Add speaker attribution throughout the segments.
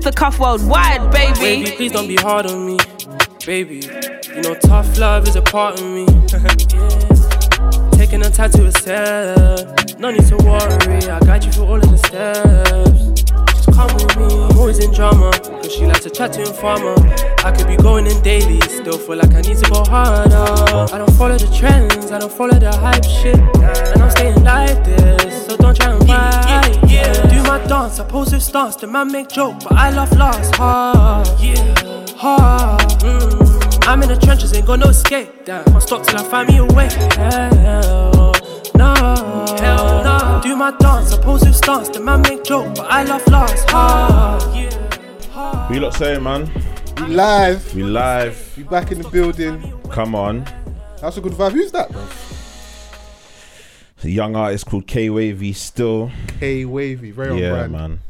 Speaker 1: the cuff worldwide, baby.
Speaker 2: Baby, please don't be hard on me. Baby, you know tough love is a part of me. Taking a tattoo is sad. No need to worry, I guide you through all of the steps. Just come with me, I'm always in drama. Cause she likes to chat to informer. I could be going in daily, still feel like I need to go harder. I don't follow the trends, I don't follow the hype shit. And I'm staying like this, so don't try and fight. Do my dance, I pose with stance. The man make joke, but I laugh last. Hard, yeah, hard. Mm. I'm in the trenches, ain't got no escape. Damn, can't stop till I find me a way. Hell no, hell no. Do my dance, I pose with stance. The man make joke, but I laugh last. Hard, yeah, hard.
Speaker 3: What you lot saying, man?
Speaker 4: We live.
Speaker 3: We live.
Speaker 4: We back in the building.
Speaker 3: Come on.
Speaker 4: That's a good vibe. Who's that, bro?
Speaker 3: A young artist called K Wavy still.
Speaker 4: K Wavy, very on
Speaker 3: yeah,
Speaker 4: brand.
Speaker 3: man.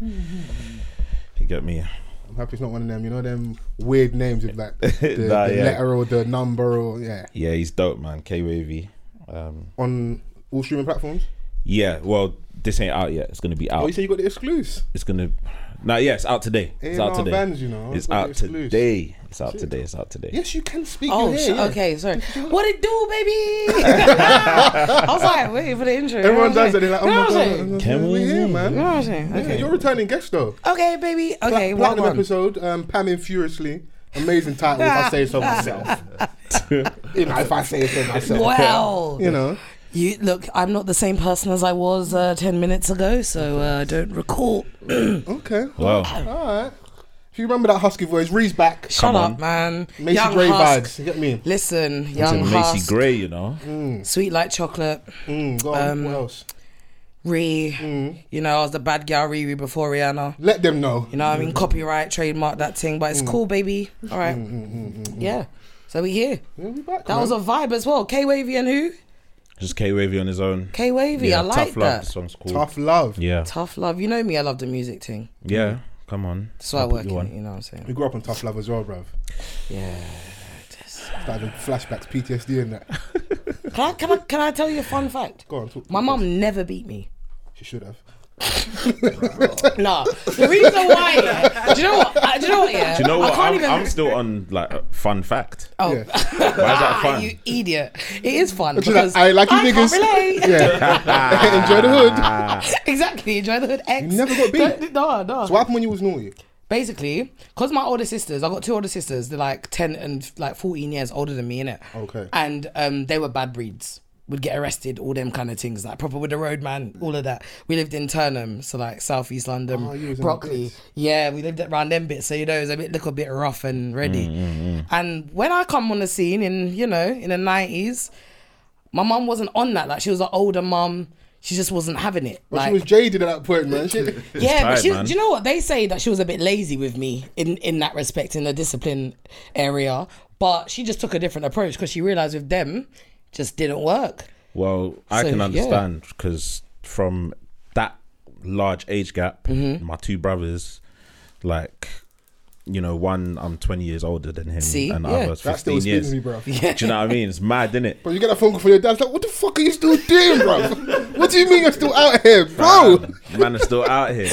Speaker 3: You get me?
Speaker 4: I'm happy it's not one of them. You know them weird names with like the,
Speaker 3: Nah,
Speaker 4: the
Speaker 3: yeah.
Speaker 4: letter or the number or yeah.
Speaker 3: Yeah, he's dope, man. K Wavy. Um,
Speaker 4: On all streaming platforms.
Speaker 3: yeah, well, this ain't out yet. It's gonna be
Speaker 4: Oh,
Speaker 3: out.
Speaker 4: you say you got the exclusive.
Speaker 3: It's gonna. Nah, yeah, it's out today. It's
Speaker 4: A&R
Speaker 3: out today.
Speaker 4: bands, you know,
Speaker 3: It's
Speaker 4: got the
Speaker 3: out
Speaker 4: exclusive.
Speaker 3: today. It's out today. It's out today.
Speaker 4: Yes, you can speak.
Speaker 5: Oh,
Speaker 4: You're
Speaker 5: sh-
Speaker 4: here, yeah.
Speaker 5: okay, sorry. What it do, baby? I was like, wait for the intro.
Speaker 4: Everyone does that.
Speaker 5: it.
Speaker 4: They're like, oh my god,
Speaker 3: Can
Speaker 4: we're
Speaker 3: we-
Speaker 4: here, man.
Speaker 5: You know what I'm saying?
Speaker 4: Yeah,
Speaker 5: Okay.
Speaker 4: you're a returning guest though.
Speaker 5: Okay, baby. Okay,
Speaker 4: Pla-
Speaker 5: one,
Speaker 4: platinum
Speaker 5: one.
Speaker 4: episode. Um, Pamming furiously. Amazing title. if I say so myself. you know, if I say so myself.
Speaker 5: Wow.
Speaker 4: You know,
Speaker 5: You look. I'm not the same person as I was uh, ten minutes ago, so uh, I don't recall.
Speaker 4: okay.
Speaker 3: Wow.
Speaker 4: All right. If you remember that husky voice, Ree's back.
Speaker 5: Shut up, man.
Speaker 4: Macy
Speaker 5: young
Speaker 4: Gray
Speaker 5: husk.
Speaker 4: vibes. You get me?
Speaker 5: Listen,
Speaker 3: It's a
Speaker 5: young
Speaker 3: Macy
Speaker 5: husk.
Speaker 3: Gray, you know.
Speaker 5: Sweet like chocolate.
Speaker 4: Mm, go on.
Speaker 5: Um,
Speaker 4: what else?
Speaker 5: Re.
Speaker 4: Mm.
Speaker 5: You know, I was the bad gal Riri before Rihanna.
Speaker 4: Let them know.
Speaker 5: You know, what I mean, copyright, trademark that thing, but
Speaker 4: Mm.
Speaker 5: it's cool, baby. All right. Yeah. So we here.
Speaker 4: We'll be back.
Speaker 5: That was a vibe as well. K Wavy and who?
Speaker 3: Just K Wavy on his own.
Speaker 5: K Wavy. I like
Speaker 3: tough
Speaker 5: that.
Speaker 3: love. This song's cool.
Speaker 4: tough love.
Speaker 3: Yeah,
Speaker 5: Tough love. You know me. I love the music thing.
Speaker 3: yeah. Come on.
Speaker 5: So I
Speaker 3: I'll put
Speaker 5: work
Speaker 3: you
Speaker 5: in
Speaker 3: on.
Speaker 5: it. You know what I'm
Speaker 4: We
Speaker 5: saying?
Speaker 4: grew up on tough love as well, bruv.
Speaker 5: Yeah.
Speaker 4: Started with flashbacks, PTSD, and that.
Speaker 5: Can I, can I can I tell you a fun fact?
Speaker 4: Go on, talk.
Speaker 5: My mum never beat me.
Speaker 4: She should have.
Speaker 5: No, the reason why. Yeah, do you know what? Uh, do you know what? Yeah.
Speaker 3: Do you know what?
Speaker 5: I can't
Speaker 3: I'm,
Speaker 5: even.
Speaker 3: I'm still on like a fun fact.
Speaker 5: oh.
Speaker 4: Yeah.
Speaker 3: Why is that
Speaker 5: Ah,
Speaker 3: fun?
Speaker 5: you idiot! It is fun
Speaker 4: She's like,
Speaker 5: because
Speaker 4: I like you
Speaker 5: I
Speaker 4: niggas.
Speaker 5: can't relate.
Speaker 4: Yeah. Enjoy the hood.
Speaker 5: exactly. Enjoy the hood X.
Speaker 4: You never got beat.
Speaker 5: Don't- No, no.
Speaker 4: So what happened when you was naughty?
Speaker 5: Basically, because my older sisters, I got two older sisters. They're like ten and like fourteen years older than me, innit?
Speaker 4: Okay.
Speaker 5: And um, they were bad breeds. Would get arrested, all them kind of things, like proper with the road man, all of that. We lived in Turnham, so like southeast London,
Speaker 4: Oh, you was in the
Speaker 5: Broccoli.
Speaker 4: bits.
Speaker 5: Yeah, we lived around them bits, so you know it was a bit look a bit rough and ready.
Speaker 4: Mm,
Speaker 5: And when I come on the scene in you know in the nineties, my mum wasn't on that. Like she was an older mum. She just wasn't having it.
Speaker 4: Well,
Speaker 5: like,
Speaker 4: she was jaded at that point, man. She,
Speaker 5: yeah,
Speaker 3: tired,
Speaker 5: but she,
Speaker 3: man.
Speaker 5: do you know what they say that she was a bit lazy with me in in that respect in the discipline area, but she just took a different approach because she realized with them just didn't work.
Speaker 3: Well, I
Speaker 5: So,
Speaker 3: can
Speaker 5: yeah.
Speaker 3: understand because from that large age gap,
Speaker 5: Mm-hmm.
Speaker 3: my two brothers, like, you know, one I'm 20 years older than him,
Speaker 5: See?
Speaker 3: and the
Speaker 5: Yeah.
Speaker 3: other's
Speaker 4: that still
Speaker 3: 15
Speaker 4: speaks
Speaker 3: years.
Speaker 4: to me, bro.
Speaker 3: Do you know what I mean? It's mad, innit?
Speaker 4: But you get a phone call from your dad's like, what the fuck are you still doing, bro? what do you mean you're still out here, bro?
Speaker 3: Man is still out here.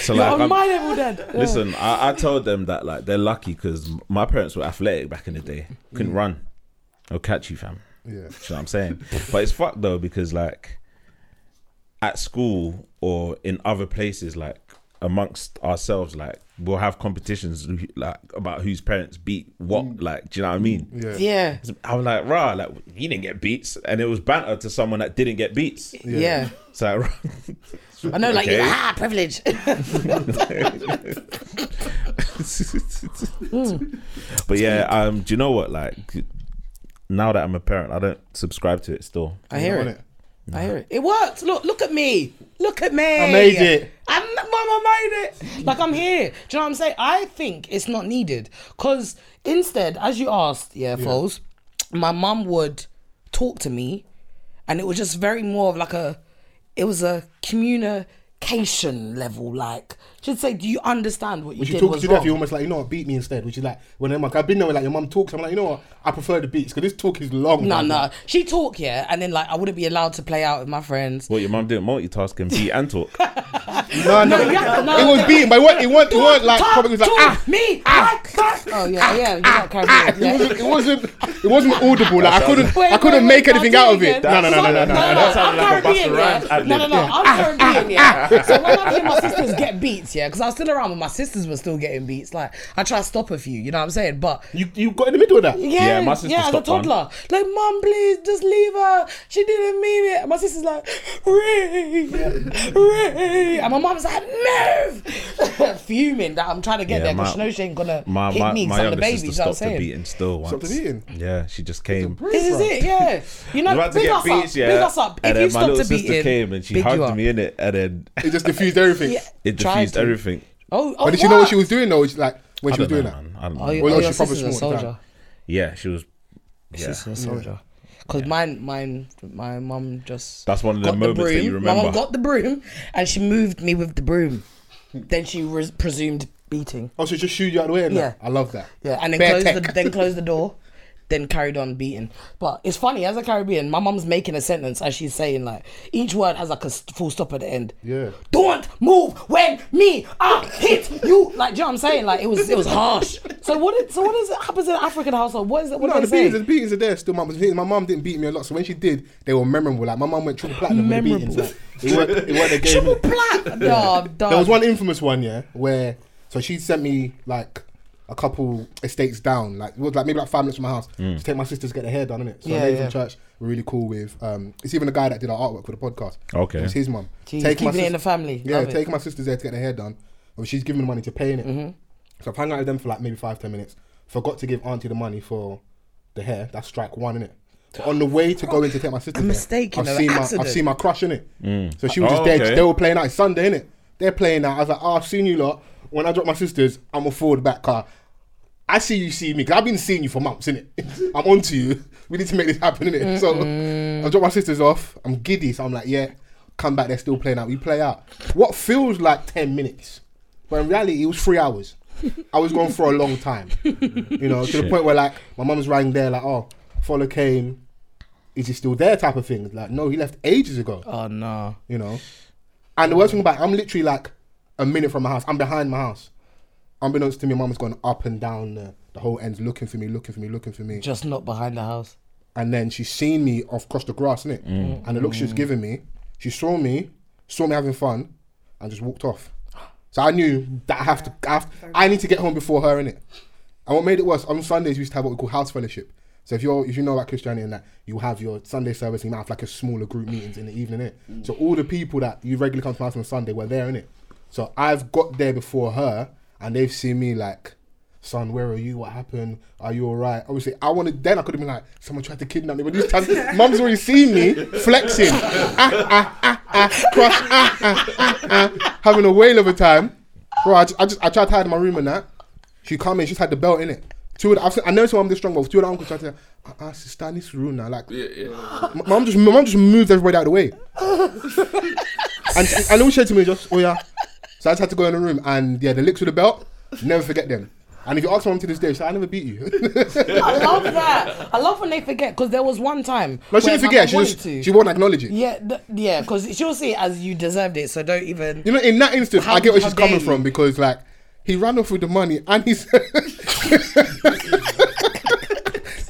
Speaker 3: So
Speaker 5: You're
Speaker 3: like,
Speaker 5: on
Speaker 3: I'm-
Speaker 5: my level, Dad. Yeah.
Speaker 3: listen, I, I told them that like they're lucky because my parents were athletic back in the day, couldn't run. They'll catch you, fam.
Speaker 4: Mm. Yeah.
Speaker 3: Do you know what I'm saying? but it's fucked though because like at school or in other places, like amongst ourselves, like we'll have competitions like about whose parents beat what. Like, do you know what I mean?
Speaker 4: Mm. Yeah.
Speaker 5: yeah,
Speaker 3: I was like, rah, like you didn't get beats, and it was banter to someone that didn't get beats.
Speaker 5: yeah,
Speaker 3: So like,
Speaker 5: I know, like
Speaker 3: Okay.
Speaker 5: you, ah, privilege.
Speaker 3: but yeah, um, do you know what? Like now that I'm a parent, I don't subscribe to it still.
Speaker 5: I hear
Speaker 4: on
Speaker 5: it. I hear it. It worked. Look, look at me. Look at me.
Speaker 4: I made it.
Speaker 5: I'm, Mum, I made it. Like I'm here. Do you know what I'm saying? I think it's not needed because instead, as you asked, yeah, Foles, my mum would talk to me, and it was just very more of like a, it was a communi- education level. Like she'd say, "Do you understand what you
Speaker 4: When she
Speaker 5: did
Speaker 4: talks
Speaker 5: was
Speaker 4: to you,
Speaker 5: wrong?"
Speaker 4: you almost like, you know what, beat me instead. Which is like, when I'm like, I've been there, where, like your mum talks, I'm like, you know what, I prefer the beats because this talk is long.
Speaker 5: no,
Speaker 4: man.
Speaker 5: no. She talk yeah, and then like I wouldn't be allowed to play out with my friends.
Speaker 3: What your mum did? Multitask and beat and talk.
Speaker 4: no, no.
Speaker 5: No, you have to know
Speaker 4: It was
Speaker 5: that-
Speaker 4: beating, but it weren't, it weren't, it weren't like,
Speaker 5: Talk
Speaker 4: probably it was like,
Speaker 5: to
Speaker 4: ah,
Speaker 5: me like
Speaker 3: ah,
Speaker 5: that. Oh yeah, yeah. You got carried
Speaker 4: ah.
Speaker 5: away,
Speaker 4: It
Speaker 5: yeah.
Speaker 4: wasn't, it wasn't, it wasn't audible. Like I couldn't,
Speaker 5: Wait,
Speaker 4: I couldn't
Speaker 5: wait,
Speaker 4: make
Speaker 5: wait,
Speaker 4: anything
Speaker 5: I'll
Speaker 4: out
Speaker 5: do
Speaker 4: of
Speaker 5: it
Speaker 4: it.
Speaker 5: again.
Speaker 4: No, no, no, no, no, no,
Speaker 5: No,
Speaker 3: that
Speaker 4: no.
Speaker 5: no, I'm
Speaker 3: sounded like a
Speaker 5: Caribbean,
Speaker 3: Busta Rhymes
Speaker 5: yeah.
Speaker 3: ad-lib. Ah,
Speaker 5: No, no, no, I'm Caribbean, yeah. So when I hear my sisters get beats, yeah, because I was still around when my sisters were still getting beats. Like I try to stop a few, you know what I'm saying? But
Speaker 4: You, you got in the middle of that.
Speaker 5: yeah, yeah,
Speaker 3: Yeah, my sister
Speaker 5: as a
Speaker 3: stopped one.
Speaker 5: toddler, like, mom, please just leave her. She didn't mean it. And my sister's like, Ray, Ray, and my mom's like, move, fuming that I'm trying to get
Speaker 3: Yeah,
Speaker 5: there because she
Speaker 3: my-
Speaker 5: knows she ain't gonna
Speaker 3: My
Speaker 5: hit
Speaker 3: my,
Speaker 5: me. 'cause
Speaker 3: my
Speaker 5: I'm the
Speaker 3: youngest
Speaker 5: baby.
Speaker 3: sister
Speaker 5: You know what I'm
Speaker 3: stopped the
Speaker 5: saying?
Speaker 3: beating still once.
Speaker 4: Stopped the beating?
Speaker 3: Yeah, she just came.
Speaker 5: This is it, yeah. You know,
Speaker 3: We were about to
Speaker 5: big
Speaker 3: get
Speaker 5: us
Speaker 3: beats,
Speaker 5: up,
Speaker 3: yeah.
Speaker 5: big us up. If
Speaker 3: and
Speaker 5: you
Speaker 3: then my
Speaker 5: stop
Speaker 3: little
Speaker 5: to beat
Speaker 3: sister
Speaker 5: him,
Speaker 3: came and she
Speaker 5: big you up.
Speaker 3: hugged me in it, and then
Speaker 4: It just diffused everything.
Speaker 5: Yeah.
Speaker 3: it
Speaker 5: Tried
Speaker 3: diffused
Speaker 5: to.
Speaker 3: everything.
Speaker 5: Oh, oh
Speaker 4: But did you know what she
Speaker 5: was?
Speaker 4: was doing though? It's Like when she
Speaker 3: I
Speaker 4: was doing
Speaker 3: don't know,
Speaker 4: that.
Speaker 3: man. I don't
Speaker 5: Oh,
Speaker 3: know.
Speaker 5: your,
Speaker 4: Well,
Speaker 5: oh, your
Speaker 4: she probably
Speaker 5: sister's a
Speaker 4: small at the
Speaker 5: soldier.
Speaker 3: Yeah, she was.
Speaker 5: Your
Speaker 3: Yeah.
Speaker 5: Sister's a soldier. Because mine, mine, my mum just.
Speaker 3: That's one of the
Speaker 5: got
Speaker 3: moments that
Speaker 5: broom.
Speaker 3: you
Speaker 5: My mum
Speaker 3: remember.
Speaker 5: got the broom, and she moved me with the broom. then she res- presumed beating.
Speaker 4: Oh, so she just shoot you out of the way. and
Speaker 5: Yeah.
Speaker 4: that? I love that.
Speaker 5: Yeah, and then
Speaker 4: Bare
Speaker 5: closed the,
Speaker 4: tech.
Speaker 5: then closed the door, then carried on beating. But it's funny as a Caribbean, my mum's making a sentence as she's saying like each word has like a s- full stop at the end.
Speaker 4: Yeah.
Speaker 5: Don't move when me I hit you. Like, do you know what I'm saying? Like it was it was harsh. So what? Did, so what is it happens in an African household? What is it? What
Speaker 4: No,
Speaker 5: do
Speaker 4: the
Speaker 5: they say?
Speaker 4: beatings, the beatings are there still. My, my mum didn't beat me a lot, so when she did, they were memorable. Like my mum went triple platinum with the
Speaker 5: Memorable.
Speaker 4: beatings. Like, it weren't, it weren't a game.
Speaker 5: Triple plat. No,
Speaker 4: There was one infamous one, yeah, where so she sent me like a couple estates down, like it was like maybe like five minutes from my house to take my sisters to get their hair done, innit? So
Speaker 5: Yeah,
Speaker 4: yeah, lady
Speaker 5: yeah.
Speaker 4: from church were really cool with. Um, it's even the guy that did our artwork for the podcast.
Speaker 3: Okay.
Speaker 4: it was his mum. Taking
Speaker 5: Jeez,
Speaker 4: my
Speaker 5: keeping it in
Speaker 4: sis-
Speaker 5: the family.
Speaker 4: Yeah,
Speaker 5: Love it. Mm-hmm.
Speaker 4: taking my sisters there to get their hair done. And she's giving the money to paying it. So I've hung out with them for like maybe five ten minutes. Forgot to give auntie the money for the hair. That's strike one, innit? But on the way to go in to take my sisters, there,
Speaker 5: mistake, you
Speaker 4: I've
Speaker 5: know,
Speaker 4: seen my
Speaker 5: accident.
Speaker 4: I've seen my crush in it. So she was just
Speaker 3: Oh,
Speaker 4: there.
Speaker 3: okay.
Speaker 4: They were playing out. It's Sunday, innit? They're playing out. I was like, oh, I've seen you lot. When I drop my sisters, I'm going to forward back car. I see you see me because I've been seeing you for months, innit? I'm on to you. We need to make this happen, innit? So I drop my sisters off. I'm giddy. So I'm like, yeah, come back. They're still playing out. We play out. What feels like 10 minutes, but in reality, it was three hours. I was gone for a long time, you know, to the point where like my mum's rang there, like, oh, follow came. Is he still there? Type of thing. Like, no, he left ages ago
Speaker 5: Oh no.
Speaker 4: you know. And the worst thing about it, I'm literally like a minute from my house. I'm behind my house. Unbeknownst to me, mum's gone up and down the, the whole ends, looking for me, looking for me, looking for me.
Speaker 5: Just not behind the house.
Speaker 4: And then she's seen me off across the grass, innit? And the look she was giving me, she saw me, saw me having fun, and just walked off. So I knew that I have to, I, have, I need to get home before her, innit? And what made it worse, on Sundays we used to have what we call house fellowship. So if you're if you know about Christianity and that, you have your Sunday service and you might have like a smaller group meetings in the evening, it. So all the people that you regularly come to my house on Sunday were there, innit? So I've got there before her and they've seen me like, son, where are you? What happened? Are you alright? Obviously I wanted then I could have been like, someone tried to kidnap me, but this time mum's already seen me flexing. ah, ah, ah, ah, cross, ah, ah, ah, ah, having a whale of a time. Bro, I just, I just I tried to hide in my room and that. She come in, she's had the belt in it. Two of the, I've seen, I never saw mum this strong, but two of the uncles tried to say, ah, ah, sister, I need to room now. Like, M- mum just, mum just moved everybody out of the way. and, she- and all she said to me was just, oh yeah. So I just had to go in the room, and yeah, the licks with the belt, never forget them. And if you ask mum to this day, she said, I never beat you.
Speaker 5: I love that. I love when they forget because there was one time.
Speaker 4: no, she
Speaker 5: where
Speaker 4: didn't forget,
Speaker 5: my mum
Speaker 4: she
Speaker 5: wanted
Speaker 4: just, she won't acknowledge it.
Speaker 5: Yeah, th- yeah, because she'll see it as you deserved it, so don't even.
Speaker 4: You know, in that instance,
Speaker 5: How-
Speaker 4: I get where
Speaker 5: how
Speaker 4: she's
Speaker 5: dare
Speaker 4: coming
Speaker 5: you.
Speaker 4: from because, like, he ran off with the money and he's.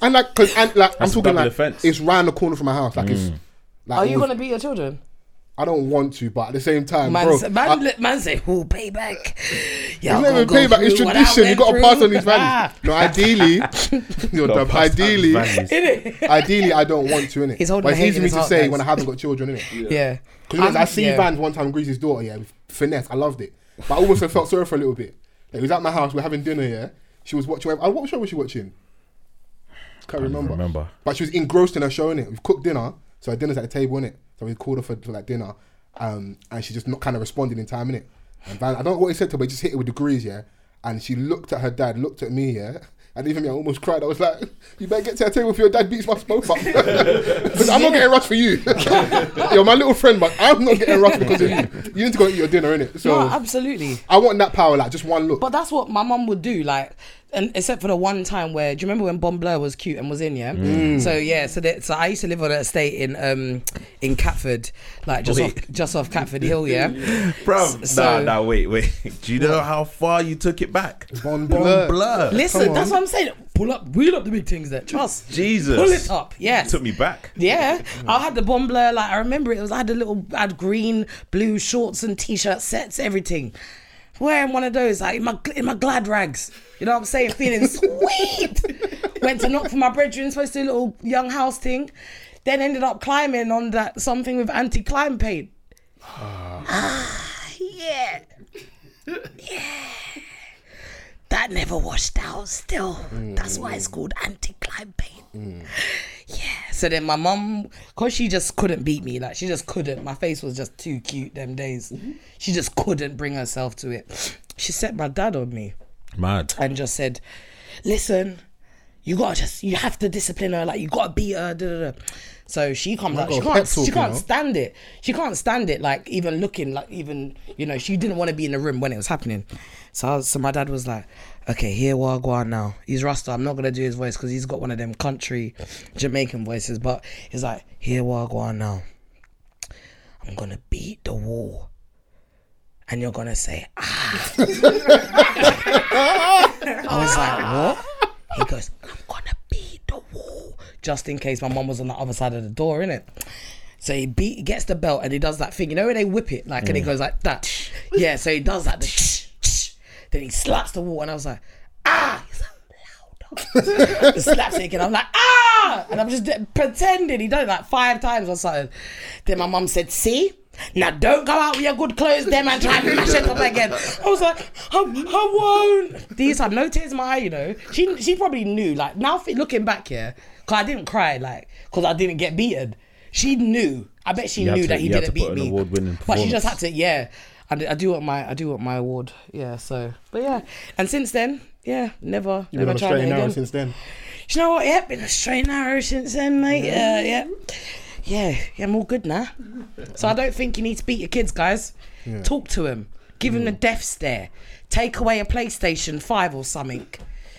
Speaker 4: and, like, cause, and, like I'm
Speaker 3: a
Speaker 4: talking
Speaker 3: double Mm.
Speaker 4: like,
Speaker 3: offence.
Speaker 4: it's round the corner from my house. Like, it's. Like,
Speaker 5: Are
Speaker 4: it
Speaker 5: you
Speaker 4: was-
Speaker 5: gonna beat your children?
Speaker 4: I don't want to, but at the same time,
Speaker 5: Man,
Speaker 4: bro.
Speaker 5: say-
Speaker 4: I-
Speaker 5: man, li- man say, "Who pay back?" Yeah,
Speaker 4: it's not even payback, it's tradition. You gotta pass on these
Speaker 5: Ah,
Speaker 4: values. no, ideally, you're
Speaker 3: Got
Speaker 4: dumb.
Speaker 3: past that
Speaker 4: Ideally,
Speaker 3: madness.
Speaker 4: ideally, I don't want to, innit?
Speaker 5: He's holding
Speaker 4: but
Speaker 5: the hate
Speaker 4: it's
Speaker 5: in
Speaker 4: easy
Speaker 5: his
Speaker 4: for me to
Speaker 5: heart,
Speaker 4: say
Speaker 5: guys.
Speaker 4: when I haven't got children, innit?
Speaker 5: Yeah,
Speaker 4: Because
Speaker 5: I'm-
Speaker 4: I see
Speaker 5: yeah.
Speaker 4: Vans one time, Greasy's daughter, yeah, with finesse. I loved it. But I almost felt sorry for a little bit. Like, it was at my house, we are having dinner, yeah. She was watching, uh, what show was she watching? Can't remember.
Speaker 3: remember.
Speaker 4: But she was engrossed in her show, innit? We've cooked dinner, so her dinner's at the table, innit? So we called her for, for like dinner, um, and she just not kind of responded in time, innit? And Van, I don't know what he said to her, but he just hit it with degrees, yeah? And she looked at her dad, looked at me, yeah? And even me, I almost cried. I was like, "You better get to the table if your dad beats my both up." 'Cause I'm not getting rushed for you. You're my little friend, but I'm not getting rushed because of you. You need to go eat your dinner, innit? So
Speaker 5: No, absolutely.
Speaker 4: I want that power, like just one look.
Speaker 5: But that's what my mum would do, like, and except for the one time where, do you remember when Bon Bleu was cute and was in, yeah?
Speaker 4: Mm.
Speaker 5: So yeah, so that so I used to live on an estate in um in Catford, like just off
Speaker 3: Wait.
Speaker 5: just off Catford Hill, yeah.
Speaker 3: Bro,
Speaker 5: S- so-
Speaker 3: nah, nah, wait, wait. Do you know how far you took it back?
Speaker 4: Bon
Speaker 3: Bon
Speaker 4: Bleu.
Speaker 3: Blur.
Speaker 5: Listen,
Speaker 4: Come on.
Speaker 5: that's what I'm saying. Pull up, wheel up the big things there. Trust.
Speaker 3: Jesus.
Speaker 5: Pull it up. Yes.
Speaker 3: Took me back.
Speaker 5: Yeah, I had the bomb blur. Like I remember it was. I had the little. I had green, blue shorts and t-shirt sets, everything. Wearing one of those, like in my in my glad rags. You know what I'm saying? Feeling sweet. Went to knock for my brethren, supposed to do a little young house thing. Then ended up climbing on that something with anti-climb paint. ah, yeah. That never washed out still. That's why it's called anti climb paint. Yeah. So then my mum, because she just couldn't beat me. Like, she just couldn't. My face was just too cute them days. She just couldn't bring herself to it. She set my dad on me
Speaker 3: Mad.
Speaker 5: and just said, listen, you gotta just, you have to discipline her. Like, you gotta beat her. Da, da, da. So she comes out. She
Speaker 4: God,
Speaker 5: can't,
Speaker 4: pep talk,
Speaker 5: she
Speaker 4: you
Speaker 5: can't
Speaker 4: know?
Speaker 5: stand it. She can't stand it. Like, even looking, like, even, you know, she didn't want to be in the room when it was happening. So, I was, so my dad was like, okay, here Wagwan now. He's Rasta. I'm not gonna do his voice because he's got one of them country Jamaican voices. But he's like, here Wagwan now. I'm gonna beat the wall. And you're gonna say, ah. I was like, what? He goes, I'm gonna beat the wall. Just in case my mum was on the other side of the door, innit? So he beat, he gets the belt and he does that thing. You know when they whip it, like, and he goes like that. yeah, so he does that. the then he slaps the wall and I was like, ah! He's like, louder. He slaps it again. I'm like, ah! And I'm just de- pretending. He done it like five times or something. Then my mum said, see? Now don't go out with your good clothes, them, and try and mash it up again. I was like, I, I won't. These had no tears in my eye, you know. She she probably knew. Like now, fi- looking back here, cause I didn't cry, like cause I didn't get beaten. She knew. I bet she
Speaker 3: You had
Speaker 5: knew
Speaker 3: to-
Speaker 5: that he
Speaker 3: you had
Speaker 5: didn't
Speaker 3: to put
Speaker 5: beat
Speaker 3: an
Speaker 5: me.
Speaker 3: award-winning
Speaker 5: But she just
Speaker 3: performance.
Speaker 5: had to, yeah. I, d- I do want my I do want my award, yeah. So, but yeah, and since then, yeah, never
Speaker 4: You've been
Speaker 5: never
Speaker 4: on a
Speaker 5: tried
Speaker 4: straight
Speaker 5: it
Speaker 4: and narrow
Speaker 5: again.
Speaker 4: since then.
Speaker 5: Do you know what? Yeah, been a straight and narrow since then, mate. Yeah, yeah. Yeah, yeah, I'm all good now. So I don't think you need to beat your kids, guys. Talk to them. Give them the
Speaker 4: Mm.
Speaker 5: death stare. Take away a PlayStation 5 or something.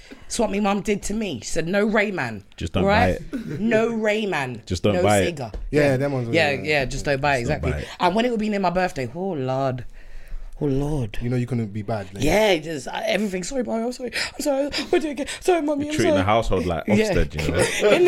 Speaker 5: That's what my mum did to me. She said, no Rayman.
Speaker 3: Just don't
Speaker 5: all
Speaker 3: buy
Speaker 5: it. No Rayman.
Speaker 3: Just don't
Speaker 5: no
Speaker 3: buy it.
Speaker 5: Sega.
Speaker 4: Yeah, them ones.
Speaker 5: Yeah, yeah, just don't buy it,
Speaker 3: don't
Speaker 5: exactly.
Speaker 3: buy it.
Speaker 5: And when it would be near my birthday, oh, Lord. Oh, Lord.
Speaker 4: You know you couldn't be bad. Like,
Speaker 5: Yeah, just uh, everything. Sorry, Mario. I'm sorry. I'm sorry. We're doing it. Sorry, mummy. I'm
Speaker 3: Treating
Speaker 5: sorry.
Speaker 3: the household like Ofsted, you know.
Speaker 5: In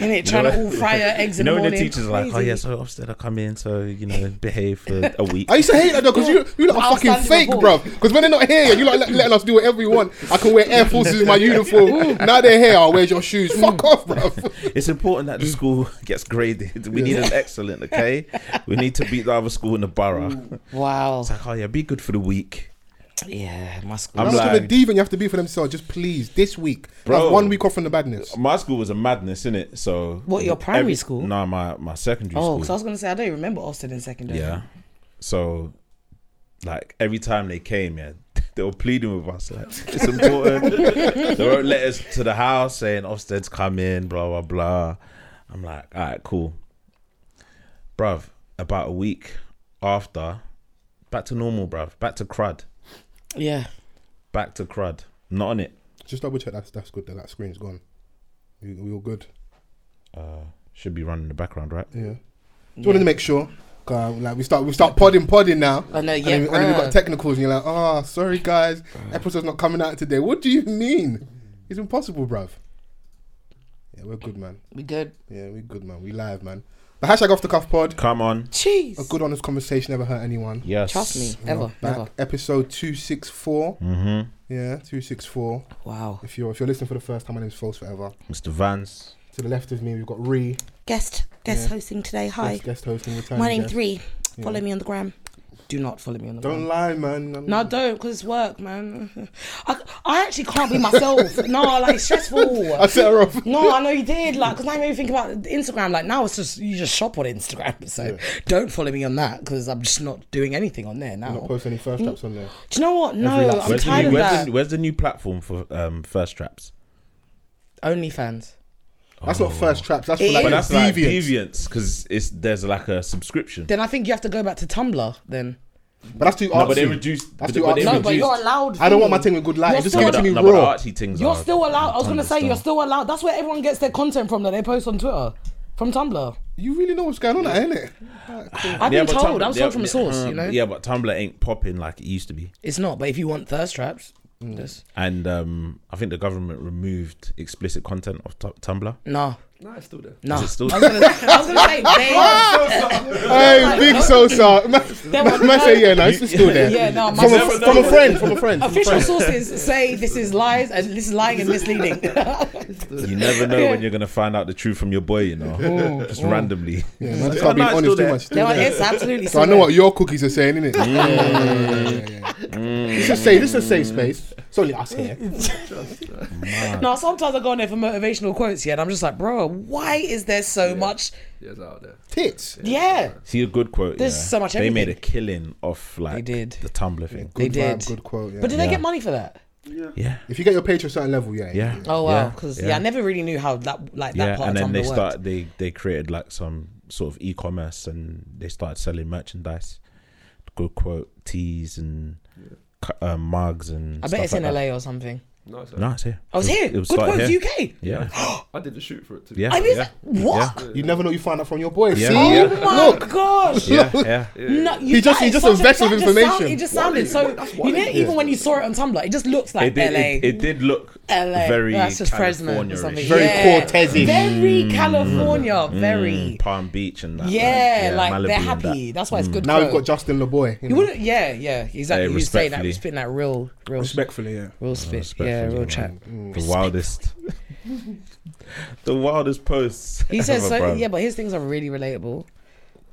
Speaker 5: in it, trying to all fry her eggs
Speaker 3: You
Speaker 5: in the
Speaker 3: know when
Speaker 5: morning.
Speaker 3: the teacher's are like, oh
Speaker 5: Crazy.
Speaker 3: yeah, so Ofsted I come in, so you know, behave for a week.
Speaker 4: I used to hate that though, because you you lot
Speaker 5: Well,
Speaker 4: are fucking
Speaker 5: outstanding
Speaker 4: fake, bro.
Speaker 5: report.
Speaker 4: Because when they're not here, you lot let, letting us do whatever we want. I can wear Air Forces in my uniform. now they're here. Oh, where's your shoes?
Speaker 5: Mm.
Speaker 4: Fuck off, bro.
Speaker 3: It's important that the school gets graded. We need an excellent, okay? We need to beat the other school in the borough.
Speaker 5: Wow.
Speaker 3: Like, oh yeah, be good for the week.
Speaker 5: Yeah, my school.
Speaker 3: I'm
Speaker 4: I'm
Speaker 3: like-
Speaker 4: not gonna diva and you have to be for themselves. Just please, this week,
Speaker 3: Bro.
Speaker 4: have one week off from the badness.
Speaker 3: My school was a madness, innit? So
Speaker 5: What, your primary school?
Speaker 3: No, my my secondary
Speaker 5: oh,
Speaker 3: school.
Speaker 5: because I was gonna say I don't even remember Austin in secondary.
Speaker 3: Yeah. So, like every time they came, yeah, they were pleading with us like it's important. they wrote letters to the house saying Ofsted's coming, blah blah blah. I'm like, all right, cool, bruv. About a week after, back to normal, bruv. Back to crud.
Speaker 5: Yeah.
Speaker 3: Back to crud. Not on it.
Speaker 4: Just double check that's that's good. That, that screen's gone. We, we all good.
Speaker 3: Should be running in the background, right?
Speaker 4: Yeah. Just wanted to make sure. 'Cause, Um, like we start, we start podding, podding now.
Speaker 5: I know,
Speaker 4: And
Speaker 5: yeah,
Speaker 4: then, and then we
Speaker 5: bruh.
Speaker 4: got technicals, and you're like, oh, sorry guys, episode's not coming out today. What do you mean? It's impossible, bruv. Yeah, we're good, man.
Speaker 5: We good.
Speaker 4: Yeah, we good, man. We live, man. The hashtag off the cuff pod.
Speaker 3: Come on.
Speaker 5: Jeez.
Speaker 4: A good, honest conversation never hurt anyone.
Speaker 3: Yes.
Speaker 5: Trust me.
Speaker 4: You know,
Speaker 5: Ever.
Speaker 4: back.
Speaker 5: Ever.
Speaker 4: Episode two six four.
Speaker 3: Mm-hmm.
Speaker 4: Yeah, two six four.
Speaker 5: Wow.
Speaker 4: If you're if you're listening for the first time, my name's False Forever.
Speaker 3: Mr. Vance.
Speaker 4: To the left of me, we've got Ree,
Speaker 6: guest guest
Speaker 4: Yeah.
Speaker 6: hosting today. Hi,
Speaker 4: guest, guest hosting return.
Speaker 6: my name's
Speaker 4: guest.
Speaker 6: Ree.
Speaker 4: Yeah.
Speaker 6: Follow me on the gram.
Speaker 5: Do not follow me on the
Speaker 4: Don't lie, man. I'm-
Speaker 5: No, I don't, because it's work, man. I, I actually can't be myself. no, like, it's stressful.
Speaker 4: I set her off.
Speaker 5: No, I know you did. Like, because now you made me think about Instagram. Like, now it's just you just shop on Instagram. So don't follow me on that because I'm just not doing anything on there now.
Speaker 4: Not post any first traps on there.
Speaker 5: Do you know what? No,
Speaker 4: last-
Speaker 3: Where's
Speaker 5: I'm
Speaker 3: the,
Speaker 5: tired
Speaker 3: new,
Speaker 5: of
Speaker 3: where's, the,
Speaker 5: that.
Speaker 3: where's the new platform for um, first traps?
Speaker 5: OnlyFans.
Speaker 4: That's not first traps. That's for
Speaker 5: It
Speaker 4: like,
Speaker 5: is.
Speaker 3: Oh. But that's like
Speaker 4: deviants.
Speaker 3: deviance because it's there's like a subscription.
Speaker 5: Then I think you have to go back to Tumblr. Then
Speaker 4: But that's too artsy.
Speaker 3: No, but they reduced.
Speaker 4: That's
Speaker 3: But,
Speaker 4: too
Speaker 3: but they
Speaker 4: artsy.
Speaker 5: no, but
Speaker 3: reduced.
Speaker 5: you're allowed.
Speaker 4: I don't want
Speaker 5: things.
Speaker 4: my thing with good light.
Speaker 5: You're
Speaker 4: Just
Speaker 5: still-
Speaker 4: give
Speaker 3: No,
Speaker 4: it to
Speaker 3: but
Speaker 4: me
Speaker 3: the- no, but the
Speaker 4: raw.
Speaker 3: artsy things
Speaker 5: You're
Speaker 3: are-
Speaker 5: still allowed. I was gonna say
Speaker 3: Understand.
Speaker 5: you're still allowed. That's where everyone gets their content from that they post on Twitter, from Tumblr.
Speaker 4: You really know what's going on, there, innit?
Speaker 5: I've
Speaker 3: Yeah,
Speaker 5: been
Speaker 3: but
Speaker 5: told.
Speaker 3: Tumblr-
Speaker 5: I was
Speaker 3: yeah,
Speaker 5: told from a source.
Speaker 3: yeah,
Speaker 5: you know,
Speaker 3: um, Yeah, but Tumblr ain't popping like it used to be.
Speaker 5: it's not. But if you want thirst traps, mm, just
Speaker 3: And um, I think the government removed explicit content off tu- Tumblr.
Speaker 5: no,
Speaker 6: Nah, it's still there.
Speaker 5: no.
Speaker 3: Is it still-
Speaker 5: I was gonna, I was gonna say they.
Speaker 4: Hey, big Sosa. Man
Speaker 5: was
Speaker 4: man
Speaker 5: no-
Speaker 4: say, yeah, no, it's still there.
Speaker 5: Yeah, no, my
Speaker 4: From a,
Speaker 5: source,
Speaker 4: from a friend, from a friend. from a
Speaker 5: official
Speaker 4: friend.
Speaker 5: sources say this is lies and this is lying and misleading.
Speaker 3: You never know when you're gonna find out the truth from your boy, you know, just randomly.
Speaker 4: Yeah, man, I just can't be
Speaker 3: no, it's
Speaker 4: honest
Speaker 3: still
Speaker 4: too
Speaker 3: there.
Speaker 4: much.
Speaker 5: no, it's absolutely.
Speaker 4: So I know what your cookies are saying, innit? Yeah, yeah, yeah, yeah, yeah. This is safe. This is a safe space. It's only us here.
Speaker 5: No, sometimes I go on there for motivational quotes, yeah, and I'm just like, bro, why is there so much?
Speaker 6: Yeah, it's out there.
Speaker 4: Tits.
Speaker 5: Yeah,
Speaker 3: See a good quote.
Speaker 5: There's
Speaker 3: yeah.
Speaker 5: so much
Speaker 3: They made a
Speaker 5: everything.
Speaker 3: killing off like
Speaker 5: They did.
Speaker 3: the Tumblr thing.
Speaker 5: They
Speaker 4: Good
Speaker 5: did.
Speaker 4: vibe, good quote. Yeah.
Speaker 5: but did they get money for that?
Speaker 3: Yeah,
Speaker 4: if you get your pay to a certain level, yeah.
Speaker 3: yeah.
Speaker 5: Oh wow,
Speaker 3: yeah,
Speaker 5: because yeah. I never really knew how that like that
Speaker 3: yeah,
Speaker 5: part
Speaker 3: and
Speaker 5: of
Speaker 3: then
Speaker 5: Tumblr
Speaker 3: they
Speaker 5: worked.
Speaker 3: start they they created like some sort of e-commerce and they started selling merchandise, good quote teas and cu- uh, mugs and.
Speaker 5: I bet
Speaker 3: stuff
Speaker 5: it's
Speaker 3: like that.
Speaker 5: in LA or something.
Speaker 6: No, it's out.
Speaker 3: No, it's here.
Speaker 5: I was
Speaker 3: It
Speaker 5: here.
Speaker 3: It was
Speaker 5: Good
Speaker 3: started
Speaker 5: quotes
Speaker 3: here.
Speaker 5: UK.
Speaker 3: Yeah,
Speaker 6: I did the shoot for it too.
Speaker 3: yeah.
Speaker 5: I was
Speaker 3: yeah.
Speaker 5: what?
Speaker 4: You never know. You find out from your boy.
Speaker 3: Yeah.
Speaker 4: See?
Speaker 3: Oh
Speaker 5: Oh my
Speaker 4: Look.
Speaker 5: gosh.
Speaker 3: Yeah, yeah.
Speaker 5: No, you,
Speaker 4: He just-
Speaker 5: that
Speaker 4: he
Speaker 5: is
Speaker 4: just
Speaker 5: such a-
Speaker 4: invested
Speaker 5: that
Speaker 4: with
Speaker 5: just
Speaker 4: information.
Speaker 5: Sound, it just sounded so. You know, even when you saw it on Tumblr, it just looks like
Speaker 3: It did,
Speaker 5: LA.
Speaker 3: it, it did look
Speaker 5: LA.
Speaker 3: very
Speaker 5: That's just Fresno or
Speaker 3: California
Speaker 5: something.
Speaker 4: Very
Speaker 5: Yeah.
Speaker 4: Cortez-y.
Speaker 5: Very California. Very.
Speaker 3: mm, Palm Beach and that.
Speaker 5: Yeah, like,
Speaker 3: Malibu
Speaker 5: they're
Speaker 3: and that.
Speaker 5: happy. That's why it's good.
Speaker 4: Now
Speaker 5: for
Speaker 4: we've got Justin LeBoy. You
Speaker 5: You
Speaker 4: know.
Speaker 5: wouldn't, yeah, yeah, exactly.
Speaker 3: Hey,
Speaker 5: you say that,
Speaker 3: respectfully.
Speaker 5: spitting that real, real,
Speaker 4: Respectfully, yeah.
Speaker 5: real spit,
Speaker 3: Respectfully,
Speaker 5: yeah, real
Speaker 3: man.
Speaker 5: chat.
Speaker 3: The wildest. the wildest posts.
Speaker 5: He says,
Speaker 3: ever,
Speaker 5: so,
Speaker 3: bro.
Speaker 5: yeah, but his things are really relatable.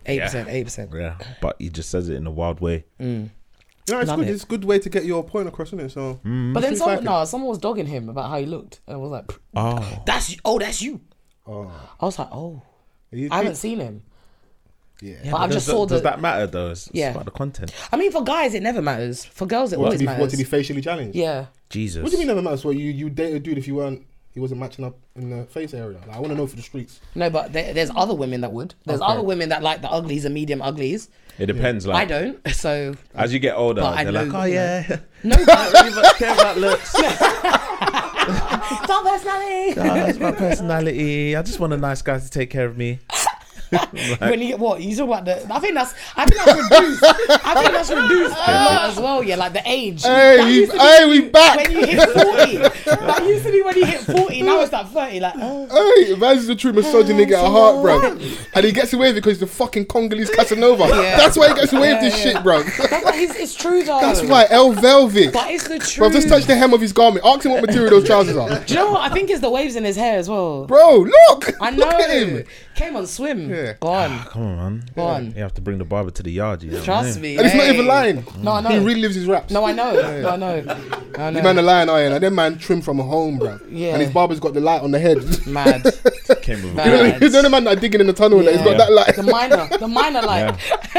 Speaker 5: Eight percent, eight percent.
Speaker 3: Yeah, but he just says it in a wild way.
Speaker 4: No, it's
Speaker 5: Love
Speaker 4: good.
Speaker 5: it.
Speaker 4: It's a good way to get your point across, isn't it? So
Speaker 3: Mm.
Speaker 5: But then
Speaker 4: Seems
Speaker 5: someone,
Speaker 4: like it.
Speaker 5: no, someone was dogging him about how he looked, and I was like,
Speaker 3: Oh,
Speaker 5: "That's you- oh, that's you."
Speaker 4: Oh.
Speaker 5: I was like, "Oh,
Speaker 4: you
Speaker 5: I haven't
Speaker 4: think-
Speaker 5: seen him,
Speaker 4: Yeah.
Speaker 5: but I've
Speaker 3: does,
Speaker 5: just saw
Speaker 3: does
Speaker 5: the."
Speaker 3: that matter though? It's, it's
Speaker 5: Yeah.
Speaker 3: about the content.
Speaker 5: I mean, for guys, it never matters. For girls, it
Speaker 4: What to,
Speaker 5: always
Speaker 4: be,
Speaker 5: matters.
Speaker 4: what to be facially challenged?
Speaker 5: yeah,
Speaker 3: Jesus.
Speaker 4: What do you mean never matters? Well, you you date a dude if you weren't he wasn't matching up in the face area. Like, I want to know for the streets.
Speaker 5: no, but there, there's other women that would. There's
Speaker 4: Okay.
Speaker 5: other women that like the uglies and medium uglies.
Speaker 3: It depends.
Speaker 5: I
Speaker 3: Like
Speaker 5: don't, so
Speaker 3: as you get older,
Speaker 5: But I
Speaker 3: they're
Speaker 5: know-
Speaker 3: like, oh yeah,
Speaker 5: no. but-
Speaker 3: I don't really much care about looks.
Speaker 5: Stop personality.
Speaker 3: Nah, it's my personality. I just want a nice guy to take care of me.
Speaker 5: When you get what you talk about the, I think that's, I think that's reduced. I think that's reduced a lot as well. Yeah, like the age.
Speaker 4: Hey, we,
Speaker 5: used to be-
Speaker 4: hey, we back.
Speaker 5: When you hit forty, that used to be when you hit forty. Now it's like thirty. Like, oh.
Speaker 4: Hey, man's the true misogyny get a heart, bro. And he gets away with it because he's the fucking Congolese Casanova.
Speaker 5: Yeah.
Speaker 4: That's why he gets away with this
Speaker 5: Yeah, yeah.
Speaker 4: shit, bro.
Speaker 5: that's like, it's, it's true though.
Speaker 4: That's why El Velvet.
Speaker 5: That is the truth.
Speaker 4: Bro, just touch the hem of his garment. Ask him what material those trousers are.
Speaker 5: Do you know what? I think it's the waves in his hair as well.
Speaker 4: Bro, look.
Speaker 5: I know.
Speaker 4: Look at him.
Speaker 5: Came on swim.
Speaker 4: Yeah. Ah,
Speaker 5: Gone.
Speaker 3: Come on, man.
Speaker 5: Gone.
Speaker 3: You have to bring the barber to the yard. You know what I
Speaker 5: Trust
Speaker 3: mean?
Speaker 5: me.
Speaker 4: And he's not
Speaker 5: hey.
Speaker 4: even lying.
Speaker 5: No, I know.
Speaker 4: He relives his raps.
Speaker 5: No, I know. No, I know. I know.
Speaker 4: The man a lion iron, and that man trimmed from a home, bro.
Speaker 5: Yeah.
Speaker 4: And his barber's got the light on the head. you
Speaker 5: Mad.
Speaker 3: Came with a
Speaker 5: Nah.
Speaker 4: know,
Speaker 5: Right.
Speaker 4: you know the man that digging in the tunnel, and he's got
Speaker 5: Yeah.
Speaker 4: that light.
Speaker 5: The minor. The minor light.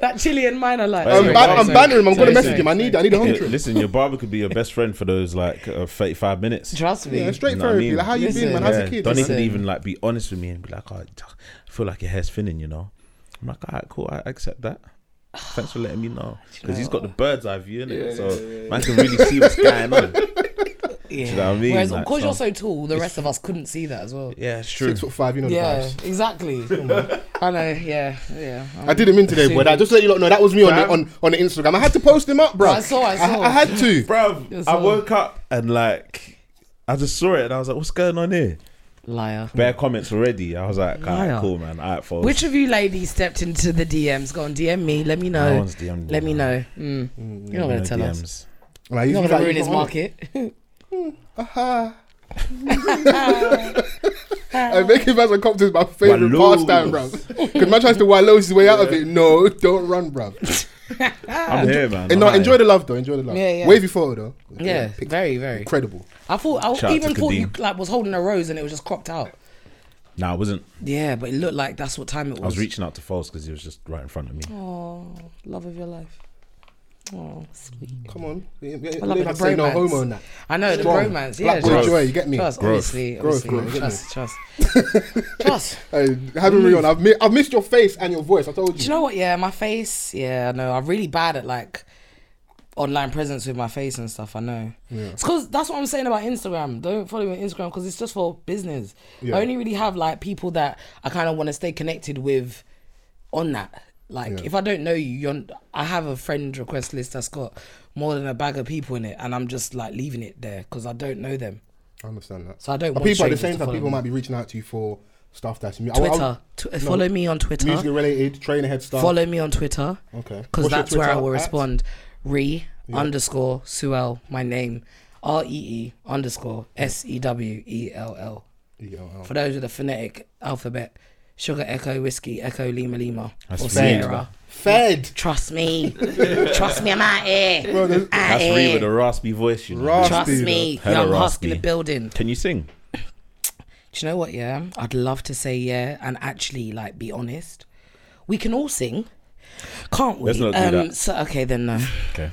Speaker 5: that Chilean minor light.
Speaker 3: Um,
Speaker 4: I'm,
Speaker 5: Sorry,
Speaker 4: ban-
Speaker 5: guys,
Speaker 4: I'm
Speaker 5: sorry.
Speaker 4: banning him. I'm
Speaker 5: Sorry,
Speaker 4: gonna message
Speaker 5: sorry.
Speaker 4: him. I need. I need a home
Speaker 3: Yeah,
Speaker 4: trip.
Speaker 3: listen, your barber could be your best friend for those like uh, 35 minutes.
Speaker 5: Trust me.
Speaker 4: Yeah, straight
Speaker 3: You know what I
Speaker 4: therapy.
Speaker 3: mean?
Speaker 4: Like, how you
Speaker 5: Listen.
Speaker 4: been, man? How's
Speaker 3: Yeah, Don't
Speaker 4: the kids?
Speaker 5: Listen.
Speaker 3: even even like be honest with me and be like, oh, I feel like your hair's thinning, you know. I'm like, all right, cool, I accept that. Thanks for letting me know because he's got the bird's eye view in it, so man can really see what's going on.
Speaker 5: Yeah.
Speaker 3: you know what I mean?
Speaker 5: Whereas
Speaker 3: Like,
Speaker 5: because you're
Speaker 3: so-
Speaker 5: so tall, the rest of us couldn't see that as well.
Speaker 3: Yeah, it's true.
Speaker 4: Six foot five. You know the
Speaker 5: Yeah,
Speaker 4: vibes.
Speaker 5: exactly. I know. Yeah, yeah.
Speaker 4: I did him in today, boy. That, just to let you lot know, that was me on the,
Speaker 3: Fam.
Speaker 4: on, on the Instagram. I had to post him up, bro.
Speaker 5: I saw, I saw.
Speaker 4: I, had to.
Speaker 3: Bro,
Speaker 5: It's
Speaker 3: I
Speaker 5: all-
Speaker 3: woke up and like, I just saw it and I was like, what's going on here?
Speaker 5: Liar.
Speaker 3: Bare comments already. I was like, all right,
Speaker 5: Mm. Liar.
Speaker 3: cool, man. All right, folks.
Speaker 5: Which of you ladies stepped into the DMs? Go on, DM me. Let me
Speaker 3: No
Speaker 5: know.
Speaker 3: one's DM'd
Speaker 5: uh, let
Speaker 3: me,
Speaker 5: me
Speaker 3: no.
Speaker 5: know. Mm. You're not
Speaker 3: No
Speaker 5: gonna tell us.
Speaker 3: DMs.
Speaker 4: Like, he's
Speaker 5: You're
Speaker 4: like,
Speaker 5: not gonna ruin his
Speaker 4: he's not on
Speaker 5: market.
Speaker 4: it. Hey, making fans and cops is my favorite
Speaker 3: Wallows.
Speaker 4: pastime, bro. Because man tries to wallows his way out of it. No, don't run, bro.
Speaker 5: Ah.
Speaker 3: I'm here, man.
Speaker 4: And
Speaker 3: I'm
Speaker 4: no,
Speaker 3: outta
Speaker 4: enjoy
Speaker 3: here.
Speaker 4: the love though. Enjoy the love.
Speaker 5: Yeah, yeah.
Speaker 4: Wavy photo though.
Speaker 5: Yeah, very, very.
Speaker 4: Incredible.
Speaker 5: I thought I
Speaker 3: Shout out
Speaker 5: even
Speaker 3: to
Speaker 5: thought you
Speaker 3: Kadeem.
Speaker 5: like was holding a rose and it was just cropped out.
Speaker 3: Nah, I wasn't.
Speaker 5: Yeah, but it looked like that's what time it was.
Speaker 3: I was reaching out to Falls because he was just right in front of me.
Speaker 5: Oh, love of your life. Oh, sweet.
Speaker 4: Come on. We ain't- we ain't-
Speaker 5: I
Speaker 4: we
Speaker 5: love
Speaker 4: ain't
Speaker 5: it. The
Speaker 4: have to say no
Speaker 5: bromance.
Speaker 4: homo and that.
Speaker 5: I know
Speaker 4: Strong.
Speaker 5: the bromance. Yeah,
Speaker 4: Black boy
Speaker 5: trust,
Speaker 4: joy, you get me?
Speaker 5: Trust,
Speaker 3: Growth.
Speaker 5: obviously,
Speaker 4: Growth,
Speaker 5: obviously,
Speaker 4: growth,
Speaker 5: trust, trust, trust.
Speaker 4: Hey, having me on, I've, mi- I've missed your face and your voice. I told
Speaker 5: Do
Speaker 4: you.
Speaker 5: you know what? Yeah, my face. Yeah, I know. I'm really bad at like online presence with my face and stuff. I know. It's because that's what I'm saying about Instagram. Don't follow me on Instagram because it's just for business.
Speaker 4: Yeah.
Speaker 5: I only really have like people that I kind of want to stay connected with on that. Like
Speaker 4: Yeah.
Speaker 5: if I don't know you, you're, I have a friend request list that's got more than a bag of people in it, and I'm just like leaving it there because I don't know them.
Speaker 4: I understand that.
Speaker 5: So I don't
Speaker 4: But
Speaker 5: want
Speaker 4: people at the
Speaker 5: strangers
Speaker 4: same
Speaker 5: to
Speaker 4: time,
Speaker 5: follow
Speaker 4: people
Speaker 5: me.
Speaker 4: might be reaching out to you for stuff that's mu- I- I-
Speaker 5: Twitter, Tw- follow me on Twitter.
Speaker 4: music related, trainer head stuff.
Speaker 5: Follow me on Twitter.
Speaker 4: Okay.
Speaker 5: Because
Speaker 4: What's your
Speaker 5: that's where I
Speaker 4: Twitter
Speaker 5: will
Speaker 4: at?
Speaker 5: respond. Re underscore Suel, my name. R E E underscore S E W E L L.
Speaker 4: Yeah, well,
Speaker 5: For those with the phonetic alphabet, Sugar Echo Whiskey Echo Lima Lima.
Speaker 3: That's
Speaker 5: or
Speaker 3: fed.
Speaker 5: Sierra.
Speaker 4: Fed.
Speaker 5: Trust me. Trust me, I'm out here.
Speaker 4: Bro, there's-
Speaker 5: Out
Speaker 3: That's
Speaker 5: here.
Speaker 3: Ree with a raspy voice, you know.
Speaker 4: Raspy.
Speaker 5: Trust me.
Speaker 3: Hella
Speaker 5: Young Husk in the
Speaker 3: raspy.
Speaker 5: building.
Speaker 3: Can you sing?
Speaker 5: Do you know what? Yeah, I'd love to say yeah and actually like be honest. We can all sing, can't we?
Speaker 3: Let's
Speaker 5: Um,
Speaker 3: not do that.
Speaker 5: So okay, then no.
Speaker 3: Okay.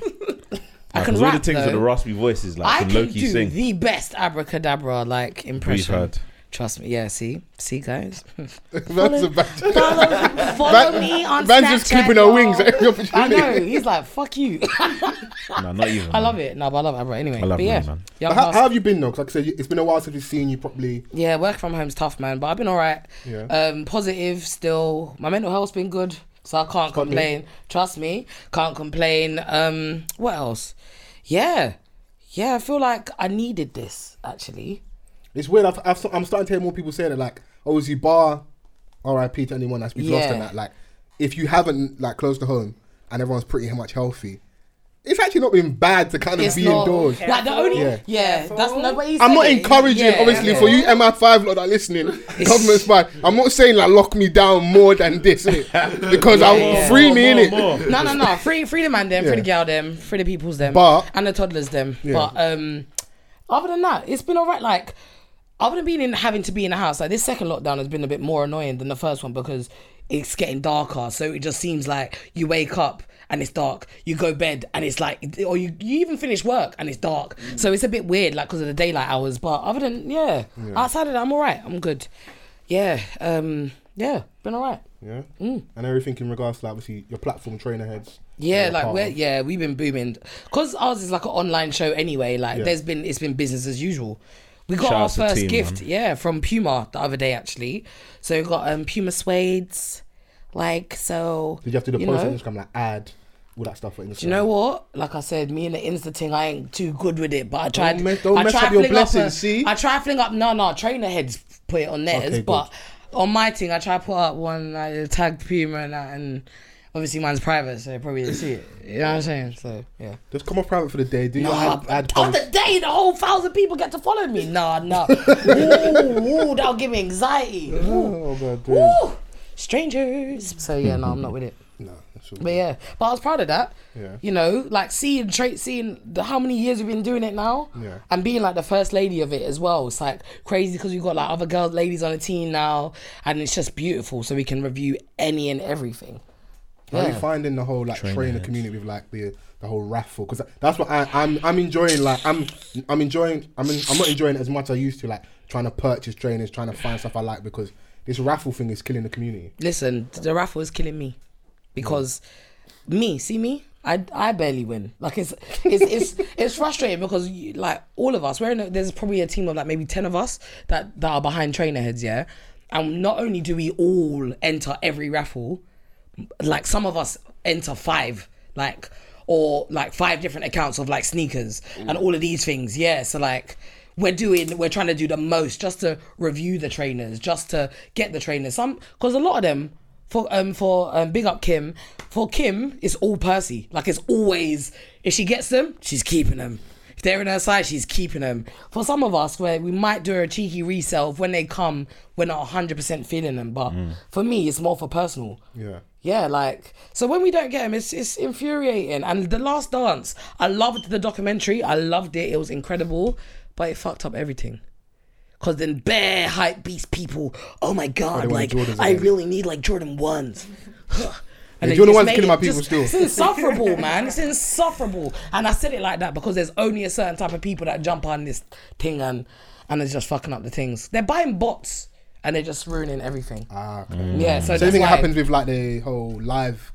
Speaker 5: I can
Speaker 3: Because all the
Speaker 5: rap
Speaker 3: things
Speaker 5: though.
Speaker 3: with the raspy voice is like
Speaker 5: I
Speaker 3: can
Speaker 5: can
Speaker 3: Loki
Speaker 5: do
Speaker 3: sing.
Speaker 5: the best abracadabra like impression.
Speaker 3: heard.
Speaker 5: Trust me. Yeah. See. See, guys.
Speaker 4: That's a bad.
Speaker 5: Follow, follow me on
Speaker 4: Van's just
Speaker 5: Snapchat,
Speaker 4: clipping her
Speaker 5: y'all.
Speaker 4: wings at every
Speaker 5: I
Speaker 4: opportunity.
Speaker 5: know. He's like, fuck you.
Speaker 3: No, not even.
Speaker 5: I love it. No, but I love Abra anyway.
Speaker 3: I love
Speaker 5: but yeah.
Speaker 3: me, man.
Speaker 5: Young
Speaker 4: But How,
Speaker 5: Husk.
Speaker 4: how have you been though? 'Cause like I said, it's been a while since we've seen you properly.
Speaker 5: Yeah, work from home's tough, man. But I've been all right.
Speaker 4: Yeah.
Speaker 5: Um, positive still. My mental health's been good, so I can't
Speaker 4: Got me.
Speaker 5: complain. Trust me, can't complain. Um, what else? Yeah, yeah. I feel like I needed this actually.
Speaker 4: It's weird. I've, I've, I'm starting to hear more people say that, like, obviously, bar RIP to anyone that's been lost in
Speaker 5: Yeah.
Speaker 4: that. Like, if you haven't, like, close to home and everyone's pretty much healthy, it's actually not been bad to kind of
Speaker 5: It's
Speaker 4: be
Speaker 5: not
Speaker 4: indoors.
Speaker 5: like the only.
Speaker 4: Yeah.
Speaker 5: Yeah, that's no way. you
Speaker 4: I'm
Speaker 5: said
Speaker 4: not
Speaker 5: it.
Speaker 4: encouraging,
Speaker 5: Yeah,
Speaker 4: obviously,
Speaker 5: yeah.
Speaker 4: for you MI5 lot that are listening, government spy. I'm not saying, like, lock me down more than this, innit? Because I
Speaker 5: Yeah, yeah.
Speaker 4: free me, innit?
Speaker 5: No, no, no. Free, free the man them, free the
Speaker 4: Yeah.
Speaker 5: gal them, free the peoples them,
Speaker 4: But-
Speaker 5: and the toddlers them. But um, other than that, it's been alright. Like other than being in having to be in the house, like this second lockdown has been a bit more annoying than the first one because it's getting darker. So it just seems like you wake up and it's dark. You go bed and it's like, or you, you even finish work and it's dark.
Speaker 4: Mm.
Speaker 5: So it's a bit weird, like because of the daylight hours. But other than yeah, outside of that, I'm alright. I'm good. Yeah. Um. Yeah. Been alright.
Speaker 4: Yeah.
Speaker 5: Mm.
Speaker 4: And everything in regards to, like, obviously, your platform trainer heads. uh,
Speaker 5: Yeah,
Speaker 4: you're a
Speaker 5: like
Speaker 4: part
Speaker 5: we're,
Speaker 4: of.
Speaker 5: yeah, we've been booming because ours is like an online show anyway. Like
Speaker 4: Yeah.
Speaker 5: there's been it's been business as usual. We got
Speaker 3: Shout
Speaker 5: our
Speaker 3: out to the
Speaker 5: first
Speaker 3: team,
Speaker 5: gift,
Speaker 3: man.
Speaker 5: yeah, from Puma the other day actually. So we got um Puma suedes, like so.
Speaker 4: Did you have to do the
Speaker 5: you
Speaker 4: post
Speaker 5: know?
Speaker 4: on Instagram, like, ad, all that stuff for Instagram?
Speaker 5: Do you know what? Like I said, me and the Insta thing, I ain't too good with it. But I tried.
Speaker 4: mess- don't
Speaker 5: I
Speaker 4: mess
Speaker 5: tried
Speaker 4: up your
Speaker 5: fling a-
Speaker 4: blessings, see?
Speaker 5: I try fling up. No, no. Trainer heads put it on theirs,
Speaker 4: Okay, good.
Speaker 5: but on my thing, I try put up one like tag Puma and that, and obviously mine's private, so they probably didn't see it. You know what I'm saying? So yeah.
Speaker 4: Just come off private for the day. Do
Speaker 5: No,
Speaker 4: your ad, ad
Speaker 5: on
Speaker 4: post.
Speaker 5: the day the whole thousand people get to follow me. Nah, nah. ooh, ooh, that'll give me anxiety. Ooh,
Speaker 4: Oh god, dude.
Speaker 5: ooh. Strangers. So yeah, no, I'm not with it.
Speaker 4: No, that's all
Speaker 5: But
Speaker 4: good.
Speaker 5: yeah, but I was proud of that.
Speaker 4: Yeah.
Speaker 5: You know, like seeing trait, seeing the, how many years we've been doing it now,
Speaker 4: Yeah.
Speaker 5: and being like the first lady of it as well. It's like crazy because we've got like other girls, ladies on the team now, and it's just beautiful. So we can review any and everything.
Speaker 4: How are you
Speaker 5: Yeah.
Speaker 4: finding the whole like trainer, community with like the the whole raffle? Because that's what I, I'm I'm enjoying. Like I'm I'm enjoying. I'm in, I'm not enjoying it as much as I used to. Like trying to purchase trainers, trying to find stuff I like because this raffle thing is killing the community.
Speaker 5: Listen, the raffle is killing me because me, see me, I, I barely win. Like it's it's it's, it's frustrating because you, like all of us, we're in a, there's probably a team of like maybe ten of us that that are behind trainer heads, yeah. And not only do we all enter every raffle, like some of us enter five, like or like five different accounts of like sneakers and all of these things. Yeah, so like we're doing, we're trying to do the most just to review the trainers, just to get the trainers. Some because a lot of them for um for um big up Kim for Kim it's all Percy. Like it's always if she gets them, she's keeping them. If they're in her size, she's keeping them. For some of us, where we might do a cheeky resale if when they come, we're not 100% feeling them. But for me, it's more for personal.
Speaker 4: Yeah.
Speaker 5: Yeah, like so when we don't get him, it's it's infuriating. And the Last Dance, I loved the documentary. I loved it. It was incredible, but it fucked up everything. Cause then bare hype beast people. Oh my god!
Speaker 4: wanted
Speaker 5: Like
Speaker 4: Jordans
Speaker 5: I
Speaker 4: again.
Speaker 5: really need like Jordan ones. And they
Speaker 4: Jordan
Speaker 5: just
Speaker 4: ones
Speaker 5: made
Speaker 4: killing
Speaker 5: it
Speaker 4: my people
Speaker 5: just-
Speaker 4: still.
Speaker 5: It's insufferable, man. It's insufferable. And I said it like that because there's only a certain type of people that jump on this thing and and it's just fucking up the things. They're buying bots and they're just ruining everything.
Speaker 4: Ah,
Speaker 3: Mm.
Speaker 4: okay.
Speaker 5: Yeah, so,
Speaker 4: Same
Speaker 5: that's
Speaker 4: thing
Speaker 5: why-
Speaker 4: happens with like the whole live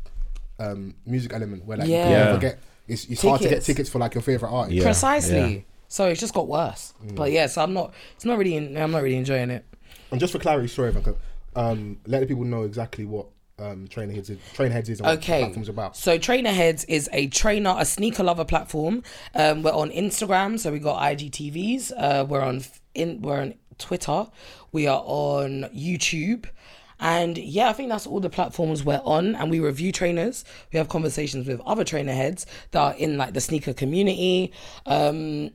Speaker 4: um, music element where like
Speaker 5: Yeah.
Speaker 4: you
Speaker 3: Yeah.
Speaker 4: can forget it's, it's hard to get
Speaker 5: Tickets.
Speaker 4: tickets for like your favorite artist.
Speaker 3: Yeah.
Speaker 5: precisely.
Speaker 3: yeah. Mm.
Speaker 5: So it's just got worse. But yeah, so I'm not. It's not really. I'm not really enjoying it.
Speaker 4: And just for clarity, sorry, Ivanka, um, let the people know exactly what um, Train Heads is, Train Heads is and what the
Speaker 5: Okay.
Speaker 4: platform's about.
Speaker 5: So Trainer Heads is a trainer, a sneaker lover platform. Um, we're on Instagram, so we got IGTVs. Uh, we're on f- in, we're on Twitter. We are on YouTube. And yeah, I think that's all the platforms we're on. And we review trainers. We have conversations with other trainer heads that are in like the sneaker community. Um,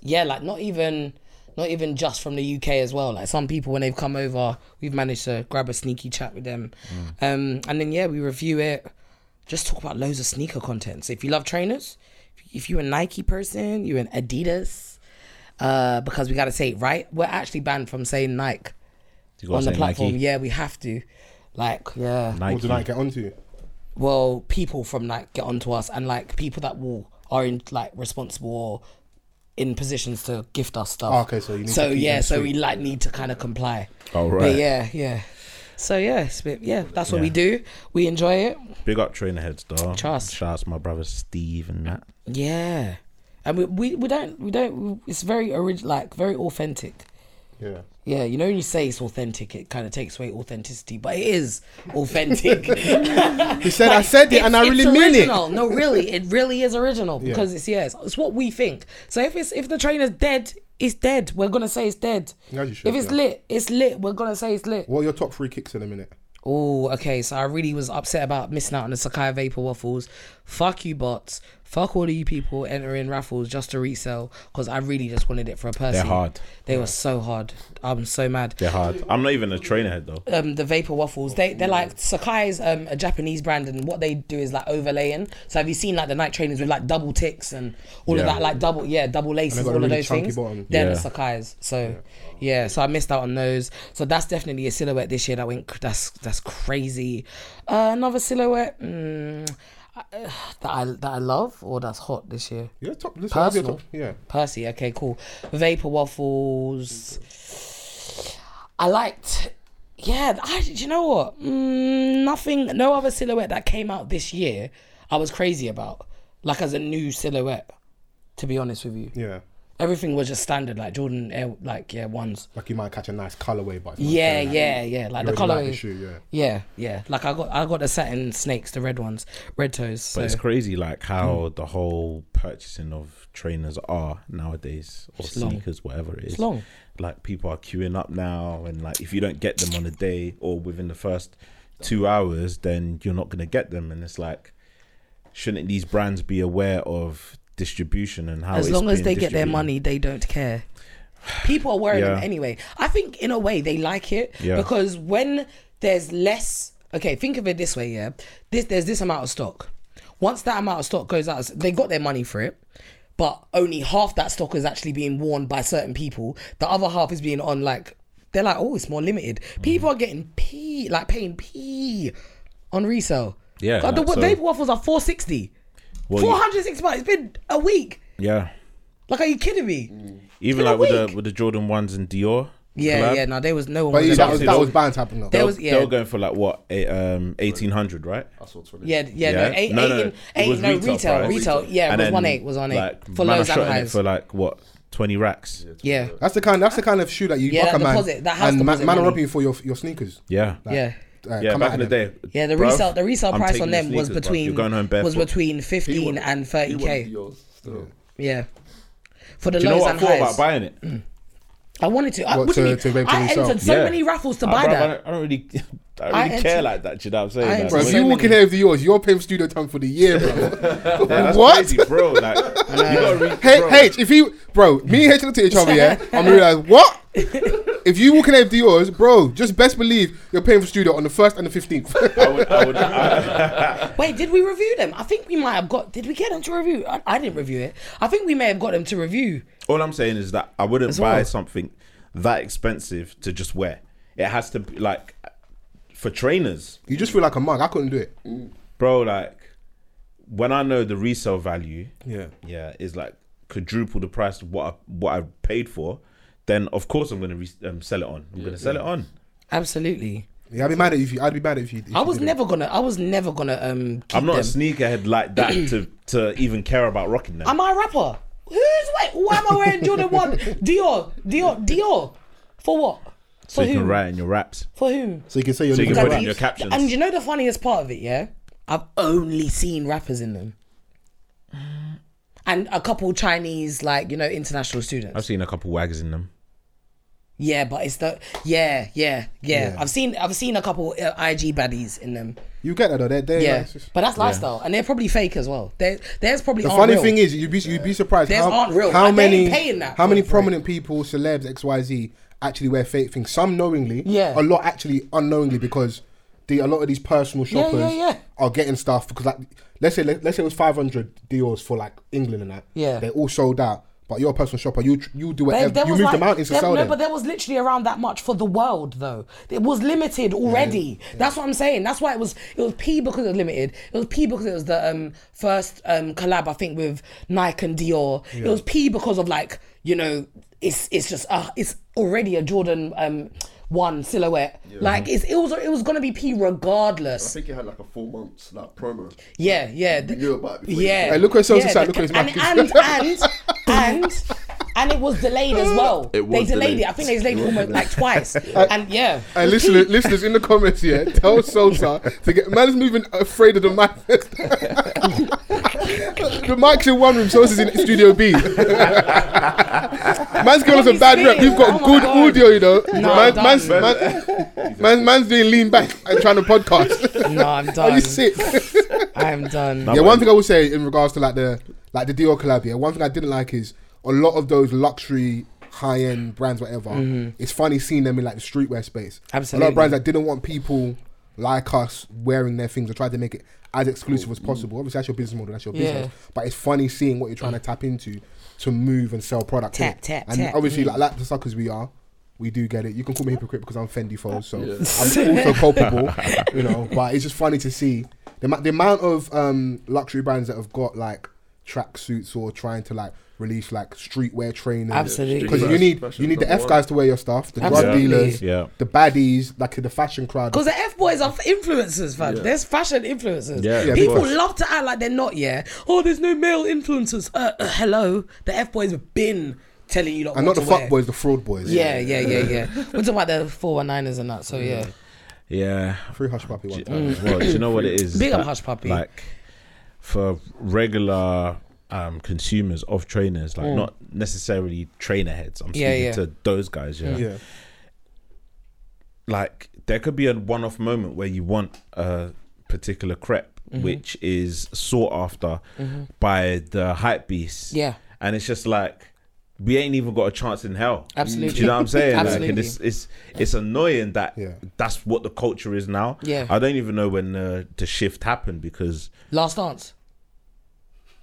Speaker 5: yeah, like not even not even just from the UK as well. Like some people, when they've come over, we've managed to grab a sneaky chat with them.
Speaker 3: Mm.
Speaker 5: Um, and then yeah, we review it. Just talk about loads of sneaker content. So if you love trainers, if you're a Nike person, you're an Adidas, uh, because we got to say it right. We're actually banned from saying Nike
Speaker 3: You
Speaker 5: on
Speaker 3: gotta
Speaker 5: the
Speaker 3: say
Speaker 5: platform.
Speaker 3: Nike.
Speaker 5: Yeah, we have to. Like, yeah.
Speaker 4: What
Speaker 3: Nike.
Speaker 4: did I get onto?
Speaker 5: Well, people from Nike get onto us, and like people that will are in like responsible or in positions to gift us stuff.
Speaker 4: Oh, okay, so you need
Speaker 5: so
Speaker 4: to keep
Speaker 5: yeah,
Speaker 4: them
Speaker 5: so we
Speaker 4: sweet.
Speaker 5: like need to kind of comply.
Speaker 3: Oh,
Speaker 5: But
Speaker 3: right.
Speaker 5: yeah, yeah. So yeah, it's a bit, yeah, that's what we
Speaker 3: Yeah.
Speaker 5: do. We enjoy it.
Speaker 3: Big up trainer heads, dog.
Speaker 5: Trust.
Speaker 3: Shout out to my brother Steve and that.
Speaker 5: Yeah, and we we, we don't we don't. It's very original, like very authentic.
Speaker 4: Yeah.
Speaker 5: Yeah, you know when you say it's authentic, it kind of takes away authenticity, but it is authentic. he
Speaker 4: said, "I said it and I really mean it."
Speaker 5: it. No, really, it really is original because it's yes, it's what we think. So if it's if the trainer's dead, it's dead. We're gonna say it's dead.
Speaker 4: Yeah, you should,
Speaker 5: if it's
Speaker 4: yeah.
Speaker 5: lit, it's lit. We're gonna say it's lit.
Speaker 4: What are your top three kicks in a minute?
Speaker 5: Oh, okay. So I really was upset about missing out on the Sakai Vapor Waffles. Fuck you, bots. Fuck all of you people entering raffles just to resell because I really just wanted it for a person.
Speaker 3: They're hard.
Speaker 5: They were so hard. I'm so mad
Speaker 3: They're hard. I'm not even a trainer head though.
Speaker 5: um, the vapor waffles. They they're like Sakai's um, a Japanese brand, and what they do is like overlaying. So have you seen like the night trainers with like double ticks and all of
Speaker 3: Yeah.
Speaker 5: that, like double yeah double laces,
Speaker 4: got a
Speaker 5: all of
Speaker 4: really
Speaker 5: those
Speaker 4: chunky
Speaker 5: things.
Speaker 4: bottom.
Speaker 5: They're the
Speaker 3: Yeah.
Speaker 5: Sakai's. So yeah. so I missed out on those. So that's definitely a silhouette this year that went. cr- That's that's crazy. Uh, another silhouette. Mm, I- uh, that I that I love or that's hot this year.
Speaker 4: Your top, listen, what's your top. Yeah.
Speaker 5: Percy, okay, cool. Vapor waffles. I liked. Yeah, I, do you know what? Mm, nothing, no other silhouette that came out this year I was crazy about. Like as a new silhouette, to be honest with you.
Speaker 4: Yeah.
Speaker 5: Everything was just standard, like Jordan Air, like, yeah, ones.
Speaker 4: Like you might catch a nice colorway, but it's not
Speaker 5: Yeah,
Speaker 4: fair, like,
Speaker 5: yeah, yeah. Like
Speaker 4: you already like
Speaker 5: the color.
Speaker 4: the shoe, yeah.
Speaker 5: yeah, yeah. Like I got, I got the satin snakes, the red ones, red toes. So. Hmm.
Speaker 3: But it's crazy, like how the whole purchasing of trainers are nowadays, or
Speaker 5: long.
Speaker 3: sneakers, whatever it is.
Speaker 5: long.
Speaker 3: Like people are queuing up now, and like if you don't get them on a day or within the first two hours, then you're not gonna get them. And it's like, shouldn't these brands be aware of distribution and how?
Speaker 5: as
Speaker 3: it's
Speaker 5: long as
Speaker 3: being
Speaker 5: they get their
Speaker 3: distributed?
Speaker 5: money, they don't care. People are wearing them
Speaker 3: Yeah.
Speaker 5: anyway. I think in a way they like it
Speaker 3: Yeah.
Speaker 5: because when there's less, okay, think of it this way, yeah. This there's this amount of stock. Once that amount of stock goes out, they got their money for it, but only half that stock is actually being worn by certain people. The other half is being on like they're like, oh, it's more limited.
Speaker 3: Mm-hmm.
Speaker 5: People are getting p like paying p on resale.
Speaker 3: Yeah,
Speaker 5: God, the
Speaker 3: like, so-
Speaker 5: vape waffles are four sixty.
Speaker 3: Well, you-
Speaker 5: Four hundred sixty bucks. It's been a week.
Speaker 3: Yeah,
Speaker 5: Like, are you kidding me?
Speaker 3: even
Speaker 5: been a
Speaker 3: like with the
Speaker 5: week.
Speaker 3: with the Jordan ones and Dior.
Speaker 5: Yeah,
Speaker 3: collab,
Speaker 5: yeah. No, there was no one.
Speaker 4: But yeah,
Speaker 5: was
Speaker 4: that was
Speaker 5: yeah,
Speaker 4: that was bound to happen though.
Speaker 5: There
Speaker 3: They
Speaker 5: was-
Speaker 3: were-
Speaker 5: yeah.
Speaker 3: They were going for like what, eight, um, eighteen hundred, right?
Speaker 6: I saw 20.
Speaker 5: yeah, yeah,
Speaker 3: Yeah?
Speaker 5: no, eight,
Speaker 3: No,
Speaker 5: eight,
Speaker 3: no,
Speaker 5: in-
Speaker 3: it
Speaker 5: eight,
Speaker 3: was
Speaker 5: no,
Speaker 3: retail
Speaker 5: retail, retail,
Speaker 3: price.
Speaker 5: yeah, it
Speaker 3: And
Speaker 5: was
Speaker 3: then,
Speaker 5: one eight, was one eight
Speaker 3: Like,
Speaker 5: for
Speaker 3: man, I
Speaker 5: lows and
Speaker 3: shot in it
Speaker 5: highs.
Speaker 3: for like what twenty racks.
Speaker 5: yeah,
Speaker 4: That's the kind. That's the kind of shoe that you
Speaker 5: Yeah,
Speaker 4: buck
Speaker 5: that
Speaker 4: a man
Speaker 5: deposit- that house
Speaker 4: and
Speaker 5: deposit
Speaker 4: man, man are
Speaker 5: money.
Speaker 4: robbing for your your sneakers.
Speaker 3: Yeah,
Speaker 4: Like,
Speaker 5: Yeah.
Speaker 4: uh,
Speaker 3: yeah.
Speaker 4: come
Speaker 3: back
Speaker 4: out
Speaker 3: in the
Speaker 4: of
Speaker 3: day,
Speaker 5: yeah. The
Speaker 3: bruv,
Speaker 5: resale, the resale
Speaker 3: I'm
Speaker 5: price
Speaker 3: taking
Speaker 5: on
Speaker 3: your
Speaker 5: them was
Speaker 3: sneakers, bruv.
Speaker 5: between
Speaker 3: You're going home barefoot.
Speaker 5: was between
Speaker 6: He
Speaker 5: fifteen
Speaker 6: wanted-
Speaker 5: and
Speaker 6: he
Speaker 5: thirty
Speaker 6: wanted
Speaker 5: k.
Speaker 6: yours still.
Speaker 5: Yeah, for the
Speaker 3: Do you know
Speaker 5: lows
Speaker 3: what I
Speaker 5: and
Speaker 3: thought about
Speaker 5: highs.
Speaker 3: buying it?
Speaker 5: I wanted to. I,
Speaker 4: What,
Speaker 5: what do you
Speaker 4: to-
Speaker 5: mean?
Speaker 4: to vape
Speaker 5: I
Speaker 4: on yourself?
Speaker 5: entered so
Speaker 3: Yeah.
Speaker 5: many raffles to
Speaker 3: Uh,
Speaker 5: buy
Speaker 3: bruv, I
Speaker 5: that.
Speaker 3: don't, I don't really, I
Speaker 5: I
Speaker 3: don't really care
Speaker 5: entered-
Speaker 3: like that. You know what I'm
Speaker 5: I
Speaker 3: saying? Like,
Speaker 5: entered
Speaker 4: Bro, if
Speaker 5: so
Speaker 3: it's-
Speaker 4: you
Speaker 5: many.
Speaker 4: walk in here with yours, you're paying for studio time for the year, bro.
Speaker 3: yeah, that's
Speaker 4: What?
Speaker 3: crazy, bro. Like, you gotta re-
Speaker 4: Hey,
Speaker 5: Uh,
Speaker 3: bro.
Speaker 4: H, if he, bro, me and H looked at each other, yeah, and we realized, what? If you walk in AFD yours, bro, just best believe you're paying for studio on the first and the fifteenth.
Speaker 3: I would, I would, I,
Speaker 5: Wait, did we review them? I think we might have got. Did we get them to review? I, I didn't review it. I think we may have got them to review.
Speaker 3: all I'm saying is that I wouldn't
Speaker 5: As
Speaker 3: buy
Speaker 5: well.
Speaker 3: something that expensive to just wear. It has to be like for trainers,
Speaker 4: you just feel like a mug. I couldn't do it.
Speaker 3: bro. Like when I know the resale value,
Speaker 4: Yeah.
Speaker 3: yeah, is like quadruple the price of what I, what I paid for. Then of course I'm gonna re- um, sell it on. I'm gonna sell it on.
Speaker 5: Absolutely.
Speaker 4: Yeah, I'd be mad at you. If you I'd be mad if you. If
Speaker 5: I
Speaker 4: you
Speaker 5: was
Speaker 4: didn't.
Speaker 5: never gonna. I was never gonna. Um, keep
Speaker 3: Mm-hmm. I'm not a
Speaker 5: them.
Speaker 3: sneakerhead like that to to even care about rocking them.
Speaker 5: Am I a rapper? Who's wait? Why am I wearing Jordan One? Dior, Dior, Dior. For what?
Speaker 3: so
Speaker 5: For
Speaker 3: you can
Speaker 5: whom?
Speaker 3: write in your raps.
Speaker 5: For whom?
Speaker 4: So you can say you're.
Speaker 3: So you
Speaker 4: looking
Speaker 3: can
Speaker 4: for
Speaker 3: put it in
Speaker 4: that.
Speaker 3: your captions.
Speaker 5: And you know the funniest part of it, yeah? I've only seen rappers in them.
Speaker 3: Mm.
Speaker 5: And a couple Chinese, like, you know, international students.
Speaker 3: I've seen a couple wags in them.
Speaker 5: yeah, but it's the yeah, yeah, yeah, I've seen I've seen a couple uh, IG baddies in them.
Speaker 4: You get that though. They're, they're
Speaker 5: Yeah.
Speaker 4: like, it's-
Speaker 5: But that's lifestyle. And they're probably fake as well. They're, theirs probably
Speaker 4: The
Speaker 5: aren't
Speaker 4: funny
Speaker 5: real.
Speaker 4: thing is, you'd be you'd be surprised
Speaker 5: Theirs
Speaker 4: how,
Speaker 5: aren't real.
Speaker 4: how
Speaker 5: Like, they ain't
Speaker 4: many
Speaker 5: paying that
Speaker 4: how
Speaker 5: for
Speaker 4: many
Speaker 5: it, right?
Speaker 4: prominent people, celebs, X Y Z, actually wear fake things. Some knowingly,
Speaker 5: Yeah.
Speaker 4: a lot actually unknowingly because the a lot of these personal
Speaker 5: Yeah, yeah,
Speaker 4: shoppers
Speaker 5: yeah.
Speaker 4: are getting stuff because like let's say let, us say it was five hundred deals for like England and that.
Speaker 5: Yeah.
Speaker 4: they're all sold out. But you're a personal shopper, you tr- you do
Speaker 5: Babe,
Speaker 4: whatever.
Speaker 5: there
Speaker 4: you
Speaker 5: was
Speaker 4: move
Speaker 5: like-
Speaker 4: the mountains to
Speaker 5: there-
Speaker 4: sell
Speaker 5: no,
Speaker 4: them.
Speaker 5: but there was literally around that much for the world, though. It was limited already. That's what I'm saying. That's why it was it was P because it was limited. It was P because it was the um, first um, collab I think with Nike and Dior. It was P because of like you know it's it's just uh, it's already a Jordan um, one silhouette. Like it's, it was it was gonna be P
Speaker 6: I
Speaker 5: regardless.
Speaker 6: think it had like a four months like promo.
Speaker 5: Yeah, yeah.
Speaker 6: You knew about it before you
Speaker 5: yeah.
Speaker 6: said it.
Speaker 4: Hey, look what Sosa said, look
Speaker 5: the
Speaker 4: what his mouth
Speaker 5: ca- and, and, and, and, and it was delayed as well.
Speaker 6: It was
Speaker 5: they delayed,
Speaker 6: delayed.
Speaker 5: it. I think they delayed
Speaker 6: It
Speaker 5: it
Speaker 6: was
Speaker 5: almost
Speaker 6: delayed.
Speaker 5: like twice. and yeah.
Speaker 4: Hey, listeners, listeners in the comments here, tell Sosa to get man's moving afraid of the mic. the mic's in one room, Sosa's in Studio B. man's giving us a bad rep. You've got
Speaker 5: Oh my
Speaker 4: good
Speaker 5: God.
Speaker 4: audio, you know.
Speaker 5: No,
Speaker 4: Man-
Speaker 5: I'm done.
Speaker 4: man's, man- man- man's doing lean back and trying to podcast.
Speaker 5: No, I'm
Speaker 4: Are
Speaker 5: done.
Speaker 4: you sick?
Speaker 5: I'm done.
Speaker 4: yeah, one thing I will say in regards to like the like the Dior collab, yeah, one thing I didn't like is a lot of those luxury high end brands, whatever. It's funny seeing them in like the streetwear space. A lot
Speaker 5: Mm-hmm. Absolutely.
Speaker 4: of brands that didn't want people like us wearing their things or tried to make it as exclusive as possible. Obviously, that's your business model, that's your business.
Speaker 5: Yeah.
Speaker 4: But it's funny seeing what you're trying to tap into to move and sell product.
Speaker 5: Tap,
Speaker 4: innit?
Speaker 5: tap,
Speaker 4: and
Speaker 5: tap,
Speaker 4: obviously,
Speaker 5: mm.
Speaker 4: like, like the suckers we are. We do get it. You can call me a hypocrite because I'm Fendi fold, so I'm also culpable, you know. But it's just funny to see the, ma- the amount of um, luxury brands that have got like tracksuits or trying to like release like streetwear trainers.
Speaker 5: Absolutely.
Speaker 4: because you
Speaker 6: Fashion-
Speaker 4: need you
Speaker 6: fashion's
Speaker 4: need the
Speaker 6: number
Speaker 4: F guys to wear your stuff, the drug
Speaker 5: Absolutely.
Speaker 4: dealers,
Speaker 3: Yeah.
Speaker 4: the baddies, like the fashion crowd.
Speaker 5: Because the F boys are influencers, fam. There's fashion influencers.
Speaker 3: Yeah, Yeah, of
Speaker 5: People
Speaker 3: course.
Speaker 5: love to act like they're not, yeah. Oh, there's no male influencers. Uh, uh, hello. The F boys have been telling you lot
Speaker 4: and
Speaker 5: what
Speaker 4: not the
Speaker 5: to
Speaker 4: fuck
Speaker 5: wear.
Speaker 4: boys, the fraud boys.
Speaker 5: Yeah, yeah, yeah, yeah. We're talking about the 419ers and that, so yeah.
Speaker 4: Mm.
Speaker 3: Yeah. Mm.
Speaker 4: free hush puppy one.
Speaker 3: Do- as well,
Speaker 5: Mm.
Speaker 3: do you know what it is?
Speaker 5: Big up
Speaker 3: That,
Speaker 5: Hush Puppy.
Speaker 3: Like for regular um, consumers of trainers, like not necessarily trainer heads. I'm
Speaker 5: Mm. Yeah,
Speaker 3: speaking
Speaker 5: yeah. Mm.
Speaker 3: to those guys. Yeah.
Speaker 4: Yeah,
Speaker 3: Like there could be a one-off moment where you want a particular crepe,
Speaker 5: Mm-hmm.
Speaker 3: which is sought after by the hype beasts.
Speaker 5: Yeah.
Speaker 3: And it's just like. We ain't even got a chance in hell.
Speaker 5: Absolutely.
Speaker 3: Do you know what I'm saying? Like, and
Speaker 5: Absolutely.
Speaker 3: it's, it's it's annoying that
Speaker 4: Yeah.
Speaker 3: that's what the culture is now.
Speaker 5: Yeah.
Speaker 3: I don't even know when uh, the shift happened because
Speaker 5: Last dance.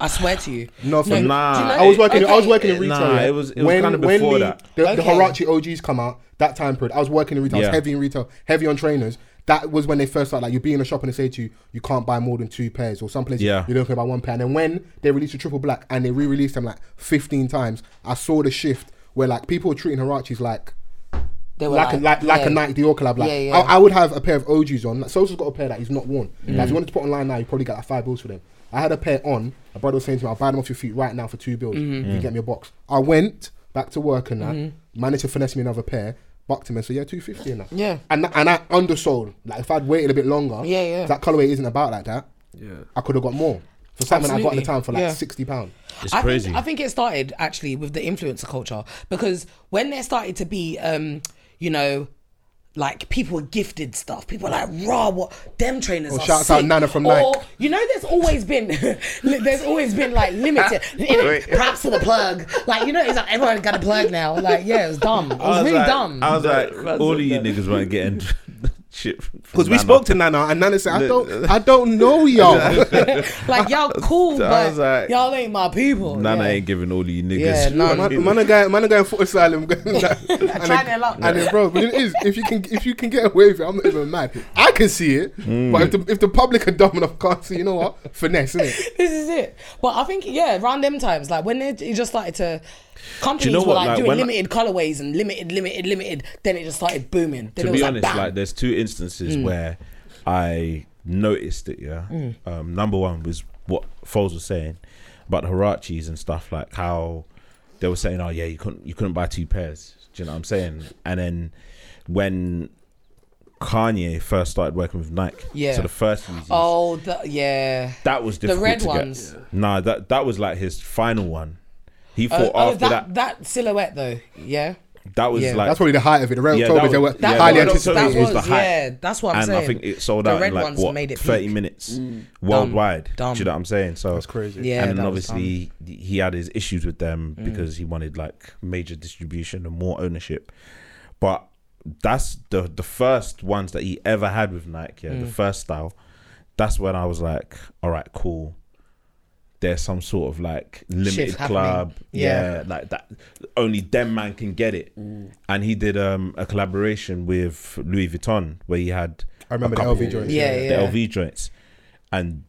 Speaker 5: I swear to you.
Speaker 4: no, for
Speaker 5: No,
Speaker 3: Nah,
Speaker 5: do you know-
Speaker 4: I was working. I was
Speaker 5: Okay.
Speaker 4: working in retail.
Speaker 3: Nah,
Speaker 4: yeah.
Speaker 3: it was- it was kinda before
Speaker 4: the,
Speaker 3: that.
Speaker 4: The, the
Speaker 5: Okay.
Speaker 4: Harachi OGs come out that time period. I was working in retail. I
Speaker 3: Yeah.
Speaker 4: was heavy in retail, heavy on trainers. That was when they first started. Like you'd be in a shop and they say to you, you can't buy more than two pairs, or some places
Speaker 3: Yeah.
Speaker 4: you're looking about one pair. And then when they released the triple black and they re-released them like 15 times, I saw the shift where like people were treating Harachis like
Speaker 5: They were
Speaker 4: like, a, like, like a
Speaker 5: yeah.
Speaker 4: Nike Dior collab. Like
Speaker 5: Yeah, yeah.
Speaker 4: I, I would have a pair of OGs on. Like, Sosa's got a pair that he's not worn.
Speaker 5: Mm.
Speaker 4: Like, if you wanted to put online now, you probably got like five bills for them. I had a pair on. My brother was saying to me, "I'll buy them off your feet right now for two bills.
Speaker 5: Mm-hmm.
Speaker 4: If you get me a box." I went back to work and that managed to finesse me another pair. Bucked him and said, "Yeah, two fifty and that."
Speaker 5: Mm-hmm. Yeah.
Speaker 4: and and I undersold. Like if I'd waited a bit longer,
Speaker 5: Yeah, yeah.
Speaker 4: That colorway isn't about like that.
Speaker 6: Yeah.
Speaker 4: I could have got more for something I got at the
Speaker 5: Absolutely.
Speaker 4: time for like
Speaker 5: Yeah.
Speaker 4: sixty pound.
Speaker 3: it's
Speaker 5: I
Speaker 3: crazy.
Speaker 5: Think, I think it started actually with the influencer culture because when there started to be, um, you know, like people are gifted stuff. People are like raw. What them trainers
Speaker 4: Oh,
Speaker 5: are
Speaker 4: shouts
Speaker 5: sick.
Speaker 4: out Nana from
Speaker 5: Or,
Speaker 4: Nike.
Speaker 5: You know, there's always been there's always been like limited. Props to the plug. Like you know, it's like everyone got a plug now. Like yeah, it was dumb. It was, Oh, really
Speaker 3: like,
Speaker 5: dumb.
Speaker 3: I was like,
Speaker 7: That's
Speaker 3: all
Speaker 7: so
Speaker 3: of you
Speaker 7: dumb.
Speaker 3: niggas weren't getting shit
Speaker 4: Because we spoke to Nana and Nana said, I don't, I don't know y'all.
Speaker 5: like y'all cool,
Speaker 3: I
Speaker 5: but
Speaker 3: was like,
Speaker 5: y'all ain't my people.
Speaker 3: Nana
Speaker 5: yeah.
Speaker 3: ain't giving all of you niggas.
Speaker 5: Yeah, nah,
Speaker 4: man, man, a guy, man, a guy in foot asylum. and
Speaker 5: Trying
Speaker 4: then,
Speaker 5: their luck.
Speaker 4: and then, bro, but it is if you can if you can get away with it, I'm not even mad. I can see it,
Speaker 3: Mm.
Speaker 4: but if the, if the public are dumb enough, can't see. You know what? Finesse, innit?
Speaker 5: This is it. But I think yeah, around them times, like when they it just started to companies
Speaker 3: know
Speaker 5: were
Speaker 3: what,
Speaker 5: like,
Speaker 3: like,
Speaker 5: doing
Speaker 3: when I-
Speaker 5: limited colorways and limited, limited, limited. Then it just started booming. Then it
Speaker 3: to
Speaker 5: was
Speaker 3: be honest,
Speaker 5: bam. Mm.
Speaker 3: like there's two instances where I noticed it. Yeah, um, number one was what Foles was saying about the Hirachis and stuff, like how they were saying, "Oh yeah, you couldn't you couldn't buy two pairs." Do you know what I'm saying? And then when Kanye first started working with Nike,
Speaker 5: Yeah.
Speaker 3: so the first Yeezys,
Speaker 5: oh the, yeah,
Speaker 3: that was difficult
Speaker 5: red
Speaker 3: to get.
Speaker 5: ones.
Speaker 3: Nah, that that was like his final one. He
Speaker 5: Oh,
Speaker 3: thought
Speaker 5: oh,
Speaker 3: after that,
Speaker 5: that, that silhouette though, yeah.
Speaker 3: that was
Speaker 5: yeah.
Speaker 3: like
Speaker 4: That's probably the height of it. The real
Speaker 3: Yeah,
Speaker 4: told
Speaker 3: that
Speaker 4: me they were
Speaker 3: was- yeah,
Speaker 4: highly
Speaker 3: that was-
Speaker 5: that
Speaker 4: anticipated.
Speaker 3: it was the
Speaker 5: was-
Speaker 3: hype.
Speaker 5: yeah, that's what I'm
Speaker 3: and
Speaker 5: saying.
Speaker 3: I think it sold
Speaker 5: The
Speaker 3: out
Speaker 5: red
Speaker 3: in like
Speaker 5: ones
Speaker 3: what
Speaker 5: made it
Speaker 3: 30
Speaker 5: peak.
Speaker 3: minutes worldwide.
Speaker 5: Dumb.
Speaker 3: Do you know what I'm saying? So
Speaker 4: Mm. That's crazy.
Speaker 5: Yeah,
Speaker 3: and
Speaker 5: that
Speaker 3: then
Speaker 5: was Mm.
Speaker 3: obviously he had his issues with them because he wanted like major distribution and more ownership. But that's the the first ones that he ever had with Nike,
Speaker 5: Mm.
Speaker 3: yeah, the first style. That's when I was like, all right, cool. There's some sort of like limited
Speaker 5: happening.
Speaker 3: club,
Speaker 5: Yeah.
Speaker 3: yeah. like that. Only them man can get it. And he did um, a collaboration with Louis Vuitton where he had
Speaker 4: I remember
Speaker 3: a
Speaker 4: the
Speaker 3: couple-
Speaker 4: LV joints.
Speaker 5: Yeah,
Speaker 3: the
Speaker 5: yeah.
Speaker 3: LV joints, and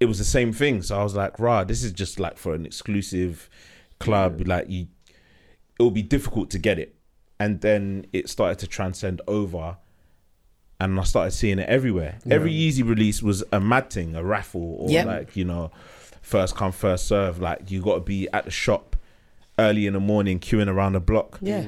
Speaker 3: it was the same thing. So I was like, "Rah, this is just like for an exclusive club. Like you, it will be difficult to get it." And then it started to transcend over, and I started seeing it everywhere. Every Yeezy release was a mad thing, a raffle, or
Speaker 5: Yep.
Speaker 3: like you know, first come first serve. Like you got to be at the shop early in the morning, queuing around the block.
Speaker 5: Yeah,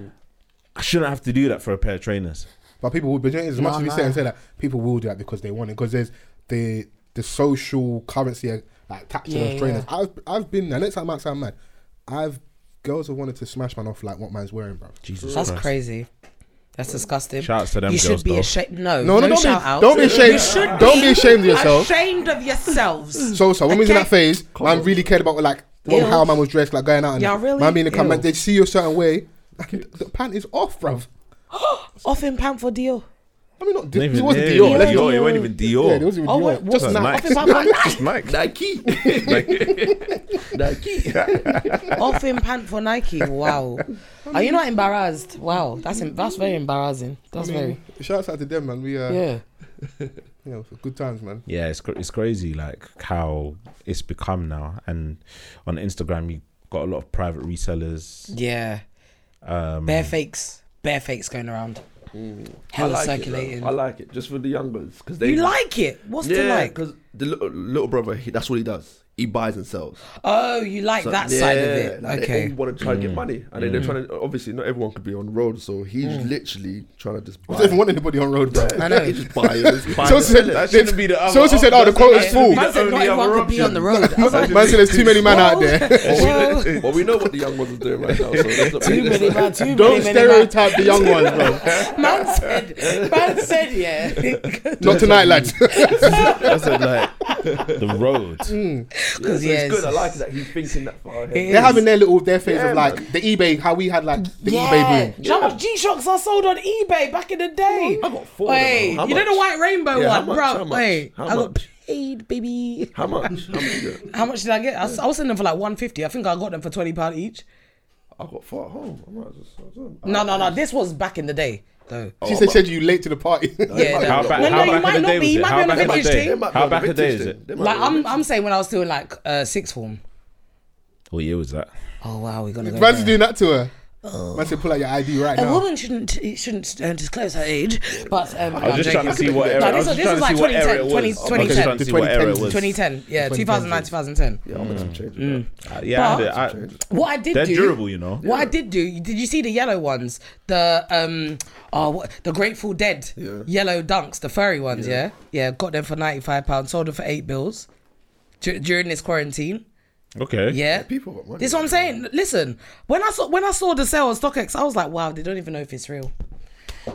Speaker 3: I shouldn't have to do that for a pair of trainers.
Speaker 4: But people will be doing it as much
Speaker 5: Nah,
Speaker 4: as we say
Speaker 5: nah.
Speaker 4: and say that people will do that because they want it because there's the the social currency uh, like attached to
Speaker 5: Yeah,
Speaker 4: those trainers. I've I've been there. Next time I might sound mad, I've girls have wanted to smash man off like what man's wearing, bro.
Speaker 3: Jesus,
Speaker 5: that's
Speaker 3: Christ.
Speaker 5: crazy. That's disgusting.
Speaker 3: Shouts to them
Speaker 5: You
Speaker 3: girls,
Speaker 5: should be
Speaker 3: though.
Speaker 5: ashamed. No,
Speaker 4: No, no, don't be-
Speaker 5: shout out.
Speaker 4: don't be ashamed.
Speaker 5: You should
Speaker 4: Don't be ashamed of yourself.
Speaker 5: Ashamed of yourselves.
Speaker 4: So so when we was in
Speaker 5: Okay.
Speaker 4: that phase, man really cared about like what,
Speaker 5: Ew.
Speaker 4: how man was dressed, like going out and
Speaker 5: Y'all really?
Speaker 4: man being a
Speaker 5: Ew.
Speaker 4: man, they'd see you a certain way. and The pant is off, bruv.
Speaker 5: Off in pant for deal.
Speaker 4: I mean, not,
Speaker 3: Not
Speaker 4: it
Speaker 3: even
Speaker 4: wasn't
Speaker 3: yeah,
Speaker 4: Dior. let's-
Speaker 3: Dior, it wasn't even Dior.
Speaker 4: Yeah, it wasn't even
Speaker 5: Oh,
Speaker 4: Dior.
Speaker 5: what-
Speaker 4: Just
Speaker 5: what's
Speaker 4: Nike.
Speaker 5: Off in pant for
Speaker 3: Just Nike.
Speaker 7: Nike. Nike.
Speaker 5: off in pant for Nike. Wow. Are you not embarrassed? Wow, that's em- that's very embarrassing.
Speaker 4: I
Speaker 5: That's
Speaker 4: mean, shouts out to them, man. We uh,
Speaker 5: very
Speaker 4: yeah,
Speaker 5: yeah.
Speaker 4: you know, good times, man.
Speaker 3: yeah it's, cr- it's crazy like how it's become now and on instagram you got a lot of private resellers
Speaker 5: Yeah.
Speaker 3: um
Speaker 5: Bare fakes. Bare fakes going around.
Speaker 7: Mm. I
Speaker 5: Hella
Speaker 7: like it.
Speaker 5: circulating.
Speaker 7: though. I like it just for the young ones because they
Speaker 5: you like it? What's to
Speaker 7: yeah
Speaker 5: like?
Speaker 7: because the little, little brother he, that's what he does. He buys and sells.
Speaker 5: Oh, you like
Speaker 7: So-
Speaker 5: that side of it.
Speaker 7: like, They
Speaker 5: okay.
Speaker 7: all want to try and get money, and then they're trying to. Obviously, not everyone could be on the road, so he's
Speaker 5: Mm.
Speaker 7: literally trying to just. Buy.
Speaker 4: I don't even want anybody on road, bro.
Speaker 7: I know. just buy it. Just buy
Speaker 4: So
Speaker 7: it,
Speaker 4: she said,
Speaker 7: sell it.
Speaker 3: That shouldn't be the other
Speaker 4: so she said, oh, the
Speaker 3: option.
Speaker 4: quota's full.
Speaker 5: Man
Speaker 4: Man
Speaker 5: said not
Speaker 3: only
Speaker 5: everyone
Speaker 3: other
Speaker 5: could be on the road. I was like,
Speaker 4: said, there's too many men out there.
Speaker 5: well, well,
Speaker 7: Well, we know what the young ones are doing right now. So let's not
Speaker 5: too
Speaker 7: be-
Speaker 5: many man, too
Speaker 4: Don't
Speaker 5: many man.
Speaker 4: stereotype the young ones, bro.
Speaker 5: Man said, man said, yeah,
Speaker 4: Not tonight, lads.
Speaker 3: that's it, like the road
Speaker 5: because
Speaker 7: So
Speaker 5: yes,
Speaker 7: It's good. I like that he's thinking that far ahead.
Speaker 5: It
Speaker 4: They're having their little, their phase
Speaker 7: Yeah,
Speaker 4: of like the eBay, how we had like the eBay boom.
Speaker 5: Do you know how much G Shocks I sold on eBay back in the day?
Speaker 7: I got four of them.
Speaker 5: Wait,
Speaker 7: How
Speaker 5: you know the
Speaker 7: much?
Speaker 5: white rainbow
Speaker 7: Yeah, how
Speaker 5: one,
Speaker 7: much?
Speaker 5: bro?
Speaker 7: How much?
Speaker 5: Wait,
Speaker 7: How
Speaker 5: I got
Speaker 7: much?
Speaker 5: paid, baby.
Speaker 7: How much? How much is it?
Speaker 5: How much did I get? I, s- I was selling them for like one fifty. I think I got them for twenty pound each.
Speaker 7: I got far at home. I might as well sell them.
Speaker 5: No, no, no. This was back in the day, though.
Speaker 4: She said, said you late to the party.
Speaker 5: Oh, Yeah,
Speaker 3: how
Speaker 5: no.
Speaker 3: back,
Speaker 5: no,
Speaker 3: how
Speaker 5: no, you
Speaker 3: back
Speaker 5: might
Speaker 3: in the
Speaker 5: not
Speaker 3: day was
Speaker 5: be. You
Speaker 3: it
Speaker 5: might be
Speaker 3: how
Speaker 5: on a
Speaker 3: back in the
Speaker 5: vintage
Speaker 7: They
Speaker 5: thing.
Speaker 7: might be
Speaker 3: How
Speaker 7: on the
Speaker 3: back a day
Speaker 7: vintage
Speaker 3: is
Speaker 7: thing.
Speaker 3: it?
Speaker 7: They might
Speaker 5: Like
Speaker 7: be on the
Speaker 5: I'm, I'm saying when I was doing like uh, sixth form.
Speaker 3: what year was that
Speaker 5: Oh wow, we're gonna go.
Speaker 4: Man's
Speaker 5: there.
Speaker 4: doing that to her. Man said, pull out your ID right
Speaker 5: Oh. A
Speaker 4: now.
Speaker 5: woman shouldn't it shouldn't uh, disclose her age, but um,
Speaker 3: i was just trying to see what era
Speaker 5: No,
Speaker 3: i was
Speaker 5: this
Speaker 3: just
Speaker 5: is-
Speaker 3: trying
Speaker 5: this
Speaker 3: to see
Speaker 5: is
Speaker 3: what
Speaker 5: like
Speaker 3: era it was i
Speaker 5: 2010,
Speaker 3: was just trying to see what era it was
Speaker 5: 2010, yeah, 2009, 2010.
Speaker 7: Yeah, I'm gonna some change. Mm.
Speaker 3: Uh, yeah I
Speaker 5: But-
Speaker 3: did- I-
Speaker 5: What I did
Speaker 3: they're
Speaker 5: do,
Speaker 3: durable you know
Speaker 5: What I did do, did you see the yellow ones? The um, oh, what, the Grateful Dead
Speaker 7: Yeah.
Speaker 5: yellow dunks, the furry ones. Yeah, yeah, got them for ninety five pounds, sold them for eight bills dur- during this quarantine.
Speaker 3: okay
Speaker 5: Yeah,
Speaker 7: People got money.
Speaker 5: This is what I'm saying. Listen, when I saw when I saw the sale on StockX, I was like, wow, they don't even know if it's real.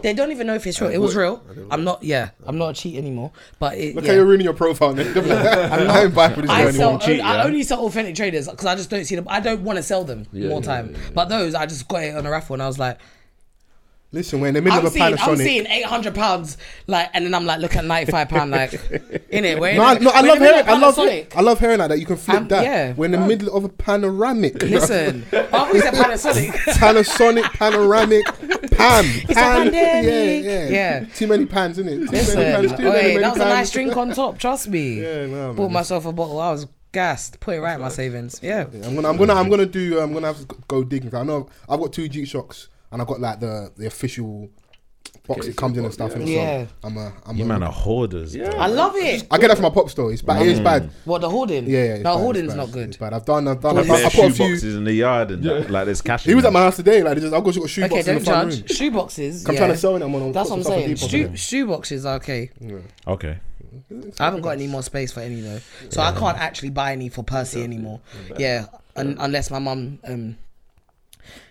Speaker 5: They don't even know if it's real. It was real. I'm not. Yeah, I'm not a cheat anymore. But it,
Speaker 4: Look
Speaker 5: yeah.
Speaker 4: how you're ruining your profile. Nick. I'm not in back with this guy
Speaker 5: I sell.
Speaker 4: anymore.
Speaker 3: cheat,
Speaker 5: I
Speaker 3: yeah?
Speaker 5: only sell authentic traders because I just don't see them. I don't want to sell them more time. But those, I just got it on a raffle and I was like,
Speaker 4: Listen, we're in the middle
Speaker 5: I'm
Speaker 4: of a
Speaker 5: seeing, I'm
Speaker 4: Panasonic.
Speaker 5: seeing 800 pounds, like, and then I'm like, look at 95 pound, like, in it. Wait,
Speaker 4: No, I, no, I love hearing. I love.
Speaker 5: Panasonic.
Speaker 4: I love hearing that. That you can flip
Speaker 5: Um,
Speaker 4: that.
Speaker 5: yeah.
Speaker 4: We're in the middle of a panoramic.
Speaker 5: Listen, I thought you said Panasonic.
Speaker 4: Panasonic, panoramic, pan,
Speaker 5: a
Speaker 4: pan.
Speaker 5: pandemic.
Speaker 4: Yeah, yeah,
Speaker 5: Yeah.
Speaker 4: Too many pans, isn't it? Too many
Speaker 5: Listen,
Speaker 4: pans. Too many,
Speaker 5: oi,
Speaker 4: many
Speaker 5: that was a
Speaker 4: pans.
Speaker 5: nice drink on top. Trust me.
Speaker 4: Yeah, no, man,
Speaker 5: Bought myself a bottle. I was gassed. Put it right in my savings. Yeah.
Speaker 4: I'm gonna, I'm gonna, I'm gonna do. I'm gonna have to go digging. I know I've got two G shocks, and I've got like the the official box it comes in and stuff. And
Speaker 5: Yeah.
Speaker 4: so I'm a, I'm
Speaker 3: You
Speaker 4: a,
Speaker 3: man are Mm. hoarders. Yeah.
Speaker 5: I love it.
Speaker 4: I get that from my pops though. It's bad. It is bad.
Speaker 5: What the hoarding?
Speaker 4: Yeah, yeah. it's
Speaker 5: No,
Speaker 4: bad,
Speaker 5: hoarding's
Speaker 4: it's bad,
Speaker 5: not good.
Speaker 4: It's bad. I've done. I've done. I've,
Speaker 5: Hoarding.
Speaker 4: done- I
Speaker 3: Bare
Speaker 4: put a
Speaker 3: shoe
Speaker 4: few.
Speaker 3: boxes in the yard and that, like there's cash.
Speaker 4: He
Speaker 3: in
Speaker 4: was at
Speaker 3: there.
Speaker 4: my house today. Like, they just, I've got, got shoe
Speaker 5: Okay,
Speaker 4: boxes in the
Speaker 5: don't
Speaker 4: front
Speaker 5: judge.
Speaker 4: room.
Speaker 5: Shoe boxes.
Speaker 4: I'm
Speaker 5: yeah.
Speaker 4: trying to sell it. I'm on.
Speaker 5: That's what I'm saying. Shoe,
Speaker 4: Shoe.
Speaker 5: shoe boxes are okay.
Speaker 3: Okay.
Speaker 5: I haven't got any more space for any though, so I can't actually buy any for Percy anymore. Yeah, un- unless my mum um,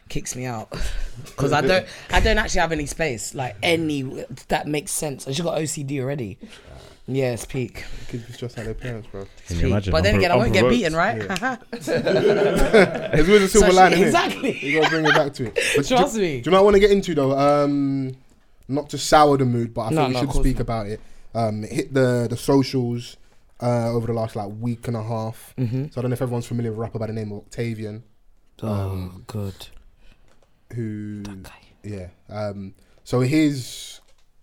Speaker 5: kicks me out, because I don't, I don't actually have any space like any that makes sense. And she got OCD already. Yeah, it's peak.
Speaker 4: Kids be stressed out their parents, bro.
Speaker 3: Can
Speaker 5: peak.
Speaker 3: you imagine?
Speaker 5: But then
Speaker 3: Unpro-
Speaker 5: again, I won't get
Speaker 3: unprovoked.
Speaker 5: beaten, right? Haha.
Speaker 4: There's always a
Speaker 5: So
Speaker 4: silver
Speaker 5: she-
Speaker 4: lining. innit?
Speaker 5: exactly.
Speaker 4: You gotta bring it back to it. But do-
Speaker 5: Trust
Speaker 4: do,
Speaker 5: me.
Speaker 4: Do you know what I want to get into though? Um, not to sour the mood, but I
Speaker 5: No,
Speaker 4: think
Speaker 5: no,
Speaker 4: we
Speaker 5: of
Speaker 4: should
Speaker 5: course
Speaker 4: speak
Speaker 5: not.
Speaker 4: about it. Um, it hit the the socials uh, over the last like week and a half. So I don't know if everyone's familiar with a rapper by the name of Octavian,
Speaker 5: Mm-hmm.
Speaker 4: Um,
Speaker 5: Oh, good.
Speaker 4: who yeah. Um, so his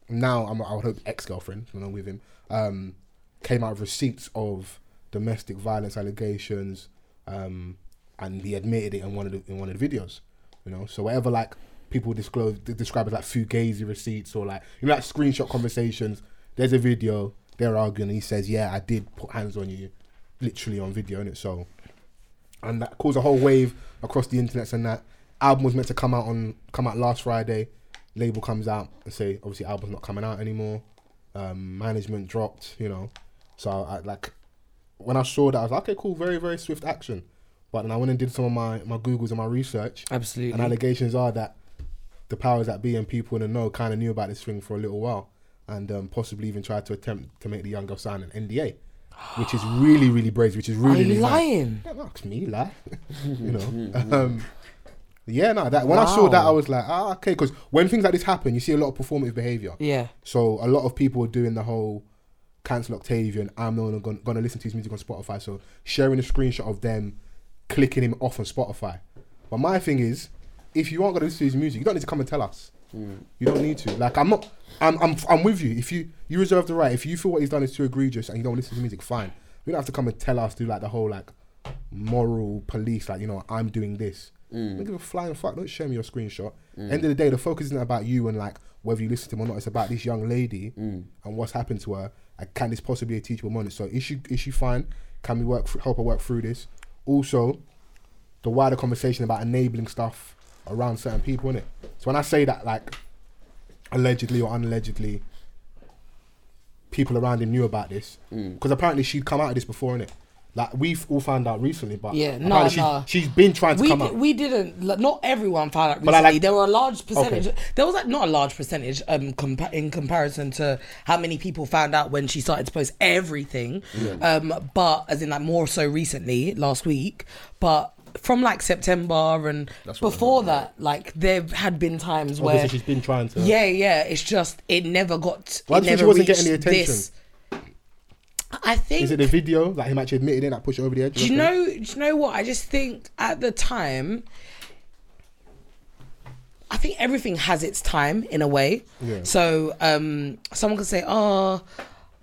Speaker 4: now I'm, I would hope ex girlfriend, along with him, um, came out with receipts of domestic violence allegations, um, and he admitted it in one of the in one of the videos. You know, so whatever like people disclose they describe as like fugazi receipts or like you know like screenshot conversations. There's a video. They're arguing. And he says, "Yeah, I did put hands on you, literally on video." And it so, and that caused a whole wave across the internet. And that album was meant to come out on come out last Friday. Label comes out and say, obviously, album's not coming out anymore. Um, management dropped. You know, so I like when I saw that, I was like, okay, cool, very, very swift action. But then I went and did some of my, my Googles and my research.
Speaker 5: Absolutely.
Speaker 4: And allegations are that the powers that be and people in the know kind of knew about this thing for a little while and um, possibly even tried to attempt to make the young girl sign an NDA, which is really, really brave, which is
Speaker 5: Are
Speaker 4: really.
Speaker 5: you
Speaker 4: really mad.
Speaker 5: lying?
Speaker 4: Yeah, that's me, lie. you know. Um, yeah, no, that when I saw
Speaker 5: Mm-hmm. Wow.
Speaker 4: that, I was like, ah, okay, because when things like this happen, you see a lot of performative behavior.
Speaker 5: Yeah.
Speaker 4: So a lot of people are doing the whole cancel Octavian. I'm no longer going to listen to his music on Spotify. So sharing a screenshot of them clicking him off on Spotify. But my thing is, if you aren't going to listen to his music, you don't need to come and tell us.
Speaker 5: Mm.
Speaker 4: You don't need to. Like I'm not. I'm, I'm. I'm with you. If you you reserve the right. If you feel what he's done is too egregious and you don't listen to his music, fine. You don't have to come and tell us do like the whole like moral police. Like you know, I'm doing this. Don't give a flying fuck. Don't show me your screenshot. End of the day, the focus isn't about you and like whether you listen to him or not. It's about this young lady and what's happened to her. And can this possibly be a teachable moment? So is she is she fine? Can we work thr- help her work through this? Also, the wider conversation about enabling stuff around certain people, innit? So when I say that, like, allegedly or unallegedly, people around him knew about this. Because apparently she'd come out of this before, innit? Like, we've all found out recently, but
Speaker 5: Yeah, nah,
Speaker 4: apparently she-
Speaker 5: nah.
Speaker 4: she's been trying to
Speaker 5: we
Speaker 4: come
Speaker 5: di-
Speaker 4: out.
Speaker 5: we didn't. like, Not everyone found out recently.
Speaker 4: But I like-
Speaker 5: there were a large percentage.
Speaker 4: Okay.
Speaker 5: There was like not a large percentage um compa- in comparison to how many people found out when she started to post everything. Um, but as in like more so recently, last week. But from like September and before that, like there had been times where
Speaker 4: Obviously, she's been trying to.
Speaker 5: yeah, yeah. It's just it never got.
Speaker 4: Why
Speaker 5: it
Speaker 4: do you think
Speaker 5: never
Speaker 4: she wasn't
Speaker 5: reached
Speaker 4: getting the attention?
Speaker 5: This. I think
Speaker 4: Is it the video that him actually admitted in that push her over the edge?
Speaker 5: do
Speaker 4: reckon?
Speaker 5: you know? Do you know what? I just think at the time, I think everything has its time in a way.
Speaker 4: Yeah.
Speaker 5: So um, someone could say, "Oh,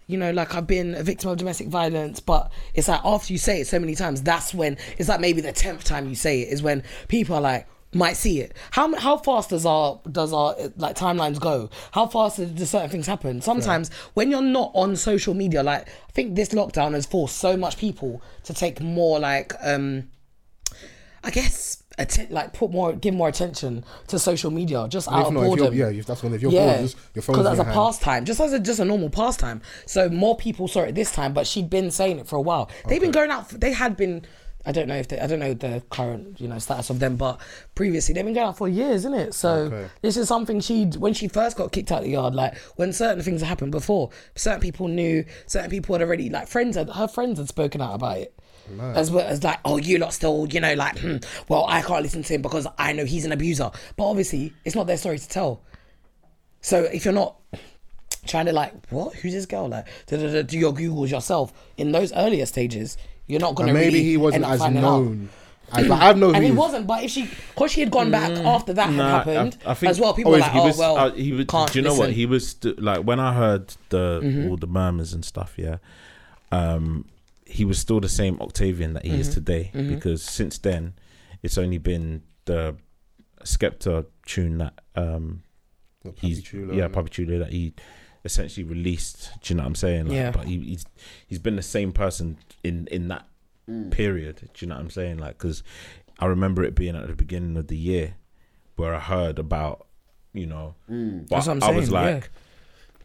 Speaker 5: you know, like I've been a victim of domestic violence," but it's like after you say it so many times, that's when it's like maybe the tenth time you say it is when people are like. Might see it. How how fast does our does our uh, like timelines go? How fast do certain things happen? Sometimes when you're not on social media, like I think this lockdown has forced so much people to take more like um I guess atten- like put more give more attention to social media just out
Speaker 4: If
Speaker 5: of
Speaker 4: not, if
Speaker 5: boredom.
Speaker 4: you're, yeah, if that's one of your
Speaker 5: Yeah,
Speaker 4: bored, just your phone's
Speaker 5: because
Speaker 4: in
Speaker 5: that's
Speaker 4: your
Speaker 5: a
Speaker 4: hand.
Speaker 5: pastime, just as a, just a normal pastime. So more people saw it this time, but she'd been saying it for a while. They've been going out. f- They had been. I don't know if they, I don't know the current you know status of them, but previously they've been going out for years, isn't it? So
Speaker 4: Okay.
Speaker 5: this is something she when she first got kicked out the yard, like when certain things had happened before, certain people knew, certain people had already like friends had her friends had spoken out about it. As well as like, oh, you lot still, you know, like, hmm, well, I can't listen to him because I know he's an abuser. But obviously, it's not their story to tell. So if you're not trying to like, what? Who's this girl? Like, da, da, da, do your googles yourself in those earlier stages. You're not gonna.
Speaker 4: And maybe
Speaker 5: really
Speaker 4: he wasn't
Speaker 5: end up
Speaker 4: as
Speaker 5: finding out.
Speaker 4: known. As, like, I've known
Speaker 5: And
Speaker 4: who
Speaker 5: he
Speaker 4: he is.
Speaker 5: wasn't, but if she, because she had gone back after that
Speaker 3: Mm, Nah,
Speaker 5: had happened
Speaker 3: I, I think
Speaker 5: as well, people were like,
Speaker 3: he
Speaker 5: oh
Speaker 3: was,
Speaker 5: well,
Speaker 3: uh, he was,
Speaker 5: can't
Speaker 3: do you know what
Speaker 5: listen. Mm-hmm.
Speaker 3: he was st- like when I heard the all the murmurs and stuff? Yeah, um, he was still the same Octavian that he
Speaker 5: Mm-hmm.
Speaker 3: is today because since then it's only been the Skepta tune that um
Speaker 4: Well, Papi
Speaker 3: he's
Speaker 4: Chulo,
Speaker 3: yeah
Speaker 4: innit?
Speaker 3: Papi Chulo that he essentially released. Do you know what I'm saying? Like,
Speaker 5: Yeah.
Speaker 3: But he, he's he's been the same person in in that period. Do you know what I'm saying? Like because I remember it being at the beginning of the year where I heard about you know, but
Speaker 5: That's what I'm
Speaker 3: I was
Speaker 5: saying, yeah.
Speaker 3: like.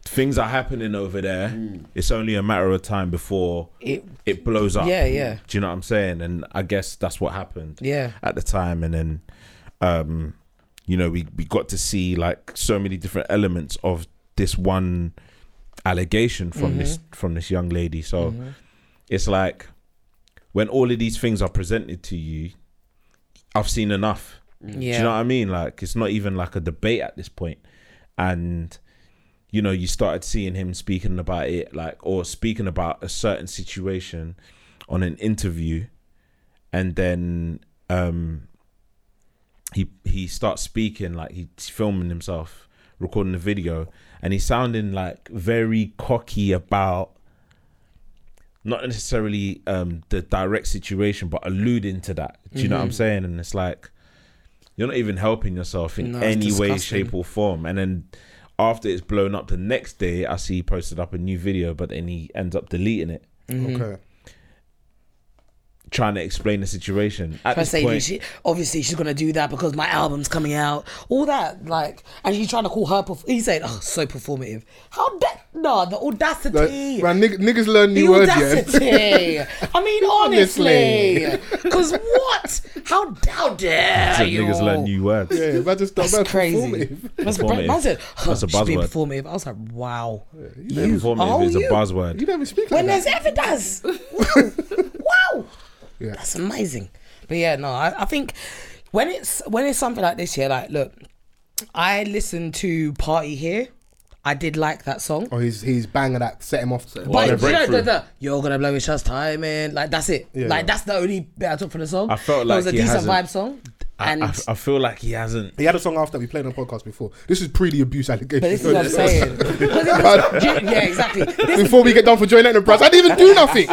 Speaker 3: Things are happening over there. It's only a matter of time before
Speaker 5: It-
Speaker 3: it blows up.
Speaker 5: Yeah, yeah.
Speaker 3: Do you know what I'm saying? And I guess that's what happened.
Speaker 5: Yeah.
Speaker 3: At the time, and then, um, you know, we we got to see like so many different elements of this one allegation from
Speaker 5: Mm-hmm.
Speaker 3: this from this young lady. So it's like when all of these things are presented to you, I've seen enough. Do
Speaker 5: Mm. Yeah.
Speaker 3: you know what I mean? Like it's not even like a debate at this point. And you know, you started seeing him speaking about it, like or speaking about a certain situation on an interview, and then um he he starts speaking like he's filming himself, recording the video, and he's sounding like very cocky about not necessarily um the direct situation, but alluding to that. Do you know
Speaker 5: Mm-hmm.
Speaker 3: what I'm saying? And it's like you're not even helping yourself in
Speaker 5: No, it's
Speaker 3: any way,
Speaker 5: disgusting.
Speaker 3: shape, or form. And then after it's blown up, the next day I see he posted up a new video, but then he ends up deleting it,
Speaker 4: Okay.
Speaker 3: trying to explain the situation. At
Speaker 5: Trying
Speaker 3: this
Speaker 5: to say,
Speaker 3: point,
Speaker 5: she, obviously, she's gonna do that because my album's coming out, all that, like, and she's trying to call her. Perf- he said, "Oh, so performative." How that? No, the audacity.
Speaker 4: Like, man, nigg- niggas learn
Speaker 5: The
Speaker 4: new words, yeah.
Speaker 5: audacity. I mean,
Speaker 4: Honestly.
Speaker 5: honestly. Because what? How, how dare
Speaker 3: said
Speaker 5: you?
Speaker 3: niggas learn new words.
Speaker 4: yeah, man, just
Speaker 5: That's
Speaker 4: man,
Speaker 5: crazy.
Speaker 4: performative.
Speaker 5: That's, bra-
Speaker 3: Performative.
Speaker 5: man said, huh,
Speaker 3: That's a
Speaker 5: she's being
Speaker 3: buzzword.
Speaker 5: performative. I was like, wow.
Speaker 3: Performative
Speaker 5: oh,
Speaker 3: is a
Speaker 5: you-
Speaker 3: buzzword.
Speaker 4: You never speak like
Speaker 5: When
Speaker 4: that.
Speaker 5: there's evidence. wow. Wow.
Speaker 4: Yeah.
Speaker 5: That's amazing. But yeah, no, I, I think when it's when it's something like this, yeah, like look, I listened to Party Here. I did like that song.
Speaker 4: Or Oh, he's he's banging that set him off.
Speaker 5: But
Speaker 3: their
Speaker 5: you know,
Speaker 3: breakthrough.
Speaker 5: the, the, you're gonna blow his shots timing. Like that's it.
Speaker 4: Yeah.
Speaker 5: Like that's the only bit I took from the song.
Speaker 3: I felt
Speaker 5: it was
Speaker 3: like
Speaker 5: a
Speaker 3: he
Speaker 5: decent
Speaker 3: hasn't-
Speaker 5: vibe song,
Speaker 3: I,
Speaker 5: and
Speaker 3: I, I feel like he hasn't.
Speaker 4: He had a song after we played on the podcast before. This is pre the abuse allegation.
Speaker 5: but this is what I'm saying. 'Cause it was- yeah, exactly. This,
Speaker 4: Before we get done for joining enterprise, I didn't even do nothing.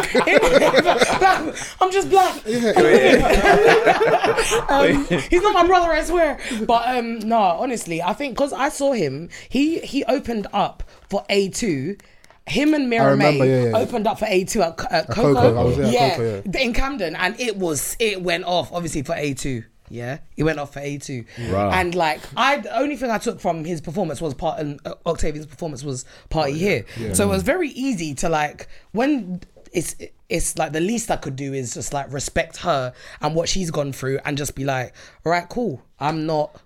Speaker 5: I'm just black. um, he's not my brother, I swear. But um, no, honestly, I think because I saw him, he he opened up for A two. Him and Mira
Speaker 4: remember,
Speaker 5: May
Speaker 4: yeah, yeah.
Speaker 5: opened up for A two at, at Coco.
Speaker 4: Coco, I was there at
Speaker 5: yeah,
Speaker 4: Coco,
Speaker 5: in Camden, and it was it went off obviously for A two. Yeah, it went off for A two,
Speaker 3: Wow.
Speaker 5: and like I, the only thing I took from his performance was part and uh, Octavian's performance was party here. So it was very easy to like when it's it's like the least I could do is just like respect her and what she's gone through and just be like, all right, cool. I'm not,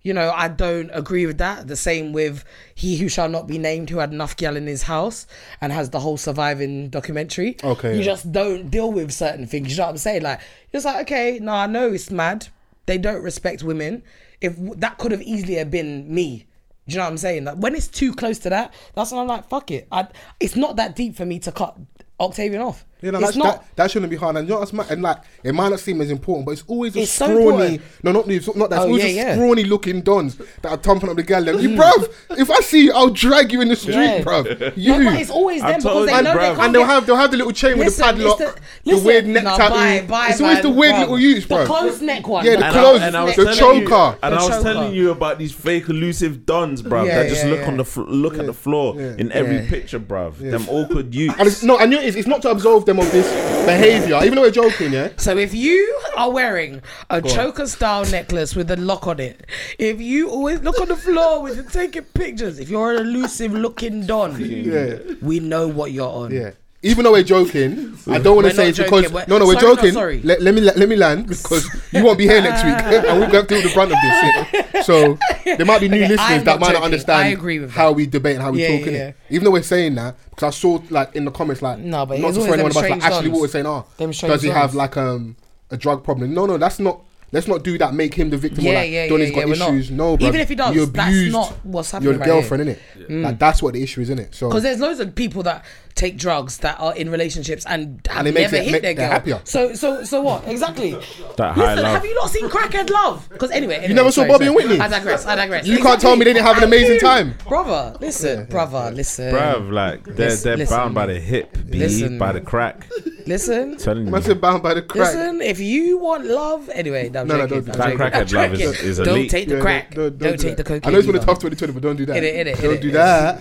Speaker 5: you know, I don't agree with that. The same with he who shall not be named, who had Nafgyal in his house and has the whole surviving documentary.
Speaker 4: Okay,
Speaker 5: you
Speaker 4: yeah.
Speaker 5: just don't deal with certain things. You know what I'm saying? Like, it's like, okay, no, I know it's mad. They don't respect women. If that could have easily have been me. Do you know what I'm saying? Like when it's too close to that, that's when I'm like, fuck it. I, it's not that deep for me to cut Octavian off.
Speaker 4: You know,
Speaker 5: it's
Speaker 4: that's,
Speaker 5: not.
Speaker 4: that, that shouldn't be hard. And you know what's mad? And like, it might not seem as important, but it's always a
Speaker 5: It's so
Speaker 4: scrawny.
Speaker 5: important.
Speaker 4: no, not it's not that.
Speaker 5: Oh,
Speaker 4: it's always
Speaker 5: yeah,
Speaker 4: a
Speaker 5: yeah. Mm.
Speaker 4: scrawny looking dons that are thumping up the gal. Like, you, bruv, if I see you, I'll drag you in the street,
Speaker 5: Yeah.
Speaker 4: bruv.
Speaker 5: No,
Speaker 4: You.
Speaker 5: but it's always
Speaker 3: I
Speaker 5: them because
Speaker 3: told
Speaker 5: they
Speaker 3: you,
Speaker 5: know they
Speaker 3: bruv.
Speaker 5: can't
Speaker 4: and they'll
Speaker 5: get-
Speaker 4: have they'll have the little chain
Speaker 5: Listen,
Speaker 4: with the
Speaker 5: it's
Speaker 4: padlock, the, weird neck
Speaker 5: nah,
Speaker 4: tattoo.
Speaker 5: bye, bye,
Speaker 4: it's always the
Speaker 5: man,
Speaker 4: weird
Speaker 5: bruv.
Speaker 4: little use, bro.
Speaker 5: The closed neck one.
Speaker 4: Yeah, the
Speaker 5: bruv.
Speaker 3: I-
Speaker 4: clothes,
Speaker 3: I was
Speaker 4: the
Speaker 3: telling you-
Speaker 4: choker.
Speaker 3: and
Speaker 5: The
Speaker 3: I was
Speaker 5: choker.
Speaker 3: telling you about these fake elusive dons, bruv.
Speaker 5: Yeah,
Speaker 3: that just
Speaker 5: yeah,
Speaker 3: look
Speaker 5: yeah.
Speaker 3: on the fl- look at the floor
Speaker 4: Yeah.
Speaker 3: in every
Speaker 5: Yeah.
Speaker 3: picture, bruv. Them awkward youths.
Speaker 4: And it's, no, and you know, it's, it's not to absolve them of this behavior, even though we're joking, yeah.
Speaker 5: So if you are wearing a choker style necklace with a lock on it, if you always look on the floor when you're taking pictures, if you're an elusive looking don,
Speaker 4: Yeah,
Speaker 5: we know what you're on.
Speaker 4: yeah. even though we're joking, I don't want
Speaker 5: We're
Speaker 4: to say
Speaker 5: not
Speaker 4: it's because
Speaker 5: joking, we're-
Speaker 4: no, no, we're
Speaker 5: sorry, we're not
Speaker 4: joking.
Speaker 5: sorry.
Speaker 4: Let, let me let, me land because you won't be here next week, and we're going to deal with the brunt of this. So there might be new
Speaker 5: Okay,
Speaker 4: listeners that
Speaker 5: I'm not
Speaker 4: might not
Speaker 5: joking.
Speaker 4: understand
Speaker 5: I agree with
Speaker 4: how we debate and how we
Speaker 5: Yeah,
Speaker 4: talk.
Speaker 5: yeah,
Speaker 4: innit? Even though we're saying that, because I saw like in the comments, like
Speaker 5: No, but
Speaker 4: not
Speaker 5: it's
Speaker 4: just
Speaker 5: always
Speaker 4: for anyone
Speaker 5: them
Speaker 4: of us, like
Speaker 5: strange
Speaker 4: Ashley
Speaker 5: ones.
Speaker 4: Waters saying, "Oh,
Speaker 5: Them
Speaker 4: does
Speaker 5: strange
Speaker 4: he have
Speaker 5: ones.
Speaker 4: like um a drug problem?" No, no, that's not. Let's not do that. Make him the victim. or,
Speaker 5: Yeah,
Speaker 4: like,
Speaker 5: yeah,
Speaker 4: Donny's
Speaker 5: yeah,
Speaker 4: got
Speaker 5: yeah, we're not.
Speaker 4: issues. No, bruv,
Speaker 5: Even if he does,
Speaker 4: you
Speaker 5: that's
Speaker 4: abused
Speaker 5: not what's happening
Speaker 4: Your
Speaker 5: right here. Mm.
Speaker 4: girlfriend, innit? Like that's what the issue is, innit? So
Speaker 5: Because there's loads of people that take drugs that are in relationships and have
Speaker 4: And it makes
Speaker 5: never
Speaker 4: it-
Speaker 5: hit
Speaker 4: make-
Speaker 5: their
Speaker 4: they're
Speaker 5: girl.
Speaker 4: happier.
Speaker 5: So so so what exactly?
Speaker 3: That high
Speaker 5: Listen,
Speaker 3: love.
Speaker 5: have you not seen Crackhead Love? Because anyway, anyway,
Speaker 4: never saw
Speaker 5: sorry,
Speaker 4: Bobby
Speaker 5: sorry.
Speaker 4: and Whitney?
Speaker 5: I digress. I digress.
Speaker 4: You can't tell me they didn't have an
Speaker 5: I
Speaker 4: amazing
Speaker 5: do.
Speaker 4: time.
Speaker 5: brother. Listen, brother. Listen,
Speaker 3: Bruv, like they're
Speaker 5: Listen,
Speaker 3: they're
Speaker 5: listen.
Speaker 3: bound by the hip, B,
Speaker 5: Listen.
Speaker 3: by the crack.
Speaker 5: listen.
Speaker 3: Telling you,
Speaker 4: Must have bound by the crack.
Speaker 5: Listen, if you want love, anyway, no, I'm
Speaker 4: No, no, don't
Speaker 5: joking,
Speaker 4: do
Speaker 5: I'm
Speaker 4: that.
Speaker 5: joking,
Speaker 3: That
Speaker 5: I'm
Speaker 3: crackhead love is-
Speaker 5: joking.
Speaker 3: is elite.
Speaker 5: Don't take the
Speaker 4: Yeah,
Speaker 5: crack.
Speaker 4: don't- don't do
Speaker 5: take
Speaker 4: that.
Speaker 5: the cocaine.
Speaker 4: I know it's been a
Speaker 5: either.
Speaker 4: tough 2020, but don't do that.
Speaker 5: Innit, innit,
Speaker 4: don't
Speaker 5: innit,
Speaker 4: do
Speaker 5: innit.
Speaker 4: that.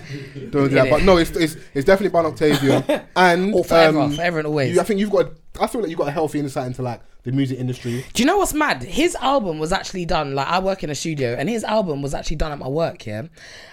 Speaker 4: Don't do that.
Speaker 5: Innit.
Speaker 4: But no, it's, it's it's definitely bound Octavio and um,
Speaker 5: Or forever, forever and always.
Speaker 4: you- I think you've got. I feel like you've got a healthy insight into like the music industry.
Speaker 5: Do you know what's mad? His album was actually done. Like I work in a studio, and his album was actually done at my work, yeah.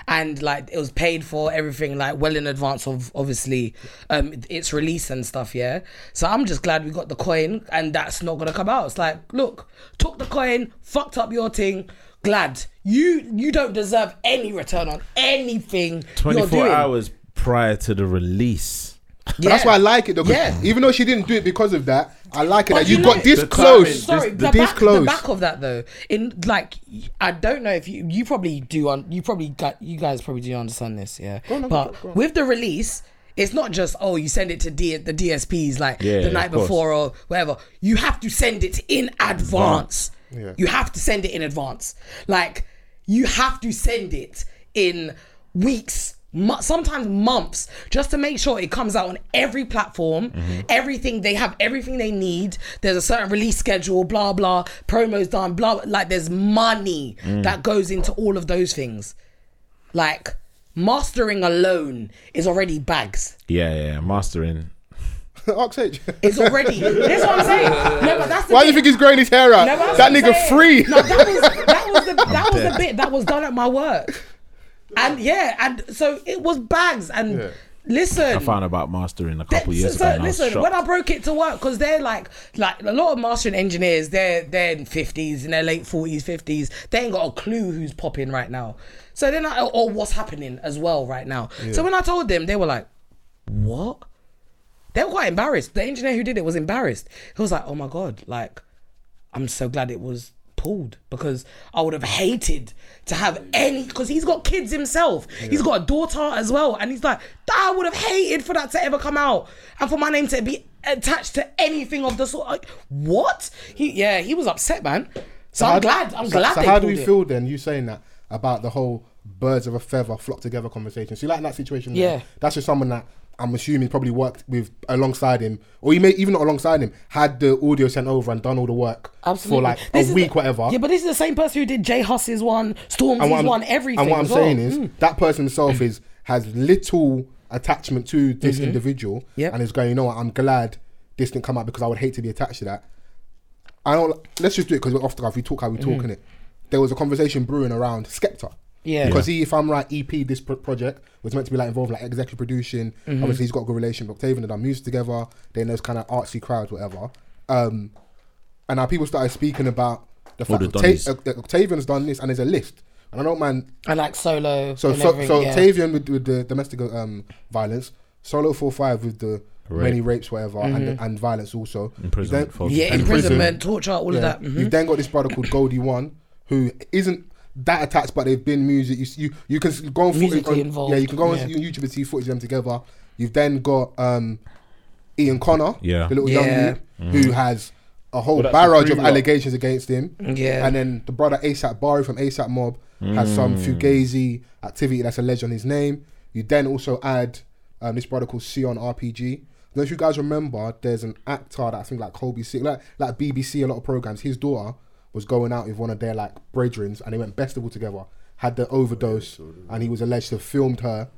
Speaker 5: And like it was paid for everything, like well in advance of obviously um its release and stuff, yeah. So I'm just glad we got the coin, and that's not gonna come out. It's like, look, took the coin, fucked up your thing. Glad you you don't deserve any return on anything.
Speaker 3: twenty
Speaker 5: you're
Speaker 3: four
Speaker 5: doing.
Speaker 3: hours prior to the release.
Speaker 4: But that's
Speaker 5: Yeah.
Speaker 4: why I like it though. 'cause
Speaker 5: Yeah.
Speaker 4: Even though she didn't do it because of that, I like it
Speaker 5: But
Speaker 4: that you,
Speaker 5: you know-
Speaker 4: got this
Speaker 3: The
Speaker 4: close.
Speaker 3: timing.
Speaker 5: Sorry,
Speaker 3: This-
Speaker 5: the,
Speaker 4: this
Speaker 5: back,
Speaker 4: close.
Speaker 5: the back of that though, in like I don't know if you you probably do un, you probably got you guys probably do understand this, yeah. but with the release, it's not just oh you send it to D, the DSPs like
Speaker 3: Yeah,
Speaker 5: the
Speaker 3: of
Speaker 5: night
Speaker 3: course.
Speaker 5: before or whatever. You have to send it in advance.
Speaker 4: Yeah.
Speaker 5: You have to send it in advance. Like you have to send it in weeks, mo- sometimes months, just to make sure it comes out on every platform.
Speaker 4: Mm-hmm.
Speaker 5: Everything they have, everything they need. There's a certain release schedule, blah blah. Promos done, blah. blah. Like there's money
Speaker 4: Mm.
Speaker 5: that goes into all of those things. Like mastering alone is already bags.
Speaker 3: Yeah, yeah, yeah, mastering.
Speaker 4: Ox H.
Speaker 5: It's already. that's what I'm saying. No, but that's the
Speaker 4: Why do
Speaker 5: thing.
Speaker 4: you think he's growing his hair out?
Speaker 5: No, but
Speaker 4: that
Speaker 5: that's what
Speaker 4: nigga
Speaker 5: I'm saying.
Speaker 4: free.
Speaker 5: No, that was that was the that was the bit that was done at my work, and yeah, and so it was bags and listen.
Speaker 3: I found about mastering a
Speaker 5: that-
Speaker 3: couple years
Speaker 5: so-
Speaker 3: ago. And I was
Speaker 5: listen, when
Speaker 3: shocked.
Speaker 5: I broke it to work, because they're like, like a lot of mastering engineers, they're they're in fifties, in their late forties, fifties. They ain't got a clue who's popping right now. So then, I or what's happening as well right now. So when I told them, they were like, "What?" They were quite embarrassed. The engineer who did it was embarrassed. He was like, "Oh my god, like I'm so glad it was pulled because I would have hated to have any because he's got kids himself. He's got a daughter as well, and he's like, I would have hated for that to ever come out and for my name to be attached to anything of the sort. Like, what? He yeah, he was upset, man. So, I'm
Speaker 4: how-
Speaker 5: glad. I'm
Speaker 4: so-
Speaker 5: glad.
Speaker 4: So
Speaker 5: they
Speaker 4: how do we
Speaker 5: pulled it.
Speaker 4: feel then? You saying that about the whole birds of a feather flock together conversation? So you like that situation? there?
Speaker 5: Yeah.
Speaker 4: That's just someone that I'm assuming probably worked with alongside him, or he may even not alongside him had the audio sent over and done all the work for like
Speaker 5: This
Speaker 4: a
Speaker 5: is
Speaker 4: week,
Speaker 5: the-
Speaker 4: whatever.
Speaker 5: Yeah, but this is the same person who did Jay Huss's one,
Speaker 4: and what
Speaker 5: Stormzy's
Speaker 4: I'm,
Speaker 5: one, everything.
Speaker 4: and what I'm
Speaker 5: as well. Hmm. Mm.
Speaker 4: saying is that person himself is has little attachment to this individual,
Speaker 5: Mm-hmm. Yep.
Speaker 4: and is going, you know what? I'm glad this didn't come out because I would hate to be attached to that. I don't. Let's just do it because we're off the cuff. We talk how we
Speaker 5: Mm-hmm.
Speaker 4: talk in it. There was a conversation brewing around Skepta.
Speaker 5: Yeah.
Speaker 4: Because he, if I'm right, EP this pro- project was meant to be like involved like executive producing.
Speaker 3: Mm-hmm.
Speaker 4: Obviously, he's got a good relation with Octavian and done music together. They know those kind of artsy crowds, whatever. Um, and now people started speaking about the fact
Speaker 3: the
Speaker 4: that
Speaker 3: Donnies.
Speaker 4: Octa- Oct- Octavian's done this, and there's a list. And I don't mind.
Speaker 5: and like solo.
Speaker 4: So
Speaker 5: and
Speaker 4: so,
Speaker 5: everything,
Speaker 4: so
Speaker 5: yeah.
Speaker 4: Octavian with, with the domestic um, violence, Solo Four Five with the
Speaker 3: Rape. Mm-hmm.
Speaker 4: many rapes, whatever, and and violence also.
Speaker 3: Imprisonment
Speaker 4: Then-
Speaker 3: for-
Speaker 5: Yeah,
Speaker 4: in prison.
Speaker 5: imprisonment, torture, all of
Speaker 4: yeah. Mm-hmm.
Speaker 5: that. mhm.
Speaker 4: You've then got this brother called Goldie One, who isn't that attached, but they've been music. You you, you can s- go on footage
Speaker 5: Musically
Speaker 4: on-
Speaker 5: involved,
Speaker 4: Yeah, you can go on
Speaker 5: yeah.
Speaker 4: YouTube and see footage of them together. You've then got um, Ian Connor,
Speaker 3: Yeah.
Speaker 4: the little
Speaker 5: Yeah.
Speaker 4: young dude, who has a whole
Speaker 3: that's the
Speaker 4: barrage
Speaker 3: three
Speaker 4: of
Speaker 3: lot.
Speaker 4: allegations against him.
Speaker 5: Yeah. Mm.
Speaker 4: and then the brother ASAP Bari from ASAP Mob has some fugazi activity that's alleged on his name. You then also add um, this brother called Sion RPG. I don't know if you guys remember, there's an actor that I think like Colby Sick, like like BBC, a lot of programs. His daughter was going out with one of their like brethrens, and they went festival together. Had the overdose, and he was alleged to have filmed her,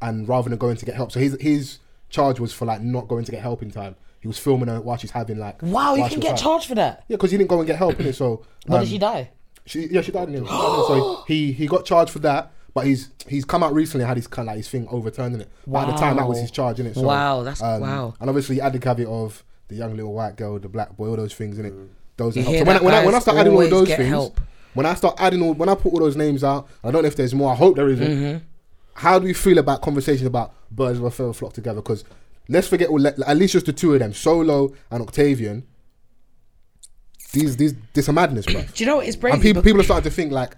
Speaker 4: and rather than going to get help, so his his charge was for like not going to get help in time. He was filming her while she's having like
Speaker 5: Wow, you
Speaker 4: while she
Speaker 5: can
Speaker 4: was
Speaker 5: get
Speaker 4: out.
Speaker 5: charged for that.
Speaker 4: Yeah, because he didn't go and get help in it. So
Speaker 5: But
Speaker 4: um,
Speaker 5: did she die?
Speaker 4: she yeah, she died in him. She died in him. So he he got charged for that. But he's he's come out recently and had his kind like his thing overturned in it. But at the time that was
Speaker 5: Wow.
Speaker 4: his charge in it. So, um,
Speaker 5: Wow, that's- wow.
Speaker 4: And obviously you add the caveat of the young little white girl, the black boy, all those things in it. Those
Speaker 5: You
Speaker 4: help.
Speaker 5: hear
Speaker 4: So when, I,
Speaker 5: that,
Speaker 4: when, I, when I
Speaker 5: guys?
Speaker 4: start adding all
Speaker 5: Always
Speaker 4: those
Speaker 5: get
Speaker 4: things,
Speaker 5: help.
Speaker 4: when I start adding all when I put all those names out, I don't know if there's more. I hope there isn't.
Speaker 5: Mm-hmm.
Speaker 4: How do we feel about conversations about birds of a feather flock together? Because let's forget all, le- at least just the two of them, Solo and Octavian. These these this a madness, bro.
Speaker 5: Do you know what it's crazy?
Speaker 4: And people
Speaker 5: Bec-
Speaker 4: people are starting to think like,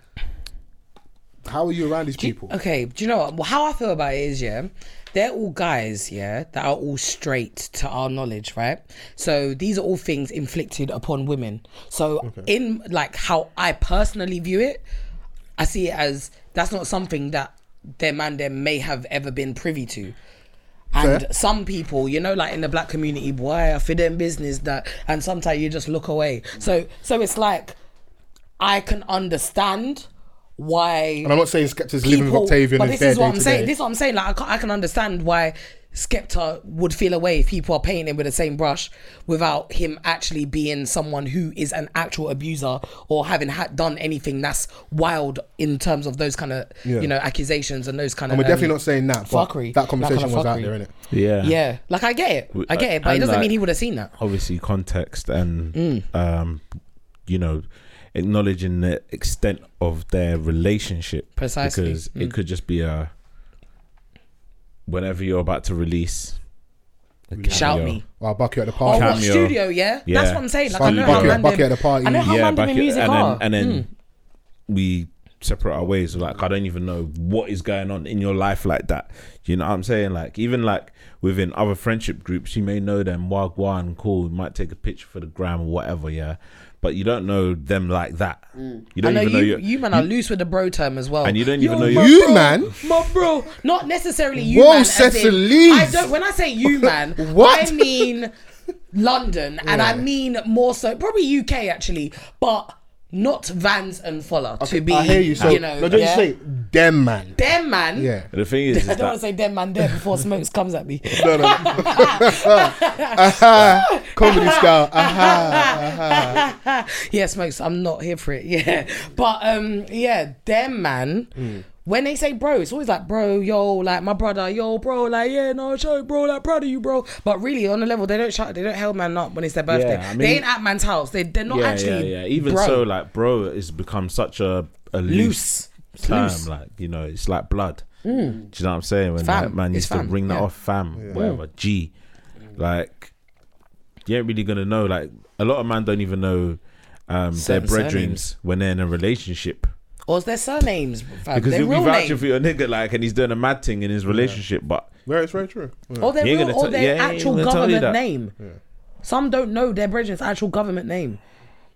Speaker 4: how are you around these
Speaker 5: Do you-
Speaker 4: people?
Speaker 5: okay, do you know what? Well, how I feel about it is, yeah, they're all guys, yeah, that are all straight to our knowledge, right? So these are all things inflicted upon women. So in like how I personally view it, I see it as that's not something that their man them may have ever been privy to. And
Speaker 4: Fair.
Speaker 5: some people, you know, like in the black community, why are for them business that and sometimes you just look away. So so it's like I can understand why
Speaker 4: And I'm not saying Skepta's living with Octavian
Speaker 5: but
Speaker 4: is
Speaker 5: this
Speaker 4: fair
Speaker 5: is what
Speaker 4: day
Speaker 5: I'm
Speaker 4: to
Speaker 5: saying.
Speaker 4: day.
Speaker 5: This is what I'm saying. Like I can, I can understand why Skepta would feel away if people are painting him with the same brush without him actually being someone who is an actual abuser or having had done anything that's wild in terms of those kind of
Speaker 4: Yeah.
Speaker 5: you know accusations and those kind
Speaker 4: and
Speaker 5: of
Speaker 4: we're definitely not saying that. But
Speaker 5: fuckery.
Speaker 4: that conversation
Speaker 5: That kind of
Speaker 4: was out
Speaker 5: fuckery.
Speaker 4: there, innit?
Speaker 3: Yeah.
Speaker 5: Yeah, like I get it, I get it, but it
Speaker 3: And,
Speaker 5: doesn't
Speaker 3: like,
Speaker 5: mean he would have seen that.
Speaker 3: Obviously, context and um, you know, acknowledging the extent of their relationship.
Speaker 5: Precisely.
Speaker 3: Because it could just be a whenever you're about to release. a
Speaker 5: Shout
Speaker 3: cameo.
Speaker 5: me.
Speaker 4: Or I'll buck you at the
Speaker 5: Oh,
Speaker 4: party.
Speaker 5: what
Speaker 3: Cameo.
Speaker 5: studio? Yeah?
Speaker 3: Yeah.
Speaker 5: that's what I'm saying. Like I
Speaker 4: Buck you-
Speaker 5: know
Speaker 3: Studio.
Speaker 5: how
Speaker 4: buck you-
Speaker 5: random.
Speaker 4: buck you at the party.
Speaker 5: I know how
Speaker 3: yeah,
Speaker 5: random
Speaker 3: back
Speaker 5: in
Speaker 3: it-
Speaker 5: music Hmm.
Speaker 3: and
Speaker 5: are.
Speaker 3: then, and then we separate our ways. Like I don't even know what is going on in your life like that. You know what I'm saying? Like even like within other friendship groups, you may know them wagwan cool. You might take a picture for the gram or whatever, yeah. But you don't know them like that. You
Speaker 5: Hmm. I
Speaker 3: don't
Speaker 5: know
Speaker 3: even know
Speaker 5: you,
Speaker 3: you.
Speaker 5: you man are loose with the bro term as well.
Speaker 3: And you don't
Speaker 5: Yo,
Speaker 3: even know
Speaker 5: my
Speaker 3: your-
Speaker 4: You
Speaker 5: bro,
Speaker 4: man?
Speaker 5: My bro. Not necessarily you
Speaker 4: Whoa,
Speaker 5: man. as in-
Speaker 4: Cecilie.
Speaker 5: I don't when I say you man,
Speaker 4: What?
Speaker 5: I mean London and I
Speaker 4: Yeah.
Speaker 5: mean more so probably UK actually, but not Vans and Fuller to be
Speaker 4: I hear you. So,
Speaker 5: know
Speaker 4: no, don't
Speaker 5: yeah.
Speaker 4: you say them, man.
Speaker 5: them man.
Speaker 4: Yeah.
Speaker 3: the thing is, is
Speaker 5: I don't
Speaker 3: that
Speaker 5: want to say them man there before smokes comes at me.
Speaker 4: No, no. Aha. Comedy style. Aha.
Speaker 5: Uh-huh, yeah, smokes. I'm not here for it. Yeah, but um, yeah, them man.
Speaker 3: Hmm.
Speaker 5: When they say bro, it's always like bro, yo, like my brother, yo, bro, like yeah, no, show, bro, like proud of you, bro. But really, on the level, they don't shout, they don't hell man up when it's their birthday.
Speaker 3: I mean-
Speaker 5: they ain't at man's house. They they're not
Speaker 3: yeah,
Speaker 5: actually.
Speaker 3: yeah, yeah. Even
Speaker 5: bro.
Speaker 3: so, like bro, it's become such a, a loose,
Speaker 5: Loose.
Speaker 3: term.
Speaker 5: Loose.
Speaker 3: Like you know, it's like blood. Do you know what I'm saying? When
Speaker 5: Fam.
Speaker 3: that man
Speaker 5: It's
Speaker 3: used to
Speaker 5: fam,
Speaker 3: ring that
Speaker 5: yeah.
Speaker 3: off, fam, whatever, G. Like you ain't really gonna know. Like a lot of man don't even know um, their
Speaker 5: Certain
Speaker 3: brethrens when they're in a relationship
Speaker 5: or it's their surnames, fam.
Speaker 3: because
Speaker 5: their
Speaker 3: you'll be
Speaker 5: real
Speaker 3: vouching
Speaker 5: name,
Speaker 3: for your nigga, like, and he's doing a mad thing in his relationship, but
Speaker 4: Very, it's very true. Yeah.
Speaker 5: or their
Speaker 3: He ain't
Speaker 5: real,
Speaker 3: gonna
Speaker 5: or
Speaker 3: tell-
Speaker 5: their
Speaker 3: yeah, he ain't
Speaker 5: actual
Speaker 3: gonna tell you
Speaker 5: government
Speaker 3: that.
Speaker 5: name. Some don't know their brethren's actual government name.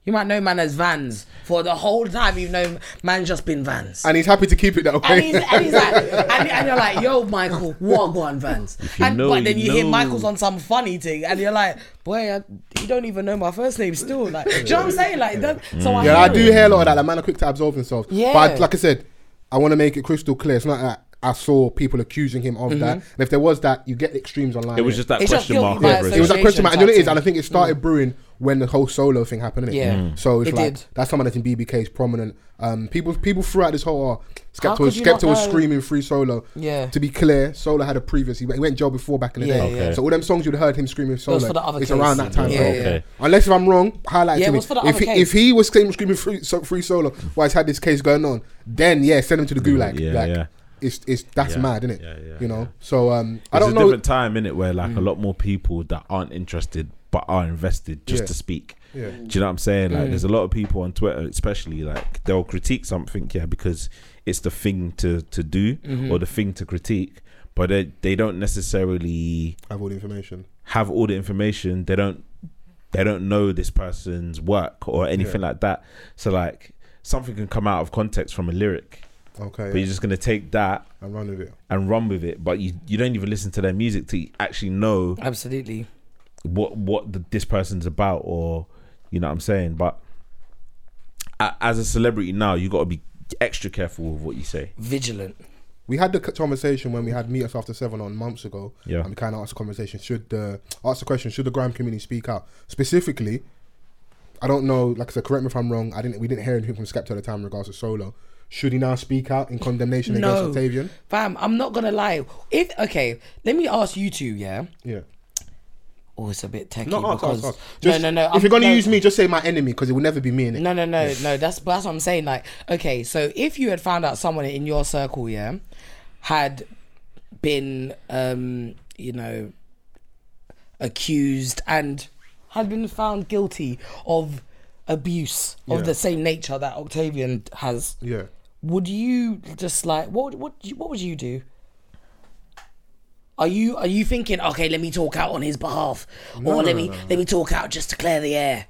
Speaker 5: You might know man as Vans for the whole time. You know man just been Vans.
Speaker 4: And he's happy to keep it that
Speaker 5: And he's,
Speaker 4: way.
Speaker 5: and he's like, and, and you're like, yo, Michael, what one Vans?
Speaker 3: you
Speaker 5: And,
Speaker 3: know,
Speaker 5: but then you
Speaker 3: you
Speaker 5: hear
Speaker 3: know.
Speaker 5: Michael's on some funny thing, and you're like, boy, I, you don't even know my first name still. Like, do you know what I'm saying? Like, that, so I,
Speaker 4: Yeah, I
Speaker 5: hear
Speaker 4: do
Speaker 5: it.
Speaker 4: hear a lot of that. Like, man are quick to absolve themselves.
Speaker 5: Yeah.
Speaker 4: But I- like I said, I want to make it crystal clear. It's not that I saw people accusing him of that. And
Speaker 5: Mm-hmm.
Speaker 4: if there was that, you get the extremes online.
Speaker 3: it was
Speaker 4: innit?
Speaker 3: just that
Speaker 5: It's just
Speaker 3: question
Speaker 5: guilty
Speaker 3: mark.
Speaker 5: by
Speaker 3: over his-
Speaker 4: it was that question mark. And you know what it is,
Speaker 5: Association
Speaker 4: and I think it started brewing when the whole solo thing happened. Innit?
Speaker 5: Mm. Yeah. Mm.
Speaker 4: So it's
Speaker 5: It
Speaker 4: like
Speaker 5: did.
Speaker 4: that's someone that's in BBK's prominent. Um, people people throughout this whole uh, Skepta
Speaker 5: could
Speaker 4: was
Speaker 5: you not
Speaker 4: Skepta was
Speaker 5: know?
Speaker 4: screaming free solo.
Speaker 5: Yeah.
Speaker 4: To be clear, Solo had a previous. He went, he went jail before back in the
Speaker 5: Yeah,
Speaker 4: day.
Speaker 5: yeah.
Speaker 4: So all them songs you'd heard him screaming solo.
Speaker 5: for the other
Speaker 4: it's
Speaker 5: case.
Speaker 4: around that time.
Speaker 5: Yeah,
Speaker 4: frame.
Speaker 5: yeah.
Speaker 4: Unless if I'm wrong, highlight
Speaker 5: Yeah,
Speaker 4: to
Speaker 5: it
Speaker 4: me.
Speaker 5: was for the
Speaker 4: if
Speaker 5: other
Speaker 4: he,
Speaker 5: case.
Speaker 4: if he was screaming, screaming free, so, free solo, while he's had this case going on, then yeah, send him to the gulag.
Speaker 3: Yeah,
Speaker 4: like,
Speaker 3: yeah.
Speaker 4: It's, it's that's
Speaker 3: Yeah,
Speaker 4: mad, isn't it?
Speaker 3: yeah, yeah,
Speaker 4: you know.
Speaker 3: yeah.
Speaker 4: So um, I
Speaker 3: It's
Speaker 4: don't
Speaker 3: a
Speaker 4: know. Mm.
Speaker 3: different time in it where like a lot more people that aren't interested but are invested just
Speaker 4: Yeah.
Speaker 3: to speak.
Speaker 4: Yeah.
Speaker 3: Do you know what I'm saying? Like, there's a lot of people on Twitter, especially like they'll critique something, yeah, because it's the thing to to do or the thing to critique, but they they don't necessarily
Speaker 4: I have all the information.
Speaker 3: have all the information. They don't they don't know this person's work or anything like that. So like something can come out of context from a lyric,
Speaker 4: Okay.
Speaker 3: but you're just gonna take that
Speaker 4: and run with it.
Speaker 3: and run with it. But you you don't even listen to their music to actually know
Speaker 5: Absolutely.
Speaker 3: what what the, this person's about or you know what I'm saying but a, as a celebrity now you got to be extra careful with what you say
Speaker 5: Vigilant.
Speaker 4: We had the c- conversation when we had Meet Us After Seven on months ago.
Speaker 3: Yeah.
Speaker 4: And we kind of asked the conversation, should the, asked the question, should the Grime community speak out? Specifically, I don't know, like I said, correct me if I'm wrong, I didn't, we didn't hear anything from Skepta at the time in regards to Solo. Should he now speak out in condemnation against Octavian?
Speaker 5: Fam, I'm not gonna lie. If okay, let me ask you two, yeah.
Speaker 4: Yeah.
Speaker 5: Oh, it's a bit techie.
Speaker 4: No, ask,
Speaker 5: because,
Speaker 4: ask, ask. Just,
Speaker 5: no, no, no.
Speaker 4: If
Speaker 5: I'm-
Speaker 4: you're gonna
Speaker 5: no.
Speaker 4: use me, just say my enemy because it will never be me in it.
Speaker 5: No, no, no, no. That's that's what I'm saying. Like, okay, so if you had found out someone in your circle, yeah, had been, um, you know, accused and had been found guilty of abuse of
Speaker 4: Yeah.
Speaker 5: the same nature that Octavian has,
Speaker 4: Yeah.
Speaker 5: would you just like what what what would you do? Are you are you thinking okay? Let me talk out on his behalf, or let me let me talk out just to clear the air.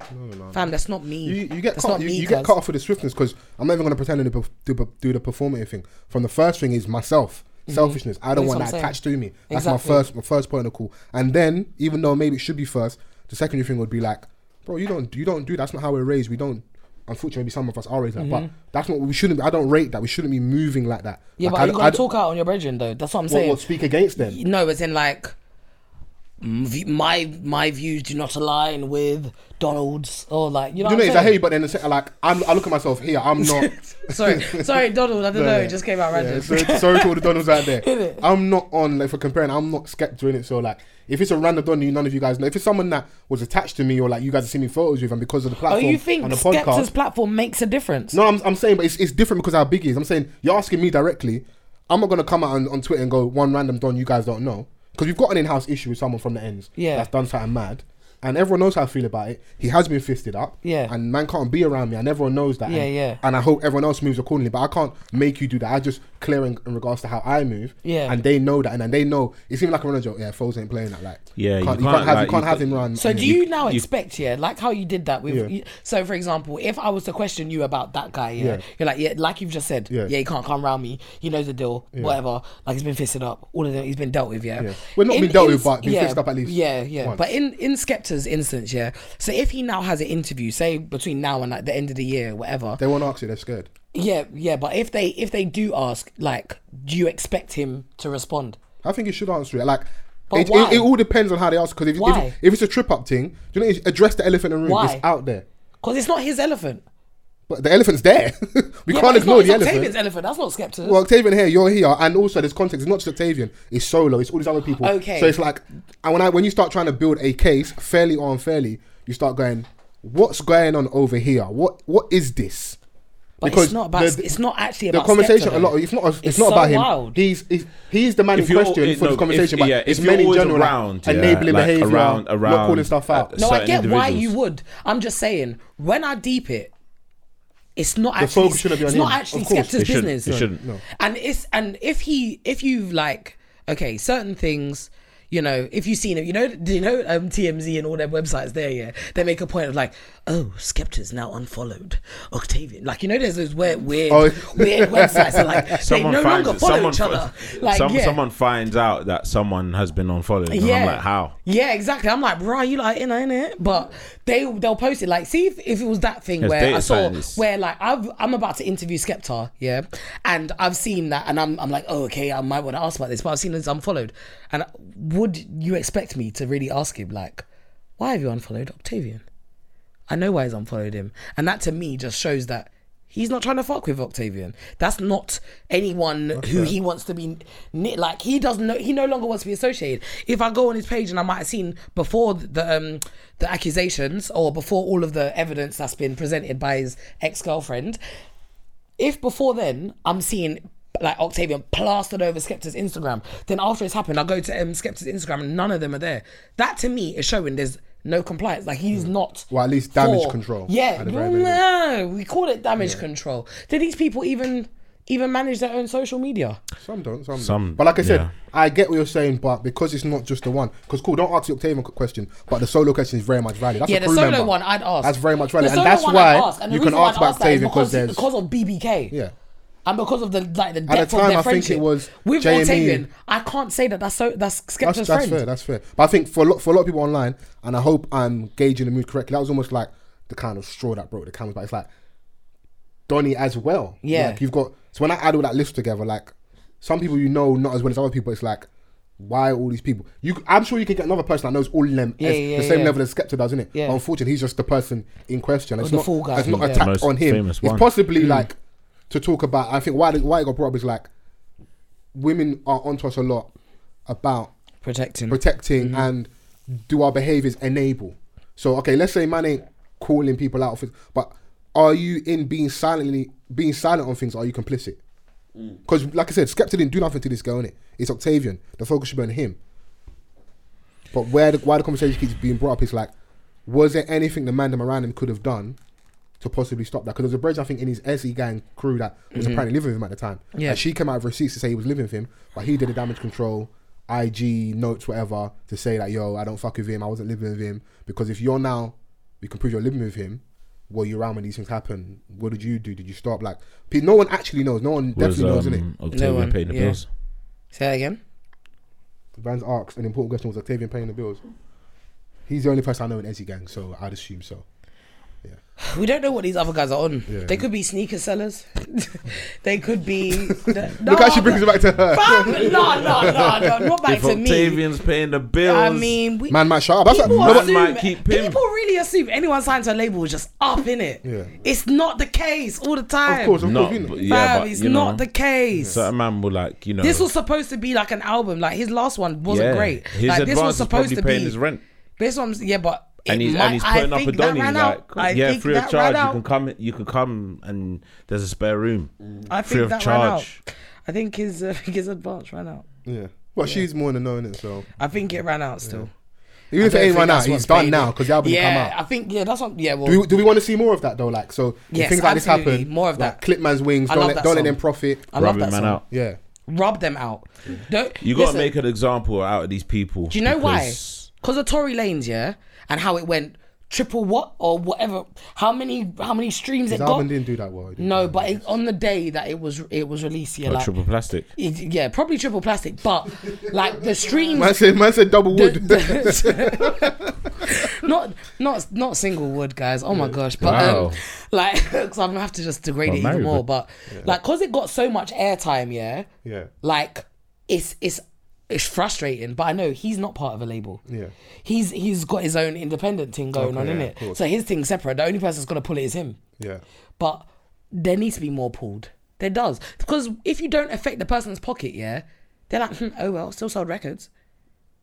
Speaker 5: Fam, that's not me.
Speaker 4: You, you get
Speaker 5: that's
Speaker 4: cut.
Speaker 5: not
Speaker 4: You,
Speaker 5: me,
Speaker 4: you get
Speaker 5: cuz.
Speaker 4: cut off with the swiftness because I'm never gonna pretend to do, the perf- do the performative thing. From the first thing is myself, selfishness. I don't want
Speaker 5: Mm-hmm. That's what
Speaker 4: that
Speaker 5: I'm
Speaker 4: attached to
Speaker 5: saying.
Speaker 4: me. That's
Speaker 5: Exactly.
Speaker 4: my first, my first point of call. And then, even though maybe it should be first, the secondary thing would be like, bro, you don't, you don't do. That's not how we're raised. We don't. Unfortunately, maybe some of us are raised like, but that's not. We shouldn't. I don't rate that. We shouldn't be moving like that.
Speaker 5: Mm-hmm. Yeah,
Speaker 4: Like,
Speaker 5: but
Speaker 4: I
Speaker 5: you
Speaker 4: don't-
Speaker 5: gotta
Speaker 4: I don't-
Speaker 5: talk out on your brethren though. That's what I'm
Speaker 4: What,
Speaker 5: saying.
Speaker 4: what, speak against them?
Speaker 5: no, as in like m- v- my my views do not align with Donald's or like you know.
Speaker 4: Do you know,
Speaker 5: what I'm
Speaker 4: it's like,
Speaker 5: saying?
Speaker 4: hey, but then it's like, I'm, I look at myself here, I'm not.
Speaker 5: sorry, sorry, Donald. I don't know. It just came out
Speaker 4: Yeah,
Speaker 5: random.
Speaker 4: so- sorry to all the Donalds out there.
Speaker 5: Innit?
Speaker 4: I'm not on, like, for comparing, I'm not skeptical in it. So, like, if it's a random Donald, you- none of you guys know. If it's someone that was attached to me or, like, you guys have seen me photos with, and because of the
Speaker 5: Oh,
Speaker 4: platform
Speaker 5: you think
Speaker 4: and the
Speaker 5: Skepta's
Speaker 4: podcast.
Speaker 5: platform makes a difference?
Speaker 4: No, I'm, I'm saying, but it's, it's different because how big he is. I'm saying, you're asking me directly. I'm not going to come out on, on Twitter and go, one random Don you guys don't know. Because we've got an in house issue with someone from the ends
Speaker 5: Yeah.
Speaker 4: that's done something mad. And everyone knows how I feel about it. He has been fisted up.
Speaker 5: Yeah.
Speaker 4: And man can't be around me. And everyone knows that.
Speaker 5: Yeah,
Speaker 4: and,
Speaker 5: yeah.
Speaker 4: And I hope everyone else moves accordingly. But I can't make you do that. I just clear in, in regards to how I move.
Speaker 5: Yeah.
Speaker 4: And they know that. And, then they know. It's even like a runner joke. Yeah, Foles ain't playing that. Like,
Speaker 3: Yeah,
Speaker 4: you
Speaker 3: you
Speaker 4: can't, you
Speaker 3: can't,
Speaker 4: can't have,
Speaker 3: like,
Speaker 4: you can't
Speaker 3: you
Speaker 4: have
Speaker 3: ca-
Speaker 4: him run.
Speaker 5: So
Speaker 4: and
Speaker 5: do
Speaker 4: you-
Speaker 5: you now expect yeah, like how you did that with?
Speaker 4: Yeah.
Speaker 5: you- So for example, if I was to question you about that guy, yeah,
Speaker 4: Yeah.
Speaker 5: you're like yeah, like you've just said, yeah,
Speaker 4: Yeah.
Speaker 5: he can't come round me. He knows the deal, whatever. Like he's been fisted up, all of them. He's been dealt with, yeah.
Speaker 4: Yeah. Well, not been dealt with, but been fisted up at least
Speaker 5: Yeah, yeah.
Speaker 4: once.
Speaker 5: But in in Skepta's instance, yeah. So if he now has an interview, say between now and like the end of the year, whatever.
Speaker 4: They won't ask you. They're scared.
Speaker 5: yeah, yeah. But if they if they do ask, like, do you expect him to respond?
Speaker 4: I think you should answer it. Like,
Speaker 5: But
Speaker 4: it,
Speaker 5: why?
Speaker 4: it, it all depends on how they ask. Because if,
Speaker 5: Why?
Speaker 4: if, if it's a trip up thing, do you know, address the elephant in the room.
Speaker 5: Why?
Speaker 4: It's out there.
Speaker 5: Because it's not his elephant.
Speaker 4: But the elephant's there. we
Speaker 5: Yeah, but
Speaker 4: can't
Speaker 5: it's
Speaker 4: ignore
Speaker 5: not-
Speaker 4: the
Speaker 5: it's
Speaker 4: elephant.
Speaker 5: Octavian's elephant. That's not Skepta's.
Speaker 4: Well, Octavian here, you're here, and also there's context. It's not just Octavian; it's solo. It's all these other people.
Speaker 5: Okay.
Speaker 4: So it's like, and when I when you start trying to build a case, fairly or unfairly, you start going, "What's going on over here? What what is this?"
Speaker 5: But
Speaker 4: Because
Speaker 5: it's not about.
Speaker 4: the-
Speaker 5: it's not actually
Speaker 4: The
Speaker 5: about
Speaker 4: conversation
Speaker 5: Skepta,
Speaker 4: a lot.
Speaker 5: though.
Speaker 4: It's not. It's, not
Speaker 5: so
Speaker 4: about him.
Speaker 5: wild.
Speaker 4: He's, he's he's the man in
Speaker 3: If you're-
Speaker 4: question
Speaker 3: it-
Speaker 4: for
Speaker 3: no,
Speaker 4: this
Speaker 3: if-
Speaker 4: conversation. but
Speaker 3: yeah,
Speaker 4: it's
Speaker 3: if you're
Speaker 4: men in
Speaker 3: always
Speaker 4: general, like,
Speaker 3: around, yeah,
Speaker 4: enabling
Speaker 3: like,
Speaker 4: behavior,
Speaker 3: around-
Speaker 4: not calling
Speaker 3: around,
Speaker 4: stuff
Speaker 3: uh,
Speaker 4: out.
Speaker 5: No, I
Speaker 3: certain
Speaker 5: get why you
Speaker 3: individuals.
Speaker 5: would. I'm just saying when I deep it, it's not
Speaker 4: The
Speaker 5: actually.
Speaker 4: focus shouldn't be on
Speaker 5: it's not
Speaker 4: him.
Speaker 5: actually
Speaker 4: Of course.
Speaker 5: Skepta's
Speaker 3: It shouldn't. It
Speaker 5: business.
Speaker 3: shouldn't. No.
Speaker 5: And it's and if he if you like okay certain things. You know, if you've seen it, you know, do you know um, TMZ and all their websites there, yeah, they make a point of like, oh, Skepta's now unfollowed Octavian. Like, you know, there's those weird, weird,
Speaker 4: Oh.
Speaker 5: weird websites that like
Speaker 3: Someone
Speaker 5: they no
Speaker 3: finds
Speaker 5: longer follow
Speaker 3: someone,
Speaker 5: each other.
Speaker 3: fi-
Speaker 5: Like,
Speaker 3: some-
Speaker 5: yeah.
Speaker 3: someone finds out that someone has been unfollowed. And I'm like, how?
Speaker 5: Yeah, exactly. I'm like, bro, you like in it, but they they'll post it. Like, see if, if it was that thing
Speaker 3: There's
Speaker 5: where
Speaker 3: data
Speaker 5: I saw
Speaker 3: science.
Speaker 5: where like I've I'm about to interview Skepta, yeah, and I've seen that, and I'm I'm like, oh, okay, I might want to ask about this, but I've seen this unfollowed, and would you expect me to really ask him like, why have you unfollowed Octavian? I know why he's unfollowed him, and that to me just shows that. He's not trying to fuck with Octavian. That's not anyone who he wants to be ni- like. He doesn't. know he no longer wants to be associated. If I go on his page and I might have seen before the um, the accusations or before all of the evidence that's been presented by his ex girlfriend, if before then I'm seeing like Octavian plastered over Skepta's Instagram, then after it's happened, I go to um, Skepta's Instagram and none of them are there. That to me is showing there's no compliance. Like he's not.
Speaker 4: Mm. Well, at least damage control,
Speaker 5: Yeah,
Speaker 4: at the very minimum.
Speaker 5: no, we call it damage control. Do these people even even manage their own social media?
Speaker 4: Some don't, some,
Speaker 3: Some-
Speaker 4: don't. But like I said,
Speaker 3: yeah.
Speaker 4: I get what you're saying, but because it's not just the one. Because cool, don't ask the Octavian qu- question, but the solo question is very much valid. That's
Speaker 5: yeah,
Speaker 4: a
Speaker 5: the
Speaker 4: crew
Speaker 5: solo
Speaker 4: member.
Speaker 5: one I'd ask.
Speaker 4: That's very much
Speaker 5: The
Speaker 4: valid, and
Speaker 5: solo
Speaker 4: that's
Speaker 5: one
Speaker 4: why
Speaker 5: I'd ask, and the
Speaker 4: you can
Speaker 5: reason why
Speaker 4: ask
Speaker 5: I'd
Speaker 4: about
Speaker 5: that is
Speaker 4: Octavian because
Speaker 5: because,
Speaker 4: there's
Speaker 5: because of BBK.
Speaker 4: Yeah.
Speaker 5: And because of the like the depth
Speaker 4: time,
Speaker 5: of
Speaker 4: I think
Speaker 5: their
Speaker 4: it
Speaker 5: friendship
Speaker 4: was
Speaker 5: with
Speaker 4: JME.
Speaker 5: Octavian, I can't say that that's so that's Skepta's
Speaker 4: That's, that's
Speaker 5: friend.
Speaker 4: fair. That's fair. But I think for a lot for a lot of people online, and I hope I'm gauging the mood correctly. That was almost like the kind of straw that broke the camel's back. It's like Donny as well.
Speaker 5: Yeah.
Speaker 4: like you've got. So when I add all that list together, like some people you know not as well as other people, it's like. Why all these people? You, I'm sure you could get another person that knows all of them
Speaker 5: Yeah,
Speaker 4: as
Speaker 5: yeah,
Speaker 4: the same
Speaker 5: yeah.
Speaker 4: level as Skepta does, isn't it?
Speaker 5: Yeah.
Speaker 4: But unfortunately, he's just the person in question. It's
Speaker 5: the
Speaker 4: not,
Speaker 5: fall guy. Mm.
Speaker 4: It's not
Speaker 5: Yeah.
Speaker 4: attacked
Speaker 3: Most
Speaker 4: on him.
Speaker 3: famous
Speaker 4: It's
Speaker 3: one.
Speaker 4: possibly like to talk about. I think why they- why it got brought up is like women are onto us a lot about
Speaker 5: Protecting.
Speaker 4: protecting and do our behaviors enable? So okay, let's say man ain't calling people out of it, but are you in being silently being silent on things? Are you complicit? Because like I said, Skepta didn't do nothing to this girl, innit? It's Octavian. The focus should be on him. But where the, why the conversation keeps being brought up is like, was there anything the man them around him could have done to possibly stop that? Because there was a bridge I think in his SE gang crew that was apparently living with him at the time.
Speaker 5: Yeah.
Speaker 4: And she came out of receipts to say he was living with him, but he did the damage control, IG notes, whatever, to say that yo, I don't fuck with him. I wasn't living with him because if you're now, we can prove you're living with him. Were you around when these things happen? What did you do? Did you stop? Like, pe- no one actually knows. No one
Speaker 3: Was,
Speaker 4: definitely knows, innit?
Speaker 3: um, Octavia
Speaker 5: No one,
Speaker 3: paying the
Speaker 5: yeah.
Speaker 3: bills?
Speaker 5: Say that again.
Speaker 4: Vans asked an important question was Octavian paying the bills? He's the only person I know in Ezzy Gang, so I'd assume so.
Speaker 5: We don't know what these other guys are on.
Speaker 4: Yeah.
Speaker 5: They could be sneaker sellers. they could be. The, no,
Speaker 4: Look how she brings it back to her.
Speaker 5: Fam, no, no, no, no, not back
Speaker 3: If
Speaker 5: to me.
Speaker 3: Octavian's paying the bills,
Speaker 5: I mean, we,
Speaker 4: Man might shut up. That's
Speaker 5: people,
Speaker 4: what,
Speaker 3: Man
Speaker 5: assume,
Speaker 3: might keep him.
Speaker 5: people really assume anyone signed to a label is just up in it.
Speaker 4: Yeah.
Speaker 5: It's not the case all the time.
Speaker 4: of course, of
Speaker 3: not,
Speaker 4: course. You know.
Speaker 3: but- yeah,
Speaker 5: Fam,
Speaker 3: but
Speaker 5: it's
Speaker 3: you
Speaker 5: not
Speaker 3: know,
Speaker 5: the case.
Speaker 3: certain man will like you know.
Speaker 5: This was supposed to be like an album. Like his last one wasn't
Speaker 3: yeah,
Speaker 5: great.
Speaker 3: His
Speaker 5: like
Speaker 3: advance
Speaker 5: this was
Speaker 3: is probably
Speaker 5: supposed to
Speaker 3: paying
Speaker 5: be.
Speaker 3: his rent.
Speaker 5: This one's yeah, but it
Speaker 3: and he's
Speaker 5: might-
Speaker 3: and he's
Speaker 5: I
Speaker 3: putting up a
Speaker 5: think that
Speaker 3: donny
Speaker 5: ran
Speaker 3: like
Speaker 5: out. I
Speaker 3: yeah,
Speaker 5: think
Speaker 3: free
Speaker 5: that
Speaker 3: of charge.
Speaker 5: ran
Speaker 3: You can
Speaker 5: out.
Speaker 3: come, you can come, and there's a spare room.
Speaker 5: Mm. I
Speaker 3: free
Speaker 5: think
Speaker 3: of
Speaker 5: that ran
Speaker 3: charge.
Speaker 5: out. I think his uh, I think his advance ran out.
Speaker 4: Yeah. Well, she's more than knowing it, so
Speaker 5: I think it ran out still.
Speaker 4: even if it
Speaker 5: I
Speaker 4: ain't
Speaker 5: don't think
Speaker 4: right now,
Speaker 5: that's
Speaker 4: he's
Speaker 5: what's
Speaker 4: done
Speaker 5: made
Speaker 4: now
Speaker 5: it.
Speaker 4: because the album
Speaker 5: yeah,
Speaker 4: didn't come
Speaker 5: I
Speaker 4: out.
Speaker 5: think yeah, that's what. Yeah, well,
Speaker 4: Do we, do we want to see more of that though? Like, so if
Speaker 5: Yes,
Speaker 4: things like this
Speaker 5: absolutely.
Speaker 4: happen,
Speaker 5: More of
Speaker 4: like,
Speaker 5: that.
Speaker 4: Clip man's wings.
Speaker 5: I
Speaker 4: Don't
Speaker 5: love
Speaker 4: let,
Speaker 5: that
Speaker 4: don't let them
Speaker 5: song.
Speaker 4: profit.
Speaker 5: I love
Speaker 3: Rubbing
Speaker 5: that
Speaker 3: man
Speaker 5: song.
Speaker 3: out.
Speaker 4: Yeah.
Speaker 5: Rub them out. Don't
Speaker 3: You gotta
Speaker 5: listen,
Speaker 3: make an example out of these people.
Speaker 5: Do you know why?
Speaker 3: because
Speaker 5: Because of Tory Lanez, yeah, and how it went triple what or whatever. How many how many streams
Speaker 4: His
Speaker 5: it
Speaker 4: album
Speaker 5: got?
Speaker 4: didn't do that well. it didn't.
Speaker 5: No, but it, on the day that it was it was released, yeah,
Speaker 3: or
Speaker 5: like,
Speaker 3: triple plastic.
Speaker 5: it- yeah, probably triple plastic, but like the streams,
Speaker 4: Man said, man said double
Speaker 5: the-
Speaker 4: wood.
Speaker 5: the- not not not single wood guys. Oh my gosh, but
Speaker 3: Wow.
Speaker 5: um, like, because I'm gonna have to just degrade
Speaker 3: Well,
Speaker 5: it
Speaker 3: married,
Speaker 5: even more.
Speaker 3: but-
Speaker 5: But like, cause it got so much airtime, yeah,
Speaker 4: yeah.
Speaker 5: like it's it's it's frustrating. But I know he's not part of a label.
Speaker 4: Yeah.
Speaker 5: He's he's got his own independent thing going on,
Speaker 4: yeah,
Speaker 5: in
Speaker 4: of
Speaker 5: it.
Speaker 4: course.
Speaker 5: So his thing's separate. The only person that's gonna pull it is him.
Speaker 4: Yeah.
Speaker 5: But there needs to be more pulled. There does. Because if you don't affect the person's pocket, yeah, they're like, hmm, oh well, still sold records.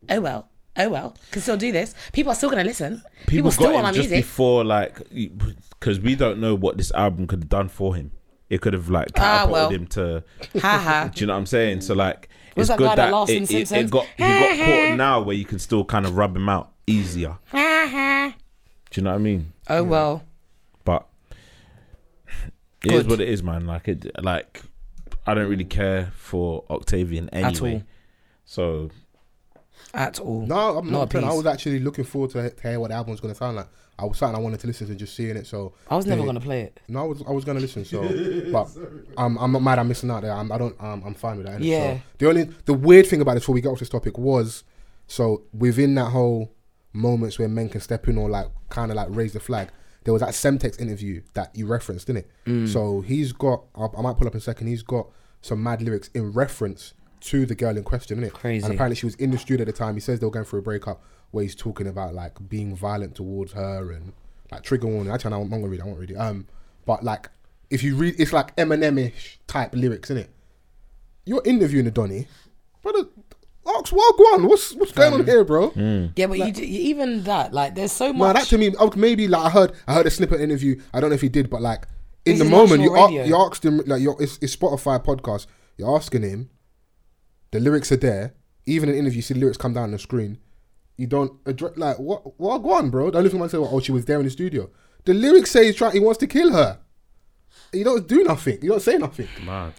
Speaker 5: Oh well. Oh well. Can still do this. People are still gonna listen. People,
Speaker 3: People,
Speaker 5: still
Speaker 3: got
Speaker 5: want
Speaker 3: him
Speaker 5: my
Speaker 3: just
Speaker 5: music.
Speaker 3: before, like, because we don't know what this album could have done for him. It could have like
Speaker 5: Ah,
Speaker 3: catapulted
Speaker 5: well.
Speaker 3: him to
Speaker 5: Ha ha.
Speaker 3: Do you know what I'm saying? So like, it's
Speaker 5: Was that
Speaker 3: good
Speaker 5: guy that
Speaker 3: that,
Speaker 5: laughs in
Speaker 3: it, it, it
Speaker 5: Simpsons?
Speaker 3: got he got caught now where you can still kind of rub him out easier.
Speaker 5: Ha ha.
Speaker 3: Do you know what I mean?
Speaker 5: Oh well.
Speaker 3: But it is
Speaker 5: Good.
Speaker 3: what it is, man. Like it, like I don't really care for Octavian anyway.
Speaker 5: all.
Speaker 3: So
Speaker 5: At all.
Speaker 4: No, I'm not.
Speaker 5: Not a
Speaker 4: playing. I
Speaker 5: piece.
Speaker 4: was actually looking forward to, to hear what the album's gonna sound like. I was something I wanted to listen to, just seeing it. So
Speaker 5: I was never
Speaker 4: Yeah.
Speaker 5: gonna play it.
Speaker 4: No, I was, I was gonna listen. So, but I'm, I'm not mad. I'm missing out there. I'm, I don't. Um, I'm fine with that. innit?
Speaker 5: Yeah.
Speaker 4: So, the only the weird thing about this, before we get off this topic, was so within that whole moments where men can step in or like kind of like raise the flag. There was that Semtex interview that you referenced, didn't it? So he's got. I, I might pull up in a second. He's got some mad lyrics in reference to the girl in question, innit?
Speaker 5: Crazy.
Speaker 4: And apparently she was in the studio at the time. He says they were going through a breakup where he's talking about like being violent towards her and like trigger warning. Actually, no, I'm not gonna read. It, I won't read it. Um, but like if you read, it's like Eminem-ish type lyrics, innit? You're interviewing the Donny, brother. Ask Wagwan, what's what's going on here, bro?
Speaker 5: Yeah, but you d even that, like, there's so much.
Speaker 4: Man, that to me, I would- maybe like I heard, I heard a snippet interview. I don't know if he did, but like in
Speaker 5: This
Speaker 4: the
Speaker 5: is
Speaker 4: moment, you
Speaker 5: national
Speaker 4: a-
Speaker 5: radio.
Speaker 4: you asked him like your it's, it's Spotify podcast. You're asking him. The lyrics are there. Even in interview, you see the lyrics come down on the screen. You don't address like what what go on, bro. The only thing I say, oh, she was there in the studio. The lyrics say he's trying, he wants to kill her. You don't do nothing. You don't say nothing
Speaker 3: mad.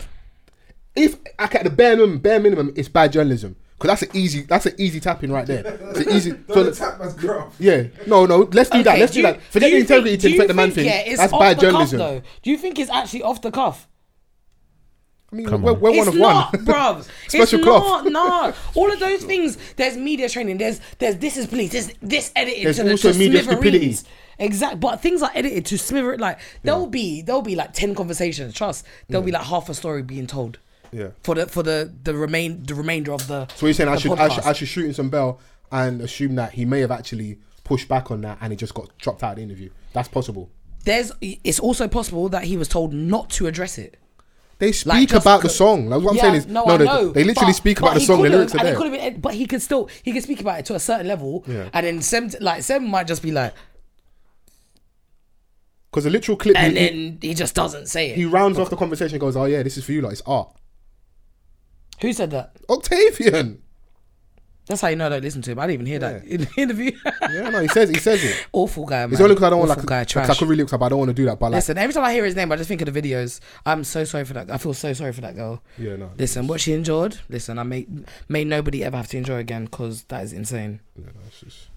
Speaker 4: if like at the bare minimum, bare minimum, it's bad journalism because that's an easy, that's an easy tapping right there. It's an easy.
Speaker 6: Don't
Speaker 4: so,
Speaker 6: attack my graph.
Speaker 4: yeah, no, no, let's do that.
Speaker 5: Okay,
Speaker 4: Let's do,
Speaker 5: you-
Speaker 4: that. Forget
Speaker 5: do
Speaker 4: the
Speaker 5: you
Speaker 4: integrity
Speaker 5: think-
Speaker 4: to
Speaker 5: do you
Speaker 4: affect the man
Speaker 5: think,
Speaker 4: thing.
Speaker 5: yeah, it's
Speaker 4: that's
Speaker 5: off
Speaker 4: bad
Speaker 5: the cuff,
Speaker 4: journalism.
Speaker 5: though? Do you think it's actually off the cuff?
Speaker 4: I mean, we're, we're one
Speaker 5: it's
Speaker 4: of
Speaker 5: not,
Speaker 4: one.
Speaker 5: bruv.
Speaker 4: Special
Speaker 5: it's
Speaker 4: cloth.
Speaker 5: not, nah. All of those things. There's media training. There's there's this is police. There's this edited
Speaker 4: There's
Speaker 5: to the
Speaker 4: also
Speaker 5: to
Speaker 4: media
Speaker 5: smithereens.
Speaker 4: stupidity.
Speaker 5: Exact, but things are edited to smither. Like there'll be there'll be like ten conversations. Trust there'll be like half a story being told.
Speaker 4: Yeah.
Speaker 5: For the for the the remain the remainder of the.
Speaker 4: So you're saying I
Speaker 5: the
Speaker 4: should, I should,
Speaker 5: podcast.
Speaker 4: I should shoot in some bell and assume that he may have actually pushed back on that and he just got dropped out of the interview. That's possible.
Speaker 5: There's it's also possible that he was told not to address it.
Speaker 4: They speak
Speaker 5: Like, just
Speaker 4: about the
Speaker 5: go-
Speaker 4: song. That's what I'm
Speaker 5: Yeah,
Speaker 4: saying. Is,
Speaker 5: no, I
Speaker 4: they,
Speaker 5: know,
Speaker 4: they literally
Speaker 5: but-
Speaker 4: speak
Speaker 5: but
Speaker 4: about the
Speaker 5: he
Speaker 4: song. The
Speaker 5: could've-
Speaker 4: lyrics are
Speaker 5: and he
Speaker 4: there.
Speaker 5: could've been- but he could still he could speak about it to a certain level,
Speaker 4: Yeah.
Speaker 5: and then Sem like Sem might just be like,
Speaker 4: Because the literal clip,
Speaker 5: and
Speaker 4: he, he-
Speaker 5: then he just doesn't say it.
Speaker 4: he rounds off the conversation and goes, "Oh yeah, this is for you, like it's art."
Speaker 5: Who said that?
Speaker 4: Octavian.
Speaker 5: That's how you know I don't listen to him. I didn't even hear that in the interview.
Speaker 4: Yeah, no, he says he says it.
Speaker 5: Awful guy, man.
Speaker 4: It's only because I don't want
Speaker 5: Awful
Speaker 4: like
Speaker 5: guy,
Speaker 4: because
Speaker 5: trash.
Speaker 4: I could really look up. I don't want to do that. But like,
Speaker 5: Listen, every time I hear his name, I just think of the videos. I'm so sorry for that. I feel so sorry for that girl.
Speaker 4: Yeah, no.
Speaker 5: Listen, what she endured. Listen, I may may nobody ever have to enjoy again because that is insane.
Speaker 4: Yeah, no, it's just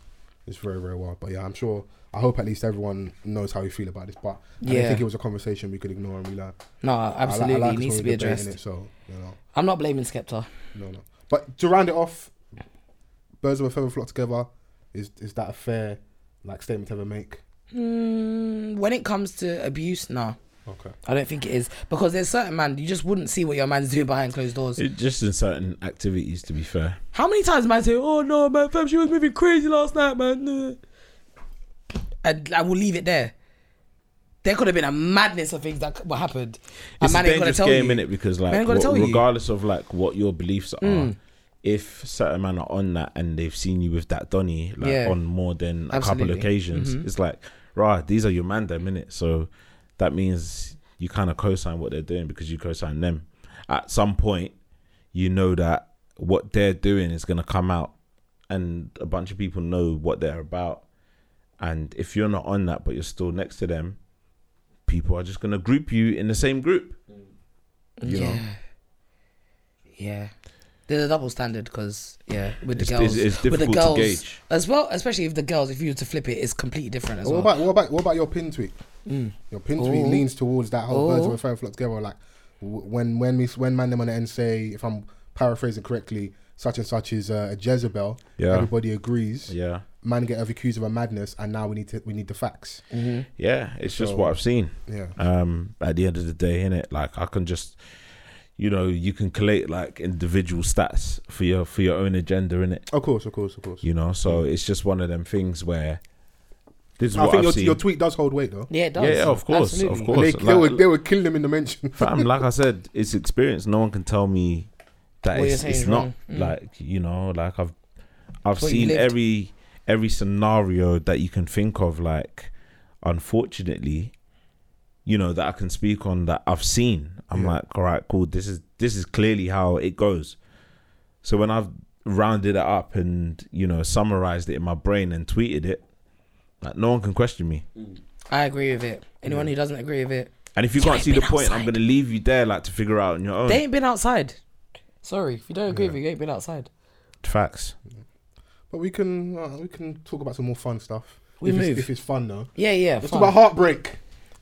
Speaker 4: it's very very wild. But yeah, I'm sure. I hope at least everyone knows how we feel about this. But I don't
Speaker 5: Yeah.
Speaker 4: think it was a conversation we could ignore and we like.
Speaker 5: No,
Speaker 4: I like- I
Speaker 5: absolutely,
Speaker 4: like
Speaker 5: it
Speaker 4: this
Speaker 5: needs to
Speaker 4: when
Speaker 5: be
Speaker 4: we're debating
Speaker 5: addressed.
Speaker 4: It, so you know,
Speaker 5: I'm not blaming Skepta.
Speaker 4: no, no. But to round it off, birds of a feather flock together. Is is that a fair like statement to ever make?
Speaker 5: Mm, when it comes to abuse, no,
Speaker 4: Okay.
Speaker 5: I don't think it is because there's certain man you just wouldn't see what your man's doing behind closed doors.
Speaker 3: It just in certain activities, to be fair.
Speaker 5: How many times man say, "Oh no, man, fam, she was moving crazy last night, man." I, I will leave it there. There could have been a madness of things that c- what happened.
Speaker 3: It's
Speaker 5: and
Speaker 3: a
Speaker 5: man ain't gonna
Speaker 3: dangerous
Speaker 5: tell
Speaker 3: game,
Speaker 5: you.
Speaker 3: innit? Because like,
Speaker 5: ain't gonna
Speaker 3: what-
Speaker 5: tell you. Mm.
Speaker 3: regardless of like what your beliefs are, if certain men are on that and they've seen you with that Donny like
Speaker 5: Yeah.
Speaker 3: on more than a couple
Speaker 5: Absolutely.
Speaker 3: occasions, it's like, right, these are your man them, innit? So that means you kind of co-sign what they're doing because you co-sign them. At some point, you know that what they're doing is gonna come out, and a bunch of people know what they're about. And if you're not on that, but you're still next to them, people are just gonna group you in the same group. You know?
Speaker 5: Yeah. Yeah. There's a double standard because yeah, with the
Speaker 3: It's-
Speaker 5: girls,
Speaker 3: it's- it's
Speaker 5: with the
Speaker 3: difficult
Speaker 5: girls
Speaker 3: to gauge.
Speaker 5: as well, especially if the girls, if you were to flip it, it's completely different as
Speaker 4: What
Speaker 5: well.
Speaker 4: about what about what about your pin tweet? Your pin tweet
Speaker 5: Oh.
Speaker 4: leans towards that whole birds of
Speaker 5: Oh.
Speaker 4: a feather flock together. Like w- when when we, when man them on the end say, if I'm paraphrasing correctly, such and such is uh, a Jezebel.
Speaker 3: Yeah.
Speaker 4: Everybody agrees.
Speaker 3: Yeah.
Speaker 4: Man get accused of a madness, and now we need to we need the facts.
Speaker 5: Mm-hmm.
Speaker 3: Yeah. It's just
Speaker 4: So-
Speaker 3: what I've seen.
Speaker 4: Yeah.
Speaker 3: Um, at the end of the day, in it, like I can just you know, you can collate like individual stats for your for your own agenda, in it.
Speaker 4: Of course, of course, of course.
Speaker 3: You know, so it's just one of them things where this is
Speaker 4: I
Speaker 3: what
Speaker 4: think
Speaker 3: I've
Speaker 4: your,
Speaker 3: seen.
Speaker 4: your tweet does hold weight though.
Speaker 5: Yeah, it does.
Speaker 3: yeah, yeah, of course,
Speaker 5: Absolutely.
Speaker 3: of course.
Speaker 4: They, they,
Speaker 3: Like-
Speaker 4: were, they were killing him in the mention.
Speaker 3: Fam, like I said, it's experience. No one can tell me that
Speaker 5: What
Speaker 3: it's,
Speaker 5: you're saying
Speaker 3: it's
Speaker 5: is
Speaker 3: not
Speaker 5: wrong. Mm.
Speaker 3: like you know, like I've I've
Speaker 5: what you
Speaker 3: seen
Speaker 5: lived.
Speaker 3: every every scenario that you can think of. Like, unfortunately, you know that I can speak on that I've seen. I'm like, all right, cool. This is this is clearly how it goes. So when I've rounded it up and you know summarized it in my brain and tweeted it, like no one can question me.
Speaker 5: I agree with it. Anyone who doesn't agree with it,
Speaker 3: And if you
Speaker 5: You
Speaker 3: can't
Speaker 5: ain't
Speaker 3: see the
Speaker 5: been
Speaker 3: point, I'm
Speaker 5: outside.
Speaker 3: gonna leave you there, like to figure out on your own
Speaker 5: they ain't been outside. Sorry, if you don't agree with it, you ain't been outside.
Speaker 3: facts.
Speaker 4: But we can uh, we can talk about some more fun stuff.
Speaker 5: We
Speaker 4: if,
Speaker 5: move.
Speaker 4: It's, if it's fun though.
Speaker 5: Yeah, yeah.
Speaker 4: Let's
Speaker 5: fun.
Speaker 4: talk about heartbreak.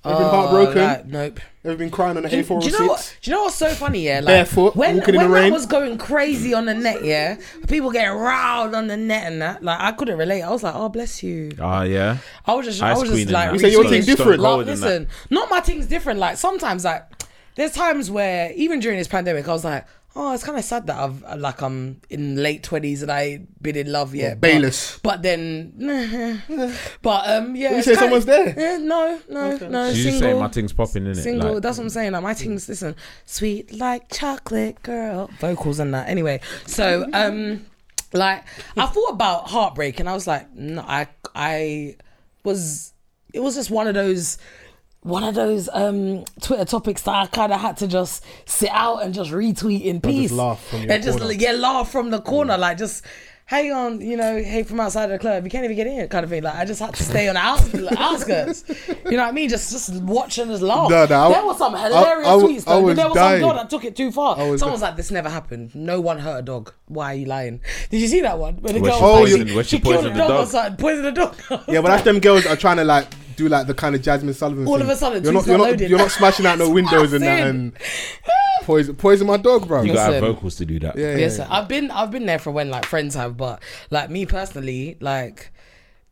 Speaker 4: Ever been
Speaker 5: Oh,
Speaker 4: heartbroken?
Speaker 5: like, nope.
Speaker 4: Ever been crying on the oh
Speaker 5: Do you,
Speaker 4: A4
Speaker 5: do you know what? Do you know what's so funny? Yeah, like
Speaker 4: Barefoot,
Speaker 5: when
Speaker 4: walking in
Speaker 5: when
Speaker 4: the
Speaker 5: I
Speaker 4: rain.
Speaker 5: was going crazy on the net, yeah, people getting riled on the net and that. Like I couldn't relate. I was like, oh bless you.
Speaker 3: Ah, yeah.
Speaker 5: I was just,
Speaker 3: Ice
Speaker 5: I was
Speaker 3: Queen
Speaker 5: just
Speaker 3: and
Speaker 5: like,
Speaker 3: that.
Speaker 4: You say your
Speaker 5: retweeting
Speaker 4: thing
Speaker 5: stuff.
Speaker 4: different.
Speaker 5: Like,
Speaker 3: Lower than
Speaker 5: listen, not my thing's different. Like sometimes, like there's times where even during this pandemic, I was like, oh, it's kind of sad that I've uh, like I'm in late twenties and I ain't been in love yet. but-
Speaker 4: Bayless.
Speaker 5: But, then, but um, yeah.
Speaker 4: You
Speaker 5: it's
Speaker 4: say
Speaker 5: kinda-
Speaker 4: someone's there?
Speaker 5: Yeah, no, no, no.
Speaker 3: She's just
Speaker 5: single,
Speaker 3: saying my thing's popping in it.
Speaker 5: single.
Speaker 3: Like,
Speaker 5: that's what I'm saying. Like my things, listen, sweet like chocolate girl vocals and that. Anyway, so um, like I thought about heartbreak and I was like, no, I I was it was just one of those one of those um Twitter topics that I kind of had to just sit out and just retweet in
Speaker 4: just
Speaker 5: peace
Speaker 4: laugh from your
Speaker 5: and just
Speaker 4: corner. Mm.
Speaker 5: yeah laugh from the corner like just. Hang on, you know, hey, from outside the club, you can't even get in, kind of thing. Like I just had to stay on the outs- outskirts. You know what I mean? Just, just watch and just laugh
Speaker 4: No, no, I-
Speaker 5: Oh, there was some hilarious
Speaker 4: I- I w-
Speaker 5: tweets.
Speaker 4: I
Speaker 5: Though.
Speaker 4: was
Speaker 5: there was
Speaker 4: dying.
Speaker 5: some girl that took it too far.
Speaker 4: was
Speaker 5: Someone's like, "This never happened. No one hurt a dog. Why are you lying?" Did you see that one? When the
Speaker 3: Where
Speaker 5: girl
Speaker 3: she
Speaker 5: was like,
Speaker 3: poisoned- where she
Speaker 5: killed
Speaker 3: poisoned
Speaker 5: a
Speaker 3: the
Speaker 5: dog, or
Speaker 3: dog.
Speaker 5: something, poisoned a dog.
Speaker 4: Oh, Yeah, but that's them girls that are trying to like do like the kind of Jasmine Sullivan.
Speaker 5: All
Speaker 4: thing.
Speaker 5: of a sudden,
Speaker 4: you're
Speaker 5: tweets
Speaker 4: not you're
Speaker 5: are
Speaker 4: not,
Speaker 5: loaded.
Speaker 4: you're not smashing out no
Speaker 5: That's
Speaker 4: windows and that
Speaker 5: massive.
Speaker 4: and poison poison my dog, bro.
Speaker 3: you gotta have
Speaker 5: Listen.
Speaker 3: vocals to do that.
Speaker 4: yeah, yeah.
Speaker 5: yes, sir. I've been I've been there for when like friends have, but like me personally, like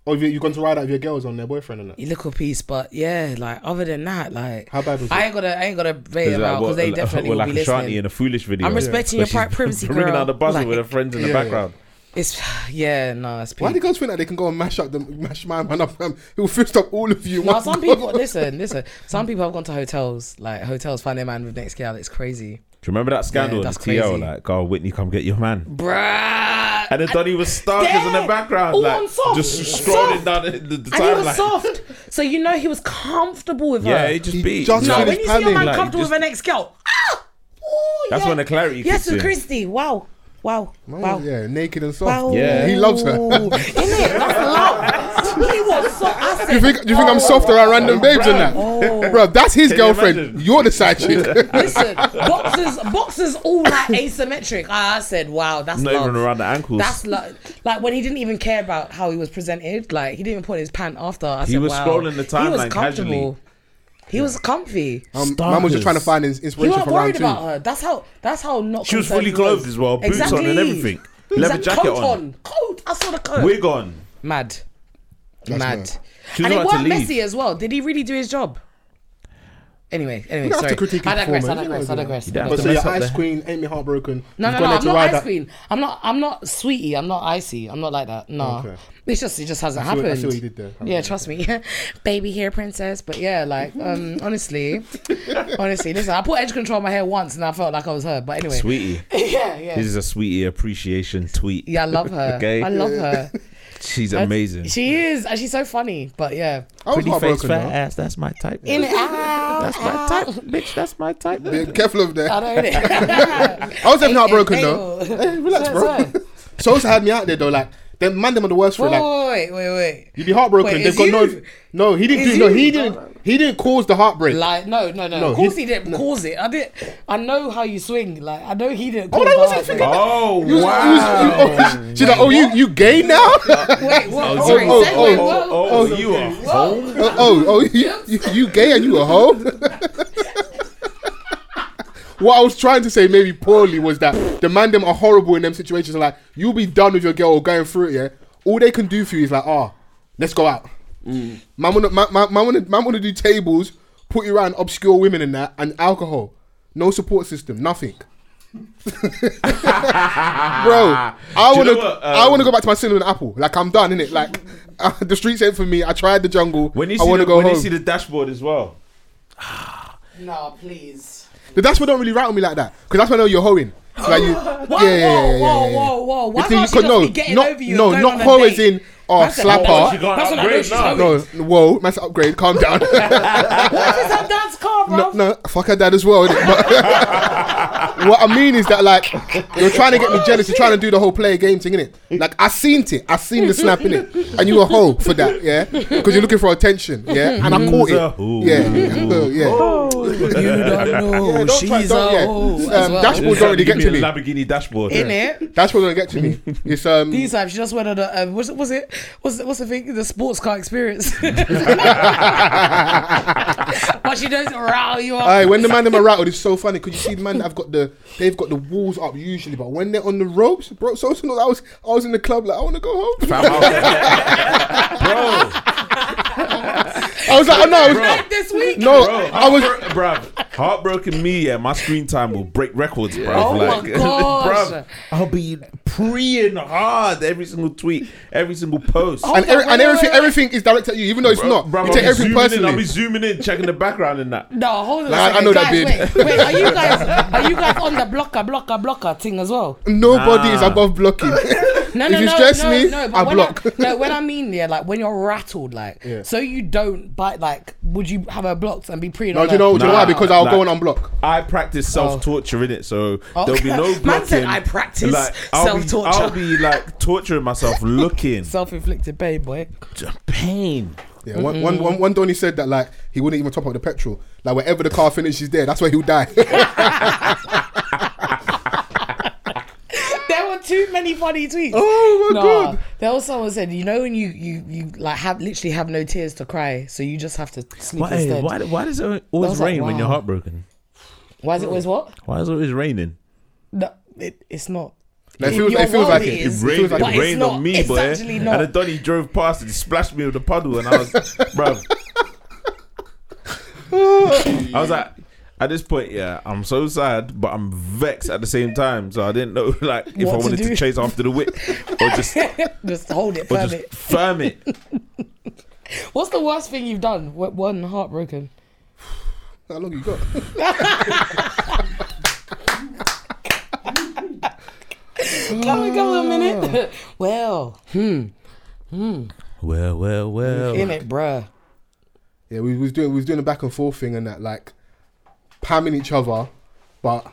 Speaker 4: Oh, you, you've gone to ride out with your girls on their boyfriend and that.
Speaker 5: you look a piece. But yeah, like other than that, like
Speaker 4: How bad was
Speaker 5: I
Speaker 4: it?
Speaker 5: ain't gonna I ain't gonna bait
Speaker 3: It's
Speaker 5: them
Speaker 3: like,
Speaker 5: out because
Speaker 3: what-
Speaker 5: they
Speaker 3: like-
Speaker 5: definitely
Speaker 3: what,
Speaker 5: will
Speaker 3: like
Speaker 5: be
Speaker 3: a shanty
Speaker 5: listening.
Speaker 3: in a foolish video.
Speaker 5: I'm respecting
Speaker 3: Where
Speaker 5: your pri-
Speaker 3: she's
Speaker 5: privacy,
Speaker 3: Ringing
Speaker 5: girl.
Speaker 3: out the buzzer
Speaker 5: Like-
Speaker 3: with her friends in the
Speaker 4: Yeah, yeah.
Speaker 3: background.
Speaker 5: It's yeah, no, it's
Speaker 4: Why do
Speaker 5: peak.
Speaker 4: girls think that they can go and mash up the mash my man up? Um, he'll fist up all of you. in
Speaker 5: No,
Speaker 4: one
Speaker 5: some
Speaker 4: go.
Speaker 5: people listen, listen. Some people have gone to hotels, like hotels, find their man with next girl. It's crazy,
Speaker 3: Do you remember that scandal
Speaker 5: Yeah,
Speaker 3: in the
Speaker 5: that's
Speaker 3: TL?
Speaker 5: crazy.
Speaker 3: Like, oh, Whitney, come get your man.
Speaker 5: bruh.
Speaker 3: And then Donny was starkers in the
Speaker 5: There!
Speaker 3: background,
Speaker 5: All on
Speaker 3: like
Speaker 5: soft.
Speaker 3: just scrolling
Speaker 5: Soft.
Speaker 3: down the, the, the
Speaker 5: and he was
Speaker 3: timeline.
Speaker 5: soft, so you know he was comfortable with
Speaker 3: Yeah,
Speaker 5: her.
Speaker 3: he just
Speaker 4: He
Speaker 3: beat.
Speaker 4: just
Speaker 5: no,
Speaker 4: Nah,
Speaker 5: when
Speaker 4: his
Speaker 5: you see a
Speaker 4: panning,
Speaker 5: man
Speaker 3: like,
Speaker 5: comfortable
Speaker 3: just-
Speaker 5: with an ex girl, ah, Ooh,
Speaker 3: That's
Speaker 5: yeah.
Speaker 3: when the clarity
Speaker 5: Yes,
Speaker 3: kicks in.
Speaker 5: with Christy. Wow, wow,
Speaker 4: Man,
Speaker 5: wow.
Speaker 4: Yeah, naked and soft.
Speaker 5: Wow.
Speaker 3: Yeah.
Speaker 4: he loves her.
Speaker 5: Ooh,
Speaker 4: do
Speaker 5: Innit? That's love. He was so. I said, oh,
Speaker 4: you think? Do you think I'm softer at random babes than that, bro? That's his
Speaker 3: you
Speaker 4: girlfriend.
Speaker 3: imagine?
Speaker 4: You're the side chick. Um,
Speaker 5: Listen, boxers, boxers, all like asymmetric. Ah, I said, wow, that's
Speaker 3: Not
Speaker 5: love.
Speaker 3: even around the ankles.
Speaker 5: That's like, like when he didn't even care about how he was presented. Like he didn't even put his pant after. I
Speaker 3: He
Speaker 5: said,
Speaker 3: was
Speaker 5: wow.
Speaker 3: scrolling the
Speaker 5: He was
Speaker 3: timeline
Speaker 5: comfortable. He was comfy.
Speaker 4: Um, Mum was just trying to find his
Speaker 5: You
Speaker 4: inspiration
Speaker 5: weren't
Speaker 4: for round
Speaker 5: worried
Speaker 4: two.
Speaker 5: about her. That's how. That's how not.
Speaker 3: She was
Speaker 5: concerned
Speaker 3: fully
Speaker 5: he
Speaker 3: clothed as well, boots on and everything.
Speaker 5: He was
Speaker 3: Leather
Speaker 5: like,
Speaker 3: jacket
Speaker 5: coat
Speaker 3: on.
Speaker 5: Coat. I saw the coat.
Speaker 3: Wig on.
Speaker 5: Mad. Mad.
Speaker 4: mad.
Speaker 3: She was
Speaker 5: And it
Speaker 3: about to
Speaker 5: weren't
Speaker 3: leave.
Speaker 5: messy as well. Did he really do his job? Anyway, anyway,
Speaker 4: don't have
Speaker 5: sorry.
Speaker 4: to critique
Speaker 5: I
Speaker 4: his
Speaker 5: digress. I
Speaker 4: performance.
Speaker 5: digress. I
Speaker 4: You don't
Speaker 5: digress.
Speaker 3: have
Speaker 4: But
Speaker 3: to
Speaker 4: so
Speaker 3: mess
Speaker 4: your
Speaker 3: up
Speaker 4: ice
Speaker 3: there.
Speaker 4: queen ain't me heartbroken.
Speaker 5: No,
Speaker 4: You've
Speaker 5: no,
Speaker 4: got
Speaker 5: no.
Speaker 4: let
Speaker 5: I'm
Speaker 4: her
Speaker 5: not
Speaker 4: ride
Speaker 5: ice
Speaker 4: that-
Speaker 5: cream. I'm not. I'm not sweetie. I'm not icy. I'm not like that. No.
Speaker 4: Okay.
Speaker 5: It's just. It just hasn't
Speaker 4: see what- I see
Speaker 5: happened.
Speaker 4: what you did there.
Speaker 5: Yeah, trust me. Baby hair princess. But yeah, like um, honestly, honestly, listen. I put edge control on my hair once, and I felt like I was her. But anyway,
Speaker 3: Sweetie.
Speaker 5: yeah, yeah.
Speaker 3: This is a sweetie appreciation tweet.
Speaker 5: yeah, I love her.
Speaker 3: Okay.
Speaker 5: I love her.
Speaker 3: She's amazing.
Speaker 5: She is, and she's so funny. But yeah,
Speaker 4: I was heartbroken. though.
Speaker 3: ass. That's my type.
Speaker 5: in it out.
Speaker 3: That's my type, bitch. That's my type.
Speaker 4: Be careful of
Speaker 5: I
Speaker 4: that.
Speaker 5: don't
Speaker 4: I
Speaker 5: know.
Speaker 4: was definitely heartbroken
Speaker 5: oh.
Speaker 4: though.
Speaker 5: though.
Speaker 4: Relax,
Speaker 5: Sorry.
Speaker 4: bro. Sosa had me out there though. Like the man, them are the worst for it, like.
Speaker 5: Wait, wait, wait, wait.
Speaker 4: You'd be heartbroken.
Speaker 5: Wait,
Speaker 4: They've
Speaker 5: it's
Speaker 4: got no.
Speaker 5: you.
Speaker 4: No, he didn't
Speaker 5: It's
Speaker 4: do. No,
Speaker 5: you.
Speaker 4: he didn't. He didn't cause the heartbreak.
Speaker 5: Like no, no, no.
Speaker 4: No,
Speaker 5: of course
Speaker 4: he-
Speaker 5: he, didn't cause it. I did. I know how you swing. Like I know he didn't.
Speaker 4: Oh,
Speaker 5: cause
Speaker 4: that
Speaker 5: the
Speaker 4: wasn't
Speaker 3: Oh
Speaker 4: thinking-
Speaker 5: heartbreak.
Speaker 4: You was- you
Speaker 3: wow!
Speaker 4: was- you- she's like, oh, you you gay now? oh,
Speaker 5: Wait, what?
Speaker 4: oh,
Speaker 5: sorry,
Speaker 4: oh,
Speaker 5: segue,
Speaker 4: oh,
Speaker 5: whoa,
Speaker 3: oh,
Speaker 5: whoa,
Speaker 3: you are
Speaker 5: whoa.
Speaker 4: oh, oh, you, you, you gay and you a hoe? what I was trying to say, maybe poorly, was that the man them are horrible in them situations. Like you'll be done with your girl or going through it. Yeah, all they can do for you is like, oh, let's go out. Man wanna man, man, man wanna man wanna do tables, put you around obscure women and that, and alcohol. No support system, nothing. Bro, I
Speaker 3: you
Speaker 4: wanna
Speaker 3: know what,
Speaker 4: I
Speaker 3: um,
Speaker 4: wanna go back to my cinnamon apple. Like I'm done, innit? Like uh, the streets ain't for me. I tried the jungle.
Speaker 3: When you
Speaker 4: I
Speaker 3: see,
Speaker 4: wanna
Speaker 3: the,
Speaker 4: go
Speaker 3: when you
Speaker 4: home.
Speaker 3: see the dashboard as well.
Speaker 5: No, please.
Speaker 4: The dashboard don't really rattle me like that because that's when I know you're hoeing. Like you, yeah, yeah, yeah,
Speaker 5: Whoa, whoa,
Speaker 4: yeah, yeah,
Speaker 5: whoa,
Speaker 4: yeah.
Speaker 5: whoa, whoa! Why
Speaker 4: The thing
Speaker 5: can't
Speaker 4: you
Speaker 5: she
Speaker 4: could-
Speaker 5: just
Speaker 4: no,
Speaker 5: be getting
Speaker 4: not-
Speaker 5: over you?
Speaker 4: no,
Speaker 5: and
Speaker 4: not
Speaker 5: going on
Speaker 4: hoe
Speaker 5: a
Speaker 4: as
Speaker 5: date?
Speaker 4: in, oh,
Speaker 5: That's a-
Speaker 4: slap
Speaker 5: that's what-
Speaker 4: her.
Speaker 5: That's what I know she's
Speaker 3: Upgrade
Speaker 5: hoeing.
Speaker 4: No, whoa, mass upgrade, calm down.
Speaker 5: What is her dad's car, bro?
Speaker 4: no, no, fuck her dad as well. innit? But what I mean is that like you're trying to get me jealous. You're trying to do the whole player game thing, innit? Like I seen it, I seen the snap in it, and you a hoe for that, yeah? Because you're looking for attention, yeah? And I caught
Speaker 3: a hoe.
Speaker 4: it, yeah, yeah.
Speaker 5: Oh.
Speaker 4: yeah.
Speaker 5: You don't know.
Speaker 4: Yeah, don't
Speaker 5: She's
Speaker 4: try- don't- yeah.
Speaker 5: a hoe
Speaker 4: Um,
Speaker 5: as well.
Speaker 4: that's what- People don't really
Speaker 3: Give
Speaker 4: get
Speaker 3: me
Speaker 4: to
Speaker 3: a
Speaker 4: me.
Speaker 3: Lamborghini dashboard.
Speaker 5: in it.
Speaker 4: That's what's gonna get to me. It's um.
Speaker 5: These times she just went on a um, what's, what's it what's what's the thing the sports car experience. but she doesn't rile you up.
Speaker 4: Aye, when the man them are rattled, it's so funny because you see the man that have got the they've got the walls up usually, but when they're on the ropes, bro. So, so no, I was I was in the club like I want to go home.
Speaker 3: Fam, I was like,
Speaker 4: I was like, oh no, I was,
Speaker 5: Like this week.
Speaker 4: no,
Speaker 3: bro, bro,
Speaker 4: I was
Speaker 3: bruv, heartbroken me. Yeah, my screen time will break records, bruv.
Speaker 5: Oh my
Speaker 3: like,
Speaker 5: gosh.
Speaker 3: bruv, I'll be preying hard every single tweet, every single post.
Speaker 4: and, every, and
Speaker 5: wait,
Speaker 4: everything
Speaker 5: wait, wait.
Speaker 4: everything is directed at you, even though it's not.
Speaker 3: Bruv,
Speaker 4: you
Speaker 3: I'll
Speaker 4: take
Speaker 3: be zooming
Speaker 4: everything
Speaker 3: in, I'll be
Speaker 4: personally.
Speaker 3: zooming in, checking the background and that.
Speaker 5: No, hold on.
Speaker 4: Like,
Speaker 5: a
Speaker 4: I- I
Speaker 5: second.
Speaker 4: know that
Speaker 5: guys,
Speaker 4: bid.
Speaker 5: Wait, wait, are you guys are you guys on the blocker, blocker, blocker thing as well?
Speaker 4: Nobody is
Speaker 3: Ah.
Speaker 4: above blocking.
Speaker 5: No,
Speaker 4: if
Speaker 5: no,
Speaker 4: you
Speaker 5: no,
Speaker 4: stress
Speaker 5: no,
Speaker 4: me,
Speaker 5: no, but
Speaker 4: I
Speaker 5: when
Speaker 4: block.
Speaker 5: no, when I mean yeah, like when you're rattled, like
Speaker 4: Yeah.
Speaker 5: so you don't bite. Like, would you have her blocked and be pre?
Speaker 4: no, do you know, do you know
Speaker 3: Nah,
Speaker 4: why? Because I'll go
Speaker 3: nah.
Speaker 4: and unblock.
Speaker 3: I practice self torture in it, so
Speaker 5: Oh.
Speaker 3: there'll be no blocking.
Speaker 5: Man said, "I practice
Speaker 3: I'll be-
Speaker 5: self-torture."
Speaker 3: I'll be like torturing myself, looking
Speaker 5: Self-inflicted pain, boy.
Speaker 3: pain.
Speaker 4: Yeah, one, one,
Speaker 5: Mm-hmm.
Speaker 4: one, one Donny said that like he wouldn't even top up the petrol. Like wherever the car finishes there, that's where he'll die.
Speaker 5: There were too many funny tweets.
Speaker 4: oh my
Speaker 5: Nah,
Speaker 4: god.
Speaker 5: There was someone said, you know, when you you you like have literally have no tears to cry, so you just have to sleep
Speaker 3: Why,
Speaker 5: instead.
Speaker 3: why? Why does it
Speaker 5: I
Speaker 3: always
Speaker 5: was like,
Speaker 3: rain when
Speaker 5: wow.
Speaker 3: you're heartbroken?
Speaker 5: Why is it always what?
Speaker 3: Why is it always raining?
Speaker 5: No, it, it's not.
Speaker 4: No, it
Speaker 5: In
Speaker 4: feels-
Speaker 5: your
Speaker 4: it feels
Speaker 5: world
Speaker 4: like it.
Speaker 5: it
Speaker 4: It
Speaker 5: is.
Speaker 4: rained-
Speaker 5: but
Speaker 4: it
Speaker 5: it's
Speaker 3: rained
Speaker 5: not.
Speaker 3: on me,
Speaker 5: it's
Speaker 3: boy.
Speaker 5: actually not.
Speaker 3: And then Donny drove past and splashed me with a puddle, and I was, bro. I was like, at this point, yeah, I'm so sad, but I'm vexed at the same time. So I didn't know like if
Speaker 5: What
Speaker 3: I
Speaker 5: to
Speaker 3: wanted to,
Speaker 5: do.
Speaker 3: chase after the whip or just or
Speaker 5: just hold it, firm
Speaker 3: just
Speaker 5: it.
Speaker 3: firm it.
Speaker 5: What's the worst thing you've done? Wh- One heartbroken.
Speaker 4: How long you got?
Speaker 5: Can we go a minute? well,
Speaker 3: Well, well, well.
Speaker 5: in it, bruh.
Speaker 4: Yeah, we was doing we was doing a back and forth thing and that like pamming each other, but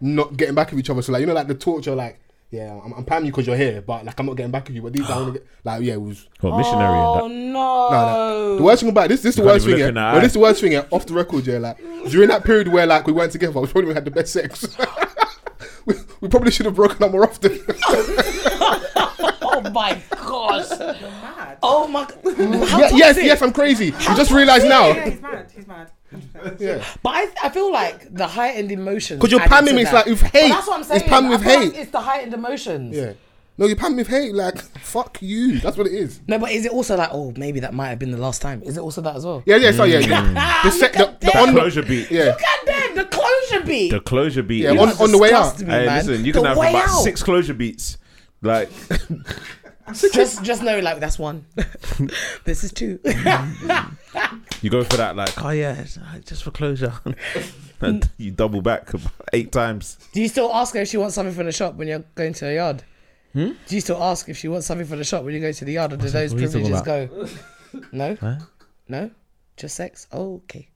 Speaker 4: not getting back with each other. So like you know like the torture like yeah I'm, I'm pamming you because you're here, but like I'm not getting back with you. But
Speaker 5: Ah.
Speaker 4: these I want to get like yeah it was.
Speaker 3: What missionary?
Speaker 5: Oh
Speaker 3: and that.
Speaker 5: no!
Speaker 4: No,
Speaker 5: Oh.
Speaker 4: no. The worst thing about this, this is the
Speaker 3: can't
Speaker 4: worst
Speaker 3: even
Speaker 4: thing.
Speaker 3: look
Speaker 4: Yeah.
Speaker 3: in the
Speaker 4: Well,
Speaker 3: eye.
Speaker 4: this is the worst thing. Yeah. Off the record, yeah. Like during that period where like we weren't together, we probably had the best sex. we, we probably should have broken up more often.
Speaker 5: Oh my gosh! oh my! How
Speaker 4: yeah, yes,
Speaker 5: toxic.
Speaker 4: yes, I'm crazy. You just realised now.
Speaker 8: Yeah, he's mad. He's mad. 100%.
Speaker 4: Yeah.
Speaker 5: But I, I feel like the heightened emotions.
Speaker 4: Because you're
Speaker 5: added to
Speaker 4: pamming, it's like
Speaker 5: that.
Speaker 4: with hate.
Speaker 5: But that's what I'm saying.
Speaker 4: It's pamming
Speaker 5: I
Speaker 4: with
Speaker 5: feel like
Speaker 4: hate.
Speaker 5: it's the heightened emotions.
Speaker 4: yeah. No, you're pamming with hate. Like, fuck you. That's what it is.
Speaker 5: No, but is it also like, oh, maybe that might have been the last time? Is it also that as well?
Speaker 4: Yeah, yeah, so yeah. yeah. The, set, the, the on
Speaker 3: Mm. Closure beat.
Speaker 4: Yeah.
Speaker 5: Look at them, the closure beat.
Speaker 3: The closure beat.
Speaker 4: Yeah,
Speaker 3: is-
Speaker 4: on- on the way out.
Speaker 5: Disgust me,
Speaker 3: Hey,
Speaker 5: man.
Speaker 3: listen, you can
Speaker 5: The
Speaker 3: have
Speaker 5: way
Speaker 3: about
Speaker 5: out.
Speaker 3: six closure beats. Like,
Speaker 5: Just, just know, like that's one. this is two.
Speaker 3: you go for that, like, oh yeah, it's, uh, just for closure. and you double back about eight times.
Speaker 5: Do you still ask her if she wants something from the shop when you're going to the yard?
Speaker 3: Hmm?
Speaker 5: Do you still ask if she wants something from the shop when you go to the yard, or do those
Speaker 3: what are you talking
Speaker 5: privileges go? No, no, just sex. Oh, okay,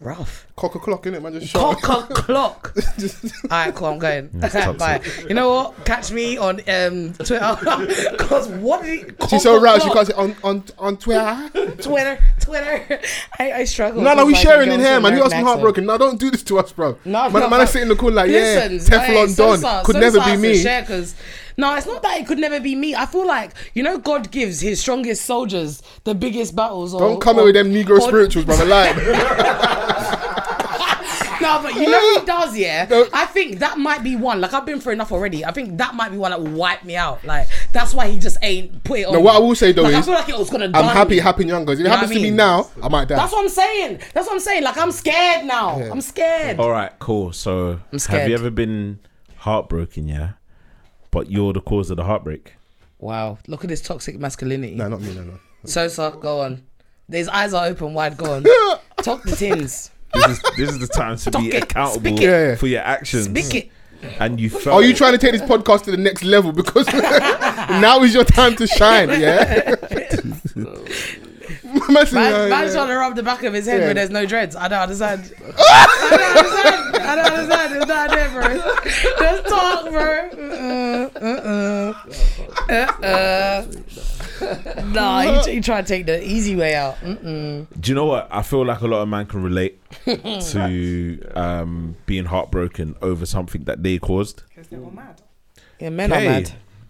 Speaker 5: rough.
Speaker 4: cock o'clock, innit, man? Just shot.
Speaker 5: Cock cock, clock. All right, cool. I'm going. Bye. You know what? Catch me on um, Twitter. Cause what? Did he, cock
Speaker 4: She's so roused, she
Speaker 5: o'clock.
Speaker 4: can't say on, on, on Twitter.
Speaker 5: Twitter, Twitter. I, I struggle.
Speaker 4: No, no, we
Speaker 5: Sometimes
Speaker 4: sharing
Speaker 5: I
Speaker 4: in
Speaker 5: go
Speaker 4: here,
Speaker 5: to
Speaker 4: man. You
Speaker 5: American
Speaker 4: ask me
Speaker 5: accent.
Speaker 4: heartbroken. No, don't do this to us, bro.
Speaker 5: No,
Speaker 4: man,
Speaker 5: no,
Speaker 4: man, I
Speaker 5: but-
Speaker 4: sit in the corner like, yeah,
Speaker 5: Listen,
Speaker 4: Teflon Don. Could never be me.
Speaker 5: Cause, no, it's not that it could never be me. I feel like you know God gives His strongest soldiers the biggest battles. Or,
Speaker 4: Don't come here
Speaker 5: or-
Speaker 4: with them Negro
Speaker 5: or-
Speaker 4: spirituals, brother. Like,
Speaker 5: No, but you know He does, yeah.
Speaker 4: No.
Speaker 5: I think that might be one. Like I've been through enough already. I think that might be one that will wipe me out. Like that's why He just ain't put it on.
Speaker 4: no, what I will say though
Speaker 5: Like, I
Speaker 4: is,
Speaker 5: feel like it was gonna.
Speaker 4: I'm
Speaker 5: done
Speaker 4: happy
Speaker 5: me.
Speaker 4: it happened younger. If it
Speaker 5: know what
Speaker 4: happens
Speaker 5: I
Speaker 4: to me
Speaker 5: mean?
Speaker 4: now, I might die.
Speaker 5: That's what I'm saying. That's what I'm saying. Like I'm scared now.
Speaker 4: Yeah. Oh.
Speaker 5: I'm scared.
Speaker 3: All right, cool. So, have
Speaker 5: scared.
Speaker 3: you ever been heartbroken? Yeah, but you're the cause of the heartbreak.
Speaker 5: Wow, look at this toxic masculinity.
Speaker 4: no, not me, no, no.
Speaker 5: Sosa, go on. His eyes are open wide. Go on. Talk the tins.
Speaker 3: This is this is the time to be
Speaker 5: Talk it,
Speaker 3: accountable
Speaker 5: speak
Speaker 4: it.
Speaker 3: for your actions.
Speaker 5: Speak it.
Speaker 3: And you felt.
Speaker 4: Are you trying to take this podcast to the next level? Because now is your time to shine, yeah? Messi,
Speaker 5: Man,
Speaker 4: yeah,
Speaker 5: man's
Speaker 4: yeah.
Speaker 5: trying to rub the back of his head
Speaker 4: Yeah.
Speaker 5: where there's no dreads. I don't understand. I don't understand. I don't understand. It's not there, bro. Just talk, bro. Uh-uh. Uh-uh. Uh-uh. Nah, you, you try to take the easy way out. Mm-mm.
Speaker 3: Do you know what? I feel like a lot of men can relate to um, being heartbroken over something that they caused.
Speaker 8: Because they're all mad.
Speaker 5: Yeah, men
Speaker 3: Hey,
Speaker 5: are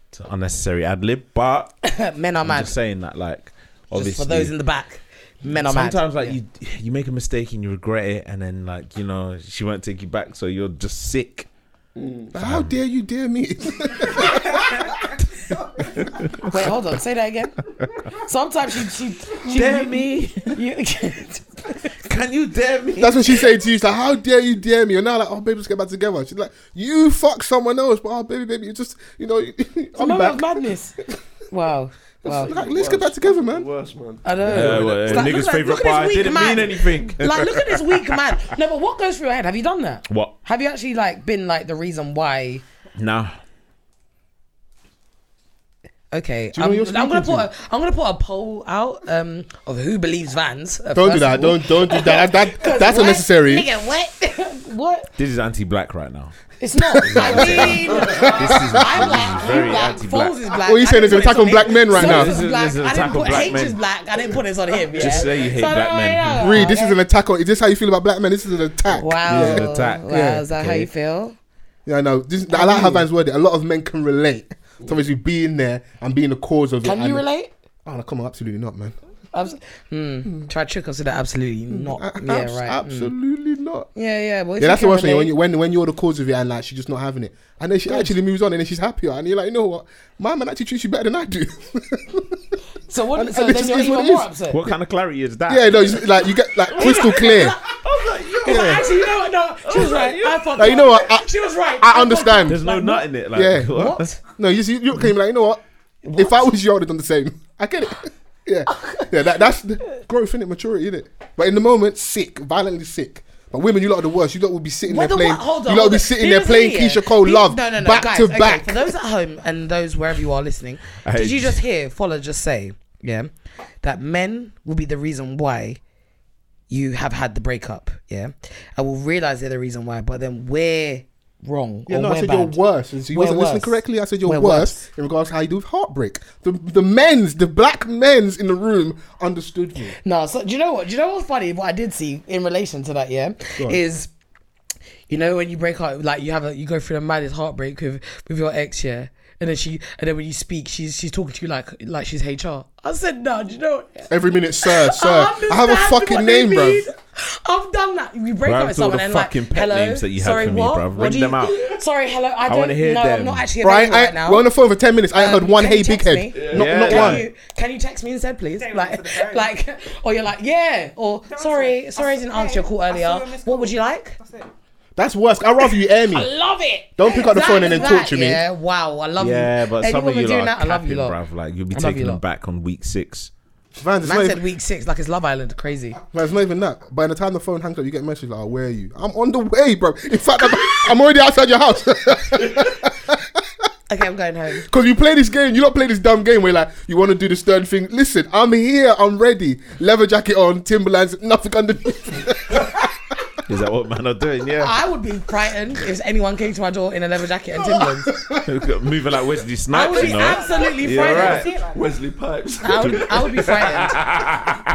Speaker 3: It's an unnecessary ad lib, but
Speaker 5: mad. men are
Speaker 3: I'm
Speaker 5: mad.
Speaker 3: just saying that, like, obviously,
Speaker 5: Just for those in the back, men are mad.
Speaker 3: sometimes like you you make a mistake and you regret it, and then like you know she won't take you back, so you're just sick.
Speaker 4: How dare you dare me?
Speaker 5: Wait, hold on. Say that again. Sometimes she, she, she
Speaker 3: Dare me?
Speaker 5: You,
Speaker 3: Can you dare me?
Speaker 4: That's what she's saying to you. She's like, how dare you dare me? You're now like, oh, baby, let's get back together. She's like, you fuck someone else, but oh, baby, baby, you just, you know, I'm
Speaker 5: moment of
Speaker 4: back.
Speaker 5: madness. Wow. Wow.
Speaker 4: Like, let's get back together, man.
Speaker 7: Worse, man.
Speaker 5: I know.
Speaker 3: Yeah, well,
Speaker 5: It's
Speaker 3: uh,
Speaker 5: like,
Speaker 3: niggas'
Speaker 5: look at-
Speaker 3: favorite
Speaker 5: look at this
Speaker 3: part
Speaker 5: weak
Speaker 3: didn't
Speaker 5: man.
Speaker 3: mean anything.
Speaker 5: Like, look at this weak man. No, but what goes through your head? Have you done that?
Speaker 3: What?
Speaker 5: Have you actually like been like the reason why?
Speaker 3: Nah.
Speaker 5: Okay,
Speaker 4: you know
Speaker 5: I'm,
Speaker 4: you're
Speaker 5: I'm gonna
Speaker 4: speaking
Speaker 5: put a, I'm gonna put a poll out um of who believes vans. uh,
Speaker 4: Don't
Speaker 5: first
Speaker 4: do
Speaker 5: of
Speaker 4: that.
Speaker 5: all.
Speaker 4: Don't don't do that. that, that
Speaker 5: 'Cause
Speaker 4: that's
Speaker 5: what?
Speaker 4: unnecessary.
Speaker 5: Nigga, what? what?
Speaker 3: This is anti-black right now.
Speaker 5: It's not. I mean,
Speaker 3: This is,
Speaker 5: I'm black.
Speaker 3: this is very
Speaker 5: you black.
Speaker 3: anti-black.
Speaker 5: Foles is black.
Speaker 4: What are you
Speaker 5: I
Speaker 4: saying? It's an
Speaker 5: didn't put this
Speaker 4: attack on
Speaker 5: on
Speaker 4: black
Speaker 5: him.
Speaker 4: men right
Speaker 5: Sosa
Speaker 4: now.
Speaker 5: is
Speaker 3: This is-
Speaker 5: black.
Speaker 3: this is an
Speaker 5: I
Speaker 3: attack
Speaker 5: didn't
Speaker 3: on
Speaker 5: put
Speaker 3: black
Speaker 5: H
Speaker 3: men.
Speaker 5: is black. I didn't put this on him. Yeah?
Speaker 3: Just say you hate
Speaker 5: So
Speaker 3: black
Speaker 5: no,
Speaker 3: men.
Speaker 5: yeah.
Speaker 4: Reed, this is an attack on. Is this how you feel about black men? This is an attack.
Speaker 5: Wow.
Speaker 3: This is an attack.
Speaker 5: Wow,
Speaker 4: Yeah.
Speaker 5: is that how
Speaker 3: Okay.
Speaker 5: you feel?
Speaker 4: Yeah, no. This, I like how Van's worded. it. A lot of men can relate. So obviously being there and being the cause of it.
Speaker 5: Can
Speaker 4: and-
Speaker 5: you relate?
Speaker 4: Oh, no, come on, absolutely not, man.
Speaker 5: Abs- hmm. Try to trick us to that. Absolutely not.
Speaker 4: Hmm. A-
Speaker 5: yeah,
Speaker 4: abs-
Speaker 5: right. mm.
Speaker 4: Absolutely not.
Speaker 5: Yeah, yeah. Well, if
Speaker 4: Yeah,
Speaker 5: you
Speaker 4: that's the
Speaker 5: can
Speaker 4: worst thing
Speaker 5: relate-
Speaker 4: when you when when you're the cause of it and like she's just not having it, and then she actually moves on and then she's happier, and you're like, you know what, my man actually treats you better than I do.
Speaker 5: so what?
Speaker 4: and-
Speaker 5: so
Speaker 4: and it
Speaker 5: then
Speaker 4: just
Speaker 5: you're
Speaker 4: is what
Speaker 5: even
Speaker 4: it
Speaker 5: more
Speaker 4: is.
Speaker 5: upset.
Speaker 3: What kind of clarity is that?
Speaker 4: yeah, no, you, like you get like crystal clear.
Speaker 5: But actually, you know what? No, she was right. I fucked
Speaker 4: Like, Uh, you
Speaker 5: up.
Speaker 4: know what? I,
Speaker 5: She was right.
Speaker 4: I
Speaker 5: fucked up.
Speaker 4: understand.
Speaker 3: There's no nut in it. Like,
Speaker 4: Yeah.
Speaker 3: what?
Speaker 4: No, you see, you came like, you know what? If I was you, I would have done the same. I get it. Yeah, yeah. That, that's the growth in it, maturity in it. But in the moment, sick, violently sick. But women, you lot are the worst. You lot will be sitting
Speaker 5: What
Speaker 4: there
Speaker 5: the
Speaker 4: playing.
Speaker 5: what? Hold on.
Speaker 4: you lot will
Speaker 5: hold
Speaker 4: be
Speaker 5: on.
Speaker 4: sitting
Speaker 5: Here's
Speaker 4: there
Speaker 5: the
Speaker 4: playing
Speaker 5: thing, yeah.
Speaker 4: Keisha Cole
Speaker 5: He-
Speaker 4: love
Speaker 5: No, no, no,
Speaker 4: back
Speaker 5: guys,
Speaker 4: to
Speaker 5: okay,
Speaker 4: back.
Speaker 5: For those at home and those wherever you are listening,
Speaker 3: I hate
Speaker 5: did you
Speaker 3: you.
Speaker 5: just hear Foller just say, yeah, that men will be the reason why you have had the breakup, yeah? I will realize they're the reason why, but then we're wrong.
Speaker 4: Yeah,
Speaker 5: or
Speaker 4: no,
Speaker 5: we're
Speaker 4: I said
Speaker 5: bad.
Speaker 4: you're worse. You
Speaker 5: We're
Speaker 4: wasn't listening
Speaker 5: worse.
Speaker 4: correctly. I said you're
Speaker 5: We're
Speaker 4: worse, in regards to how you do with heartbreak. The the men's, the black men's in the room understood me.
Speaker 5: No, so do you know what? Do you know what's funny? What I did see in relation to that, yeah, is you know when you break up, like you have a you go through the maddest heartbreak with with your ex, yeah, and then she and then when you speak, she's she's talking to you like like she's HR. I said, no, do you know? What?
Speaker 4: Every minute, sir, sir. I have a
Speaker 5: understand
Speaker 4: fucking
Speaker 5: what they
Speaker 4: name, bruv.
Speaker 5: mean. I've done that. You break
Speaker 3: Bruv,
Speaker 5: up
Speaker 3: it's
Speaker 5: with
Speaker 3: all
Speaker 5: someone
Speaker 3: the
Speaker 5: and
Speaker 3: fucking
Speaker 5: like,
Speaker 3: pet
Speaker 5: hello,
Speaker 3: names that you had
Speaker 5: sorry,
Speaker 3: for me,
Speaker 5: what?
Speaker 3: bruv.
Speaker 5: What
Speaker 3: Ring
Speaker 5: do you-
Speaker 3: them out.
Speaker 5: Sorry, hello. I don't
Speaker 3: wanna hear
Speaker 5: know.
Speaker 3: them.
Speaker 5: I'm not actually
Speaker 4: Bro, I,
Speaker 5: available
Speaker 4: I,
Speaker 5: right now.
Speaker 4: we're on the phone for ten minutes. I ain't heard
Speaker 5: Um,
Speaker 4: one
Speaker 5: can you
Speaker 4: "Hey, big
Speaker 5: text
Speaker 4: head."
Speaker 5: me?
Speaker 4: Not,
Speaker 3: Yeah.
Speaker 4: not
Speaker 5: can
Speaker 3: Yeah.
Speaker 4: one.
Speaker 5: You, can you text me instead, please?
Speaker 8: Don't answer the
Speaker 5: Like,
Speaker 8: phone.
Speaker 5: like, or you're like, yeah, or
Speaker 8: Don't
Speaker 5: sorry,
Speaker 8: answer it.
Speaker 5: sorry, I
Speaker 8: That's
Speaker 5: didn't
Speaker 8: okay.
Speaker 5: answer your call
Speaker 8: I saw
Speaker 5: earlier.
Speaker 8: your missed
Speaker 5: What
Speaker 8: call.
Speaker 5: would you like?
Speaker 8: That's it.
Speaker 4: That's worse. I'd rather you air
Speaker 5: I
Speaker 4: me.
Speaker 5: love it.
Speaker 4: Don't pick up the phone and then
Speaker 5: That is
Speaker 4: torture
Speaker 5: that,
Speaker 4: me.
Speaker 5: Yeah, wow, I love you.
Speaker 3: Yeah, but
Speaker 5: Um, Any
Speaker 3: some of
Speaker 5: woman
Speaker 3: you
Speaker 5: doing
Speaker 3: lot
Speaker 5: that,
Speaker 3: are
Speaker 5: I love you
Speaker 3: capping,
Speaker 5: lot.
Speaker 3: bruv. Like, you'll be
Speaker 5: I love
Speaker 3: taking
Speaker 5: you
Speaker 3: them
Speaker 5: lot.
Speaker 3: back on week six.
Speaker 4: Man, it's,
Speaker 5: Man
Speaker 4: not
Speaker 5: said
Speaker 4: even,
Speaker 5: week six, like it's Love Island, crazy.
Speaker 4: man, it's not even that. By the time the phone hangs up, you get a message like, oh, "Where are you?" I'm on the way, bro. In fact, I'm, I'm already outside your house
Speaker 5: Okay, I'm going home.
Speaker 4: because you play this game. You don't play this dumb game where like you want to do the stern thing. Listen, I'm here. I'm ready. Leather jacket on, Timberlands, nothing underneath.
Speaker 3: Is that what man are doing? Yeah.
Speaker 5: I would be frightened if anyone came to my door in a leather jacket and Timberlands.
Speaker 3: Moving like Wesley
Speaker 5: I
Speaker 3: Snipes,
Speaker 5: would
Speaker 3: you
Speaker 5: be
Speaker 3: know?
Speaker 5: absolutely
Speaker 3: Yeah,
Speaker 5: frightened.
Speaker 3: right.
Speaker 8: See it like that.
Speaker 7: Wesley Pipes.
Speaker 5: I would, I would be frightened.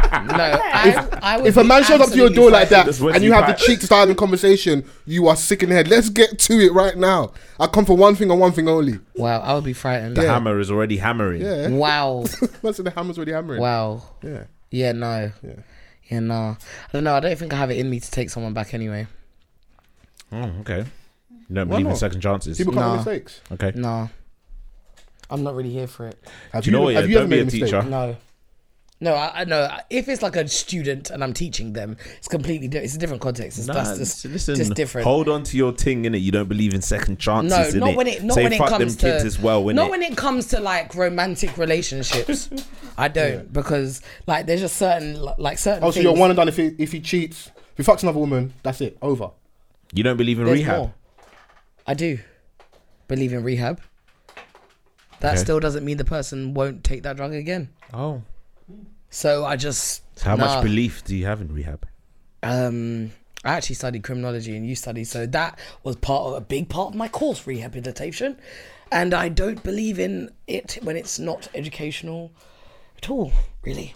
Speaker 5: No, I, I would
Speaker 4: if a
Speaker 5: be
Speaker 4: man shows up to your
Speaker 5: absolutely
Speaker 4: door like that
Speaker 3: That's when
Speaker 4: and
Speaker 3: you
Speaker 4: you have the
Speaker 3: back.
Speaker 4: cheek to start having conversation, you are sick in the head. Let's get to it right now. I come for one thing and one thing only.
Speaker 5: frightened. Wow, I would be frightened.
Speaker 3: The hammer is already hammering.
Speaker 4: Yeah.
Speaker 5: Wow,
Speaker 4: Man said the hammer's already hammering.
Speaker 5: wow.
Speaker 4: Yeah.
Speaker 5: Yeah, no. Yeah. no. I don't know. I don't think I have it in me to take someone back anyway.
Speaker 3: Oh, okay. You don't believe in
Speaker 4: not?
Speaker 3: second chances.
Speaker 4: People can't
Speaker 5: Nah.
Speaker 4: make mistakes.
Speaker 3: Okay.
Speaker 5: No. I'm not really here for it.
Speaker 4: Have
Speaker 3: Do you know what? Yeah, don't be a teacher.
Speaker 5: No. No, I, I know. If it's like a student and I'm teaching them, it's completely different. It's a different context. It's,
Speaker 3: Nah,
Speaker 5: that's just,
Speaker 3: listen,
Speaker 5: just different.
Speaker 3: Hold on to your thing, innit? You don't believe in second chances,
Speaker 5: no,
Speaker 3: innit?
Speaker 5: not when it not
Speaker 3: Say
Speaker 5: when it
Speaker 3: fuck them
Speaker 5: comes to
Speaker 3: kids as well, innit?
Speaker 5: not when it comes to like romantic relationships. I don't because like there's just certain like certain.
Speaker 4: Oh, so
Speaker 5: things-
Speaker 4: you're one and done if he, if he cheats. If he fucks another woman, that's it. Over.
Speaker 3: you don't believe in
Speaker 5: There's
Speaker 3: rehab.
Speaker 5: more. I do believe in rehab. That
Speaker 3: Okay.
Speaker 5: still doesn't mean the person won't take that drug again.
Speaker 3: Oh.
Speaker 5: So I just
Speaker 3: So how
Speaker 5: nah.
Speaker 3: much belief do you have in rehab?
Speaker 5: Um, I actually studied criminology and you studied, so that was part of a big part of my course rehabilitation. And I don't believe in it when it's not educational at all, really.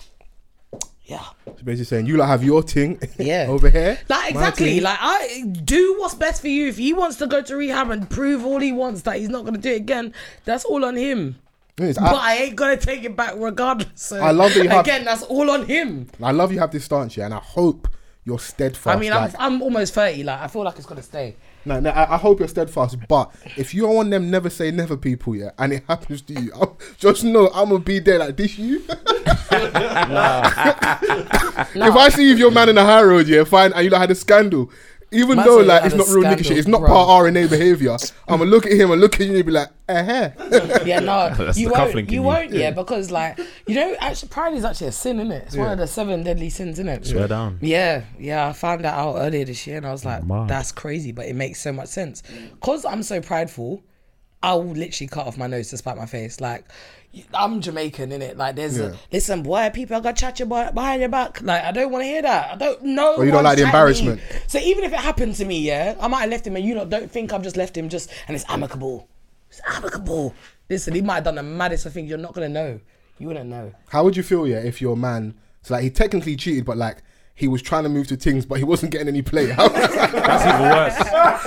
Speaker 5: Yeah.
Speaker 4: So basically saying, you lot have your thing
Speaker 5: Yeah.
Speaker 4: over here.
Speaker 5: Like
Speaker 4: my
Speaker 5: exactly.
Speaker 4: thing.
Speaker 5: Like I do what's best for you. If he wants to go to rehab and prove all he wants that he's not gonna do it again, that's all on him.
Speaker 4: Yes,
Speaker 5: but
Speaker 4: I,
Speaker 5: I ain't gonna take it back regardless. So
Speaker 4: I love that you have-
Speaker 5: again, that's all on him.
Speaker 4: I love you have this stance here, and I hope you're steadfast.
Speaker 5: I mean,
Speaker 4: like,
Speaker 5: I'm I'm almost thirty. Like I feel like it's gonna stay.
Speaker 4: no, no, I, I hope you're steadfast. But if you're one of them never say never people, yeah, and it happens to you, I'm, just know I'm gonna be there like this. You, if I see you with your man in the high road, yeah, fine, and you like had a scandal. Even
Speaker 5: Man
Speaker 4: though
Speaker 5: said you
Speaker 4: like
Speaker 5: had
Speaker 4: it's
Speaker 5: a
Speaker 4: not real nigga
Speaker 5: scandal,
Speaker 4: shit, it's not
Speaker 5: bro.
Speaker 4: part RNA behavior. I'm gonna look at him and look at you and be like, eh, heh.
Speaker 5: Yeah, no,
Speaker 3: That's
Speaker 5: you
Speaker 3: the cufflink
Speaker 5: won't.
Speaker 3: in
Speaker 5: You
Speaker 3: you.
Speaker 5: won't, yeah, because like you know, actually, pride is actually a sin, isn't it? It's one of the seven deadly sins, isn't it?
Speaker 3: Swear down.
Speaker 5: Yeah, yeah. I found that out earlier this year, and I was like,
Speaker 3: Mad.
Speaker 5: "That's crazy," but it makes so much sense. Cause I'm so prideful, I will literally cut off my nose to spite my face. Like, y- I'm Jamaican, innit? Like, there's
Speaker 4: Yeah.
Speaker 5: a, listen, boy, people are gonna chat you behi- behind your back. Like, I don't want to hear that. I don't know.
Speaker 4: Or you don't like the embarrassment.
Speaker 5: So even if it happened to me, yeah, I might have left him, and you lot don't think I've just left him just and it's amicable. It's amicable. Listen, he might have done the maddest of things. You're not gonna know. You wouldn't know.
Speaker 4: How would you feel, yeah, if your man, so like he technically cheated, but like he was trying to move to things, but he wasn't getting any play.
Speaker 3: That's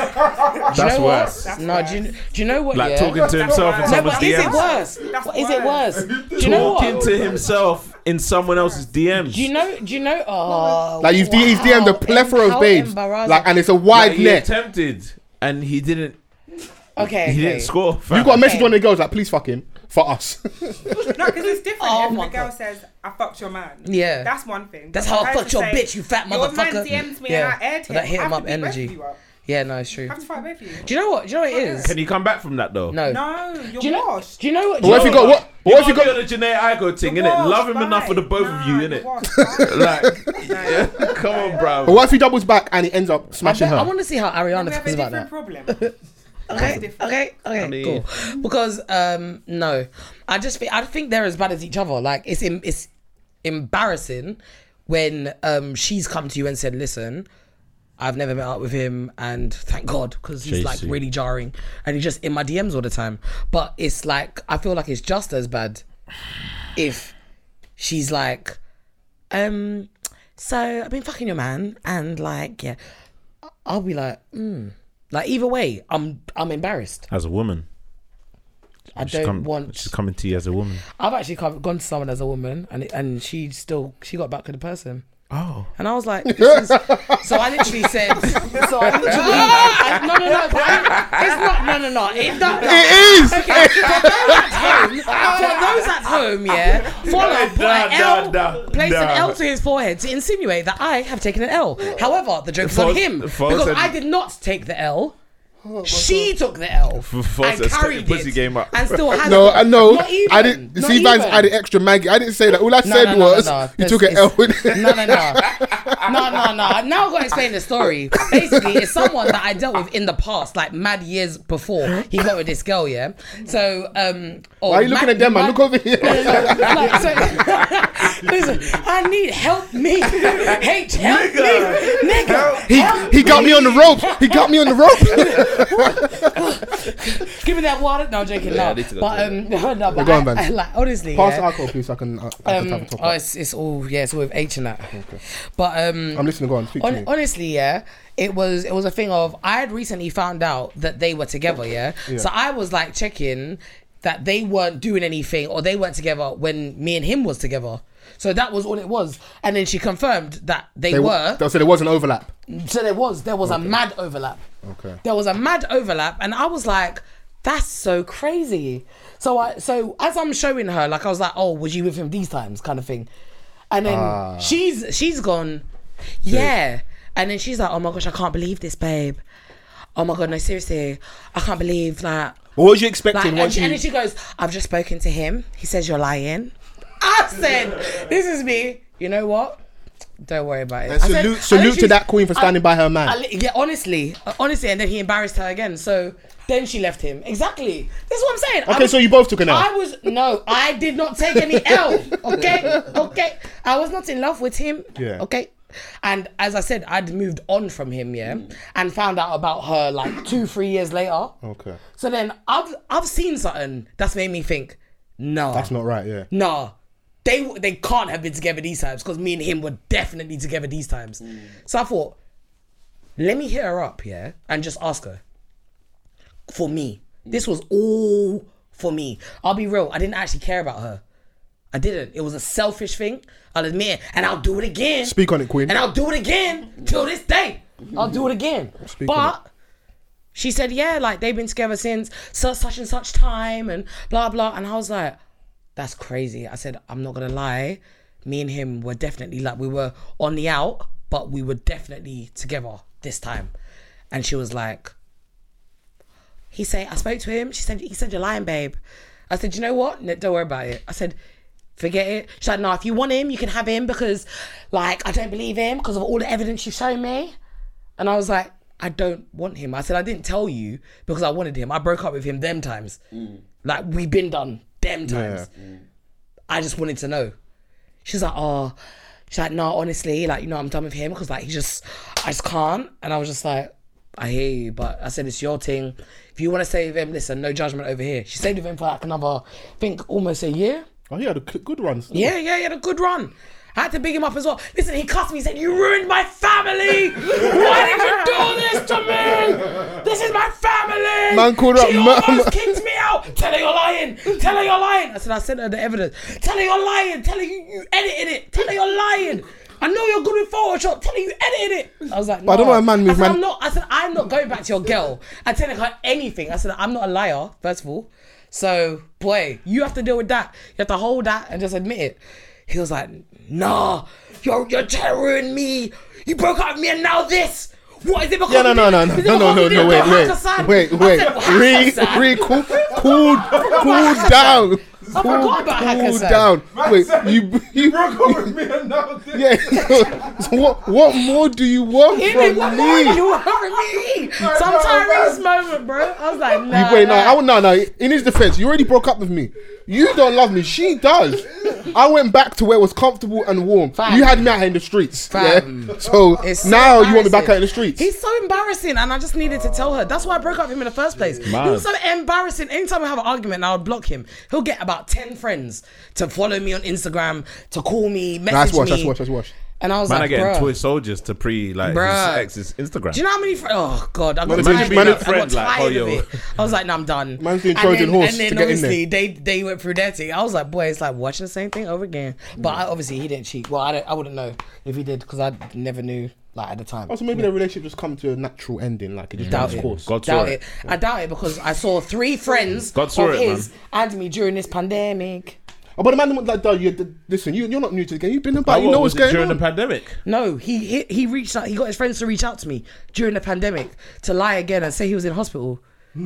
Speaker 3: even worse.
Speaker 5: Do you
Speaker 3: That's
Speaker 5: know
Speaker 3: worse.
Speaker 5: What? No, do you, do you know what?
Speaker 3: Like
Speaker 5: yeah?
Speaker 3: talking to himself in
Speaker 8: No,
Speaker 5: No,
Speaker 3: someone's
Speaker 5: but is it
Speaker 3: DMs.
Speaker 5: worse?
Speaker 8: That's
Speaker 5: What is it worse?
Speaker 8: worse.
Speaker 5: Do you know
Speaker 3: Talking
Speaker 5: what?
Speaker 3: to himself in someone else's DMs.
Speaker 5: Do you know? Do you know? Oh,
Speaker 4: like you've he's
Speaker 5: wow.
Speaker 4: DM'd a plethora
Speaker 5: How
Speaker 4: of babes,
Speaker 5: embarrassing.
Speaker 4: like, and it's a
Speaker 3: like,
Speaker 4: wide
Speaker 3: he
Speaker 4: net.
Speaker 3: attempted and he didn't.
Speaker 5: okay,
Speaker 3: He
Speaker 5: okay.
Speaker 3: didn't score.
Speaker 4: you got a
Speaker 3: fam.
Speaker 4: message
Speaker 5: Okay.
Speaker 4: on the girls like, please fuck him. for us.
Speaker 8: No, because it's different.
Speaker 5: Oh
Speaker 8: if
Speaker 5: my
Speaker 8: the girl
Speaker 5: God.
Speaker 8: says, "I fucked your man,"
Speaker 5: Yeah.
Speaker 8: that's one thing.
Speaker 5: That's
Speaker 8: But
Speaker 5: how I
Speaker 8: for her
Speaker 5: fucked
Speaker 8: to
Speaker 5: your
Speaker 8: say,
Speaker 5: bitch, you fat motherfucker."
Speaker 8: Your man DMs me
Speaker 5: Yeah.
Speaker 8: and I aired
Speaker 5: But
Speaker 8: him.
Speaker 5: that hit
Speaker 8: I
Speaker 5: him
Speaker 8: have
Speaker 5: up
Speaker 8: to be both
Speaker 5: energy.
Speaker 8: of you up.
Speaker 5: yeah, no, it's true.
Speaker 8: I have to fight both of you.
Speaker 5: Do you know what? Do you know what it is?
Speaker 3: Can you come back from that though?
Speaker 5: No.
Speaker 8: No, you're
Speaker 5: Do you know?
Speaker 8: washed.
Speaker 5: Do you know what? Do
Speaker 4: What if you
Speaker 5: you
Speaker 4: got what?
Speaker 3: You
Speaker 4: What if you
Speaker 3: gotta
Speaker 4: got?
Speaker 3: do the Janae Igo thing,
Speaker 8: You're
Speaker 3: innit? Love
Speaker 8: washed,
Speaker 3: him enough for the
Speaker 8: bye.
Speaker 3: both of you,
Speaker 8: Nah, you're
Speaker 3: innit?
Speaker 8: washed, bye.
Speaker 3: Like,
Speaker 8: Nah.
Speaker 3: come on, bro.
Speaker 4: What if he doubles back and he ends up
Speaker 5: I,
Speaker 4: smashing
Speaker 5: bet- I
Speaker 4: her?
Speaker 5: want to see how
Speaker 8: We
Speaker 5: Ariana
Speaker 8: have
Speaker 5: feels
Speaker 8: a
Speaker 5: about
Speaker 8: different
Speaker 5: that.
Speaker 8: problem. That's
Speaker 5: Okay,
Speaker 8: different.
Speaker 5: okay, okay,
Speaker 3: mean-
Speaker 5: cool. Because um, no, I just think I think they're as bad as each other. Like it's em- it's embarrassing when um she's come to you and said, "Listen, I've never met up with him, and thank God because he's like
Speaker 3: Chasey.
Speaker 5: really jarring, and he's just in my DMs all the time." But it's like I feel like it's just as bad if she's like, um, so I've been fucking your man, and like, yeah, I'll be like, mm. like either way, I'm I'm embarrassed.
Speaker 3: As a woman,
Speaker 5: I
Speaker 3: she's
Speaker 5: don't
Speaker 3: come-
Speaker 5: want.
Speaker 3: She's coming to you as a woman.
Speaker 5: I've actually come, gone to someone as a woman, and it- and she still she got back to the person.
Speaker 3: Oh,
Speaker 5: And I was like, this is... so I literally said, so I literally, I, no, no, no, but I- it's not, no, no, no, it's not. No.
Speaker 4: It is.
Speaker 5: Okay, for those at home, for those at home, yeah, Follow put
Speaker 3: Nah,
Speaker 5: an L,
Speaker 3: nah, nah,
Speaker 5: placed an
Speaker 3: nah.
Speaker 5: L to his forehead to insinuate that I have taken an L. However, the joke's on
Speaker 3: False-
Speaker 5: him
Speaker 3: false
Speaker 5: because
Speaker 3: and-
Speaker 5: I did not take the L. She took the L
Speaker 3: false
Speaker 5: and
Speaker 3: and
Speaker 5: carried
Speaker 3: pussy
Speaker 5: it
Speaker 3: game up.
Speaker 5: and still has
Speaker 4: No,
Speaker 5: it.
Speaker 4: I know.
Speaker 5: Not even,
Speaker 4: I didn't.
Speaker 5: not
Speaker 4: See, Vans
Speaker 5: even.
Speaker 4: added extra Maggie. I didn't say that. All I said was you took an
Speaker 5: It's-
Speaker 4: L. With
Speaker 5: it's- No, no, no. No, no, no. I've Now I've got to explain the story. Basically, it's someone that I dealt with in the past, like mad years before he got with this girl, yeah? So, um. Or
Speaker 4: Why are you looking at them, man? Look over here.
Speaker 5: like, so, listen, I need help me. H, help me. Nigga.
Speaker 4: He he got me on the rope. He got me on the rope.
Speaker 5: Give me that water. No, I'm joking.
Speaker 3: Yeah, I
Speaker 5: No.
Speaker 3: need to go
Speaker 5: But, um, no, no, but
Speaker 4: go on,
Speaker 5: I-
Speaker 4: Vans.
Speaker 5: I- like, honestly.
Speaker 4: Pass the
Speaker 5: yeah,
Speaker 4: alcohol, please. So I can. uh, I, I can have a
Speaker 5: um,
Speaker 4: top
Speaker 5: oh,
Speaker 4: up.
Speaker 5: it's, it's all, yeah, it's all with H and that. But, um.
Speaker 4: I'm listening. Go on. Speak to me.
Speaker 5: Hon- honestly, yeah, it was it was a thing of I had recently found out that they were together, yeah. So I was like checking that they weren't doing anything or they weren't together when me and him was together. So that was all it was, and then she confirmed that they,
Speaker 4: They w-
Speaker 5: were.
Speaker 4: They said there was an overlap.
Speaker 5: so there was there was a mad overlap.
Speaker 4: Okay.
Speaker 5: There was a mad overlap, and I was like, "That's so crazy." So I so as I'm showing her, like I was like, "Oh, was you with him these times?" kind of thing, and then
Speaker 4: Ah.
Speaker 5: she's she's gone, yeah, and then she's like, "Oh my gosh, I can't believe this, babe." Oh my god, no, seriously, I can't believe like
Speaker 4: What was you
Speaker 5: like,
Speaker 4: expecting
Speaker 5: and, she, and then she goes, I've just spoken to him. He says you're lying. I said, this is me. You know what? Don't worry about it.
Speaker 4: And
Speaker 5: I said-
Speaker 4: salute-
Speaker 5: I
Speaker 4: salute to
Speaker 5: literally-
Speaker 4: that queen for standing by her man.
Speaker 5: I li- yeah, honestly, Uh, honestly, and then he embarrassed her again. So then she left him. Exactly. This is what I'm saying. I
Speaker 4: Okay,
Speaker 5: was-
Speaker 4: so you both took an L.
Speaker 5: I was no, I did not take any L. Okay, okay. I was not in love with him.
Speaker 4: Yeah.
Speaker 5: Okay. And as I said, I'd moved on from him, yeah,
Speaker 4: Mm.
Speaker 5: and found out about her like two, three years later.
Speaker 4: Okay.
Speaker 5: So then I've I've seen something that's made me think, no,
Speaker 4: That's not right. Yeah.
Speaker 5: no, they they can't have been together these times because me and him were definitely together these times.
Speaker 4: Mm.
Speaker 5: So I thought, let me hit her up, yeah, and just ask her. For me,
Speaker 4: Mm.
Speaker 5: this was all for me. I'll be real, I didn't actually care about her. I didn't. It was a selfish thing. I'll admit, it. and I'll do it again.
Speaker 4: Speak on it, Queen.
Speaker 5: And I'll do it again till this day. I'll do it again.
Speaker 4: Speak on
Speaker 5: but she said, yeah, like they've been together since such, such and such time and blah, blah. And I was like, that's crazy. I said, I'm not going to lie. Me and him were definitely like, we were on the out, but we were definitely together this time. And she was like, he said, I spoke to him. She said, he said, you're lying, babe. I said, you know what? No, don't worry about it. I said, forget it. She's like, no, if you want him, you can have him because, like, I don't believe him because of all the evidence you've shown me. And I was like, I don't want him. I said, I didn't tell you because I wanted him. I broke up with him them times. Like, we've been done them times. I just wanted to know. She's like, oh, she's like, no, honestly, like, you know, I'm done with him because, like, he just, I just can't. And I was just like, I hear you, but I said, it's your thing. If you want to stay with him, listen, no judgment over here. She stayed with him for like another, I think, almost a year.
Speaker 4: Oh yeah, the good ones.
Speaker 5: Yeah, yeah, he had a good run. I had to big him up as well. Listen, he cussed me. He said, "You ruined my family. Why did you do this to me? This is my family."
Speaker 4: Man called
Speaker 5: she
Speaker 4: up mum.
Speaker 5: almost kicked me out. Tell her you're lying. Tell her you're lying. I said, "I sent her the evidence. Tell her you're lying. Tell her you, you edited it. Tell her you're lying." I know you're good with Photoshop. Tell her you edited it. I was like, no.
Speaker 4: I don't know why man
Speaker 5: I
Speaker 4: move,
Speaker 5: said,
Speaker 4: man.
Speaker 5: I'm not. I said I'm not going back to your girl and telling her anything. I said I'm not a liar. First of all, So, boy, you have to deal with that. You have to hold that and just admit it. He was like, nah, you're, you're terroring me. You broke up with me and now this. What is it because
Speaker 4: Yeah, no,
Speaker 5: you
Speaker 4: no, no,
Speaker 5: did-
Speaker 4: no,
Speaker 5: is it
Speaker 4: no, no,
Speaker 5: because
Speaker 4: no,
Speaker 5: you
Speaker 4: no,
Speaker 5: didn't
Speaker 4: wait,
Speaker 5: go Hakkasan?
Speaker 4: wait, wait,
Speaker 5: I
Speaker 4: wait.
Speaker 5: said,
Speaker 4: Re,
Speaker 5: Hakkasan?
Speaker 4: re, cool, cool, cool down.
Speaker 5: I forgot about
Speaker 4: Cool
Speaker 5: Hakkasan.
Speaker 4: down. Wait, you, you
Speaker 6: broke up with me and now this.
Speaker 4: yeah. So, so what, what more do you want
Speaker 5: He
Speaker 4: from
Speaker 5: did what more
Speaker 4: me?
Speaker 5: you hurt me. Some Tyrese moment, bro. I was like, nah.
Speaker 4: You, wait, no,
Speaker 5: nah.
Speaker 4: I, would- no, no. In his defense, you already broke up with me. You don't love me. She does. I went back to where it was comfortable and warm.
Speaker 5: Fam.
Speaker 4: You had me out here in the streets.
Speaker 5: Fam.
Speaker 4: Yeah. So
Speaker 5: It's so
Speaker 4: now you want me
Speaker 5: embarrassing.
Speaker 4: back out in the streets.
Speaker 5: He's so embarrassing, and I just needed to tell her. That's why I broke up with him in the first place.
Speaker 3: Mad.
Speaker 5: He was so embarrassing. Anytime we have an argument, I would block him. He'll get about ten friends to follow me on Instagram, to call me, message
Speaker 4: Nice wash,
Speaker 5: me.
Speaker 4: nice wash, nice wash.
Speaker 5: And I was
Speaker 3: Man, I
Speaker 5: like,
Speaker 3: getting toy
Speaker 5: bro.
Speaker 3: soldiers to pre like his
Speaker 5: Bruh.
Speaker 3: ex's Instagram.
Speaker 5: Do you know how many friends? Oh God, I got
Speaker 4: Man's doing-
Speaker 5: tired. of it.
Speaker 4: man's
Speaker 5: I got
Speaker 3: friend, like,
Speaker 5: tired
Speaker 3: oh,
Speaker 5: of
Speaker 3: yo.
Speaker 5: it. I was like, "No, I'm done."
Speaker 4: Man's doing
Speaker 5: And
Speaker 4: Trojan
Speaker 5: then-
Speaker 4: horse
Speaker 5: And then
Speaker 4: to get in
Speaker 5: obviously they they went through that thing. I was like, "Boy, it's like watching the same thing over again." But I, obviously he didn't cheat. Well, I don't, I wouldn't know if he did because I never knew like at the time.
Speaker 4: Also, maybe their relationship just come to a natural ending, like it just
Speaker 5: Doubt
Speaker 4: runs
Speaker 5: it.
Speaker 4: course.
Speaker 3: God saw
Speaker 5: doubt
Speaker 3: it.
Speaker 5: it. I doubt it because I saw three friends
Speaker 3: God saw
Speaker 5: of
Speaker 3: it,
Speaker 5: his and me during this pandemic.
Speaker 4: Oh, but the man like, duh, you, th- listen, you, you're not new to the game. You've been
Speaker 3: Like,
Speaker 4: about. You
Speaker 3: what,
Speaker 4: know
Speaker 3: was
Speaker 4: what's
Speaker 3: it
Speaker 4: going
Speaker 3: during
Speaker 4: on.
Speaker 3: the pandemic.
Speaker 5: No, he, he he reached out. He got his friends to reach out to me during the pandemic to lie again and say he was in hospital.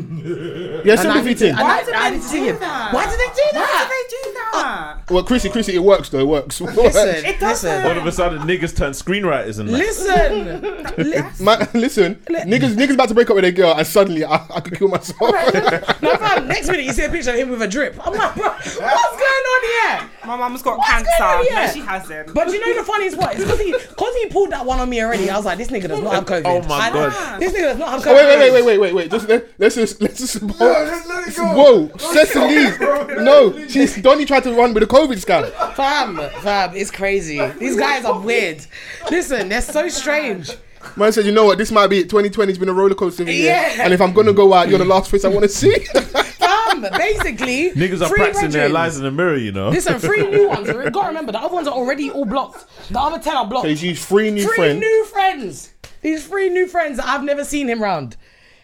Speaker 4: yeah,
Speaker 5: And I
Speaker 4: sympathy
Speaker 5: need to-
Speaker 4: thing.
Speaker 5: and I-
Speaker 8: did
Speaker 5: I
Speaker 8: they
Speaker 5: need to
Speaker 8: do
Speaker 5: see him.
Speaker 8: that?
Speaker 5: Why did they do
Speaker 8: Why
Speaker 5: that?
Speaker 8: did they do that?
Speaker 4: Well, Chrissy, Chrissy, it works though. It works.
Speaker 5: Listen,
Speaker 8: It
Speaker 5: listen,
Speaker 8: doesn't.
Speaker 3: All of a sudden, niggas turned screenwriters and like,
Speaker 5: listen.
Speaker 4: Man, listen, niggas, niggas about to break up with a girl, and suddenly I, I could kill myself.
Speaker 5: no, fam, next minute you see a picture of him with a drip. I'm like, bro, what's going on here?
Speaker 8: My mum's got
Speaker 5: Uh, What's
Speaker 8: cancer.
Speaker 5: going on here?
Speaker 8: No, she hasn't.
Speaker 5: But you know the funniest part is because he, cause he pulled that one on me already. I was like, this nigga does not have COVID.
Speaker 3: Oh my
Speaker 5: I-
Speaker 3: God.
Speaker 5: This nigga does not have
Speaker 4: Oh,
Speaker 5: COVID.
Speaker 4: wait, wait, wait, wait, wait, wait, wait. Just let, let's just let's just.
Speaker 6: let- let it go.
Speaker 4: Whoa,
Speaker 6: Let it go,
Speaker 4: Cecily.
Speaker 6: bro.
Speaker 4: No, she's Donny tried to run with a COVID scam.
Speaker 5: Fam, fam, it's crazy. These guys are weird. Listen, they're so strange.
Speaker 4: Man said, you know what? This might be it. 2020's been a roller coaster of a year,
Speaker 5: Yeah.
Speaker 4: and if I'm gonna go out, you're the last face I want to see.
Speaker 5: Fam, basically,
Speaker 3: niggas are
Speaker 5: free
Speaker 3: practicing their
Speaker 5: brethren.
Speaker 3: lies in the mirror. You know.
Speaker 5: Listen, three new ones. You Gotta remember, the other ones are already all blocked. The other ten are blocked.
Speaker 4: He's used three new
Speaker 5: three
Speaker 4: friends.
Speaker 5: new friends. These three new friends that I've never seen him round.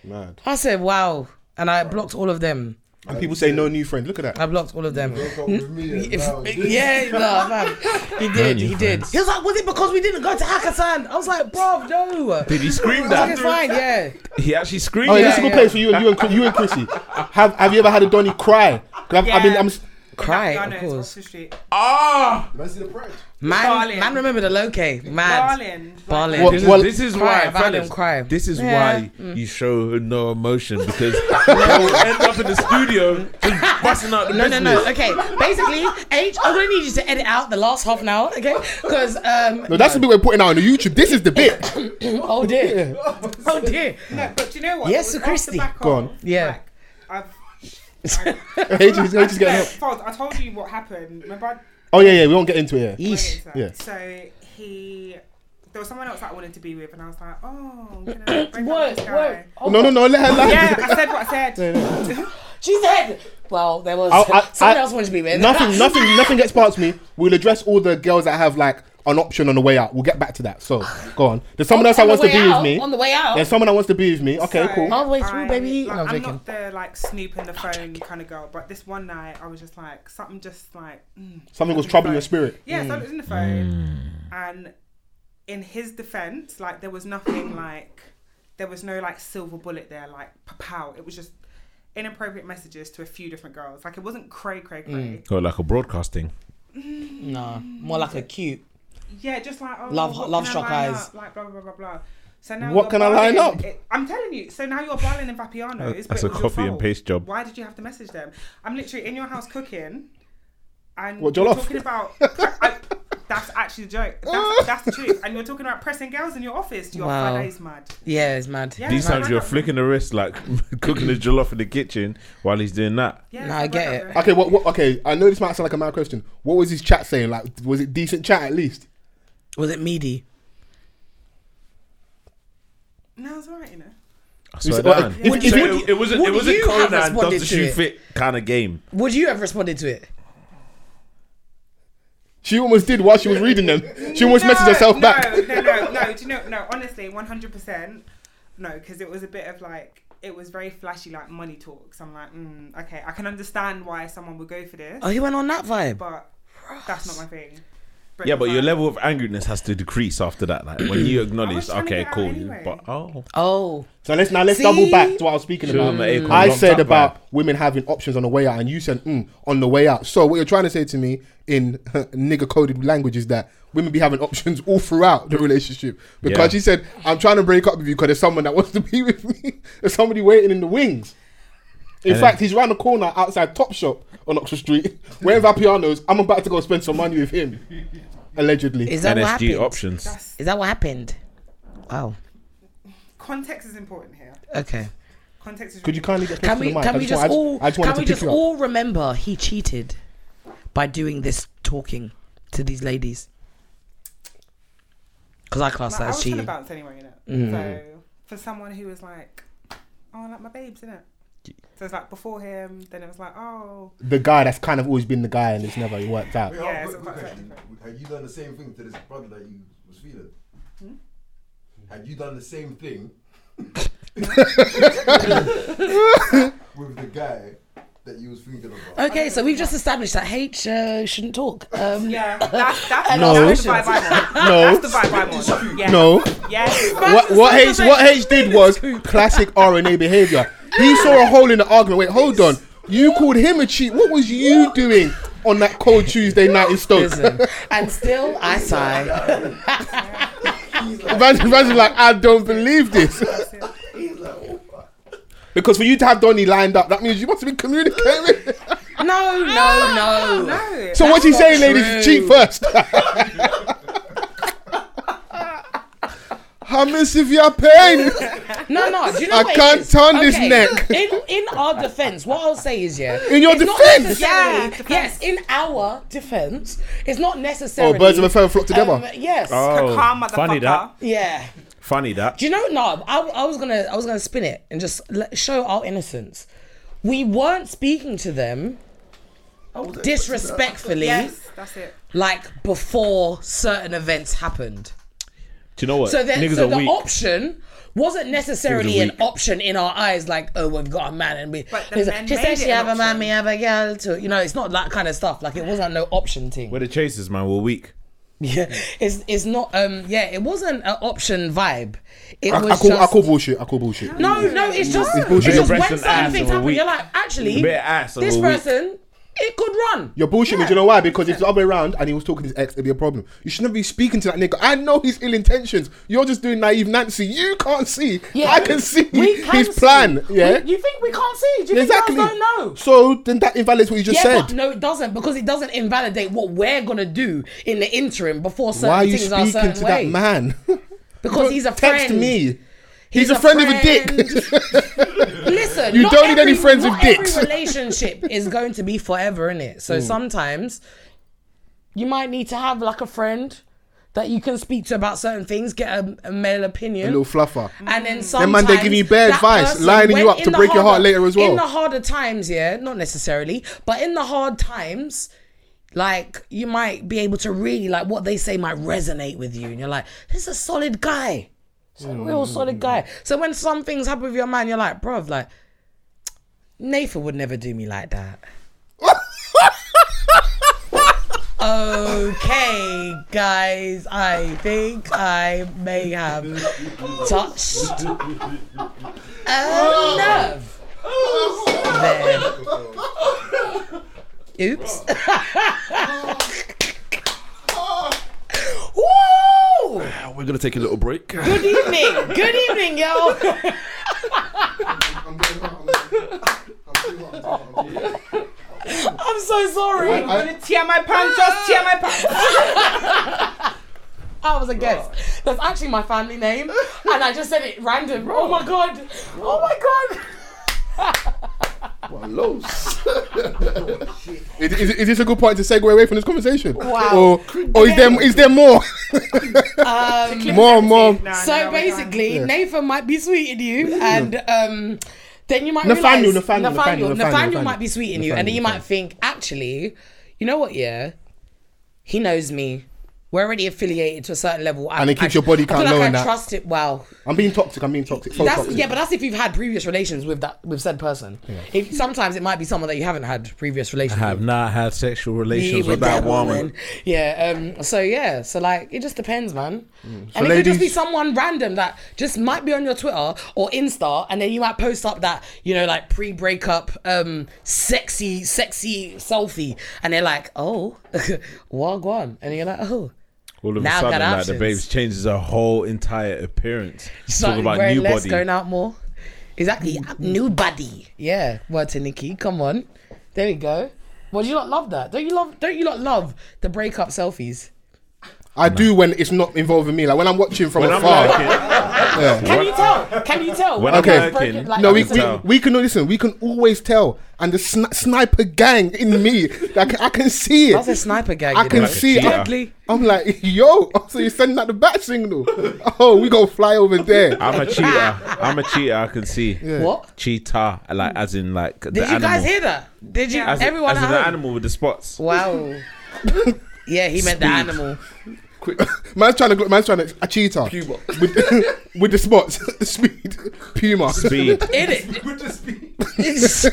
Speaker 4: Mad.
Speaker 5: I said, wow. And I blocked all of them.
Speaker 4: And people say no new friends. Look at that.
Speaker 5: I blocked all of them.
Speaker 6: With me and
Speaker 5: If-
Speaker 6: now this.
Speaker 5: yeah, no, man. He did, he did. He was like, was it because we didn't go to Hakkasan? I was like, bro, no.
Speaker 3: Did he scream
Speaker 5: I was like,
Speaker 3: that?
Speaker 5: it's fine, yeah.
Speaker 3: He actually screamed.
Speaker 4: Oh,
Speaker 3: that.
Speaker 4: yeah, this is a good
Speaker 5: yeah.
Speaker 4: place for you and you and Chris- you and Chrissy. Have Have you ever had a Donny cry? 'Cause I've, I've been. I'm, s-
Speaker 5: Cry,
Speaker 8: No,
Speaker 5: of
Speaker 8: no, it's
Speaker 5: course.
Speaker 8: across the street.
Speaker 3: Ah!
Speaker 6: Did I see the pride?
Speaker 5: Man,
Speaker 8: Barlin.
Speaker 5: man, remember the loke. Mad.
Speaker 8: Darling.
Speaker 5: Barlin.
Speaker 4: What-
Speaker 3: This is,
Speaker 4: Well-
Speaker 3: this is
Speaker 5: Cry,
Speaker 3: why,
Speaker 5: violent
Speaker 3: fellas,
Speaker 5: cry.
Speaker 3: This is
Speaker 5: Yeah. Mm.
Speaker 3: why you show no emotion because you'll end up in the studio just busting out the
Speaker 5: No, no,
Speaker 3: business.
Speaker 5: no. Okay. Basically, H, I'm going to need you to edit out the last half an hour, okay? Because, um,
Speaker 4: no, that's the bit we're putting out on the YouTube. This is the bit.
Speaker 5: oh dear. Oh dear.
Speaker 8: No, but do you know what?
Speaker 5: Yes,
Speaker 8: It was off
Speaker 5: Christy.
Speaker 8: the back
Speaker 4: Go on.
Speaker 8: of,
Speaker 5: Yeah.
Speaker 8: like, I've,
Speaker 4: Hey, just- hey, just
Speaker 8: no,
Speaker 4: getting up.
Speaker 8: Foz, I told you what happened. Remember? I
Speaker 4: Oh yeah, yeah. We won't get into it. Yeah.
Speaker 5: Yeesh.
Speaker 4: Yeah.
Speaker 8: So he, there was someone else that I wanted to be with, and I was like, oh, I'm gonna break up
Speaker 5: What?
Speaker 8: with this
Speaker 5: What?
Speaker 8: guy.
Speaker 4: No, no, no. Let her laugh.
Speaker 8: Yeah, I said what I said.
Speaker 5: She said, well, there was
Speaker 4: I- I-
Speaker 5: someone
Speaker 4: I-
Speaker 5: else wanted to be with.
Speaker 4: nothing, nothing, nothing gets past me. We'll address all the girls that have like an option on the way out. We'll get back to that. So go on. There's someone else that
Speaker 5: On the
Speaker 4: wants to
Speaker 5: way
Speaker 4: be
Speaker 5: out,
Speaker 4: with me.
Speaker 5: On the way out. Oh.
Speaker 4: There's someone that wants to be with me. Okay,
Speaker 8: So,
Speaker 4: cool.
Speaker 5: All the way through,
Speaker 8: I-
Speaker 5: baby.
Speaker 8: Like,
Speaker 5: No, I'm
Speaker 8: I'm
Speaker 5: joking.
Speaker 8: not the like snooping the phone kind of girl, but this one night I was just like something, just like mm,
Speaker 4: Something was
Speaker 8: in the
Speaker 4: troubling
Speaker 8: phone.
Speaker 4: your spirit.
Speaker 8: Yeah, something was in the
Speaker 5: Mm.
Speaker 8: phone, and in his defense, like there was nothing like there was no like silver bullet there, like pow. It was just inappropriate messages to a few different girls. Like it wasn't cray cray cray.
Speaker 4: Mm.
Speaker 3: Oh, like a broadcasting.
Speaker 5: No, more like a cute.
Speaker 8: Yeah, just like oh,
Speaker 5: Love-
Speaker 8: what
Speaker 5: love
Speaker 8: can I
Speaker 5: shock
Speaker 8: line
Speaker 5: eyes.
Speaker 8: Up? Like blah blah blah blah. So now
Speaker 4: What
Speaker 8: you're
Speaker 4: can I line
Speaker 8: barling-
Speaker 4: up?
Speaker 8: it- I'm telling you. So now you're barling in
Speaker 3: That's
Speaker 8: Vapiano's. but
Speaker 3: a
Speaker 8: it was your
Speaker 3: copy and
Speaker 8: fault.
Speaker 3: paste job.
Speaker 8: Why did you have to message them? I'm literally in your house cooking, and
Speaker 4: What,
Speaker 8: you're
Speaker 4: jollof?
Speaker 8: talking about. I, that's actually a joke. That's, that's the truth. And you're talking about pressing girls in your office. You're
Speaker 5: Wow.
Speaker 8: wow. is mad.
Speaker 5: Yeah, it's mad.
Speaker 8: Yeah,
Speaker 3: These
Speaker 8: man,
Speaker 3: times
Speaker 8: I
Speaker 3: you're
Speaker 8: got-
Speaker 3: flicking the wrist like cooking the jollof in the kitchen while he's doing that.
Speaker 8: Yeah,
Speaker 5: No, I
Speaker 8: it's
Speaker 5: get
Speaker 8: like
Speaker 5: it.
Speaker 8: that.
Speaker 4: Okay, what, what? Okay, I know this might sound like a mad question. What was his chat saying? Like, was it decent chat at least?
Speaker 5: Was it meaty?
Speaker 8: No, it's alright, you know.
Speaker 3: I swear
Speaker 4: said-
Speaker 3: down.
Speaker 4: if-
Speaker 5: Would
Speaker 3: So
Speaker 5: you-
Speaker 3: it, it wasn't. It
Speaker 5: would
Speaker 3: wasn't
Speaker 5: you have
Speaker 3: Conan does the
Speaker 5: responded to
Speaker 3: shoe
Speaker 5: it?
Speaker 3: fit kind of game.
Speaker 5: Would you have responded to it?
Speaker 4: She almost did while she was reading them. She almost messaged herself
Speaker 8: no,
Speaker 4: back.
Speaker 8: No, no, no, no. Do you know? No, honestly, one hundred percent. No, because it was a bit of like it was very flashy, like money talks. I'm like, mm, okay, I can understand why someone would go for this,
Speaker 5: Oh, he went on that vibe.
Speaker 8: but that's not my thing.
Speaker 3: Yeah, but your
Speaker 8: level.
Speaker 3: level of angriness has to decrease after that. Like when you acknowledge,
Speaker 8: trying to
Speaker 3: okay,
Speaker 8: get out
Speaker 3: cool.
Speaker 8: anyway.
Speaker 3: But oh,
Speaker 5: Oh,
Speaker 4: So let's now let's
Speaker 5: See?
Speaker 4: double back to what I was speaking
Speaker 3: Sure,
Speaker 4: about.
Speaker 3: mate, come
Speaker 4: I
Speaker 3: locked
Speaker 4: said
Speaker 3: up,
Speaker 4: about women having options on the way out, and you said mm, on the way out. So what you're trying to say to me in nigger coded language is that women be having options all throughout the relationship because
Speaker 3: Yeah.
Speaker 4: she said I'm trying to break up with you because there's someone that wants to be with me. There's somebody waiting in the wings. In fact, he's round the corner outside Top Shop on Oxford Street wearing Vapiano's. I'm about to go spend some money with him, allegedly.
Speaker 5: is that what
Speaker 3: NSG
Speaker 5: happened?
Speaker 3: options.
Speaker 5: Is that what happened? Wow.
Speaker 8: Context is important here.
Speaker 5: Okay.
Speaker 8: Context is.
Speaker 4: Could you kindly
Speaker 8: really-
Speaker 4: get close
Speaker 5: Can
Speaker 4: to
Speaker 5: we
Speaker 4: the mic?
Speaker 5: can
Speaker 4: I
Speaker 5: we
Speaker 4: wa-
Speaker 5: just
Speaker 4: I
Speaker 5: all
Speaker 4: I just wanted
Speaker 5: can we
Speaker 4: to pick
Speaker 5: just
Speaker 4: you up.
Speaker 5: all remember he cheated by doing this talking to these ladies? Because I class
Speaker 8: Like,
Speaker 5: that
Speaker 8: I
Speaker 5: as
Speaker 8: was trying to
Speaker 5: cheating.
Speaker 8: bounce anyway, you know. So for someone who was like, oh, I like my babes, innit? So it's like before him, then it was like, oh,
Speaker 4: the guy that's kind of always been the guy and it's never worked out.
Speaker 8: Yeah, it's
Speaker 6: I've got
Speaker 8: quite
Speaker 6: a question.
Speaker 8: different.
Speaker 6: Had you done the same thing to this brother that you was feeling?
Speaker 5: Hmm?
Speaker 6: Had you done the same thing with the guy that you was thinking about?
Speaker 5: Okay, so we've just established that H uh, shouldn't talk. Um,
Speaker 8: yeah, that's, that's,
Speaker 4: No.
Speaker 8: that's the vibe I'm on.
Speaker 4: No.
Speaker 8: That's the vibe I'm on. Yeah.
Speaker 4: No.
Speaker 8: Yes.
Speaker 4: What what H what H did was classic RNA behavior. He saw a hole in the argument. Wait, hold on. You called him a cheat. What was you doing on that cold Tuesday night in Stoke?
Speaker 5: Listen, and still I sigh.
Speaker 4: Van's Van's like, I don't believe this. Because for you to have Donny lined up, that means you must have been communicating.
Speaker 5: No, no, no.
Speaker 8: No.
Speaker 4: So what's he saying,
Speaker 5: true.
Speaker 4: ladies? Cheat first. How massive your pain?
Speaker 5: No, no. Do you know
Speaker 4: I
Speaker 5: what it
Speaker 4: can't
Speaker 5: is?
Speaker 4: turn this neck.
Speaker 5: In in our defense, what I'll say is yeah.
Speaker 4: In your
Speaker 5: it's not
Speaker 4: defense?
Speaker 5: necessarily-
Speaker 8: Yeah, defense.
Speaker 5: Yes, in our defense, it's not necessarily.
Speaker 4: Oh, birds of a feather flock together. Ah.
Speaker 5: um, yes.
Speaker 8: Calm,
Speaker 3: Oh, funny
Speaker 8: motherfucker.
Speaker 3: that.
Speaker 5: Yeah.
Speaker 3: Funny that.
Speaker 5: Do you know? No, I, I was gonna I was gonna spin it and just let, show our innocence. We weren't speaking to them disrespectfully,
Speaker 8: Oh, Yes, that's it.
Speaker 5: like before certain events happened.
Speaker 3: Do you know what?
Speaker 5: So, then,
Speaker 3: Niggas
Speaker 5: so
Speaker 3: are
Speaker 5: the
Speaker 3: weak.
Speaker 5: option wasn't necessarily
Speaker 3: Niggas are
Speaker 5: an
Speaker 3: weak.
Speaker 5: option in our eyes, like, oh, we've got a man and we.
Speaker 8: But the
Speaker 5: It's
Speaker 8: men
Speaker 5: like, she
Speaker 8: made
Speaker 5: says
Speaker 8: it
Speaker 5: she
Speaker 8: an
Speaker 5: have a man,
Speaker 8: option.
Speaker 5: me have a girl too. You know, it's not that kind of stuff. Like, it wasn't no option thing.
Speaker 3: We're the chasers, man. We're weak.
Speaker 5: yeah, it's it's not. Um, yeah, it wasn't an option vibe. It
Speaker 4: I,
Speaker 5: was
Speaker 4: I call,
Speaker 5: just.
Speaker 4: I call bullshit. I call bullshit.
Speaker 5: no, no, it's just, it's
Speaker 4: bullshit.
Speaker 5: just
Speaker 3: Bare
Speaker 5: when
Speaker 3: breasts and
Speaker 5: certain
Speaker 3: ass
Speaker 5: things
Speaker 3: of a
Speaker 5: happen,
Speaker 3: week.
Speaker 5: you're like, actually,
Speaker 3: Bare ass of
Speaker 5: this
Speaker 3: a week.
Speaker 5: person, it could run.
Speaker 4: You're bullshitting me. Do you know why? Because if it's the other way around and he was talking to his ex, it'd be a problem. You should never be speaking to that nigga. I know his ill intentions. You're just doing naive Nancy. You can't see. I can see
Speaker 5: We can
Speaker 4: his
Speaker 5: see.
Speaker 4: plan. Yeah.
Speaker 5: We- you think we can't see? Do you
Speaker 4: exactly.
Speaker 5: think girls don't know?
Speaker 4: So then that invalidates what you just
Speaker 5: Yeah, but
Speaker 4: said.
Speaker 5: no, it doesn't because it doesn't invalidate what we're gonna do in the interim before certain
Speaker 4: Why are you
Speaker 5: things are
Speaker 4: speaking
Speaker 5: certain
Speaker 4: to
Speaker 5: way.
Speaker 4: that man?
Speaker 5: Because he's a friend.
Speaker 4: Text me. He's, a, friend, with a dick.
Speaker 5: Listen,
Speaker 4: You
Speaker 5: not
Speaker 4: don't need any
Speaker 5: every-
Speaker 4: friends with
Speaker 5: not every
Speaker 4: dicks. Mm.
Speaker 5: relationship is going to be forever, in it. So sometimes you might need to have like a friend that you can speak to about certain things, get a, a male opinion.
Speaker 4: a little fluffer.
Speaker 5: And then
Speaker 4: Them
Speaker 5: sometimes
Speaker 4: man, they give you bad
Speaker 5: that
Speaker 4: advice,
Speaker 5: person
Speaker 4: lining you
Speaker 5: went
Speaker 4: up
Speaker 5: in
Speaker 4: to
Speaker 5: the
Speaker 4: break your heart later as well.
Speaker 5: In the harder times, yeah, not necessarily, but in the hard times, like you might be able to really like what they say might resonate with you, and you're like, this is a solid guy, He's
Speaker 4: Hmm.
Speaker 5: a real solid guy. So when some things happen with your man, you're like, bruv, like Nathan would never do me like that. Okay, guys, I think I may have touched a nerve there. Oops. Woo!
Speaker 7: We're gonna take a little break.
Speaker 5: Good evening. Good evening, yo. I'm so sorry.
Speaker 8: I'm gonna tear my pants, just tear my pants.
Speaker 5: I was a guest. That's actually my family name, and I just said it random. Oh my god. Oh my god.
Speaker 4: Is, is, is this a good point to segue away from this conversation?
Speaker 5: Wow. Um,
Speaker 4: Or, or is there is there more? more, more.
Speaker 8: Nah,
Speaker 5: So
Speaker 8: no, we're done.
Speaker 5: basically, Nathan might be sweeting you, and um, then you might
Speaker 4: Nathaniel,
Speaker 5: realize
Speaker 4: Nathaniel, Nathaniel, Nathaniel,
Speaker 5: Nathaniel
Speaker 4: Nathaniel.
Speaker 5: might be sweeting you, and then you might think, actually, you know what? Yeah, he knows me. We're already affiliated to a certain level. I-
Speaker 4: And it keeps
Speaker 5: I-
Speaker 4: your body
Speaker 5: I feel
Speaker 4: count
Speaker 5: like
Speaker 4: low
Speaker 5: I
Speaker 4: and that.
Speaker 5: trust it. Wow.
Speaker 4: I'm being toxic. I'm being toxic. So
Speaker 5: That's,
Speaker 4: toxic.
Speaker 5: yeah, but that's if you've had previous relations with that with said person. If sometimes it might be someone that you haven't had previous
Speaker 3: I
Speaker 5: relations.
Speaker 3: have
Speaker 5: with.
Speaker 3: not had sexual
Speaker 5: Be
Speaker 3: relations with that woman.
Speaker 5: Yeah. Um. So yeah. So like, it just depends, man.
Speaker 3: Hmm.
Speaker 5: and it could
Speaker 4: ladies-
Speaker 5: just be someone random that just might be on your Twitter or Insta, and then you might post up that you know like pre-breakup, um, sexy, sexy selfie, and they're like, oh, wagwan, and you're like, oh.
Speaker 3: All of a
Speaker 5: Now I've got
Speaker 3: sudden, like the
Speaker 5: options.
Speaker 3: babes changes her whole entire appearance. Talk
Speaker 5: Starting
Speaker 3: about
Speaker 5: wearing
Speaker 3: new
Speaker 5: less,
Speaker 3: body.
Speaker 5: going out more. Exactly. New body. Yeah. Word to Nikki. Come on. There we go. Well, do you not love that? Don't you love? Don't you not love the breakup selfies?
Speaker 4: I do when it's not involving me. Like when I'm watching from
Speaker 3: When I'm
Speaker 4: afar.
Speaker 3: working,
Speaker 5: Can you tell? Can you tell?
Speaker 3: when
Speaker 4: Okay.
Speaker 3: I'm working,
Speaker 4: No,
Speaker 3: I
Speaker 4: we,
Speaker 3: can
Speaker 4: we,
Speaker 3: tell.
Speaker 4: we can listen. We can always tell, and the sni- sniper gang in me, I can, I can see
Speaker 5: That's a
Speaker 4: it.
Speaker 5: sniper gag.
Speaker 4: I
Speaker 5: you
Speaker 4: can
Speaker 5: know.
Speaker 3: Like a
Speaker 4: see it.
Speaker 3: cheetah.
Speaker 4: I'm, I'm like, yo, so you're sending out the bat signal? Oh, we gonna fly over there.
Speaker 3: I'm a cheater. I'm a cheater. I can see.
Speaker 5: What?
Speaker 3: Cheetah, like as in like the
Speaker 5: Did you
Speaker 3: animal.
Speaker 5: guys hear that? Did you?
Speaker 3: As, in-
Speaker 5: everyone
Speaker 3: as
Speaker 5: at
Speaker 3: in the
Speaker 5: home?
Speaker 3: animal with the spots.
Speaker 5: Wow. yeah, he meant the animal.
Speaker 4: Man's trying to, man's trying to a cheetah
Speaker 7: Puma.
Speaker 4: with with the spots, speed, puma.
Speaker 3: Speed.
Speaker 5: In it.
Speaker 6: Would just be
Speaker 3: Yeah,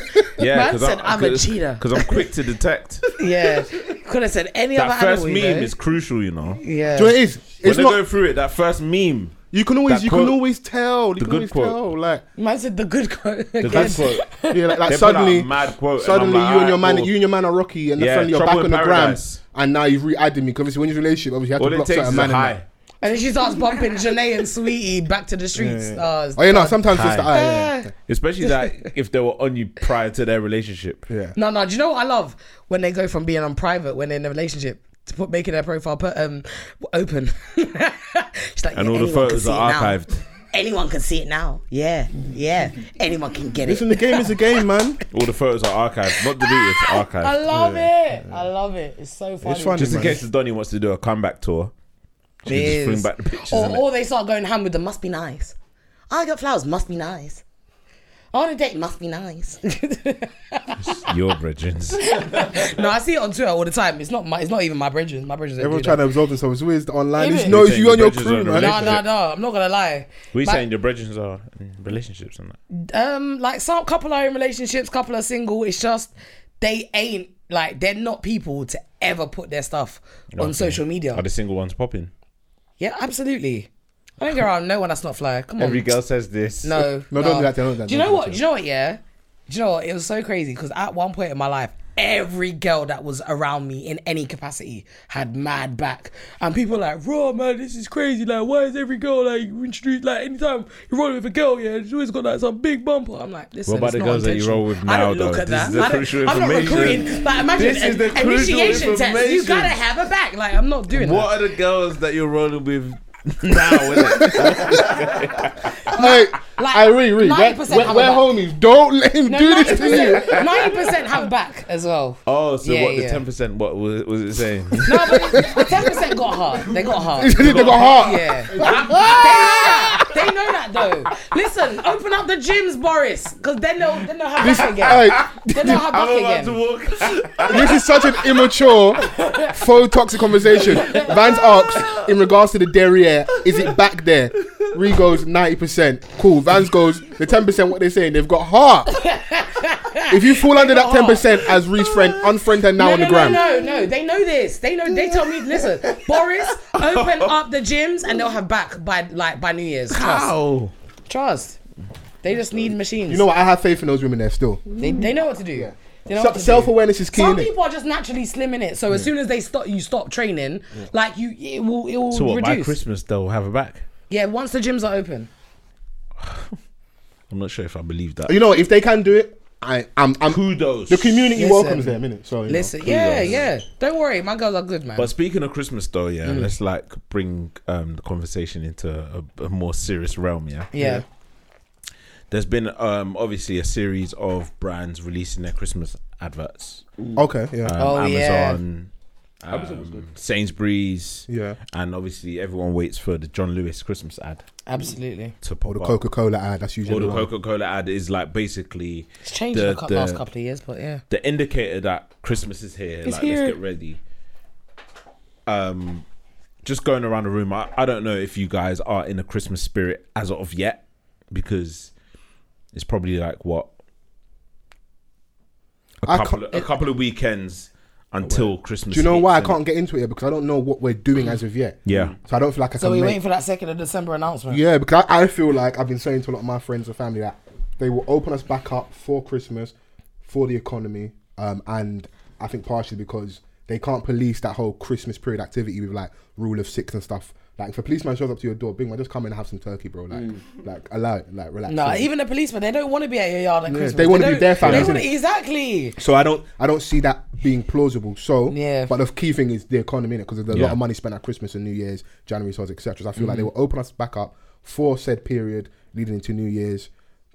Speaker 5: Man
Speaker 3: because
Speaker 5: said, "I'm a cheater."
Speaker 3: Because I'm quick to detect.
Speaker 5: Yeah. Could have said any
Speaker 3: that
Speaker 5: other
Speaker 3: first
Speaker 5: animal.
Speaker 3: meme
Speaker 5: you know?
Speaker 3: is crucial, you know.
Speaker 5: Yeah.
Speaker 4: Do you know what it is?
Speaker 3: When
Speaker 4: It's
Speaker 3: they're
Speaker 4: not.
Speaker 3: going through it, that first meme,
Speaker 4: you can always,
Speaker 3: that
Speaker 4: you
Speaker 3: quote-
Speaker 4: can always tell. You
Speaker 3: the
Speaker 4: can
Speaker 3: good
Speaker 4: always
Speaker 3: quote.
Speaker 4: tell. Like,
Speaker 5: Man said the good quote.
Speaker 3: the
Speaker 5: again.
Speaker 3: good quote.
Speaker 4: yeah, like, like
Speaker 3: They put out
Speaker 4: suddenly.
Speaker 3: a mad quote. and I'm
Speaker 4: Suddenly,
Speaker 3: like,
Speaker 4: you and your man,
Speaker 3: "Alright,
Speaker 4: you and your man are rocky, and
Speaker 3: Yeah,
Speaker 4: suddenly you're back
Speaker 3: Trouble
Speaker 4: on
Speaker 3: in
Speaker 4: the gram,
Speaker 3: Paradise.
Speaker 4: and now you've re-added me because obviously when you're in a relationship, obviously you have
Speaker 3: cool."
Speaker 4: to
Speaker 3: All it
Speaker 4: block
Speaker 3: takes is
Speaker 4: certain
Speaker 3: a
Speaker 4: man. and that.
Speaker 3: high.
Speaker 5: And then she starts bumping Janae and Sweetie back to the streets. Oh, it's
Speaker 4: Oh yeah, no,
Speaker 5: done.
Speaker 4: sometimes it's
Speaker 3: High.
Speaker 4: the eye. yeah, yeah.
Speaker 3: Especially that if they were on you prior to their relationship.
Speaker 4: Yeah.
Speaker 5: No, no. Do you know what I love when they go from being on private when they're in a relationship to put making their profile per, um open? She's
Speaker 3: And
Speaker 5: like, "Yeah,
Speaker 3: all the
Speaker 5: anyone
Speaker 3: photos
Speaker 5: can see
Speaker 3: are
Speaker 5: it now."
Speaker 3: archived.
Speaker 5: Anyone can see it now. Yeah, yeah. Anyone can get
Speaker 4: Listen,
Speaker 5: it.
Speaker 4: the game is a game, man.
Speaker 3: All the photos are archived. Not deleted,
Speaker 5: I
Speaker 3: archived.
Speaker 5: love it. I love it. It's so funny.
Speaker 4: It's funny,
Speaker 3: Just in
Speaker 4: man.
Speaker 3: case Donny wants to do a comeback tour, she can just
Speaker 5: It
Speaker 3: bring
Speaker 5: is. Oh.
Speaker 3: back the pictures.
Speaker 5: Or,
Speaker 3: innit?
Speaker 5: or they start going ham with the must be nice. I got flowers. Must be nice. I want a date. Must be nice.
Speaker 3: Your virgins.
Speaker 5: no, I see it on Twitter all the time. It's not my. It's not even my bridges. My bridges. don't
Speaker 4: Everyone
Speaker 5: do
Speaker 4: trying
Speaker 5: that.
Speaker 4: to absorb themselves. It's weird. The online,
Speaker 5: Isn't
Speaker 4: it's
Speaker 5: it?
Speaker 4: no,
Speaker 3: You
Speaker 4: it's
Speaker 3: think
Speaker 4: you and
Speaker 3: the
Speaker 4: your
Speaker 3: bridges are
Speaker 4: crew,
Speaker 3: in
Speaker 4: man.
Speaker 3: relation-
Speaker 5: No, no, no. I'm not gonna lie.
Speaker 3: We
Speaker 5: But-
Speaker 3: saying your virgins are in relationships and that.
Speaker 5: Um, like some couple are in relationships, couple are single. It's just they ain't like they're not people to ever put their stuff on social media.
Speaker 3: Are the single ones popping?
Speaker 5: yeah, absolutely. I don't get around no one that's not fly. Come on.
Speaker 3: Every girl says this.
Speaker 5: Um, No,
Speaker 4: No, don't do that, don't do that,
Speaker 5: Do you
Speaker 4: don't
Speaker 5: know
Speaker 4: do
Speaker 5: what?
Speaker 4: that.
Speaker 5: Do you know what? Yeah. Do you know what? It was so crazy because at one point in my life, every girl that was around me in any capacity had mad back, and people were like, "Raw man, this is crazy. Like, why is every girl like you introduced like anytime you roll with a girl, yeah, she's always got like some big bumper." I'm like, "Listen,
Speaker 3: about
Speaker 5: it's
Speaker 3: the
Speaker 5: not
Speaker 3: girls that you
Speaker 5: intentional.
Speaker 3: roll with
Speaker 5: I
Speaker 3: now,
Speaker 5: don't look
Speaker 3: though?
Speaker 5: at
Speaker 3: This
Speaker 5: that.
Speaker 3: is the
Speaker 5: I don't-
Speaker 3: crucial
Speaker 5: I'm not
Speaker 3: information.
Speaker 5: recruiting. Like, imagine
Speaker 3: This is
Speaker 5: an
Speaker 3: the crucial
Speaker 5: initiation test. You
Speaker 3: information.
Speaker 5: gotta have a back. Like, I'm not doing that.
Speaker 3: What are the girls that you're rolling with now? innit?
Speaker 4: Hey,
Speaker 5: Like,
Speaker 4: I read, read. We're,
Speaker 5: 90%
Speaker 4: we're,
Speaker 5: have
Speaker 4: we're
Speaker 5: a back.
Speaker 4: homies. Don't let him do this to you.
Speaker 5: Ninety percent have back as well.
Speaker 3: oh, so
Speaker 5: Yeah,
Speaker 3: what the
Speaker 5: yeah.
Speaker 3: ten percent? What was, was it saying?
Speaker 5: No, but ten percent got hard. They got hard.
Speaker 4: they got heart.
Speaker 5: Yeah. they know that. They know that though. Listen, open up the gyms, Boris, because then they'll then they'll have back again.
Speaker 4: Hey,
Speaker 5: Then they'll have back
Speaker 3: I'm about
Speaker 5: again.
Speaker 3: to walk.
Speaker 4: this is such an immature, faux toxic conversation. Vans asks in regards to the derriere, is it back there? Ree goes ninety percent. Cool. Vans goes the ten percent. What they're saying, they've got heart. If you fall under that
Speaker 5: got Oh
Speaker 4: ten percent as Ree's friend, unfriend her now
Speaker 5: no,
Speaker 4: on the
Speaker 5: no,
Speaker 4: gram.
Speaker 5: no, no, no. They know this. They know. They tell me, listen, Boris, open up the gyms and they'll have back by like by New Year's. Trust.
Speaker 3: Ow.
Speaker 5: Trust. They just need machines.
Speaker 4: You know what? I have faith in those women there still.
Speaker 5: They, they know what to do. They know what to do.
Speaker 4: Self awareness is key.
Speaker 5: Some
Speaker 4: innit?
Speaker 5: people are just naturally slim in it, so as soon as they stop, you stop training. Like you, it will, it will
Speaker 3: So what? By
Speaker 5: reduce.
Speaker 3: Christmas they'll have her back.
Speaker 5: Yeah, once the gyms are open.
Speaker 3: I'm not sure if I believe that.
Speaker 4: You know, what, if they can do it, I, I'm, I'm.
Speaker 3: Kudos.
Speaker 4: The community
Speaker 5: Listen.
Speaker 4: welcomes them, innit? So you know.
Speaker 5: Listen, yeah, yeah. Don't worry, my girls are good, man.
Speaker 3: But speaking of Christmas though, yeah, let's like bring um, the conversation into a, a more serious realm, yeah.
Speaker 5: yeah.
Speaker 3: There's been um, obviously a series of brands releasing their Christmas adverts.
Speaker 4: Okay, yeah,
Speaker 3: Um,
Speaker 5: Oh, yeah.
Speaker 3: Amazon, um, Sainsbury's,
Speaker 4: yeah.
Speaker 3: and obviously everyone waits for the John Lewis Christmas ad
Speaker 5: absolutely.
Speaker 3: to pop
Speaker 4: Or the
Speaker 3: up.
Speaker 4: Coca Cola ad. That's usually
Speaker 3: or the
Speaker 4: the one.
Speaker 3: Coca Cola ad is like basically
Speaker 5: It's changed
Speaker 3: the,
Speaker 5: the,
Speaker 3: the-
Speaker 5: last couple of years, but yeah.
Speaker 3: the indicator that Christmas is here.
Speaker 5: It's
Speaker 3: like,
Speaker 5: here.
Speaker 3: let's get ready. Um, just going around the room, I, I don't know if you guys are in a Christmas spirit as of yet, because it's probably like what a
Speaker 4: I
Speaker 3: couple
Speaker 4: can't-
Speaker 3: of, a couple of weekends until Christmas.
Speaker 4: Do you know
Speaker 3: hits,
Speaker 4: why I
Speaker 3: innit?
Speaker 4: can't get into it? Because I don't know what we're doing as of yet.
Speaker 3: Yeah.
Speaker 4: So I don't feel like I
Speaker 5: So
Speaker 4: can
Speaker 5: we're
Speaker 4: make.
Speaker 5: waiting for that second of December announcement.
Speaker 4: Yeah, because I, I feel like I've been saying to a lot of my friends and family that they will open us back up for Christmas, for the economy, um, and I think partially because they can't police that whole Christmas period activity with like rule of six and stuff. Like if a policeman shows up to your door, big man, just come in and have some turkey, bro. Like, like allow it, like relax.
Speaker 5: No,
Speaker 4: Yeah.
Speaker 5: Mm. even the policemen, they don't want to be at your yard at Christmas.
Speaker 4: they wanna be
Speaker 5: don't-
Speaker 4: their families,
Speaker 5: they wanna-
Speaker 4: innit?
Speaker 5: Exactly.
Speaker 4: So I don't, I don't see that being plausible. So
Speaker 5: Yeah.
Speaker 4: But the key thing is the economy, innit? Because there's a
Speaker 3: Yeah. Mm-hmm.
Speaker 4: lot of money spent at Christmas and New Year's, January sales, etc. So I feel like they will open us back up for said period leading into New Year's.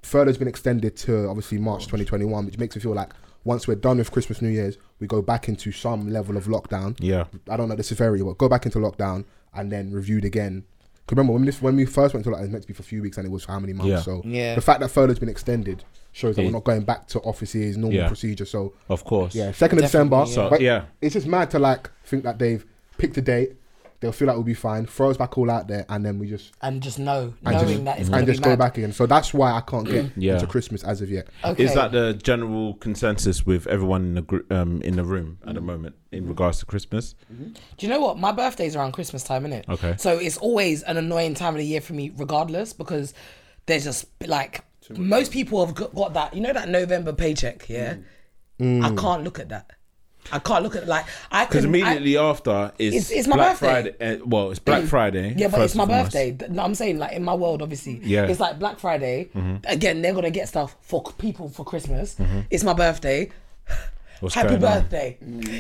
Speaker 4: Further's been extended to obviously March 2021, which makes me feel like once we're done with Christmas, New Year's, we go back into some level of lockdown.
Speaker 3: Yeah.
Speaker 4: I don't know the severity, but go back into lockdown and then reviewed again. 'Cause remember when this when we first went to lockdown, it was meant to be for a few weeks and it was for how many months?
Speaker 3: Yeah.
Speaker 4: So
Speaker 5: Yeah.
Speaker 4: the fact that furlough's been extended shows that
Speaker 3: Yeah.
Speaker 4: we're not going back to offices, normal
Speaker 3: Yeah.
Speaker 4: procedure. So
Speaker 3: Of course.
Speaker 4: yeah, second of
Speaker 5: Definitely,
Speaker 4: December.
Speaker 5: yeah.
Speaker 3: So,
Speaker 4: But
Speaker 3: yeah.
Speaker 4: it's just mad to like think that they've picked a date. They'll feel like we'll be fine. Throw us back all out there, and then we just
Speaker 5: And just know,
Speaker 4: and
Speaker 5: knowing
Speaker 4: just,
Speaker 5: that it's going
Speaker 4: and
Speaker 5: to
Speaker 4: just
Speaker 5: be
Speaker 4: go
Speaker 5: mad. Oh,
Speaker 4: back again. So that's why I can't get
Speaker 3: Mm-hmm. Yeah.
Speaker 4: into Christmas as of yet.
Speaker 5: Okay.
Speaker 3: Is that the general consensus with everyone in the group um, in the room at the
Speaker 4: Mm.
Speaker 3: moment in regards to Christmas?
Speaker 5: Do you know what? My birthday's around Christmas time, innit?
Speaker 3: Okay.
Speaker 5: So it's always an annoying time of the year for me, regardless, because there's just like most people have got, got that. You know that November paycheck, yeah. I can't look at that. I can't look at like I
Speaker 3: Mm. Because
Speaker 5: couldn't- I-
Speaker 3: immediately after is
Speaker 5: It's- it's my
Speaker 3: Black
Speaker 5: birthday. Mm.
Speaker 3: Friday. Uh, well, it's Black Friday.
Speaker 5: Yeah, but
Speaker 3: first
Speaker 5: it's my
Speaker 3: and foremost.
Speaker 5: birthday. Th- No, I'm saying like in my world, obviously.
Speaker 3: Yeah. Mm-hmm.
Speaker 5: It's like Black Friday. Again, they're gonna get stuff for c- people for Christmas. It's my birthday.
Speaker 3: What's
Speaker 5: Happy
Speaker 3: going on?
Speaker 5: birthday.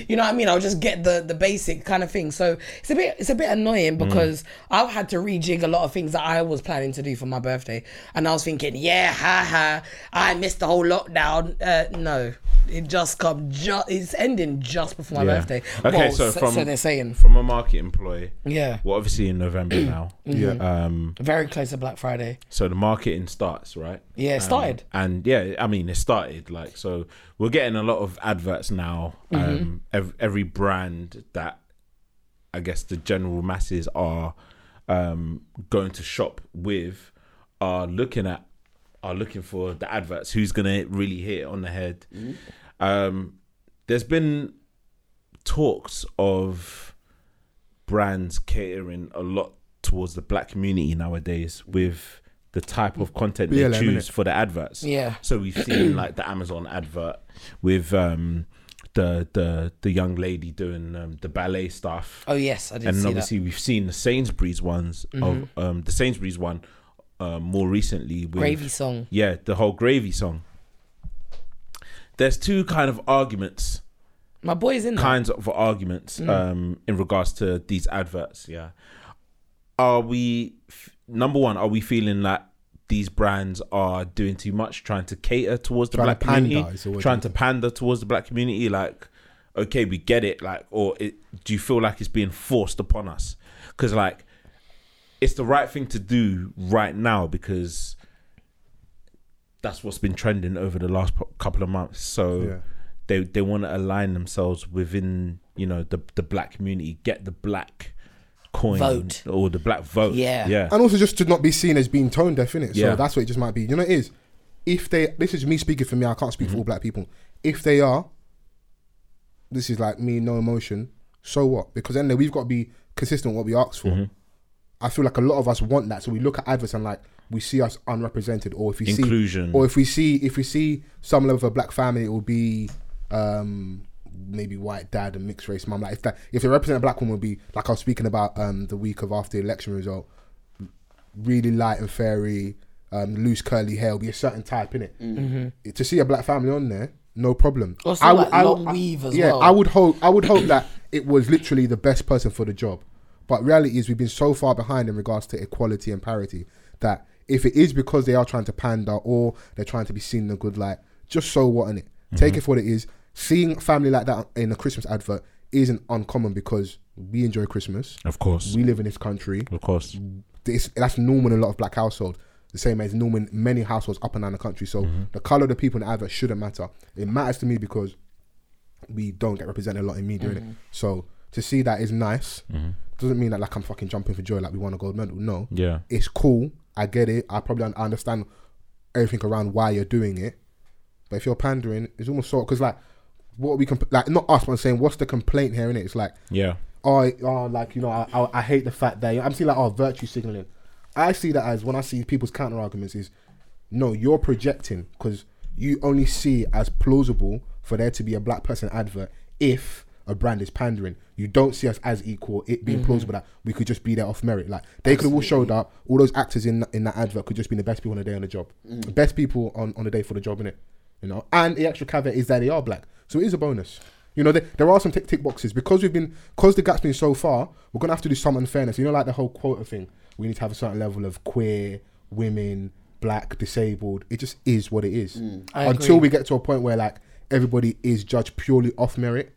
Speaker 5: You know what I mean? I'll just get the the basic kind of thing. So it's a bit it's a bit annoying
Speaker 3: Mm.
Speaker 5: because I've had to rejig a lot of things that I was planning to do for my birthday. And I was thinking, yeah, ha ha, I missed the whole lockdown. Uh, no. It just come ju- it's ending just before my
Speaker 3: Yeah.
Speaker 5: birthday.
Speaker 3: Okay,
Speaker 5: Well,
Speaker 3: so
Speaker 5: so,
Speaker 3: from
Speaker 5: so they're saying.
Speaker 3: from a market employee.
Speaker 5: Yeah.
Speaker 3: We're obviously in November now. yeah. Um.
Speaker 5: Very close to Black Friday.
Speaker 3: So the marketing starts right.
Speaker 5: Yeah,
Speaker 3: Um,
Speaker 5: it started.
Speaker 3: And yeah, I mean it started like so. We're getting a lot of adverts now. Um. Ev- every brand that I guess the general masses are um going to shop with are looking at are looking for the adverts. Who's gonna really hit it on the head? Um. There's been talks of brands catering a lot towards the black community nowadays with the type of content
Speaker 4: BLM,
Speaker 3: they choose
Speaker 4: innit?
Speaker 3: for the adverts.
Speaker 5: Yeah.
Speaker 3: So we've seen like the Amazon advert with um the the the young lady doing um, the ballet stuff.
Speaker 5: Oh yes, I did
Speaker 3: and
Speaker 5: see Mm-hmm.
Speaker 3: obviously we've seen the Sainsbury's ones of um the Sainsbury's one uh, more recently
Speaker 5: that
Speaker 3: with
Speaker 5: gravy song.
Speaker 3: yeah, the whole gravy song. There's two kind of arguments
Speaker 5: My boy's in there. Mm.
Speaker 3: kinds of arguments um, in regards to these adverts. Yeah, are we f- number one? Are we feeling that these brands are doing too much, trying to cater towards the
Speaker 4: Trying to
Speaker 3: black
Speaker 4: pander
Speaker 3: community,
Speaker 4: is the word
Speaker 3: trying
Speaker 4: you
Speaker 3: to pander towards the black community? Like, okay, we get it. Like, or it, do you feel like it's being forced upon us? Because like, it's the right thing to do right now because. That's what's been trending over the last po- couple of months. So,
Speaker 4: Yeah.
Speaker 3: they they want to align themselves within you know the the black community, get the black coin
Speaker 5: Vote.
Speaker 3: or the black vote.
Speaker 5: Yeah.
Speaker 3: yeah,
Speaker 4: And also just to not be seen as being tone deaf, innit?
Speaker 3: Yeah.
Speaker 4: So that's what it just might be. You know what it is? If they this is me speaking for me, I can't speak
Speaker 3: Mm-hmm.
Speaker 4: for all black people. If they are, this is like me, no emotion, so what? Because then we've got to be consistent with what we ask for.
Speaker 3: Mm-hmm.
Speaker 4: I feel like a lot of us want that. So we look at adverts and like we see us unrepresented or if we
Speaker 3: Inclusion.
Speaker 4: see or if we see if we see some level of a black family it will be um maybe white dad and mixed race mum. Like if that if they represent a black woman would be like I was speaking about um the week of after the election result really light and fairy, um, loose curly hair, will be a certain type, innit? Mm-hmm. To see a black family on there, no problem.
Speaker 5: Also,
Speaker 4: would-
Speaker 5: like, long weave as
Speaker 4: yeah,
Speaker 5: well.
Speaker 4: I would hope I would hope that it was literally the best person for the job. But reality is we've been so far behind in regards to equality and parity that if it is because they are trying to pander or they're trying to be seen in a good light, just so what in it. Take it
Speaker 3: Mm-hmm.
Speaker 4: for what it is. Seeing family like that in a Christmas advert isn't uncommon because we enjoy Christmas.
Speaker 3: of course,
Speaker 4: We live in this country
Speaker 3: of course,
Speaker 4: it's, that's normal in a lot of black households. The same as normal in many households up and down the country. So
Speaker 3: Mm-hmm.
Speaker 4: the color of the people in the advert shouldn't matter. It matters to me because we don't get represented a lot in media. innit? So to see that is nice.
Speaker 3: Mm-hmm.
Speaker 4: Doesn't mean that like I'm fucking jumping for joy like we won a gold medal. No,
Speaker 3: Yeah.
Speaker 4: it's cool. I get it. I probably un- I understand everything around why you're doing it. But if you're pandering, it's almost sort because like what we comp- like not us, but I'm saying what's the complaint here? In it, it's like
Speaker 3: Yeah.
Speaker 4: oh, I- oh, like you know, I, I, I hate the fact that I'm seeing like oh, virtue signaling. I see that as when I see people's counter arguments is, no, you're projecting because you only see as plausible for there to be a black person advert if a brand is pandering. You don't see us as equal. It being plausible that we could just be there off merit. Like they could have all showed up. All those actors in in that advert could just be the best people on the day on the job, best people on on the day for the job, innit? You know, and the extra caveat is that they are black, so it is a bonus. You know, there, there are some tick tick boxes because we've been because the gap's been so far. We're gonna have to do some unfairness. You know, like the whole quota thing. We need to have a certain level of queer women, black, disabled. It just is what it is.
Speaker 5: Mm. I
Speaker 4: Until
Speaker 5: agree.
Speaker 4: we get to a point where like everybody is judged purely off merit,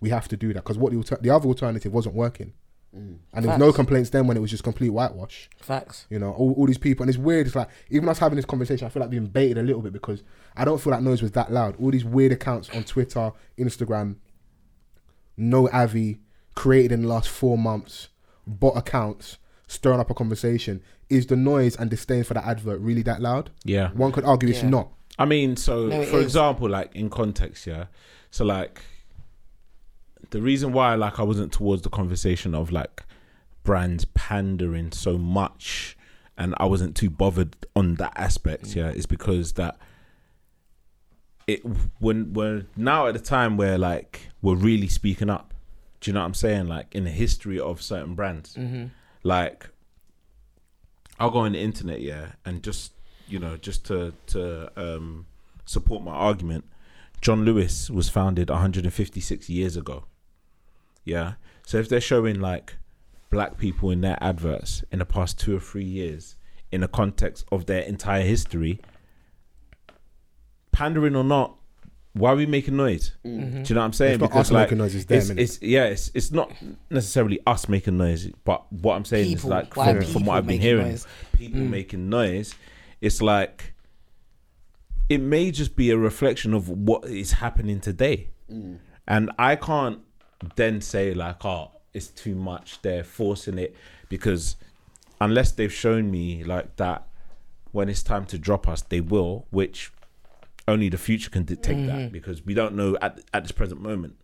Speaker 4: we have to do that because what the, alter- the other alternative wasn't working, and there was no
Speaker 5: Mm. Facts.
Speaker 4: complaints then when it was just complete whitewash.
Speaker 5: Facts.
Speaker 4: You know, all, all these people, and it's weird. It's like even us having this conversation, I feel like being baited a little bit because I don't feel like noise was that loud. All these weird accounts on Twitter, Instagram, no Avi created in the last four months, bot accounts stirring up a conversation. Is the noise and disdain for that advert really that loud?
Speaker 3: Yeah.
Speaker 4: One could argue it's
Speaker 5: Yeah.
Speaker 4: not.
Speaker 3: I mean, so
Speaker 5: No, it
Speaker 3: for
Speaker 5: is.
Speaker 3: example, like in context, yeah. So like the reason why like I wasn't towards the conversation of like brands pandering so much and I wasn't too bothered on that
Speaker 5: Mm.
Speaker 3: aspect, yeah, is because that it when we're now at a time where like we're really speaking up. Do you know what I'm saying? Like in the history of certain brands.
Speaker 5: Mm-hmm.
Speaker 3: Like I'll go on the internet, yeah, and just you know, just to to um, support my argument, John Lewis was founded 156 years ago. Yeah, so if they're showing like black people in their adverts in the past two or three years in the context of their entire history, pandering or not, why are we making noise? Do you know what I'm saying?
Speaker 4: It's not us making noise, it's them,
Speaker 3: it's,
Speaker 4: innit?
Speaker 3: it's- yeah, it's it's not necessarily us making noise, but what I'm saying is
Speaker 5: People,
Speaker 3: like
Speaker 5: why
Speaker 3: from, from
Speaker 5: people
Speaker 3: what I've been
Speaker 5: making
Speaker 3: hearing,
Speaker 5: noise? Mm.
Speaker 3: people making noise, it's like it may just be a reflection of what is happening today.
Speaker 5: Mm.
Speaker 3: And I can't then say like, oh, it's too much. They're forcing it because unless they've shown me like that, when it's time to drop us, they will. Which only the future can dictate that because we don't know at at this present moment.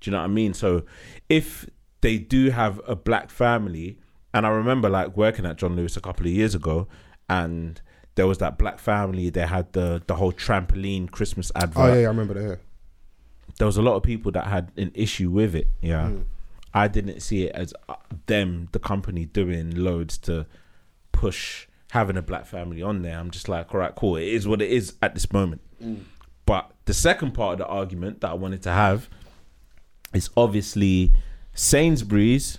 Speaker 3: Do you know what I mean? So if they do have a black family, and I remember like working at John Lewis a couple of years ago, and there was that black family. They had the the whole trampoline Christmas advert
Speaker 4: Oh yeah, yeah, I remember that. Yeah.
Speaker 3: there was a lot of people that had an issue with it. Yeah, I didn't see it as uh, them, the company, doing loads to push having a black family on there. I'm just like, all right, cool. It is what it is at this moment. But the second part of the argument that I wanted to have is obviously Sainsbury's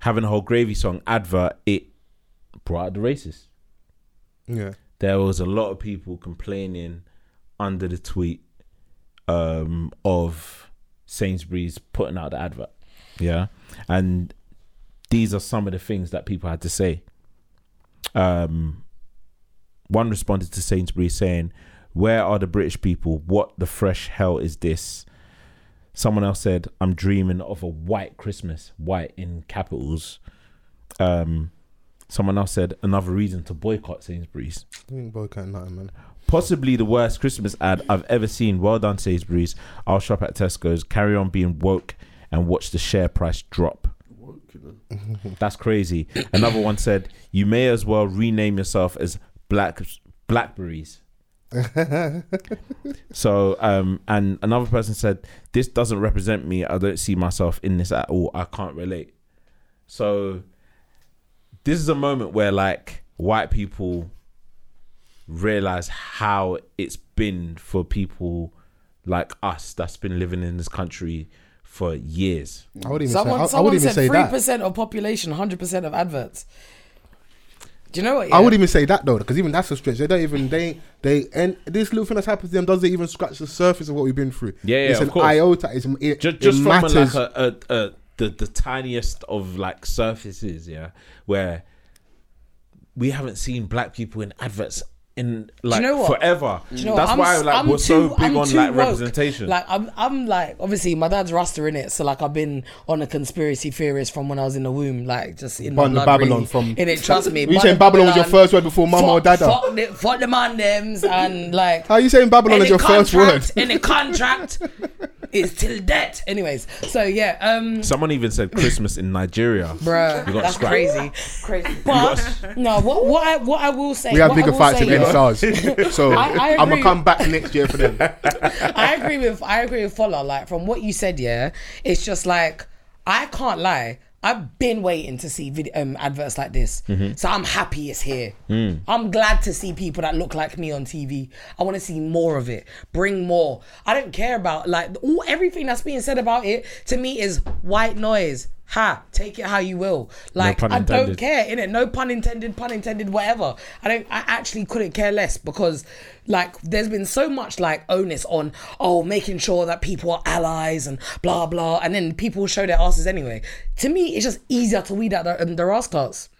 Speaker 3: having a whole gravy song advert. It brought out the racists
Speaker 4: Yeah.
Speaker 3: there was a lot of people complaining under the tweet um, of Sainsbury's putting out the advert. Yeah. And these are some of the things that people had to say. Um, one responded to Sainsbury's saying, Where are the British people? What the fresh hell is this? Someone else said, I'm dreaming of a white Christmas, white in capitals. Um, someone else said, Another reason to boycott Sainsbury's.
Speaker 4: Doing boycott nothing, man.
Speaker 3: Possibly the worst Christmas ad I've ever seen. Well done, Sainsbury's. I'll shop at Tesco's. Carry on being woke and watch the share price drop. That's crazy. Another one said, "You may as well rename yourself as Black Blackberries." so, um, and another person said, "This doesn't represent me. I don't see myself in this at all. I can't relate." So, this is a moment where like white people realize how it's been for people like us that's been living in this country for years.
Speaker 4: I would even
Speaker 5: Someone,
Speaker 4: say. I, I
Speaker 5: someone
Speaker 4: would even
Speaker 5: said
Speaker 4: say
Speaker 5: three
Speaker 4: that.
Speaker 5: percent of population, hundred percent of adverts. Do you know what?
Speaker 4: I
Speaker 5: yeah?
Speaker 4: would even say that though, because even that's a stretch. They don't even they they and this little thing that's happened to them doesn't even scratch the surface of what we've been through.
Speaker 3: Yeah, yeah,
Speaker 4: it's
Speaker 3: of
Speaker 4: an
Speaker 3: course.
Speaker 4: iota. It's, it
Speaker 3: Just, just
Speaker 4: just, it
Speaker 3: from a,
Speaker 4: matters.
Speaker 3: like a, a, a the the tiniest of like surfaces, yeah, where we haven't seen black people in adverts in like
Speaker 5: know what?
Speaker 3: forever.
Speaker 5: Do you know what?
Speaker 3: That's why
Speaker 5: s-
Speaker 3: like we're so big on
Speaker 5: too
Speaker 3: like
Speaker 5: woke.
Speaker 3: representation.
Speaker 5: Like I'm, I'm like obviously my dad's Rasta in it, so like I've been on a conspiracy theorist from when I was in the womb, like just
Speaker 4: Born
Speaker 5: in my
Speaker 4: in
Speaker 5: blood,
Speaker 4: Babylon
Speaker 5: really.
Speaker 4: from-
Speaker 5: in it. Trust me.
Speaker 4: You
Speaker 5: born
Speaker 4: saying
Speaker 5: in
Speaker 4: Babylon was your first word before mama
Speaker 5: fuck,
Speaker 4: or dada?
Speaker 5: Fuck the, fuck the man thems and like.
Speaker 4: How you saying Babylon is
Speaker 5: any
Speaker 4: your first word?
Speaker 5: contract- Any contract is till debt. Anyways, so yeah, um,
Speaker 3: Someone even said Christmas in Nigeria.
Speaker 5: bruh,
Speaker 3: You got
Speaker 5: that's
Speaker 3: scrapped.
Speaker 5: crazy.
Speaker 8: Crazy.
Speaker 5: But no, what what I what I will say,
Speaker 4: We have
Speaker 5: what I
Speaker 4: bigger
Speaker 5: will
Speaker 4: fights
Speaker 5: say
Speaker 4: to end
Speaker 5: is-
Speaker 4: SARS. So
Speaker 5: I- I
Speaker 4: I'm going
Speaker 5: agree.
Speaker 4: to come back next year for them.
Speaker 5: I agree with I agree with Fola. Like from what you said, yeah, it's just like I can't lie. I've been waiting to see video, um, adverts like this, so I'm happy it's here. I'm glad to see people that look like me on TV. I want to see more of it. Bring more. I don't care about like all everything that's being said about it. To me, is white noise. Ha! Take it how you will. Like
Speaker 3: pun
Speaker 5: I don't
Speaker 3: intended.
Speaker 5: care in it. No pun intended. Pun intended. Whatever. I don't. I actually couldn't care less because, like, there's been so much like onus on oh making sure that people are allies and blah blah, and then people show their asses anyway. To me, it's just easier to weed out their, um, their ass class.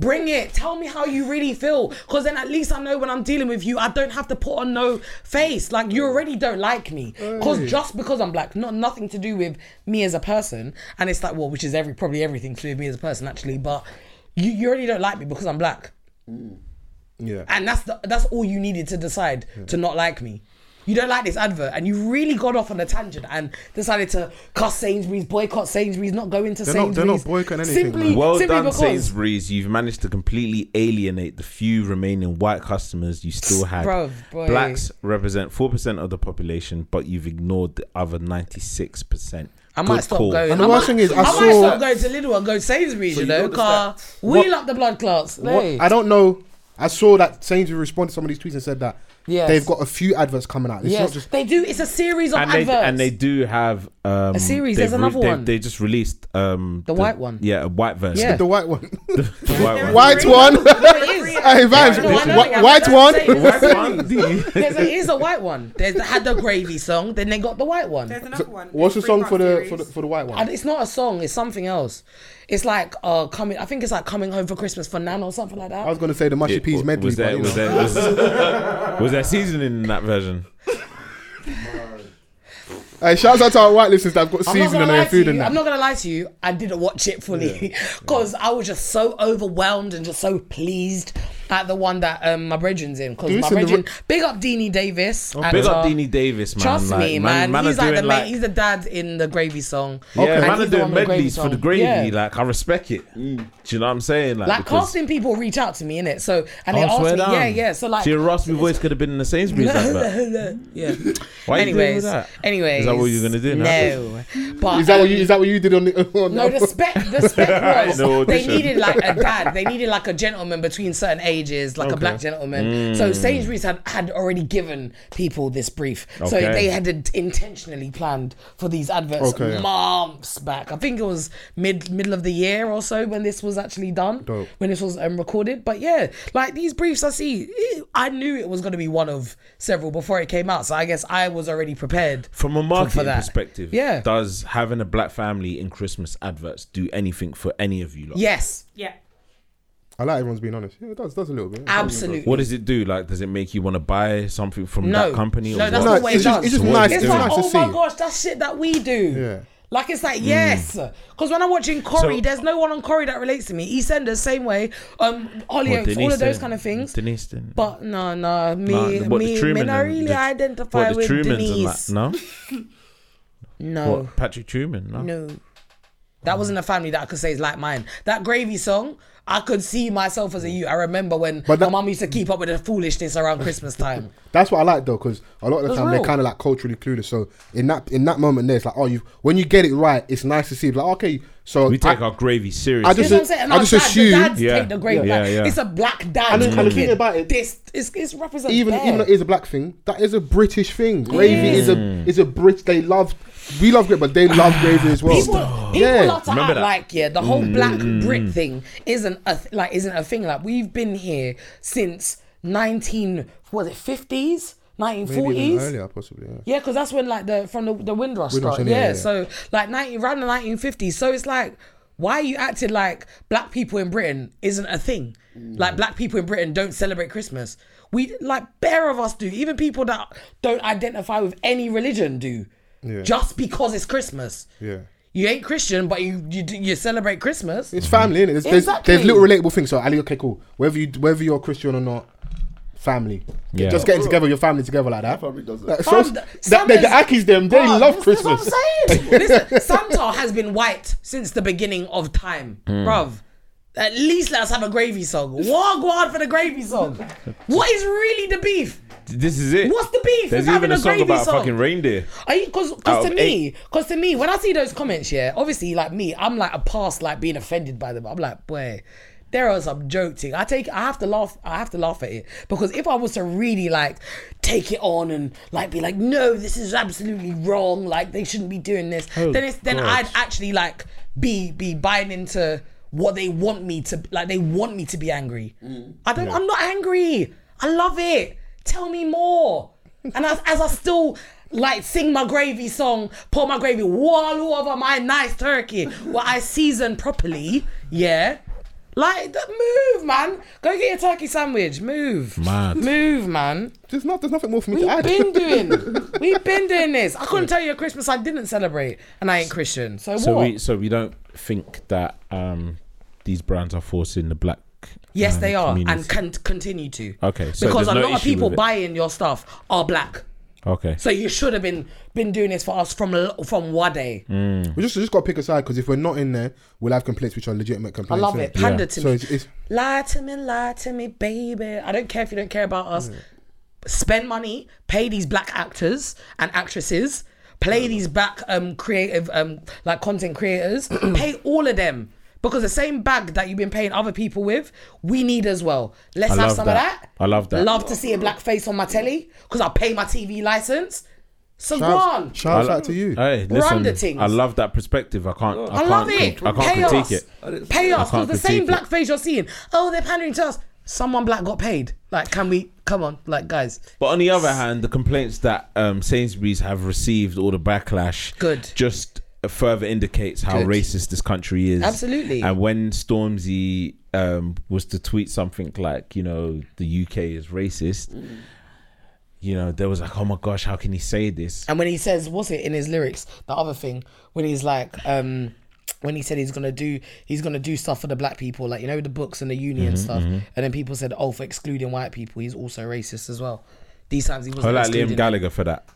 Speaker 5: Bring it. Tell me how you really feel. Because then at least I know when I'm dealing with you, I don't have to put on no face. Like, you already don't like me. Because
Speaker 4: Mm.
Speaker 5: just because I'm black, not nothing to do with me as a person. And it's like, well, which is every probably everything to do with me as a person, actually. But you, you already don't like me because I'm black.
Speaker 4: Yeah.
Speaker 5: And that's the, that's all you needed to decide to not like me. You don't like this advert, and you really got off on a tangent and decided to cuss Sainsbury's, boycott Sainsbury's, not go into
Speaker 4: They're not-
Speaker 5: Sainsbury's.
Speaker 4: they're not boycotting anything,
Speaker 5: Simply,
Speaker 4: man.
Speaker 3: Well
Speaker 5: simply
Speaker 3: done,
Speaker 5: because,
Speaker 3: Sainsbury's. You've managed to completely alienate the few remaining white customers you still had.
Speaker 5: Bruv, boy.
Speaker 3: Blacks represent four percent of the population, but you've ignored the other ninety-six percent.
Speaker 5: I might stop going.
Speaker 4: And the
Speaker 5: I
Speaker 4: worst
Speaker 5: might-
Speaker 4: thing is, I
Speaker 5: might
Speaker 4: saw-
Speaker 5: stop going to Lidl and go to Sainsbury's, you know, car wheel up the blood clots. Hey.
Speaker 4: What, I don't know. I saw that Sainsbury responded to some of these tweets and said that
Speaker 5: Yes.
Speaker 4: they've got a few adverts coming out. It's
Speaker 5: yes,
Speaker 4: not just
Speaker 5: they do. It's a series of
Speaker 3: And they,
Speaker 5: adverts.
Speaker 3: and they do have um,
Speaker 5: A series,
Speaker 3: they've
Speaker 5: there's another
Speaker 3: they've-
Speaker 5: one.
Speaker 3: They just released um,
Speaker 5: The white one.
Speaker 3: Yeah, a white version.
Speaker 5: Yeah.
Speaker 4: the white one.
Speaker 3: The white one.
Speaker 4: white one.
Speaker 5: it is.
Speaker 4: hey, vibes.
Speaker 5: No, I know
Speaker 4: Wh-
Speaker 5: it.
Speaker 4: white
Speaker 5: I'm
Speaker 4: one.
Speaker 5: saying
Speaker 3: The white one.
Speaker 5: There's a, here's a white one. They had the gravy song, then they got the white one.
Speaker 8: There's another one.
Speaker 4: What's the
Speaker 8: Three
Speaker 4: song
Speaker 8: part
Speaker 4: for the
Speaker 8: series.
Speaker 4: for the for the white
Speaker 5: And
Speaker 4: one?
Speaker 5: it's not a song. It's something else. It's like uh coming. I think it's like coming home for Christmas for Nan or something like
Speaker 4: I was
Speaker 5: that.
Speaker 4: gonna say the mushy peas medley,
Speaker 3: was
Speaker 4: but
Speaker 3: there
Speaker 4: you
Speaker 3: was
Speaker 4: know.
Speaker 3: there was, was there seasoning in that version?
Speaker 4: Hey, shouts out to our white listeners that've got
Speaker 5: I'm not
Speaker 4: seasoning
Speaker 5: gonna
Speaker 4: on
Speaker 5: lie
Speaker 4: their
Speaker 5: to
Speaker 4: food
Speaker 5: you.
Speaker 4: and
Speaker 5: I'm
Speaker 4: that.
Speaker 5: not gonna lie to you. I didn't watch it fully because I was just so overwhelmed and just so pleased at the one that um, my brethren's in. Because
Speaker 4: Dude,
Speaker 5: my
Speaker 4: listen, the
Speaker 5: brethren,
Speaker 4: re-
Speaker 5: big up Deanie Davis.
Speaker 4: Oh,
Speaker 5: and,
Speaker 3: Oh, Big up
Speaker 5: uh,
Speaker 3: Deanie Davis, man.
Speaker 5: Trust
Speaker 3: like,
Speaker 5: me, man.
Speaker 3: man
Speaker 5: he's
Speaker 3: are
Speaker 5: like the
Speaker 3: doing,
Speaker 5: ma- he's the dad in the gravy song.
Speaker 3: Yeah,
Speaker 5: And
Speaker 3: man are
Speaker 5: he's the
Speaker 3: doing
Speaker 5: one with the gravy
Speaker 3: medleys for the
Speaker 5: song.
Speaker 3: gravy.
Speaker 5: Yeah. Mm.
Speaker 3: Like I respect it. Do you know what I'm saying? Like,
Speaker 5: Like
Speaker 3: because-
Speaker 5: casting people reach out to me in it, so and they
Speaker 3: Oh,
Speaker 5: ask
Speaker 3: swear
Speaker 5: me,
Speaker 3: down.
Speaker 5: yeah, yeah. So like,
Speaker 3: so your raspy voice could have been in the Sainsbury's advert.
Speaker 5: yeah.
Speaker 3: Why are you doing all
Speaker 5: Anyways,
Speaker 3: that?
Speaker 5: anyways,
Speaker 3: Is that what you're gonna do now?
Speaker 5: No, but um,
Speaker 4: Is that what you is that what you did on the? On
Speaker 5: No,
Speaker 4: the-
Speaker 5: the spec, the spec was
Speaker 3: In the
Speaker 5: they
Speaker 3: audition.
Speaker 5: needed like a dad. They needed like a gentleman between certain ages, like a black gentleman. So Sainsbury's had, had already given people this brief. So
Speaker 3: Okay.
Speaker 5: they had int- intentionally planned for these adverts
Speaker 4: Okay, yeah.
Speaker 5: months back. I think it was mid middle of the year or so when this was actually done,
Speaker 4: Dope.
Speaker 5: when this was um, recorded. But yeah, like these briefs, I see. eh, I knew it was going to be one of several before it came out. So I guess I was already prepared.
Speaker 3: From a marketing
Speaker 5: that.
Speaker 3: perspective,
Speaker 5: Yeah.
Speaker 3: does having a black family in Christmas adverts do anything for any of you? lot?
Speaker 5: Yes,
Speaker 8: Yeah.
Speaker 4: I like everyone's being honest. Yeah, it does does a little bit.
Speaker 5: absolutely.
Speaker 3: What does it do? Like, does it make you want to buy something from
Speaker 5: No.
Speaker 3: that company?
Speaker 5: No,
Speaker 3: or
Speaker 5: that's
Speaker 3: what?
Speaker 5: not what it
Speaker 4: it's just-
Speaker 5: does.
Speaker 4: it's just
Speaker 3: What
Speaker 4: nice.
Speaker 3: is
Speaker 5: It's
Speaker 4: It's
Speaker 3: doing?
Speaker 5: like,
Speaker 4: nice to
Speaker 5: oh
Speaker 4: see.
Speaker 5: my gosh, that's shit that we do.
Speaker 4: Yeah.
Speaker 5: Like it's like yes, because when I'm watching Corey,
Speaker 3: Mm. So-
Speaker 5: there's no one on Corey that relates to me. EastEnders, same way. Um,
Speaker 3: What,
Speaker 5: Hollyoaks, all
Speaker 3: Denise
Speaker 5: of those
Speaker 3: then?
Speaker 5: kind of things.
Speaker 3: Denise then?
Speaker 5: But no, no, me,
Speaker 3: Nah, what, the
Speaker 5: me, me,
Speaker 3: Truman
Speaker 5: not
Speaker 3: and
Speaker 5: really
Speaker 3: the-
Speaker 5: identify
Speaker 3: what, the
Speaker 5: with
Speaker 3: Trumans and
Speaker 5: Denise.
Speaker 3: that? No,
Speaker 5: No,
Speaker 3: what Patrick Truman? No,
Speaker 5: no, that wasn't a family that I could say is like mine. That gravy song. I could see myself as a you. I remember when
Speaker 4: But that-
Speaker 5: my mum used to keep up with the foolishness around Christmas time.
Speaker 4: That's what I like though, because a lot of the
Speaker 5: That's
Speaker 4: time
Speaker 5: real.
Speaker 4: they're kind of like culturally clueless. So in that in that moment there, it's like, oh, you when you get it right, it's nice to see. Like, okay, so
Speaker 3: we take
Speaker 4: I,
Speaker 3: our gravy seriously.
Speaker 4: I
Speaker 5: You
Speaker 4: just-
Speaker 5: know what I'm saying? And
Speaker 4: I
Speaker 5: our
Speaker 4: just
Speaker 5: dads,
Speaker 4: assume-
Speaker 5: the dads
Speaker 3: Yeah.
Speaker 5: take the grave.
Speaker 3: Yeah,
Speaker 5: like,
Speaker 3: yeah.
Speaker 5: It's a black dad.
Speaker 4: And the- and the
Speaker 5: taking
Speaker 4: thing about it-
Speaker 5: this it's, it's represented.
Speaker 4: even
Speaker 5: there.
Speaker 4: even though it is a black thing, that is a British thing. Gravy is
Speaker 3: Mm.
Speaker 4: a is a Brit. They love we love gravy, but they love gravy as well.
Speaker 5: People, people
Speaker 4: yeah,
Speaker 5: love to
Speaker 3: Remember
Speaker 5: act
Speaker 3: that.
Speaker 5: like yeah, the whole black Brit thing isn't a th- like isn't a thing. Like we've been here since nineteen was it fifties, nineteen
Speaker 4: Maybe even
Speaker 5: forties.
Speaker 4: earlier possibly. Yeah.
Speaker 5: Yeah, because that's when like the from the the Windrush
Speaker 4: Windrush,
Speaker 5: started.
Speaker 4: yeah,
Speaker 5: Yeah,
Speaker 4: yeah, yeah.
Speaker 5: so like ninety around the nineteen fifties. So it's like why are you acting like black people in Britain isn't a thing?
Speaker 4: Mm.
Speaker 5: Like black people in Britain don't celebrate Christmas. We like bare of us do. Even people that don't identify with any religion do.
Speaker 4: Yeah.
Speaker 5: Just because it's Christmas.
Speaker 4: Yeah.
Speaker 5: You ain't Christian, but you you, do- you celebrate Christmas.
Speaker 4: It's family, innit? There's,
Speaker 5: Exactly.
Speaker 4: there's, there's little relatable things. So, Ali, okay, cool. Whether you whether you're Christian or not, family.
Speaker 3: Yeah.
Speaker 4: Just getting together, your family together like that.
Speaker 7: Family does that.
Speaker 4: Like, so,
Speaker 5: Fam,
Speaker 4: that,
Speaker 5: Sam
Speaker 4: they- the
Speaker 5: is-
Speaker 4: Akis, them, they
Speaker 5: Bruv,
Speaker 4: love
Speaker 5: that's
Speaker 4: Christmas.
Speaker 5: what I'm saying. Listen, Santa has been white since the beginning of time,
Speaker 3: Hmm.
Speaker 5: bruv. At least let's have a gravy song. Wagwan for the gravy song. What is really the beef?
Speaker 3: This is it.
Speaker 5: What's the beef?
Speaker 3: There's
Speaker 5: It's having
Speaker 3: even a
Speaker 5: a
Speaker 3: song
Speaker 5: gravy
Speaker 3: about
Speaker 5: song.
Speaker 3: a fucking reindeer.
Speaker 5: Are you cause,
Speaker 3: Out
Speaker 5: cause to
Speaker 3: of
Speaker 5: me, cause to me, when I see those comments, yeah, obviously like me, I'm like a past like being offended by them. I'm like, boy, there are some joking. I take I have to laugh I have to laugh at it. Because if I was to really like take it on and like be like, no, this is absolutely wrong, like they shouldn't be doing this,
Speaker 3: Oh,
Speaker 5: then it's then I'd actually like be be buying into what they want me to like they want me to be angry. I don't I'm not angry. I love it. Tell me more. And as, as I still like sing my gravy song, pour my gravy all over my nice turkey, where I season properly, yeah. Like th- move, man. Go get your turkey sandwich. Move,
Speaker 3: Mad.
Speaker 5: move, man.
Speaker 4: There's, not, there's nothing more for me to
Speaker 5: We've
Speaker 4: add.
Speaker 5: been doing, we've been doing this. I couldn't tell you a Christmas I didn't celebrate, and I ain't Christian. So,
Speaker 3: So
Speaker 5: what?
Speaker 3: we so we don't think that um these brands are forcing the black.
Speaker 5: yes,
Speaker 3: um,
Speaker 5: they are, and
Speaker 3: community-
Speaker 5: can continue to.
Speaker 3: Okay, so
Speaker 5: because
Speaker 3: there's no
Speaker 5: a lot of
Speaker 3: issue
Speaker 5: people
Speaker 3: with it.
Speaker 5: buying your stuff are black.
Speaker 3: okay.
Speaker 5: So you should have been been doing this for us from l- from Wade. day.
Speaker 3: Mm-hmm.
Speaker 4: We just, we just got to pick a side because if we're not in there, we'll have complaints which are legitimate
Speaker 5: I
Speaker 4: complaints.
Speaker 5: love
Speaker 4: innit?
Speaker 5: it. Pander to
Speaker 4: So
Speaker 5: me.
Speaker 4: it's, it's
Speaker 5: Lie to me, lie to me, baby. I don't care if you don't care about us.
Speaker 3: Mm.
Speaker 5: Spend money, pay these black actors and actresses,
Speaker 3: Mm.
Speaker 5: play these black um creative um like content creators, pay all of them. Because the same bag that you've been paying other people with, we need as well. Let's
Speaker 3: I
Speaker 5: have
Speaker 3: love
Speaker 5: some
Speaker 3: that.
Speaker 5: of that.
Speaker 3: I love that.
Speaker 5: Love to see a black face on my telly because I pay my TV license. So go on.
Speaker 4: shout, shout
Speaker 3: I-
Speaker 4: out to you.
Speaker 3: Hey,
Speaker 5: We're
Speaker 3: listen,
Speaker 5: on the things.
Speaker 3: I love that perspective. I can't. I,
Speaker 5: I,
Speaker 3: can't
Speaker 5: love it.
Speaker 3: con- I can't
Speaker 5: pay
Speaker 3: critique
Speaker 5: us.
Speaker 3: it.
Speaker 5: Pay us because
Speaker 3: can't
Speaker 5: the same
Speaker 3: critique
Speaker 5: black
Speaker 3: it.
Speaker 5: face you're seeing. Oh, they're pandering to us. Someone black got paid. Like, can we? Come on, like guys.
Speaker 3: But on the other hand, the complaints that um, Sainsbury's have received or the backlash
Speaker 5: Good.
Speaker 3: just further indicates how
Speaker 4: Good.
Speaker 3: racist this country is.
Speaker 5: Absolutely.
Speaker 3: And when Stormzy um, was to tweet something like, you know, the UK is racist, you know, there was like, oh my gosh, how can he say this?
Speaker 5: And when he says, what's it in his lyrics? The other thing when he's like, um, when he said he's gonna do, he's gonna do stuff for the black people, like you know the books and the union
Speaker 3: Mm-hmm,
Speaker 5: stuff. And then people said, oh, for excluding white people, he's also racist as well. These times he was
Speaker 3: I like
Speaker 5: excluding
Speaker 3: Liam Gallagher for that.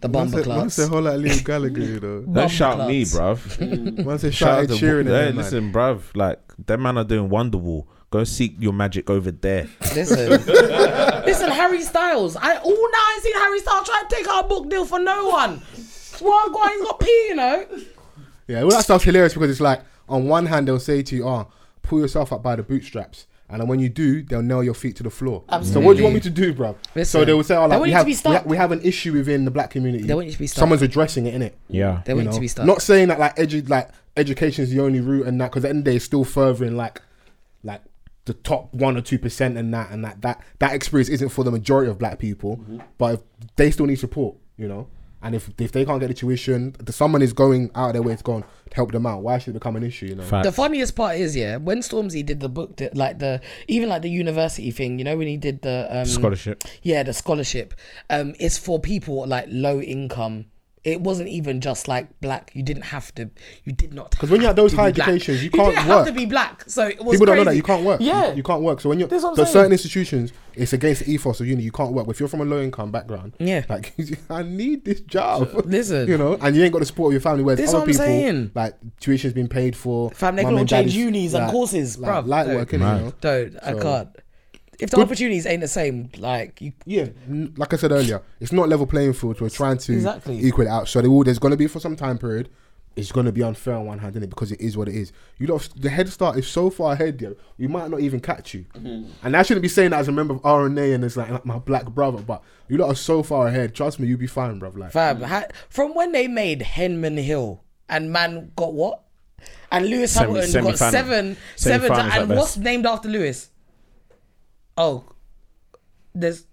Speaker 5: the bomber
Speaker 4: Man said- Man
Speaker 5: class.
Speaker 4: said, whole lot Liam Gallagher, you know.
Speaker 3: Don't
Speaker 5: Bumper
Speaker 3: shout me,
Speaker 5: clots.
Speaker 3: bruv.
Speaker 4: Man said,
Speaker 3: Mm. shout
Speaker 4: shout
Speaker 3: out
Speaker 4: out
Speaker 3: to
Speaker 4: cheering.
Speaker 3: Hey, listen, bruv. Like, that man are doing Wonderwall. Go seek your magic over there.
Speaker 5: Listen, listen, Harry Styles. I all now I seen Harry Styles try to take out a book deal for no one. Well, guy, he's got pee, you know.
Speaker 4: Yeah, all that stuff's hilarious because it's like on one hand they'll say to you, "Ah, pull yourself up by the bootstraps," and then when you do, they'll nail your feet to the floor. So what do you want me to do, bro? So
Speaker 5: Listen,
Speaker 4: they will say, "Oh,
Speaker 5: they
Speaker 4: like,
Speaker 5: want
Speaker 4: we
Speaker 5: you to
Speaker 4: have
Speaker 5: be
Speaker 4: we,
Speaker 5: stuck.
Speaker 4: ha- we have an issue within the black community.
Speaker 5: They want you to be stuck.
Speaker 4: Someone's addressing it, innit?
Speaker 3: Yeah.
Speaker 5: They
Speaker 4: You
Speaker 5: want
Speaker 4: know?
Speaker 5: you to be stuck.
Speaker 4: Not saying that like edu- like education is the only route and that because at the end of the day, it's still furthering like like the top one or two percent and that and that that that experience isn't for the majority of black people, but if they still need support, you know. And if, if they can't get the tuition, the, someone is going out of their way to go and help them out. Why should it become an issue? You know.
Speaker 3: Fact.
Speaker 5: the funniest part is, yeah, when Stormzy did the book, de- like the even like the university thing, you know, when he did the um,
Speaker 3: Scholarship.
Speaker 5: yeah, the scholarship, um, it's for people like low income. It wasn't even just like black. You didn't have to. You did not. Because
Speaker 4: when you have those high educations,
Speaker 5: educations,
Speaker 4: you
Speaker 5: you
Speaker 4: can't
Speaker 5: didn't
Speaker 4: work.
Speaker 5: have to be black. So it was
Speaker 4: People don't know that
Speaker 5: crazy.
Speaker 4: you can't work. You-
Speaker 5: Yeah,
Speaker 4: you, can't work. So when you're
Speaker 5: That's what I'm
Speaker 4: there's
Speaker 5: saying.
Speaker 4: certain institutions, it's against the ethos of uni. You can't work. But if you're from a low income background,
Speaker 5: Yeah.
Speaker 4: like I need this job.
Speaker 5: Listen.
Speaker 4: you know, and you ain't got the support of your family. Whereas
Speaker 5: This
Speaker 4: other
Speaker 5: what I'm
Speaker 4: people,
Speaker 5: saying.
Speaker 4: like tuition's been paid for.
Speaker 5: Fam, they
Speaker 4: mum
Speaker 5: can all
Speaker 4: and
Speaker 5: change
Speaker 4: daddy's,
Speaker 5: unis and courses,
Speaker 4: like,
Speaker 5: bruv.
Speaker 4: Light
Speaker 5: Like,
Speaker 4: work, innit, you know.
Speaker 5: Don't. I
Speaker 4: So-
Speaker 5: can't. If the opportunities ain't the same, like you,
Speaker 4: Yeah, n- like I said earlier, it's not level playing fields. We're trying to
Speaker 5: Exactly.
Speaker 4: equal it out. So they will, there's going to be for some time period. It's going to be unfair on one hand, innit? Because it is what it is. You lot, the head start is so far ahead, yo. We might not even catch you.
Speaker 5: Mm-hmm.
Speaker 4: And I shouldn't be saying that as a member of RNA and it's like, like my black brother, but you lot are so far ahead. Trust me, you'll be fine, bruv. Like,
Speaker 5: fam. ha- from when they made Henman Hill and man got what, and Lewis
Speaker 3: Semi-
Speaker 5: Hamilton got
Speaker 3: semi-final.
Speaker 5: seven, seven,
Speaker 3: Semi-finals
Speaker 5: ti- and
Speaker 3: at
Speaker 5: what's
Speaker 3: best.
Speaker 5: named after Lewis? Oh, there's,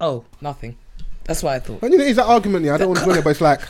Speaker 5: oh, nothing. That's what I thought.
Speaker 4: and you know, it's that argument, yeah. I don't want to go in there, but it's like,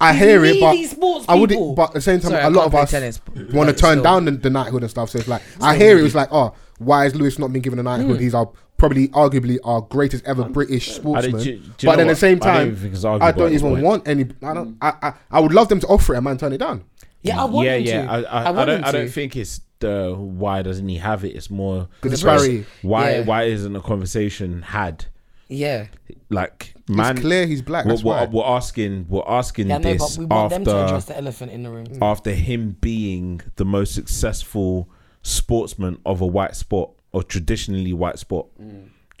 Speaker 4: I hear it,
Speaker 5: really
Speaker 4: but
Speaker 5: sports
Speaker 4: I
Speaker 5: people.
Speaker 4: wouldn't. But at the same time,
Speaker 5: Sorry, I
Speaker 4: a lot
Speaker 5: can't
Speaker 4: of
Speaker 5: play
Speaker 4: us
Speaker 5: tennis, but-
Speaker 4: want to
Speaker 5: but
Speaker 4: turn
Speaker 5: still.
Speaker 4: down the, the knighthood and stuff. So it's like I hear it was like, oh, why is Lewis not been given a
Speaker 3: Hmm.
Speaker 4: knighthood? He's our probably arguably our greatest ever British sportsman.
Speaker 3: Um, do you
Speaker 4: but
Speaker 3: know
Speaker 4: then at the
Speaker 3: what?
Speaker 4: same
Speaker 3: I don't
Speaker 4: time,
Speaker 3: even think it's
Speaker 4: I
Speaker 3: arguable at
Speaker 4: don't
Speaker 3: this
Speaker 4: even
Speaker 3: point.
Speaker 4: want any. I don't. I, I I would love them to offer it and man turn it down.
Speaker 5: Yeah, I want
Speaker 3: yeah,
Speaker 5: him
Speaker 3: yeah.
Speaker 5: to.
Speaker 3: I, I, I,
Speaker 5: want
Speaker 3: don't.
Speaker 5: him
Speaker 3: I don't
Speaker 5: to.
Speaker 3: think it's the why doesn't he have it. It's more
Speaker 4: The disparity.
Speaker 3: Why?
Speaker 5: Yeah.
Speaker 3: Why isn't a conversation had?
Speaker 5: Yeah.
Speaker 3: Like, man,
Speaker 4: clear he's black,
Speaker 3: We're,
Speaker 4: that's
Speaker 3: we're-
Speaker 4: why.
Speaker 3: we're asking. We're asking
Speaker 5: Yeah, I know, but
Speaker 3: this
Speaker 5: we want them to address
Speaker 3: after
Speaker 5: the elephant in the room.
Speaker 3: after him being the most successful sportsman of a white sport or traditionally white sport. Do
Speaker 5: Mm.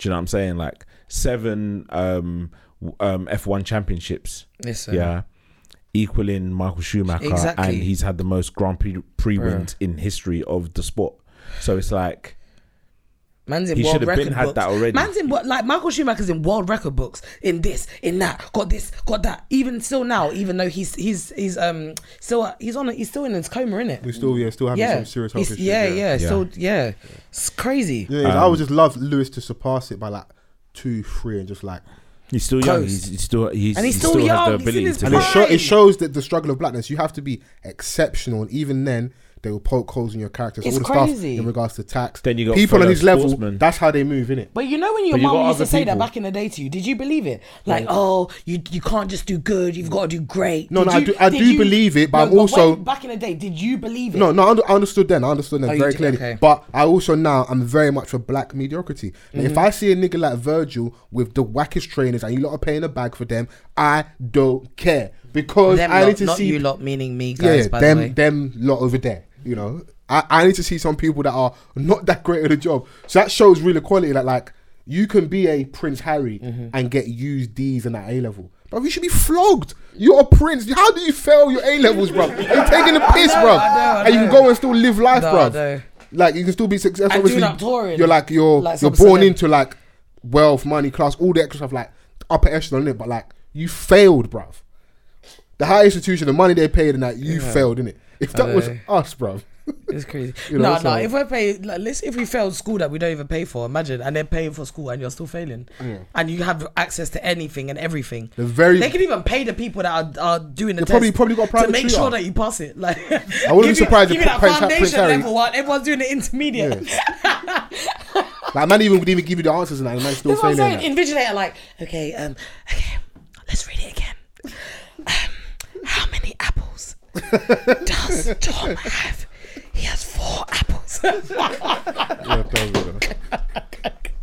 Speaker 3: you know what I'm saying? Like seven um, w- um, F1 championships.
Speaker 5: Listen.
Speaker 3: Yeah. Equaling Michael Schumacher,
Speaker 5: Exactly.
Speaker 3: and he's had the most Grand Prix, Prix wins in history of the sport. So it's like,
Speaker 5: Man's in
Speaker 3: He
Speaker 5: world
Speaker 3: should have
Speaker 5: record
Speaker 3: been had
Speaker 5: books.
Speaker 3: that already.
Speaker 5: Man's in what like Michael Schumacher's in world record books in this, in that, got this, got that. Even still now, even though he's he's he's um still he's on a, he's still in his coma, is
Speaker 4: We still yeah still having
Speaker 5: yeah.
Speaker 4: some serious health
Speaker 5: He's-
Speaker 4: issues.
Speaker 5: yeah, yeah,
Speaker 3: Yeah.
Speaker 5: So yeah. It's crazy.
Speaker 4: Yeah, I would just love Lewis to surpass it by like two, three, and just like.
Speaker 3: he's still young.
Speaker 5: Coast.
Speaker 3: He's, he's still he's,
Speaker 5: And he's
Speaker 3: he
Speaker 5: still
Speaker 3: still has
Speaker 5: young,
Speaker 3: the
Speaker 5: he's in
Speaker 3: ability
Speaker 5: his
Speaker 3: to
Speaker 4: And
Speaker 3: do
Speaker 4: it,
Speaker 3: it.
Speaker 5: prime.
Speaker 4: sho-
Speaker 5: Fine.
Speaker 4: it shows that the struggle of blackness, you have to be exceptional. And even then, they will poke holes in your character. So
Speaker 5: It's
Speaker 4: all the
Speaker 5: crazy.
Speaker 4: stuff in regards to tax.
Speaker 3: Then you got
Speaker 4: people on
Speaker 3: fellow
Speaker 4: his level,
Speaker 3: sportsmen.
Speaker 4: that's how they move, innit?
Speaker 5: But you know when your
Speaker 3: But you
Speaker 5: mum
Speaker 3: got
Speaker 5: used to
Speaker 3: other
Speaker 5: say that
Speaker 3: people.
Speaker 5: back in the day to you, did you believe it? Like, oh, you you can't just do good, you've got to do great.
Speaker 4: No,
Speaker 5: Did
Speaker 4: no, I
Speaker 5: you-
Speaker 4: do- I
Speaker 5: did
Speaker 4: do believe it, but I'm also-
Speaker 5: when- back in the day, did you believe it?
Speaker 4: No, no, I under- I understood then. I understood then
Speaker 5: Oh, you
Speaker 4: very
Speaker 5: did,
Speaker 4: clearly.
Speaker 5: okay.
Speaker 4: But I also now I'm very much for black mediocrity. Like,
Speaker 5: Mm-hmm.
Speaker 4: If I see a nigga like Virgil with the wackest trainers and you lot are paying a bag for them, I don't care because
Speaker 5: Them
Speaker 4: I
Speaker 5: lot,
Speaker 4: need to
Speaker 5: not
Speaker 4: see
Speaker 5: you lot, meaning me, guys.
Speaker 4: yeah, yeah,
Speaker 5: by
Speaker 4: them
Speaker 5: the way.
Speaker 4: them lot over there. You know, I, I need to see some people that are not that great at the job. So that shows real equality. That like you can be a Prince Harry
Speaker 5: Mm-hmm.
Speaker 4: and get used D's and that A level. But you should be flogged. You're a prince. How do you fail your A levels, bro? You're taking the piss,
Speaker 5: know,
Speaker 4: bro.
Speaker 5: I know, I
Speaker 4: And you can
Speaker 5: know.
Speaker 4: go and still live life,
Speaker 5: No, I
Speaker 4: bro.
Speaker 5: know.
Speaker 4: Like you can still be successful.
Speaker 5: And do
Speaker 4: Obviously,
Speaker 5: not touring.
Speaker 4: you're like you're
Speaker 5: Like
Speaker 4: you're
Speaker 5: some
Speaker 4: born
Speaker 5: celeb.
Speaker 4: into like wealth, money, class, all the extra stuff, like upper echelon, innit? But like you failed, bruv the high institution, the money they paid, and that you failed in it. If that was
Speaker 5: know.
Speaker 4: us, bruv.
Speaker 5: It's crazy.
Speaker 4: You know,
Speaker 5: no,
Speaker 4: so-
Speaker 5: no. If we pay, like, let's if we failed school that we don't even pay for, imagine, and they're paying for school and you're still failing, and you have access to anything and everything.
Speaker 4: They're very-
Speaker 5: They can even pay the people that are, are doing the
Speaker 4: They probably-
Speaker 5: test
Speaker 4: probably got a
Speaker 5: to
Speaker 4: private
Speaker 5: make
Speaker 4: tutor.
Speaker 5: sure that you pass it. Like, I
Speaker 4: wouldn't be surprised if
Speaker 5: give you that
Speaker 4: Prince Ha- Prince
Speaker 5: foundation
Speaker 4: Harry-
Speaker 5: level while everyone's doing the intermediate.
Speaker 4: Yeah. Like man, even would even give you the answers and that, and man still
Speaker 5: That's what I'm
Speaker 4: failing.
Speaker 5: saying.
Speaker 4: that.
Speaker 5: Invigilator, like, okay, um, okay, let's read it again. Um, how many apples does Tom have? He has four apples.
Speaker 4: Yeah, probably, though.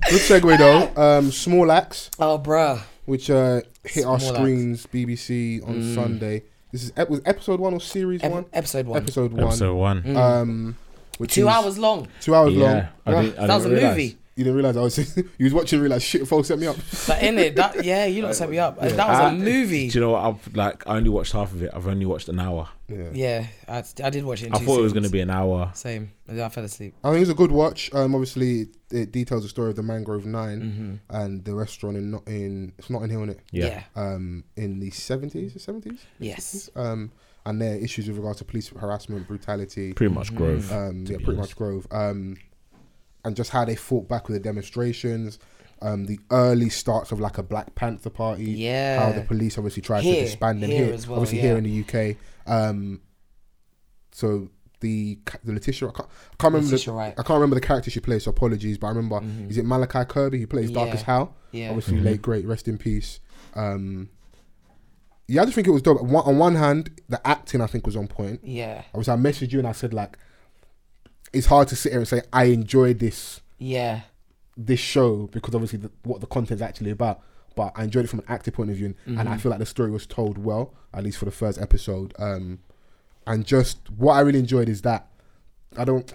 Speaker 4: Good segue though. Um, Small Axe,
Speaker 5: oh, bruh.
Speaker 4: which uh, hit our
Speaker 5: Small Axe. Mm.
Speaker 4: screens, BBC on Sunday. This is ep- was episode one or series
Speaker 5: Ep-
Speaker 4: one?
Speaker 5: episode one. Mm.
Speaker 4: Episode one.
Speaker 3: Episode one.
Speaker 4: Um, which is
Speaker 5: Two hours long.
Speaker 4: Two hours
Speaker 3: Yeah, I
Speaker 4: long. Ah,
Speaker 3: didn't- I
Speaker 5: That was a
Speaker 3: didn't realise.
Speaker 5: movie.
Speaker 4: You didn't realize I was. you was watching, realize shit. Folks set me up.
Speaker 5: But in it, that, yeah, you lot set me up. That was
Speaker 3: I-
Speaker 5: a movie.
Speaker 3: Do you know what? I've like I only watched half of it. I've only watched an hour.
Speaker 5: Yeah, I, I did watch it. In
Speaker 3: I
Speaker 5: two
Speaker 3: thought it was
Speaker 5: seasons.
Speaker 3: going to be an hour.
Speaker 5: same. And then I fell asleep.
Speaker 4: I think it's a good watch. Um, obviously, it, it details the story of the Mangrove 9 and the restaurant in not in it's not in Hill, innit?
Speaker 3: Yeah.
Speaker 5: yeah.
Speaker 4: Um, in the seventies, the seventies.
Speaker 5: Yes.
Speaker 4: Um, and their issues with regards to police harassment, brutality.
Speaker 3: Pretty much Grove.
Speaker 5: Mm.
Speaker 4: um, yeah,
Speaker 3: be
Speaker 4: pretty
Speaker 3: honest.
Speaker 4: much Grove. Um, and just how they fought back with the demonstrations. Um, the early starts of like a Black Panther party. How
Speaker 5: Yeah.
Speaker 4: the police obviously tried to
Speaker 5: Here,
Speaker 4: disband them
Speaker 5: here
Speaker 4: here,
Speaker 5: as well,
Speaker 4: obviously
Speaker 5: yeah.
Speaker 4: here in the UK. Um, so the ca- the Letitia, I can't, I can't remember.
Speaker 5: Letitia
Speaker 4: the,
Speaker 5: Wright.
Speaker 4: I can't remember the character she plays. So apologies, but I remember
Speaker 5: Mm-hmm.
Speaker 4: is it Malachi Kirby who plays Dark
Speaker 5: Mm. Yeah.
Speaker 4: as Hal?
Speaker 5: Yeah.
Speaker 4: Obviously late great, rest in peace. Um, yeah, I just think it was dope. One, on one hand, the acting I think was on point.
Speaker 5: Yeah.
Speaker 4: I was I messaged you and I said like, it's hard to sit here and say I enjoyed this
Speaker 5: Yeah.
Speaker 4: this show because obviously the, what the content's actually about. But I enjoyed it from an active point of view, and, and
Speaker 5: Mm-hmm.
Speaker 4: I feel like the story was told well, at least for the first episode. Um, and just what I really enjoyed is that I don't.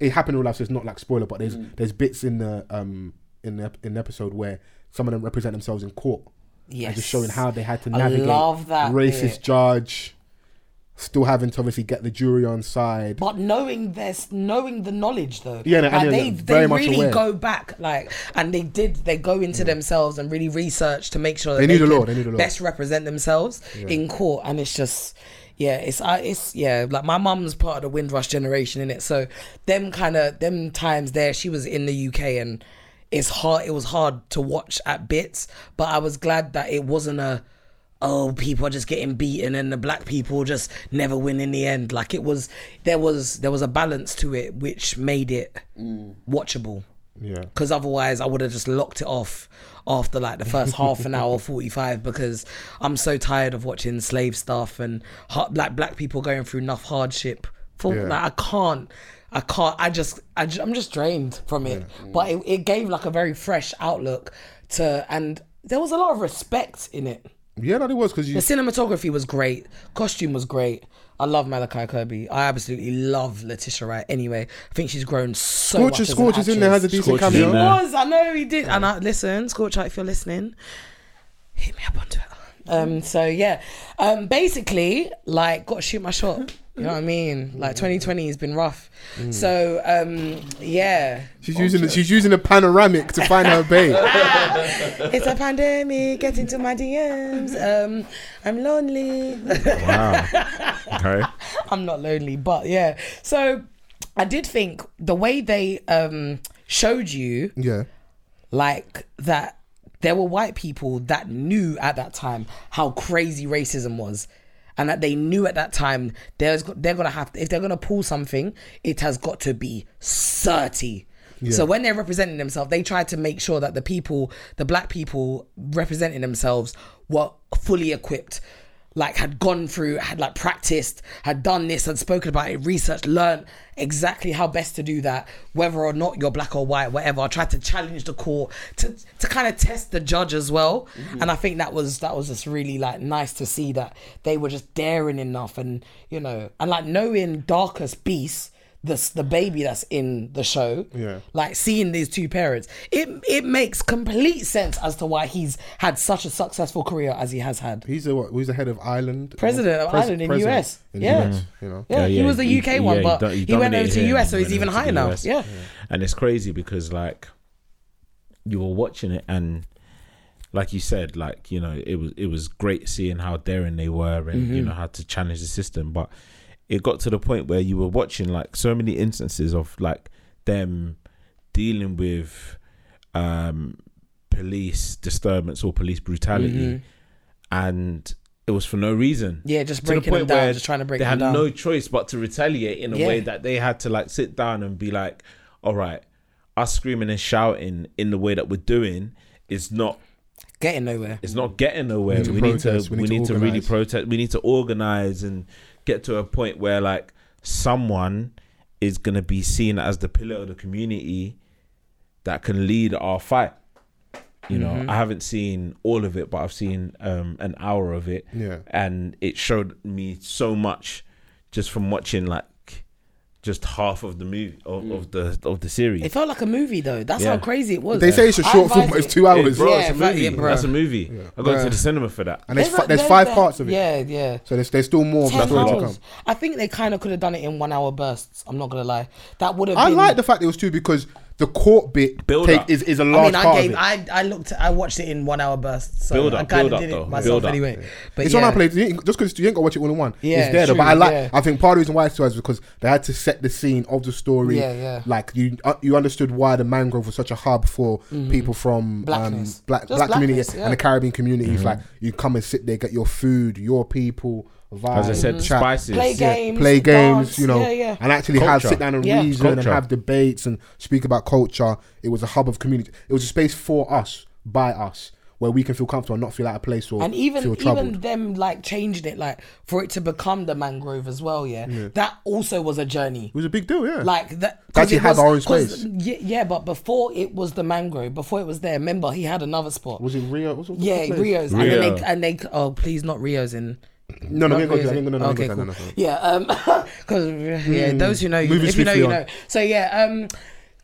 Speaker 4: It happened in real life, so it's not like spoiler. But there's
Speaker 5: Mm.
Speaker 4: there's bits in the um in the, ep- in the episode where some of them represent themselves in court.
Speaker 5: Yes.
Speaker 4: And just showing how they had to
Speaker 5: I
Speaker 4: navigate
Speaker 5: love that
Speaker 4: racist
Speaker 5: bit.
Speaker 4: judge, still having to obviously get the jury on side.
Speaker 5: But knowing this, knowing the knowledge though,
Speaker 4: Yeah, no, I
Speaker 5: like
Speaker 4: know,
Speaker 5: they
Speaker 4: yeah, very
Speaker 5: they
Speaker 4: much
Speaker 5: really
Speaker 4: aware.
Speaker 5: go back, like, and they did they go into themselves and really research to make sure that
Speaker 4: Mm. They knew the
Speaker 5: can
Speaker 4: law, they knew the law.
Speaker 5: best represent themselves in court, and it's just. Yeah, it's uh, it's yeah. Like my mum's part of the Windrush generation in it, so them kind of them times there, she was in the UK, and it's hard. It was hard to watch at bits, but I was glad that it wasn't a oh, people are just getting beaten and the black people just never win in the end. Like it was, there was there was a balance to it which made it
Speaker 4: Mm.
Speaker 5: watchable.
Speaker 4: Yeah.
Speaker 5: Because otherwise, I would have just locked it off after like the first half an hour, forty-five, because I'm so tired of watching slave stuff and ha- like black people going through enough hardship. For
Speaker 4: Yeah.
Speaker 5: like, I can't, I can't. I just, I ju- I'm just drained from it. But it, it gave like a very fresh outlook to, and there was a lot of respect in it.
Speaker 4: Yeah, that it was because you.
Speaker 5: The cinematography was great. Costume was great. I love Malachi Kirby. I absolutely love Letitia Wright. Anyway, I think she's grown so much.
Speaker 4: Scorch,
Speaker 5: as an
Speaker 4: Scorch is in there,
Speaker 5: actress.
Speaker 4: has a decent
Speaker 3: Scorch is in
Speaker 4: cameo.
Speaker 3: there. Yeah.
Speaker 5: Was I know he did. And I, listen, Scorch, if you're listening, hit me up on Twitter. Um, so yeah, um, basically, like, got to shoot my shot. You know what I mean? Like, 2020 has been rough. So um, yeah,
Speaker 4: She's using the, she's using the panoramic to find her babe.
Speaker 5: it's a pandemic. Get into my DMs. Um, I'm lonely.
Speaker 3: Wow. okay.
Speaker 5: I'm not lonely, but yeah. So I did think the way they um, showed you
Speaker 4: yeah.
Speaker 5: like that there were white people that knew at that time how crazy racism was and that they knew at that time there's go- they're gonna have to, if they're gonna pull something it has got to be certy so when they're representing themselves they tried to make sure that the people the black people representing themselves were fully equipped like had gone through had like practiced had done this had spoken about it researched learned exactly how best to do that whether or not you're black or white whatever i tried to challenge the court to to kind of test the judge as well and i think that was that was just really like nice to see that they were just daring enough and you know and like knowing darkest beast the, the baby that's in the show
Speaker 4: Yeah.
Speaker 5: like seeing these two parents it it makes complete sense as to why he's had such a successful career as he has had
Speaker 4: He's the what? He's the head of Ireland.
Speaker 5: President of Ireland in
Speaker 4: president
Speaker 5: US.
Speaker 4: in
Speaker 5: Yeah.
Speaker 4: US, you know.
Speaker 5: Yeah, he was the UK one, but
Speaker 3: do-
Speaker 5: he went over
Speaker 3: dominated
Speaker 5: to
Speaker 3: here
Speaker 5: US,
Speaker 3: and
Speaker 5: so he's
Speaker 3: went
Speaker 5: even
Speaker 3: over to
Speaker 5: higher
Speaker 3: the
Speaker 5: now.
Speaker 3: US.
Speaker 5: Yeah.
Speaker 3: And it's crazy because like you were watching it and like you said, like, you know, it was it was great seeing how daring they were and you know how to challenge the system. But it got to the point where you were watching like so many instances of like them dealing with um police disturbance or police
Speaker 5: Mm-hmm.
Speaker 3: brutality and it was for no reason.
Speaker 5: Yeah, just
Speaker 3: To the
Speaker 5: breaking them
Speaker 3: point
Speaker 5: down,
Speaker 3: where
Speaker 5: just trying to break
Speaker 3: they
Speaker 5: them
Speaker 3: had
Speaker 5: down.
Speaker 3: no choice but to retaliate in a
Speaker 5: Yeah.
Speaker 3: way that they had to like sit down and be like, all right, us screaming and shouting in the way that we're doing is not
Speaker 5: Getting nowhere.
Speaker 3: it's not getting nowhere.
Speaker 4: to
Speaker 3: We need to,
Speaker 4: protest,
Speaker 3: we need to, really
Speaker 4: organise.
Speaker 3: protest. We need to organize and get to a point where like someone is gonna be seen as the pillar of the community that can lead our fight. You know, I haven't seen all of it, but I've seen um, an hour of it,
Speaker 4: Yeah.
Speaker 3: and it showed me so much just from watching like just half of the movie of, of the of the series.
Speaker 5: It felt like a movie though. That's
Speaker 3: Yeah.
Speaker 5: how crazy it was.
Speaker 4: They say it's a
Speaker 5: I
Speaker 4: short film,
Speaker 5: advise
Speaker 4: but it's
Speaker 5: it.
Speaker 4: two hours.
Speaker 3: bro,
Speaker 5: Yeah,
Speaker 3: it's a
Speaker 5: right,
Speaker 3: movie.
Speaker 5: yeah, bro.
Speaker 3: That's a movie. I got
Speaker 4: Bruh.
Speaker 3: to the cinema for that.
Speaker 4: And there's
Speaker 5: a-
Speaker 4: fi- there's five
Speaker 5: a-
Speaker 4: parts of it.
Speaker 5: Yeah, yeah.
Speaker 4: So there's there's still more
Speaker 5: Ten
Speaker 4: story to come.
Speaker 5: hours. I think they kind of could have done it in one hour bursts. I'm not gonna lie. That would have.
Speaker 4: I
Speaker 5: been,
Speaker 4: like the fact it was two because the court bit
Speaker 3: Build
Speaker 4: take,
Speaker 3: up.
Speaker 4: is is a
Speaker 5: I
Speaker 4: large
Speaker 5: mean, I
Speaker 4: part
Speaker 5: gave.
Speaker 4: of it.
Speaker 5: I I looked. I watched it in one hour bursts. So
Speaker 3: Build
Speaker 5: I
Speaker 3: up,
Speaker 5: kind
Speaker 3: build
Speaker 5: of
Speaker 3: up
Speaker 5: did
Speaker 3: though.
Speaker 5: it myself
Speaker 3: Build up.
Speaker 5: anyway. But
Speaker 4: it's
Speaker 5: yeah.
Speaker 4: on our plate. You ain't- Just because you ain't got to watch it all in one.
Speaker 5: Yeah,
Speaker 4: it's there, though.
Speaker 5: true,
Speaker 4: But I like.
Speaker 5: yeah.
Speaker 4: I think part of the reason why it's two hours is because they had to set the scene of the story.
Speaker 5: Yeah, yeah.
Speaker 4: Like you, uh, you understood why the mangrove was such a hub for people from
Speaker 5: Mm. Blackness.
Speaker 4: um, black
Speaker 5: Just
Speaker 4: black community
Speaker 5: blackness, yeah.
Speaker 4: and the Caribbean communities.
Speaker 3: Mm-hmm.
Speaker 4: Like you come and sit there, get your food, your people. Vibe,
Speaker 3: As I said,
Speaker 4: chat.
Speaker 3: spices.
Speaker 5: Play
Speaker 4: Yeah,
Speaker 5: games,
Speaker 4: play games,
Speaker 5: dance,
Speaker 4: you know,
Speaker 5: yeah, yeah.
Speaker 4: and actually have
Speaker 3: Culture.
Speaker 4: sit down and
Speaker 5: Yeah.
Speaker 4: reason and
Speaker 3: Culture.
Speaker 4: have debates and speak about culture. It was a hub of community. It was a space for us, by us, where we can feel comfortable and not feel out of place or
Speaker 5: and even
Speaker 4: feel troubled.
Speaker 5: even them like changing it like for it to become the mangrove as well yeah, that also was a journey
Speaker 4: it was a big deal, yeah.
Speaker 5: like that
Speaker 4: That's
Speaker 5: it
Speaker 4: it had
Speaker 5: was-
Speaker 4: our own
Speaker 5: 'cause-
Speaker 4: space.
Speaker 5: yeah, yeah but before it was the mangrove before it was there remember he had another spot
Speaker 4: was it Rio? What was- what was
Speaker 5: yeah
Speaker 4: the place?
Speaker 5: rios and then they
Speaker 3: Rio.
Speaker 5: and they oh please not rios in
Speaker 4: No, no, Hmm. we ain't going
Speaker 5: not
Speaker 4: to. I ain't
Speaker 5: Rio, is
Speaker 4: going
Speaker 5: it?
Speaker 4: to.
Speaker 5: okay, cool. Yeah, um, because yeah, those who know, you,
Speaker 4: Moving
Speaker 5: if you know, you
Speaker 4: swiftly
Speaker 5: know.
Speaker 4: on.
Speaker 5: So yeah, um,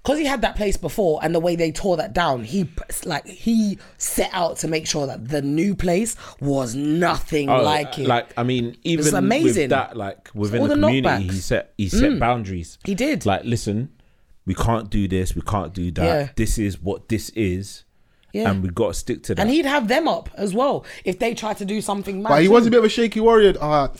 Speaker 5: because he had that place before, and the way they tore that down, he p- like he set out to make sure that the new place was nothing
Speaker 3: Oh,
Speaker 5: like it.
Speaker 3: Like I mean, even
Speaker 5: amazing.
Speaker 3: with that, like within
Speaker 5: all
Speaker 3: the,
Speaker 5: the
Speaker 3: community,
Speaker 5: knockbacks. Mm.
Speaker 3: he set he set boundaries.
Speaker 5: He did.
Speaker 3: Like, listen, we can't do this. We can't do that.
Speaker 5: Yeah.
Speaker 3: This is what this is,
Speaker 5: yeah.
Speaker 3: and we got to stick to that.
Speaker 5: And he'd have them up as well if they tried to do something mad.
Speaker 4: But he
Speaker 5: too.
Speaker 4: was a bit of a shaky warrior. Uh,
Speaker 5: At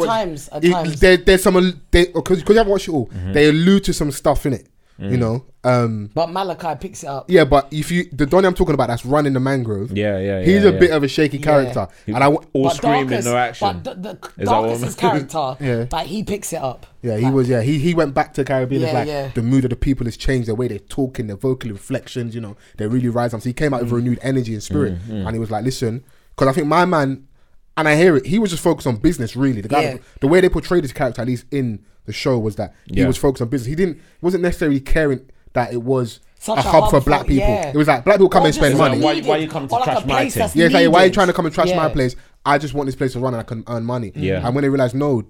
Speaker 5: times, at times.
Speaker 4: oh, There, there's some because you haven't watched it all. They allude to some stuff in it. You know, um,
Speaker 5: But Malachi picks it up.
Speaker 4: yeah, but if you the Donny I'm talking about that's running the mangrove,
Speaker 3: Yeah, yeah,
Speaker 4: he's
Speaker 3: yeah,
Speaker 4: a
Speaker 3: yeah.
Speaker 4: bit of a shaky character, and I w-
Speaker 3: all
Speaker 5: but
Speaker 3: screaming,
Speaker 5: Darkus-
Speaker 3: no action.
Speaker 5: But the, the
Speaker 3: Is that what
Speaker 5: Darkus's
Speaker 3: I'm-
Speaker 5: character,
Speaker 4: Yeah.
Speaker 5: like he picks it up.
Speaker 4: yeah, he
Speaker 5: Like,
Speaker 4: was yeah he he went back to Caribbean. it's
Speaker 5: Yeah,
Speaker 4: like
Speaker 5: yeah.
Speaker 4: the mood of the people has changed, the way they're talking, their vocal inflections, you know, they really rise up. So he came out
Speaker 5: Mm.
Speaker 4: with renewed energy and spirit, and he was like, listen, because I think my man, and I hear it, he was just focused on business really. The guy,
Speaker 5: Yeah.
Speaker 4: the way they portrayed his character, at least in the show, was that he
Speaker 3: Yeah.
Speaker 4: was focused on business. He didn't wasn't necessarily caring that it was.
Speaker 5: Such
Speaker 4: a, hub for black people.
Speaker 5: yeah.
Speaker 4: It was like black people come
Speaker 5: Or
Speaker 4: and
Speaker 5: just
Speaker 4: spend
Speaker 5: is
Speaker 4: money.
Speaker 3: Like, why-
Speaker 5: needed,
Speaker 3: why you come to
Speaker 5: or like
Speaker 3: trash
Speaker 5: a
Speaker 3: my
Speaker 5: place
Speaker 3: thing?
Speaker 5: that's
Speaker 4: Yeah, it's like, why are you
Speaker 5: needed.
Speaker 4: trying to come and trash
Speaker 5: Yeah.
Speaker 4: my place? I just want this place to run and I can earn money.
Speaker 3: Yeah.
Speaker 4: And when they realize, no,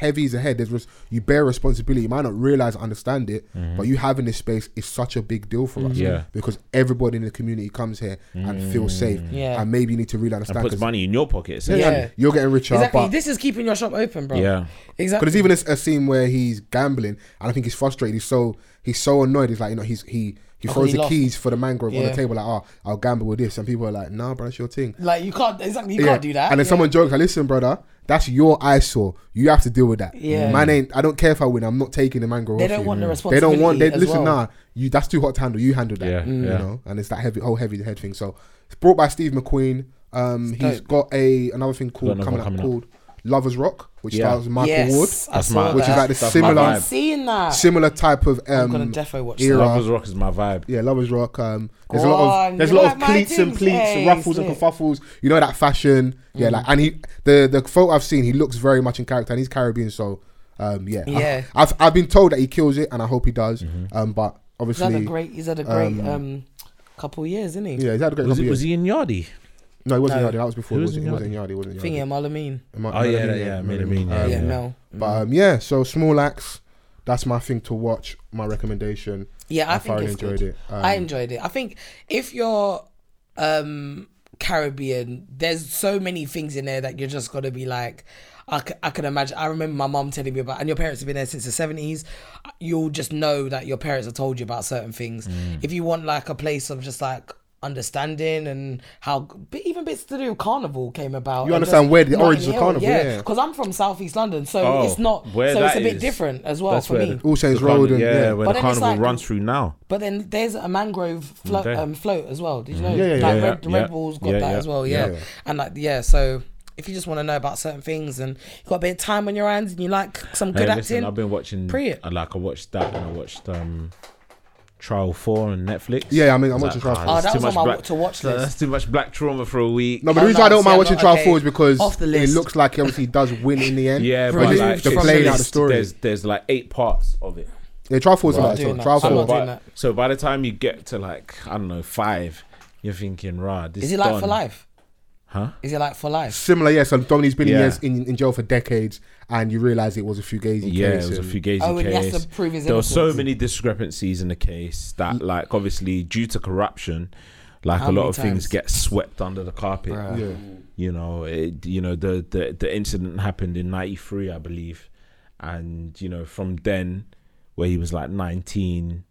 Speaker 4: heavy's ahead. There's res- you bear responsibility. You might not realize, understand it, but you having this space is such a big deal for us.
Speaker 3: Mm-hmm. Yeah. Mm.
Speaker 4: Because everybody in the community comes here and feels safe.
Speaker 5: Yeah.
Speaker 4: And maybe you need to really understand.
Speaker 3: and puts
Speaker 4: 'cause-
Speaker 3: money in your pocket.
Speaker 4: Yeah,
Speaker 3: essentially.
Speaker 5: Yeah.
Speaker 4: and You're getting richer,
Speaker 5: Exactly.
Speaker 4: but
Speaker 5: this is keeping your shop open, bro.
Speaker 3: Yeah.
Speaker 4: because
Speaker 5: Exactly.
Speaker 4: there's even a, a scene where he's gambling, and I think he's frustrated. He's so he's so annoyed. He's like, you know, he's he he throws
Speaker 5: Oh, he
Speaker 4: the
Speaker 5: lost.
Speaker 4: keys for the mangrove on
Speaker 5: Yeah.
Speaker 4: the table. Like, oh, I'll gamble with this, and people are like, nah, bro, that's your thing.
Speaker 5: Like you can't exactly you
Speaker 4: Yeah.
Speaker 5: can't do that.
Speaker 4: And then
Speaker 5: yeah.
Speaker 4: someone jokes, like, listen, brother, that's your eyesore. You have to deal with that.
Speaker 5: Yeah.
Speaker 4: Man ain't I don't care if I win, I'm not taking the mangrove.
Speaker 5: They
Speaker 4: off
Speaker 5: don't
Speaker 4: you.
Speaker 5: want the
Speaker 4: They don't want they
Speaker 5: responsibility as
Speaker 4: listen,
Speaker 5: well.
Speaker 4: nah, you that's too hot to handle. You handle that.
Speaker 3: Yeah, Mm.
Speaker 4: You
Speaker 3: yeah.
Speaker 4: know? And it's that heavy whole heavy head thing. So it's brought by Steve McQueen. Um he's got a another thing called
Speaker 3: another
Speaker 4: coming
Speaker 3: one
Speaker 4: up
Speaker 3: coming up.
Speaker 4: called Lovers Rock, which
Speaker 3: Yeah.
Speaker 4: stars Michael
Speaker 5: yes,
Speaker 4: Ward.
Speaker 5: I
Speaker 3: That's
Speaker 5: saw
Speaker 3: my-
Speaker 5: that.
Speaker 4: Which is like the
Speaker 3: That's my
Speaker 4: similar
Speaker 5: I've seen that.
Speaker 4: similar type of um
Speaker 5: gonna defo watch
Speaker 4: era.
Speaker 5: that.
Speaker 3: Lovers Rock is my vibe.
Speaker 4: Yeah, Lovers Rock. Um, there's a lot
Speaker 5: Gone.
Speaker 4: of there's a
Speaker 5: You
Speaker 4: lot
Speaker 5: like
Speaker 4: of
Speaker 5: my eh?
Speaker 4: cleats and
Speaker 5: things?
Speaker 4: pleats,
Speaker 5: Hey,
Speaker 4: and ruffles and
Speaker 5: sick.
Speaker 4: kerfuffles. You know that fashion.
Speaker 5: Mm.
Speaker 4: Yeah, like and he the the photo I've seen, he looks very much in character, and he's Caribbean, so um, yeah,
Speaker 5: Yeah.
Speaker 4: I, have I've been told that he kills it, and I hope he does.
Speaker 3: Mm-hmm.
Speaker 4: Um, but
Speaker 5: He's had a
Speaker 4: obviously,
Speaker 5: great. He's had a great
Speaker 4: um,
Speaker 5: um, couple years, isn't he?
Speaker 4: yeah, he's had a great.
Speaker 3: Was,
Speaker 4: couple
Speaker 3: it, was
Speaker 4: years.
Speaker 3: he in Yardi?
Speaker 4: no, he wasn't
Speaker 5: No.
Speaker 4: Yardi. That was before.
Speaker 3: Who
Speaker 4: He
Speaker 3: was
Speaker 4: wasn't
Speaker 3: in
Speaker 4: he wasn't Yardi. He wasn't
Speaker 5: Thingy Mm.
Speaker 4: Yardi.
Speaker 5: and Malamine.
Speaker 4: It might-
Speaker 3: Oh, yeah,
Speaker 4: Melamine,
Speaker 3: yeah,
Speaker 4: Melamine.
Speaker 3: Melamine, yeah,
Speaker 4: Um,
Speaker 5: Yeah,
Speaker 3: yeah.
Speaker 5: Mel.
Speaker 4: But um, yeah, so Small Axe, that's my thing to watch. My recommendation.
Speaker 5: Yeah, I, think
Speaker 4: thoroughly
Speaker 5: it's
Speaker 4: enjoyed
Speaker 5: good.
Speaker 4: it. Um,
Speaker 5: I enjoyed it. I think if you're um Caribbean, there's so many things in there that you're just gonna be like. I, c- I can imagine. I remember my mom telling me about, and your parents have been there since the seventies. You'll just know that your parents have told you about certain things.
Speaker 4: Mm.
Speaker 5: If you want like a place of just like understanding and how, but even bits to do with carnival came about.
Speaker 4: You
Speaker 5: and
Speaker 4: understand
Speaker 5: just
Speaker 4: where the
Speaker 5: Notting
Speaker 4: origins of Carnival, yeah.
Speaker 5: Because I'm from Southeast London, so
Speaker 3: Oh,
Speaker 5: it's not.
Speaker 3: where
Speaker 5: So it's
Speaker 3: that
Speaker 5: a bit
Speaker 3: is.
Speaker 5: different as well
Speaker 3: That's
Speaker 5: for
Speaker 3: where
Speaker 5: me.
Speaker 3: the-
Speaker 4: All Saints
Speaker 3: the carnival-
Speaker 4: Road and-
Speaker 3: yeah,
Speaker 4: yeah.
Speaker 3: where the
Speaker 5: But then it's
Speaker 3: carnival
Speaker 5: like-
Speaker 3: runs through now.
Speaker 5: But then there's a mangrove flo-
Speaker 3: Okay.
Speaker 5: um, float as well. Did you know?
Speaker 4: Yeah, yeah,
Speaker 5: like
Speaker 3: Mm. yeah,
Speaker 5: Red,
Speaker 3: yeah,
Speaker 5: Red Bull's got
Speaker 3: yeah,
Speaker 5: that
Speaker 3: yeah,
Speaker 5: as well. Yeah.
Speaker 3: yeah.
Speaker 5: and like yeah, so if you just want to know about certain things and you got a bit of time on your hands and you like some good
Speaker 3: Hey,
Speaker 5: acting,
Speaker 3: listen, I've been watching.
Speaker 5: Pre it.
Speaker 3: I Like I watched that and I watched um, Trial Four on Netflix.
Speaker 4: Yeah, I mean, I'm
Speaker 3: was
Speaker 4: watching
Speaker 3: like,
Speaker 4: Trial
Speaker 3: "Ah,
Speaker 4: Four."
Speaker 5: Oh,
Speaker 3: that's
Speaker 5: that
Speaker 3: too
Speaker 5: was on
Speaker 3: much
Speaker 5: my
Speaker 3: black-
Speaker 5: what-to-watch
Speaker 3: That's
Speaker 5: list.
Speaker 3: too much black trauma for a week.
Speaker 4: No, but the
Speaker 5: Oh,
Speaker 4: reason
Speaker 5: no,
Speaker 4: I don't
Speaker 5: see,
Speaker 4: mind
Speaker 5: I'm
Speaker 4: watching
Speaker 5: not-
Speaker 4: Trial
Speaker 5: okay.
Speaker 4: Four is because
Speaker 5: Off the
Speaker 4: it
Speaker 5: list.
Speaker 4: looks like he obviously does win in the end.
Speaker 3: Yeah,
Speaker 4: but
Speaker 3: but
Speaker 5: Removed
Speaker 3: like,
Speaker 4: the
Speaker 3: it's-
Speaker 4: playing out the
Speaker 3: there's-
Speaker 4: story.
Speaker 3: There's there's like eight parts of it.
Speaker 4: Yeah, Trial Four is
Speaker 5: I'm
Speaker 4: about
Speaker 5: not doing
Speaker 4: it.
Speaker 5: that.
Speaker 4: Trial
Speaker 5: I'm
Speaker 4: Four.
Speaker 5: not doing
Speaker 3: by,
Speaker 5: that.
Speaker 3: so by the time you get to like I don't know five, you're thinking, rah, this
Speaker 5: Is it like for
Speaker 3: done."
Speaker 5: life?
Speaker 3: Huh?
Speaker 5: Is it like for life?
Speaker 4: Similar, yeah. So Domini's been in
Speaker 3: Yeah.
Speaker 4: years in, in jail for decades, and you realise it was a fugazi
Speaker 3: Yeah,
Speaker 4: case.
Speaker 3: it was a
Speaker 4: and-
Speaker 3: Fugazi
Speaker 5: Oh, and he
Speaker 3: case.
Speaker 5: has to prove his
Speaker 3: there were so
Speaker 5: innocence.
Speaker 3: many discrepancies in the case that, like, obviously due to corruption, like
Speaker 5: How
Speaker 3: a lot
Speaker 5: many
Speaker 3: of things
Speaker 5: times?
Speaker 3: get swept under the carpet.
Speaker 4: Yeah.
Speaker 3: You know, it, you know the, the the incident happened in '93, I believe, and you know from then, where he was like 19.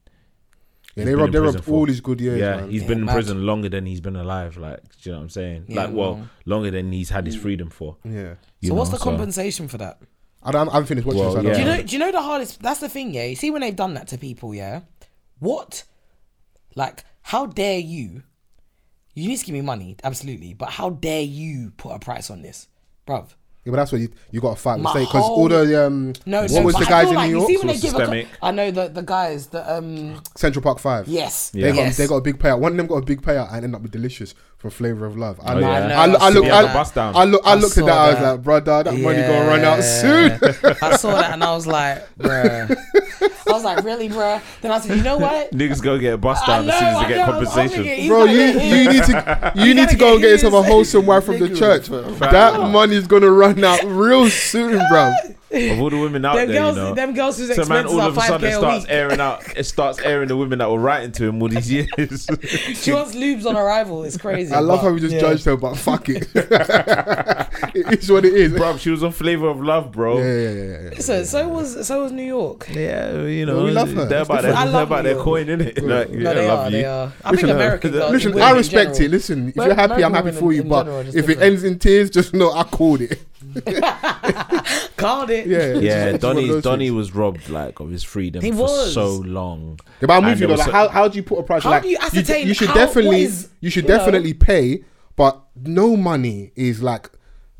Speaker 4: Yeah,
Speaker 3: he's
Speaker 4: they
Speaker 3: been
Speaker 4: robbed,
Speaker 3: in
Speaker 4: they
Speaker 3: prison
Speaker 4: robbed
Speaker 3: for-
Speaker 4: all his good years.
Speaker 3: yeah,
Speaker 4: man.
Speaker 3: he's
Speaker 5: Yeah,
Speaker 3: been in
Speaker 5: mad.
Speaker 3: prison longer than he's been alive. Like, do you know what I'm saying?
Speaker 5: Yeah,
Speaker 3: like, well,
Speaker 5: long.
Speaker 3: longer than he's had his freedom for.
Speaker 4: yeah.
Speaker 3: you
Speaker 5: so what's
Speaker 3: know,
Speaker 5: the compensation for that?
Speaker 4: I, don't, I haven't finished watching.
Speaker 3: Well,
Speaker 4: so I
Speaker 3: yeah.
Speaker 5: Do you
Speaker 4: don't
Speaker 5: know? Do you know the hardest? That's the thing, yeah. You see, when they've done that to people, yeah. What? Like, how dare you? You need to give me money, absolutely. But how dare you put a price on this, bruv?
Speaker 4: yeah, but that's what you you got to fight
Speaker 5: My
Speaker 4: mistake because
Speaker 5: whole-
Speaker 4: all the um
Speaker 5: No,
Speaker 4: what
Speaker 5: no,
Speaker 4: was
Speaker 5: but
Speaker 4: the
Speaker 5: I
Speaker 4: guys
Speaker 5: feel
Speaker 4: in
Speaker 5: like,
Speaker 4: New
Speaker 5: you
Speaker 4: York
Speaker 5: See when they give a
Speaker 3: Systemic.
Speaker 5: co- I know the the guys. The um.
Speaker 4: Central Park Five.
Speaker 5: Yes.
Speaker 3: Yeah.
Speaker 4: They got,
Speaker 5: yes.
Speaker 4: they got a big payout. One of them got a big payout and ended up with Delicious from Flavor of Love. I,
Speaker 3: Oh,
Speaker 4: looked-
Speaker 3: yeah. I
Speaker 5: know,
Speaker 4: I, lo-
Speaker 5: I
Speaker 4: I, looked-
Speaker 5: saw
Speaker 4: I,
Speaker 5: that.
Speaker 4: I, look, I
Speaker 5: I
Speaker 4: looked at
Speaker 5: saw
Speaker 4: that. I was
Speaker 5: that.
Speaker 4: like, brother, that money gonna run out soon.
Speaker 5: Yeah. I saw that and I was like, bruh. I was like, really, bruh. Then I said, you know what?
Speaker 3: Niggas go get bust down as soon as they get compensation.
Speaker 4: Bro, you, you need to you need
Speaker 5: gotta
Speaker 4: to go and
Speaker 5: get
Speaker 4: get yourself a
Speaker 5: his-
Speaker 4: wholesome wife from the church. That money's gonna run out real soon, bro.
Speaker 3: of all the women out
Speaker 5: Them
Speaker 3: there,
Speaker 5: girls,
Speaker 3: you know.
Speaker 5: them girls whose
Speaker 3: so man,
Speaker 5: expenses
Speaker 3: all
Speaker 5: are
Speaker 3: of a
Speaker 5: five
Speaker 3: sudden
Speaker 5: k
Speaker 3: it
Speaker 5: a week.
Speaker 3: starts airing out. It starts airing the women that were writing to him all these years.
Speaker 5: She wants lubes on arrival. It's crazy.
Speaker 4: I love
Speaker 5: but-
Speaker 4: how we just
Speaker 5: yeah.
Speaker 4: judged her, but fuck it. it is what it is.
Speaker 3: bro, she was on Flavor of Love, bro.
Speaker 4: Yeah,
Speaker 3: Yeah,
Speaker 4: yeah, yeah, yeah, yeah.
Speaker 5: So, so was so was New York.
Speaker 3: you know,
Speaker 4: Well, we love her.
Speaker 3: They're
Speaker 4: It's
Speaker 3: about, their,
Speaker 5: different. I
Speaker 3: they're
Speaker 5: love
Speaker 3: about their
Speaker 5: you.
Speaker 3: coin, innit? Like, yeah,
Speaker 5: No, they
Speaker 3: I love
Speaker 5: are.
Speaker 3: you.
Speaker 5: They are. I
Speaker 3: Listen,
Speaker 5: think
Speaker 3: uh,
Speaker 5: American girls.
Speaker 4: Listen,
Speaker 5: women
Speaker 4: I
Speaker 5: in
Speaker 4: respect
Speaker 5: general.
Speaker 4: it. Listen, if
Speaker 5: Mer-
Speaker 4: you're happy, I'm
Speaker 5: American
Speaker 4: happy
Speaker 5: women
Speaker 4: for you.
Speaker 5: in
Speaker 4: But
Speaker 5: general are
Speaker 4: if
Speaker 5: just
Speaker 4: it
Speaker 5: different.
Speaker 4: ends in tears, just know I called it.
Speaker 5: Called it.
Speaker 7: Yeah, it's just- it's just
Speaker 3: Yeah,
Speaker 7: one of
Speaker 3: Donny
Speaker 7: those
Speaker 3: Donny
Speaker 7: things.
Speaker 3: was robbed like of his freedom
Speaker 5: He
Speaker 3: for
Speaker 5: was.
Speaker 3: so long.
Speaker 4: Yeah, but I'm
Speaker 3: And
Speaker 4: with
Speaker 3: there
Speaker 4: you though.
Speaker 3: was
Speaker 4: Like,
Speaker 3: so-
Speaker 4: how, how do you put a price?
Speaker 5: How
Speaker 4: like,
Speaker 5: do you ascertain
Speaker 4: You, should
Speaker 5: how- what
Speaker 4: definitely,
Speaker 5: is-
Speaker 4: you should
Speaker 5: you know?
Speaker 4: definitely pay, but no money is like,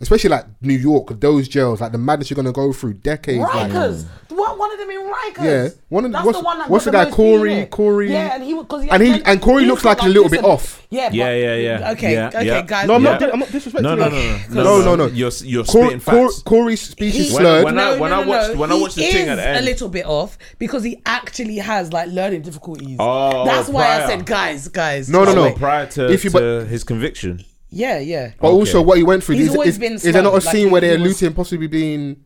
Speaker 4: especially like New York, those jails, like the madness you're gonna go through, decades. Like,
Speaker 5: Rikers. One, one of them in Rikers.
Speaker 4: Yeah, one of the-
Speaker 5: That's
Speaker 4: what's-
Speaker 5: the one that
Speaker 4: what's
Speaker 5: got
Speaker 4: the guy,
Speaker 5: most
Speaker 4: Corey-
Speaker 5: heated.
Speaker 4: Corey-
Speaker 5: Yeah, and he because
Speaker 4: and he- and Corey looks like a little bit off.
Speaker 5: Yeah, but-
Speaker 3: Yeah, yeah, yeah.
Speaker 5: Okay,
Speaker 3: Yeah,
Speaker 5: okay,
Speaker 3: yeah.
Speaker 5: guys.
Speaker 4: no, I'm
Speaker 3: Yeah.
Speaker 4: not. I'm not disrespecting.
Speaker 3: No, no, no,
Speaker 4: you.
Speaker 3: no,
Speaker 4: no, no, no,
Speaker 3: You're you're
Speaker 4: Cor-
Speaker 3: spitting
Speaker 4: Cor-
Speaker 3: facts.
Speaker 4: Corey's speech is
Speaker 5: He-
Speaker 4: slurred.
Speaker 3: When I- when I watched- when I
Speaker 5: he
Speaker 3: watched the thing at the
Speaker 5: is
Speaker 3: end-
Speaker 5: a little bit off because he actually has like learning difficulties.
Speaker 3: Oh,
Speaker 5: that's why I
Speaker 3: prior.
Speaker 5: said, guys, guys.
Speaker 4: No, no,
Speaker 5: guys,
Speaker 4: no.
Speaker 3: Oh,
Speaker 5: wait.
Speaker 3: prior to,
Speaker 4: If you-
Speaker 3: to
Speaker 4: but-
Speaker 3: his conviction.
Speaker 5: Yeah, yeah.
Speaker 4: But also,
Speaker 3: Okay.
Speaker 4: what he went through.
Speaker 5: He's
Speaker 4: is,
Speaker 5: always
Speaker 4: is,
Speaker 5: been
Speaker 4: is there not a
Speaker 5: slow, like,
Speaker 4: scene where
Speaker 5: he
Speaker 4: they're
Speaker 5: was-
Speaker 4: looting, possibly being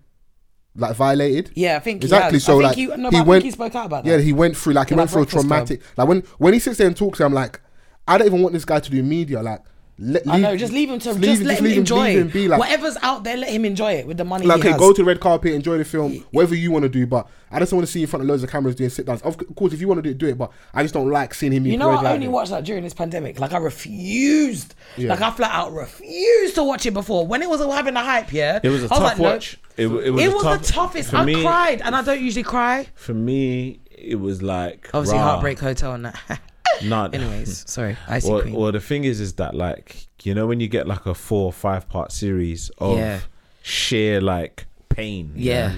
Speaker 4: like violated?
Speaker 5: Yeah, I think he
Speaker 4: exactly.
Speaker 5: has. I
Speaker 4: So
Speaker 5: think
Speaker 4: like
Speaker 5: he- no, but I
Speaker 4: he
Speaker 5: think
Speaker 4: went.
Speaker 5: he spoke out about
Speaker 4: Yeah,
Speaker 5: that.
Speaker 4: he went through like he
Speaker 5: Yeah,
Speaker 4: went
Speaker 5: like
Speaker 4: through a
Speaker 5: Breakfast Club.
Speaker 4: traumatic. Like when when he sits there and talks, to him, I'm like, I don't even want this guy to do media. Like, let,
Speaker 5: I know. Just leave him to. Just, let him,
Speaker 4: leave
Speaker 5: enjoy
Speaker 4: leave him
Speaker 5: it.
Speaker 4: be like,
Speaker 5: Whatever's out there, let him enjoy it with the money.
Speaker 4: like
Speaker 5: he
Speaker 4: okay,
Speaker 5: has.
Speaker 4: go to the red carpet, enjoy the film, whatever you want to do. But I just want to see you in front of loads of cameras doing sit downs. Of course, if you want to do it, do it. But I just don't like seeing him.
Speaker 5: You know,
Speaker 4: employed
Speaker 5: I
Speaker 4: like
Speaker 5: only
Speaker 4: that.
Speaker 5: watched that during this pandemic. Like, I refused. Like, I flat out refused to watch it before. When it was all having a hype, yeah.
Speaker 3: It was a
Speaker 5: I
Speaker 3: tough
Speaker 5: like, no.
Speaker 3: watch. It, w- it was,
Speaker 5: It
Speaker 3: a
Speaker 5: was
Speaker 3: tough,
Speaker 5: the toughest.
Speaker 3: For
Speaker 5: I
Speaker 3: me,
Speaker 5: cried, and I don't usually cry.
Speaker 3: For me, it was like
Speaker 5: Obviously,
Speaker 3: rah,
Speaker 5: Heartbreak Hotel and that.
Speaker 3: Nah,
Speaker 5: Anyways, sorry, Icy
Speaker 3: Well,
Speaker 5: Queen.
Speaker 3: well, the thing is, is that like you know when you get like a four or five part series of
Speaker 5: Yeah.
Speaker 3: sheer like pain, you
Speaker 5: yeah.
Speaker 3: know?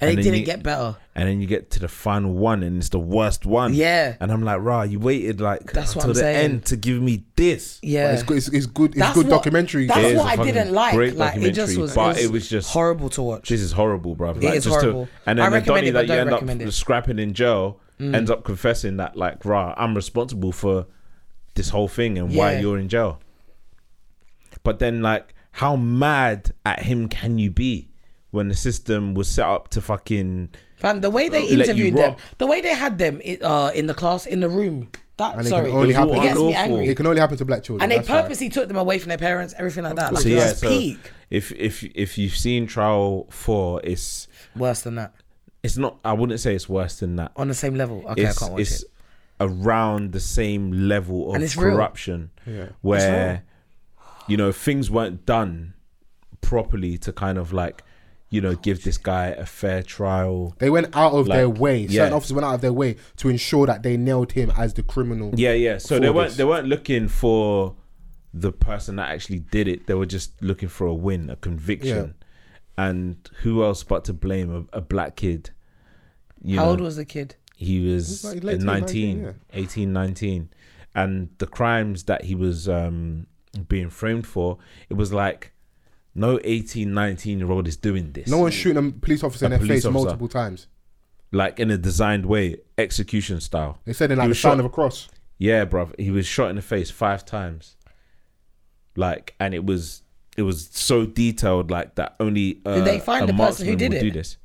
Speaker 5: And,
Speaker 3: then
Speaker 5: it didn't
Speaker 3: you-
Speaker 5: get better.
Speaker 3: and then you get to the final one and it's the worst one,
Speaker 5: Yeah.
Speaker 3: And I'm like, rah, you waited like
Speaker 5: That's what
Speaker 3: until
Speaker 5: I'm
Speaker 3: the
Speaker 5: saying.
Speaker 3: end to give me this.
Speaker 5: Yeah.
Speaker 4: But It's good. It's, it's good. It's
Speaker 5: That's
Speaker 4: good
Speaker 5: what-
Speaker 4: documentary.
Speaker 5: That's
Speaker 3: It is
Speaker 5: what
Speaker 3: a
Speaker 5: I
Speaker 3: fucking
Speaker 5: didn't like.
Speaker 3: great
Speaker 5: like it just
Speaker 3: documentary,
Speaker 5: was,
Speaker 3: but
Speaker 5: it
Speaker 3: it was just-
Speaker 5: horrible to watch.
Speaker 3: This is horrible, bruv.
Speaker 5: It is
Speaker 3: just to-
Speaker 5: horrible.
Speaker 3: and
Speaker 5: I
Speaker 3: then the
Speaker 5: recommend
Speaker 3: Donny
Speaker 5: it, but
Speaker 3: that you
Speaker 5: don't
Speaker 3: end
Speaker 5: recommend it. Mm.
Speaker 3: up scrapping in jail ends up confessing that, like, rah, I'm responsible for this whole thing and why
Speaker 5: Yeah.
Speaker 3: you're in jail. But then, like, how mad at him can you be when the system was set up to fucking.
Speaker 5: Fam, the way they
Speaker 3: Let you
Speaker 5: interviewed them,
Speaker 3: rock.
Speaker 5: the way they had them i- uh, in the class, in the room, that
Speaker 4: And it
Speaker 5: sorry,
Speaker 4: can only
Speaker 5: it
Speaker 4: happen.
Speaker 5: gets
Speaker 3: Awful.
Speaker 5: me angry.
Speaker 4: It can only happen to black children.
Speaker 5: and they
Speaker 4: that's why.
Speaker 5: purposely took them away from their parents, everything like that. Like,
Speaker 3: So,
Speaker 5: it
Speaker 3: yeah,
Speaker 5: was
Speaker 3: so
Speaker 5: peak.
Speaker 3: if, if, if you've seen Trial 4, it's.
Speaker 5: Worse than that.
Speaker 3: It's not. I wouldn't say it's worse than that.
Speaker 5: On the same level. Okay, I
Speaker 3: it's,
Speaker 5: can't watch
Speaker 3: it's
Speaker 5: it.
Speaker 3: around the same level of
Speaker 5: And it's real.
Speaker 3: corruption where you know things weren't done properly to kind of like you know give this guy a fair trial
Speaker 4: They went out of their
Speaker 3: Like,
Speaker 4: way. Certain
Speaker 3: yeah.
Speaker 4: officers went out of their way to ensure that they nailed him as the criminal.
Speaker 3: yeah yeah so they
Speaker 4: For
Speaker 3: weren't
Speaker 4: this.
Speaker 3: they weren't looking for the person that actually did it they were just looking for a win a conviction and who else but to blame a, a black kid you
Speaker 5: How
Speaker 3: know?
Speaker 5: old was the kid?
Speaker 3: he was
Speaker 4: like
Speaker 3: 19,
Speaker 4: late to 19, yeah.
Speaker 3: 18 19 and the crimes that he was um being framed for it was like no 18 19 year old is doing this
Speaker 4: No one's shooting a police officer in
Speaker 3: A
Speaker 4: their
Speaker 3: police
Speaker 4: face
Speaker 3: officer.
Speaker 4: multiple times.
Speaker 3: like in a designed way execution style
Speaker 4: They said in
Speaker 3: He
Speaker 4: like the
Speaker 3: was
Speaker 4: sound
Speaker 3: shot-
Speaker 4: of a cross.
Speaker 3: yeah bruv he was shot in the face five times like and it was it was so detailed like that only uh,
Speaker 5: they find
Speaker 3: a
Speaker 5: the person who
Speaker 3: marksman
Speaker 5: did
Speaker 3: would
Speaker 5: it?
Speaker 3: do this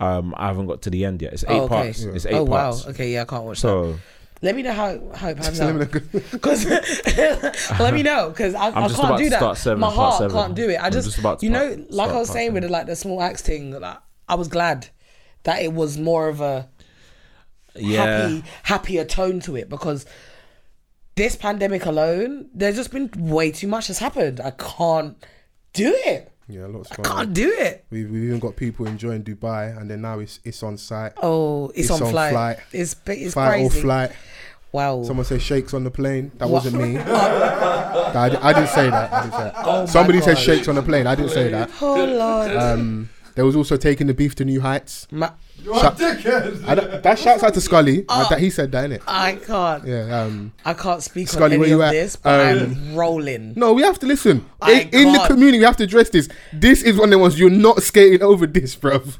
Speaker 3: um i haven't got to the end yet it's eight
Speaker 5: Oh, okay.
Speaker 3: parts it's eight
Speaker 5: oh
Speaker 3: parts
Speaker 5: wow. Okay, yeah, I can't watch that.
Speaker 3: so
Speaker 5: Let me know how how it pans
Speaker 4: Let me
Speaker 5: out. Cause let me know, cause I, I
Speaker 3: just
Speaker 5: can't
Speaker 3: about
Speaker 5: do
Speaker 3: to
Speaker 5: that.
Speaker 3: start seven,
Speaker 5: My
Speaker 3: part
Speaker 5: heart
Speaker 3: seven.
Speaker 5: can't do it. I
Speaker 3: I'm
Speaker 5: just,
Speaker 3: just about to
Speaker 5: you know,
Speaker 3: part-
Speaker 5: like I
Speaker 3: start
Speaker 5: was
Speaker 3: part
Speaker 5: saying with
Speaker 3: seven.
Speaker 5: like the small axe thing, like, I was glad that it was more of a
Speaker 3: yeah
Speaker 5: happy, happier tone to it because this pandemic alone, there's just been way too much has happened. I can't do it.
Speaker 4: Yeah, lots of
Speaker 5: I
Speaker 4: fun.
Speaker 5: can't do it.
Speaker 4: We've, we've even got people enjoying Dubai, and then now it's it's on site.
Speaker 5: Oh, it's,
Speaker 4: It's
Speaker 5: on,
Speaker 4: on
Speaker 5: flight.
Speaker 4: flight.
Speaker 5: It's it's
Speaker 4: Fight or
Speaker 5: crazy.
Speaker 4: flight.
Speaker 5: Wow.
Speaker 4: Someone said shakes on the plane. That
Speaker 5: What?
Speaker 4: wasn't me. I, di- I didn't say that. I didn't say that.
Speaker 5: Oh my
Speaker 4: Somebody said
Speaker 5: God.
Speaker 4: shakes on the plane. I didn't say that.
Speaker 5: Oh lord.
Speaker 4: Um, there was also taking the beef to new heights.
Speaker 5: Ma-
Speaker 6: You're a dickhead.
Speaker 4: I don't- that shouts out to Scully.
Speaker 5: Uh.
Speaker 4: Like, that he said that innit?
Speaker 5: I can't.
Speaker 4: Yeah. Um,
Speaker 5: I can't speak
Speaker 4: Scully,
Speaker 5: on
Speaker 4: where
Speaker 5: any of
Speaker 4: you at?
Speaker 5: this, but I'm
Speaker 4: Um,
Speaker 5: rolling.
Speaker 4: No, we have to listen.
Speaker 5: I
Speaker 4: In, in the
Speaker 5: can't.
Speaker 4: community, we have to address this. This is one of the ones you're not skating over this, bruv.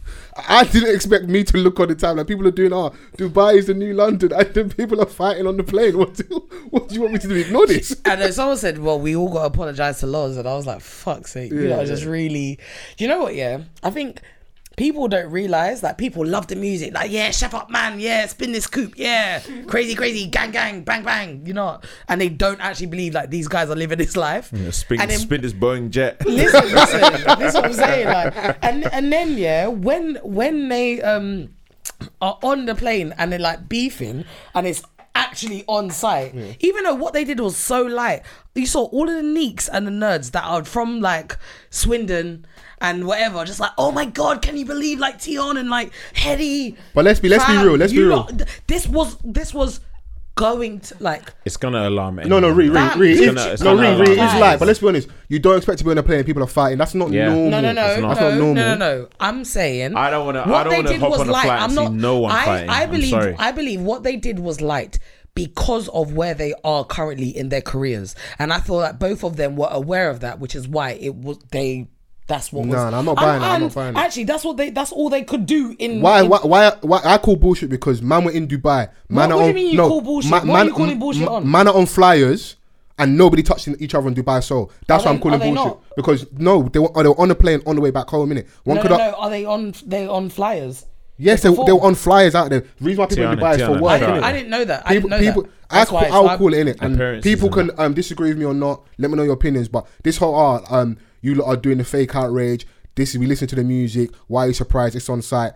Speaker 4: I didn't expect me to look on the time. Like people are doing, oh, Dubai is the new London. And then people are fighting on the plane. What do, what do you want me to do? Ignore this.
Speaker 5: And then someone said, "Well, we all got to apologize to Loz," and I was like, "Fuck's sake!" you know, I just really, you know what? Yeah, I think people don't realize that people love the music. Like, yeah, chef up, man. Yeah, spin this coupe. Yeah, crazy, crazy, gang, gang, bang, bang. You know, and they don't actually believe like these guys are living this life.
Speaker 3: spin,
Speaker 5: And then-
Speaker 3: spin this boeing jet
Speaker 5: listen, listen. That's what I'm saying. Like, and and then yeah, when when they um are on the plane and they're like beefing and it's actually on site. Even though what they did was so light, you saw all of the neeks and the nerds that are from like Swindon and whatever, just like, oh my god, can you believe like Tion and like Hedy?
Speaker 4: But let's be- let's be
Speaker 5: Fam,
Speaker 4: real, let's be
Speaker 5: you
Speaker 4: real.
Speaker 5: lot- th- this was this was going to like
Speaker 3: It's gonna alarm.
Speaker 4: No,
Speaker 3: anyone.
Speaker 4: no, re, re,
Speaker 5: That-
Speaker 4: re.
Speaker 5: It's
Speaker 4: it's-
Speaker 3: gonna- it's
Speaker 4: No,
Speaker 3: gonna
Speaker 4: re, re.
Speaker 5: lie.
Speaker 4: It's live. But let's be honest. You don't expect to be on a plane and people are fighting. That's not
Speaker 3: Yeah.
Speaker 4: normal.
Speaker 5: No, no, no,
Speaker 4: That's
Speaker 5: no,
Speaker 4: not,
Speaker 5: no, no,
Speaker 4: normal.
Speaker 5: no, I'm saying
Speaker 3: I don't wanna- I
Speaker 5: what
Speaker 3: don't
Speaker 5: they
Speaker 3: wanna
Speaker 5: did
Speaker 3: hop
Speaker 5: was
Speaker 3: on a
Speaker 5: light.
Speaker 3: flight and
Speaker 5: I'm
Speaker 3: see
Speaker 5: not.
Speaker 3: no one
Speaker 5: I,
Speaker 3: fighting.
Speaker 5: I
Speaker 3: I'm
Speaker 5: believe.
Speaker 3: sorry.
Speaker 5: I believe what they did was light because of where they are currently in their careers, and I feel that both of them were aware of that, which is why it was they. That's what.
Speaker 4: Nah,
Speaker 5: was,
Speaker 4: nah, I'm not buying it, I'm not buying it.
Speaker 5: Actually, that's what they. That's all they could do in.
Speaker 4: Why,
Speaker 5: in-
Speaker 4: why, why, why? I call bullshit because man were in Dubai. Man are
Speaker 5: What- what do you
Speaker 4: on-
Speaker 5: mean you
Speaker 4: no,
Speaker 5: call bullshit?
Speaker 4: ma-
Speaker 5: What are you calling bullshit on?
Speaker 4: Man are on flyers and nobody touching each other in Dubai. So that's why
Speaker 5: Are they-
Speaker 4: I'm calling
Speaker 5: are they
Speaker 4: bullshit
Speaker 5: not?
Speaker 4: because no, they were, they were on a plane on the way back home. Innit? One
Speaker 5: No,
Speaker 4: could
Speaker 5: no,
Speaker 4: have-
Speaker 5: no. Are they on? They on flyers.
Speaker 4: yes, they, they
Speaker 5: perform.
Speaker 4: were on flyers out there. The reason why people in
Speaker 3: Tiana,
Speaker 4: Dubai is for
Speaker 3: Tiana,
Speaker 4: work.
Speaker 3: shut
Speaker 5: I,
Speaker 3: up.
Speaker 4: innit?
Speaker 5: I didn't know that. I
Speaker 4: people,
Speaker 5: didn't know
Speaker 4: people,
Speaker 5: that.
Speaker 4: I
Speaker 5: That's
Speaker 4: call,
Speaker 5: why it's
Speaker 4: I'll
Speaker 5: like-
Speaker 4: call it in it, and
Speaker 3: Appearances
Speaker 4: people
Speaker 3: and
Speaker 4: can um, disagree with me or not. Let me know your opinions. But this whole art, um, you lot are doing the fake outrage. This is we listen to the music. Why are you surprised? It's on site.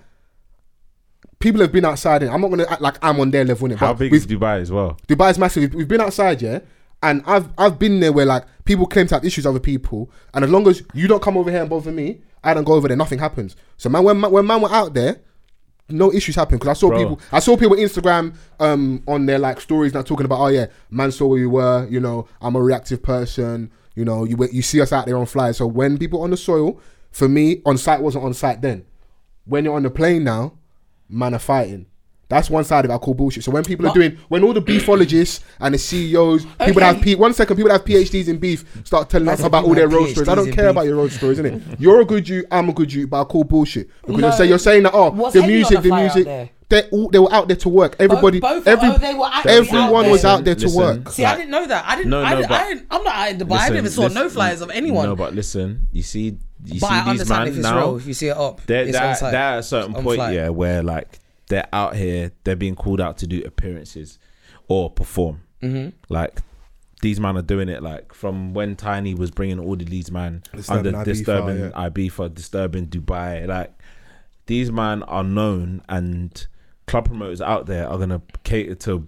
Speaker 4: People have been outside. And I'm not gonna act like I'm on their level. Innit?
Speaker 3: How
Speaker 4: but
Speaker 3: big
Speaker 4: we've-
Speaker 3: is Dubai as well?
Speaker 4: Dubai's massive. We've- We've been outside, yeah, and I've I've been there where like people claim to have issues with other people, and as long as you don't come over here and bother me, I don't go over there. Nothing happens. So man, when man- when man were out there, no issues happened because I saw
Speaker 3: Bro.
Speaker 4: people. I saw people Instagram um on their like stories now talking about oh yeah, man saw where you were. You know, I'm a reactive person. You know, you you see us out there on flyers. So when people on the soil, for me, on site wasn't on site then. When you're on the plane now, man are fighting. That's one side of it I call bullshit. So when people are doing, when all the beefologists and the CEOs, people that have P, one second, people that have PhDs in beef start telling us
Speaker 5: said
Speaker 4: about
Speaker 5: people
Speaker 4: all their
Speaker 5: have
Speaker 4: road stories. I
Speaker 5: PhDs
Speaker 4: don't
Speaker 5: in
Speaker 4: care
Speaker 5: beef.
Speaker 4: about your road stories, innit? You're a good Jew, I'm a good Jew, but I call bullshit because
Speaker 5: No.
Speaker 4: you're saying you're saying that oh,
Speaker 5: Was
Speaker 4: the
Speaker 5: Henry on
Speaker 4: music,
Speaker 5: a
Speaker 4: the
Speaker 5: flyer out
Speaker 4: music,
Speaker 5: there?
Speaker 4: they all they were out there to work. Everybody,
Speaker 5: both-
Speaker 4: every,
Speaker 5: oh, they were actually
Speaker 4: everyone
Speaker 5: out
Speaker 4: was
Speaker 5: there.
Speaker 4: out there to
Speaker 3: Listen,
Speaker 4: work.
Speaker 5: See, I
Speaker 3: like-
Speaker 5: didn't know that. I didn't.
Speaker 3: No,
Speaker 5: I,
Speaker 3: no,
Speaker 5: didn't,
Speaker 3: but-
Speaker 5: I didn't. I'm not out in Dubai. I
Speaker 3: Listen,
Speaker 5: never saw no
Speaker 3: listen-
Speaker 5: flyers of anyone.
Speaker 3: No, but listen, you see, you
Speaker 5: But I
Speaker 3: see these
Speaker 5: understand if
Speaker 3: man
Speaker 5: it's
Speaker 3: now.
Speaker 5: real, if you see it up,
Speaker 3: they're,
Speaker 5: it's
Speaker 3: they're-
Speaker 5: on site.
Speaker 3: they're at a certain
Speaker 5: It's on
Speaker 3: point,
Speaker 5: flight.
Speaker 3: yeah, where like they're out here, they're being called out to do appearances or perform.
Speaker 5: Mm-hmm.
Speaker 3: Like these man are doing it. Like from when Tiny was bringing all the these man
Speaker 4: Disturbing
Speaker 3: under
Speaker 4: Ibiza,
Speaker 3: disturbing
Speaker 4: yeah.
Speaker 3: Ibiza, disturbing Dubai. Like these man are known, and club promoters out there are gonna cater to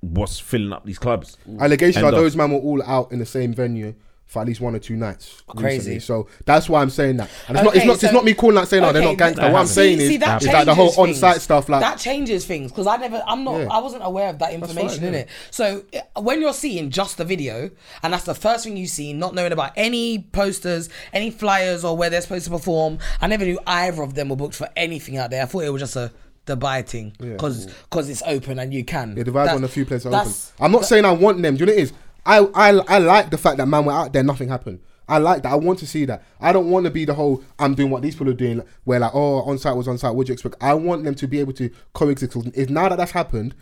Speaker 3: what's filling up these clubs.
Speaker 4: Allegations
Speaker 3: End
Speaker 4: are
Speaker 3: of.
Speaker 4: those men were all out in the same venue. For at least one or two nights,
Speaker 5: Crazy.
Speaker 4: recently. So that's why I'm saying that, and it's not it's
Speaker 5: Okay,
Speaker 4: not
Speaker 5: so-
Speaker 4: it's not me calling out saying oh they're
Speaker 5: okay,
Speaker 4: not gangster.
Speaker 5: that
Speaker 4: What I'm
Speaker 5: happens.
Speaker 4: saying
Speaker 5: See-
Speaker 4: is,
Speaker 5: see, that
Speaker 4: is like the whole
Speaker 5: changes
Speaker 4: on site
Speaker 5: things.
Speaker 4: stuff. Like
Speaker 5: that changes things because I never, I'm not,
Speaker 4: Yeah.
Speaker 5: I wasn't aware of that information in
Speaker 4: yeah.
Speaker 5: it. So uh, when you're seeing just the video, and that's the first thing you see, not knowing about any posters, any flyers, or where they're supposed to perform, I never knew either of them were booked for anything out there. I thought it was just a Dubai thing because it's open and you can.
Speaker 4: Yeah, the vibes
Speaker 5: That-
Speaker 4: on a few places are open.
Speaker 5: that's-
Speaker 4: I'm not saying I want them. Do you know what it is? I, I I like the fact that man went out there, nothing happened. I like that. I want to see that. I don't want to be the whole I'm doing what these people are doing, like, where like oh on site was on site. What do you expect? I want them to be able to coexist. If now that that's happened,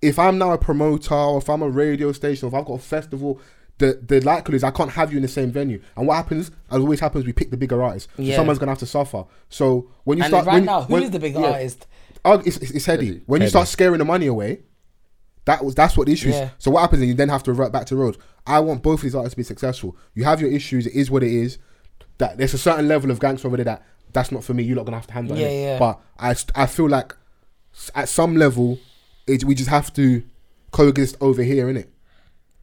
Speaker 4: if I'm now a promoter, or if I'm a radio station, or if I've got a festival, the the likelihood is I can't have you in the same venue. And what happens, as always happens, we pick the bigger artist. So
Speaker 5: Yeah.
Speaker 4: someone's gonna have to suffer. So when you
Speaker 5: And
Speaker 4: start
Speaker 5: right
Speaker 4: when,
Speaker 5: now, who
Speaker 4: when-
Speaker 5: is the bigger
Speaker 4: yeah.
Speaker 5: artist?
Speaker 4: Oh, it's, it's, it's heady. When you
Speaker 3: Heady.
Speaker 4: start scaring the money away, that was that's what the issue is.
Speaker 5: Yeah.
Speaker 4: So what happens is you then have to revert back to roads. I want both of these artists to be successful. You have your issues. It is what it is. That there's a certain level of gangster over there that that's not for me. You're not gonna have to handle
Speaker 5: Yeah,
Speaker 4: it.
Speaker 5: yeah.
Speaker 4: But I st- I feel like s- at some level, it, we just have to coexist over here, innit?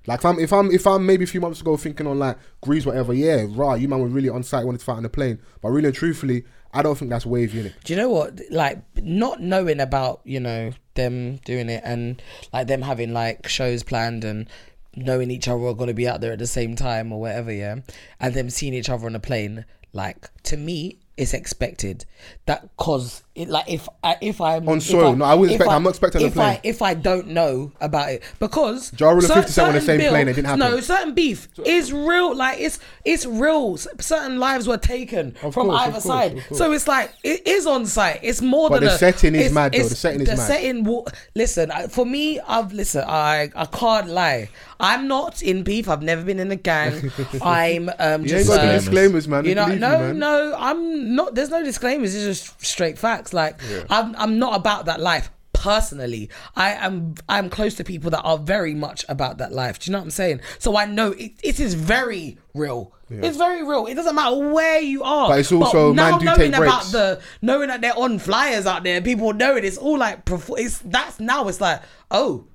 Speaker 4: Like if I'm if I'm if I'm maybe a few months ago thinking on like Greece whatever, yeah, right, you man were really on site, wanted to fight on the plane, but really and truthfully, I don't think that's wavy, innit?
Speaker 5: do you know what like not knowing about you know them doing it and like them having like shows planned and knowing each other are going to be out there at the same time or whatever yeah and them seeing each other on a plane like to me it's expected that cause it like if I if I'm
Speaker 4: On
Speaker 5: if
Speaker 4: soil, no, I wouldn't
Speaker 5: if
Speaker 4: expect- I'm not expecting on a
Speaker 5: if
Speaker 4: plane.
Speaker 5: I if I don't know about it because
Speaker 4: Ja Rule and
Speaker 5: cer-
Speaker 4: 50 Cent were on the
Speaker 5: certain
Speaker 4: same plane, it didn't happen.
Speaker 5: no certain beef is real like it's it's real C- certain lives were taken from
Speaker 4: course, of
Speaker 5: either
Speaker 4: course,
Speaker 5: side
Speaker 4: of course.
Speaker 5: so it's like it is on site. It's more
Speaker 4: But
Speaker 5: than
Speaker 4: the
Speaker 5: a,
Speaker 4: setting is
Speaker 5: it's-
Speaker 4: mad, though.
Speaker 5: it's-
Speaker 4: The setting is
Speaker 5: the
Speaker 4: mad.
Speaker 5: setting. will- listen, I, for me, I've listen. I I can't lie. I'm not in beef. I've never been in a gang. I'm um
Speaker 4: You ain't
Speaker 5: just.
Speaker 4: got the
Speaker 5: um,
Speaker 4: disclaimers, man.
Speaker 5: you
Speaker 4: We
Speaker 5: know,
Speaker 4: believe
Speaker 5: no,
Speaker 4: man.
Speaker 5: no, I'm not. There's no disclaimers. It's just straight facts. Like, I'm, I'm not about that life personally. I am, I'm close to people that are very much about that life. Do you know what I'm saying? So I know it, it is very real. It's very real. It doesn't matter where you are.
Speaker 4: But it's also,
Speaker 5: now
Speaker 4: man do
Speaker 5: knowing
Speaker 4: take
Speaker 5: about
Speaker 4: breaks.
Speaker 5: the knowing that they're on flyers out there, people know it. It's all like perfor- it's that's now it's like oh.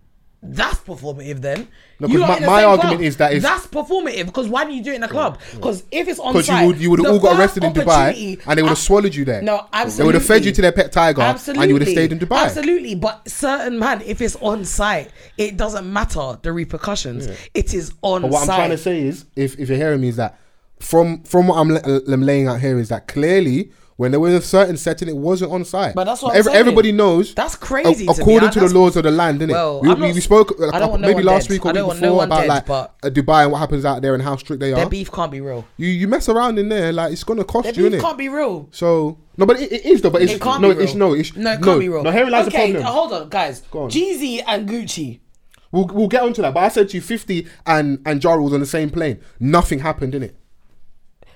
Speaker 5: That's performative then.
Speaker 4: No, 'cause
Speaker 5: You lot
Speaker 4: my-
Speaker 5: in the
Speaker 4: my
Speaker 5: same
Speaker 4: argument
Speaker 5: club.
Speaker 4: is that it's-
Speaker 5: that's performative because why do you do it in a club? Because if it's on
Speaker 4: Because you
Speaker 5: site,
Speaker 4: would, you would have
Speaker 5: the
Speaker 4: all got
Speaker 5: first
Speaker 4: arrested in Dubai,
Speaker 5: opportunity-
Speaker 4: and they would have
Speaker 5: I-
Speaker 4: swallowed you there.
Speaker 5: No,
Speaker 4: They would have fed you
Speaker 5: absolutely.
Speaker 4: to their pet tiger,
Speaker 5: Absolutely.
Speaker 4: and you would have stayed in Dubai.
Speaker 5: Absolutely. But certain man, if it's on site, it doesn't matter the repercussions. It is on
Speaker 4: But what I'm
Speaker 5: site.
Speaker 4: trying to say is, if, if you're hearing me, is that from from what I'm, l- I'm laying out here is that clearly when there was a certain setting, it wasn't on site.
Speaker 5: But that's what I'm
Speaker 4: Every-
Speaker 5: saying.
Speaker 4: everybody knows.
Speaker 5: That's crazy to me.
Speaker 4: according
Speaker 5: I-
Speaker 4: to the
Speaker 5: that's-
Speaker 4: laws of the land, didn't
Speaker 5: Well,
Speaker 4: it? We,
Speaker 5: I'm
Speaker 4: we,
Speaker 5: not-
Speaker 4: we spoke
Speaker 5: I
Speaker 4: uh,
Speaker 5: don't want no
Speaker 4: maybe
Speaker 5: one
Speaker 4: last
Speaker 5: dead.
Speaker 4: week or
Speaker 5: I don't
Speaker 4: week
Speaker 5: want no
Speaker 4: before
Speaker 5: one
Speaker 4: about
Speaker 5: dead,
Speaker 4: like
Speaker 5: but-
Speaker 4: uh, Dubai and what happens out there and how strict they
Speaker 5: Their
Speaker 4: are.
Speaker 5: beef can't be real.
Speaker 4: you you mess around in there, like it's gonna cost
Speaker 5: Their
Speaker 4: you,
Speaker 5: beef
Speaker 4: innit?
Speaker 5: can't be real.
Speaker 4: So no, but it, it is though. But it's
Speaker 5: It can't
Speaker 4: no,
Speaker 5: be real.
Speaker 4: it's no, it's
Speaker 5: no, it can't be real.
Speaker 4: No, herein lies
Speaker 5: okay,
Speaker 4: the problem.
Speaker 5: uh, hold on, guys.
Speaker 4: Go on.
Speaker 5: Jeezy and Gucci.
Speaker 4: We'll, we'll get onto that. But I said to you, 50 and, and Jaro was on the same plane. Nothing happened, in it.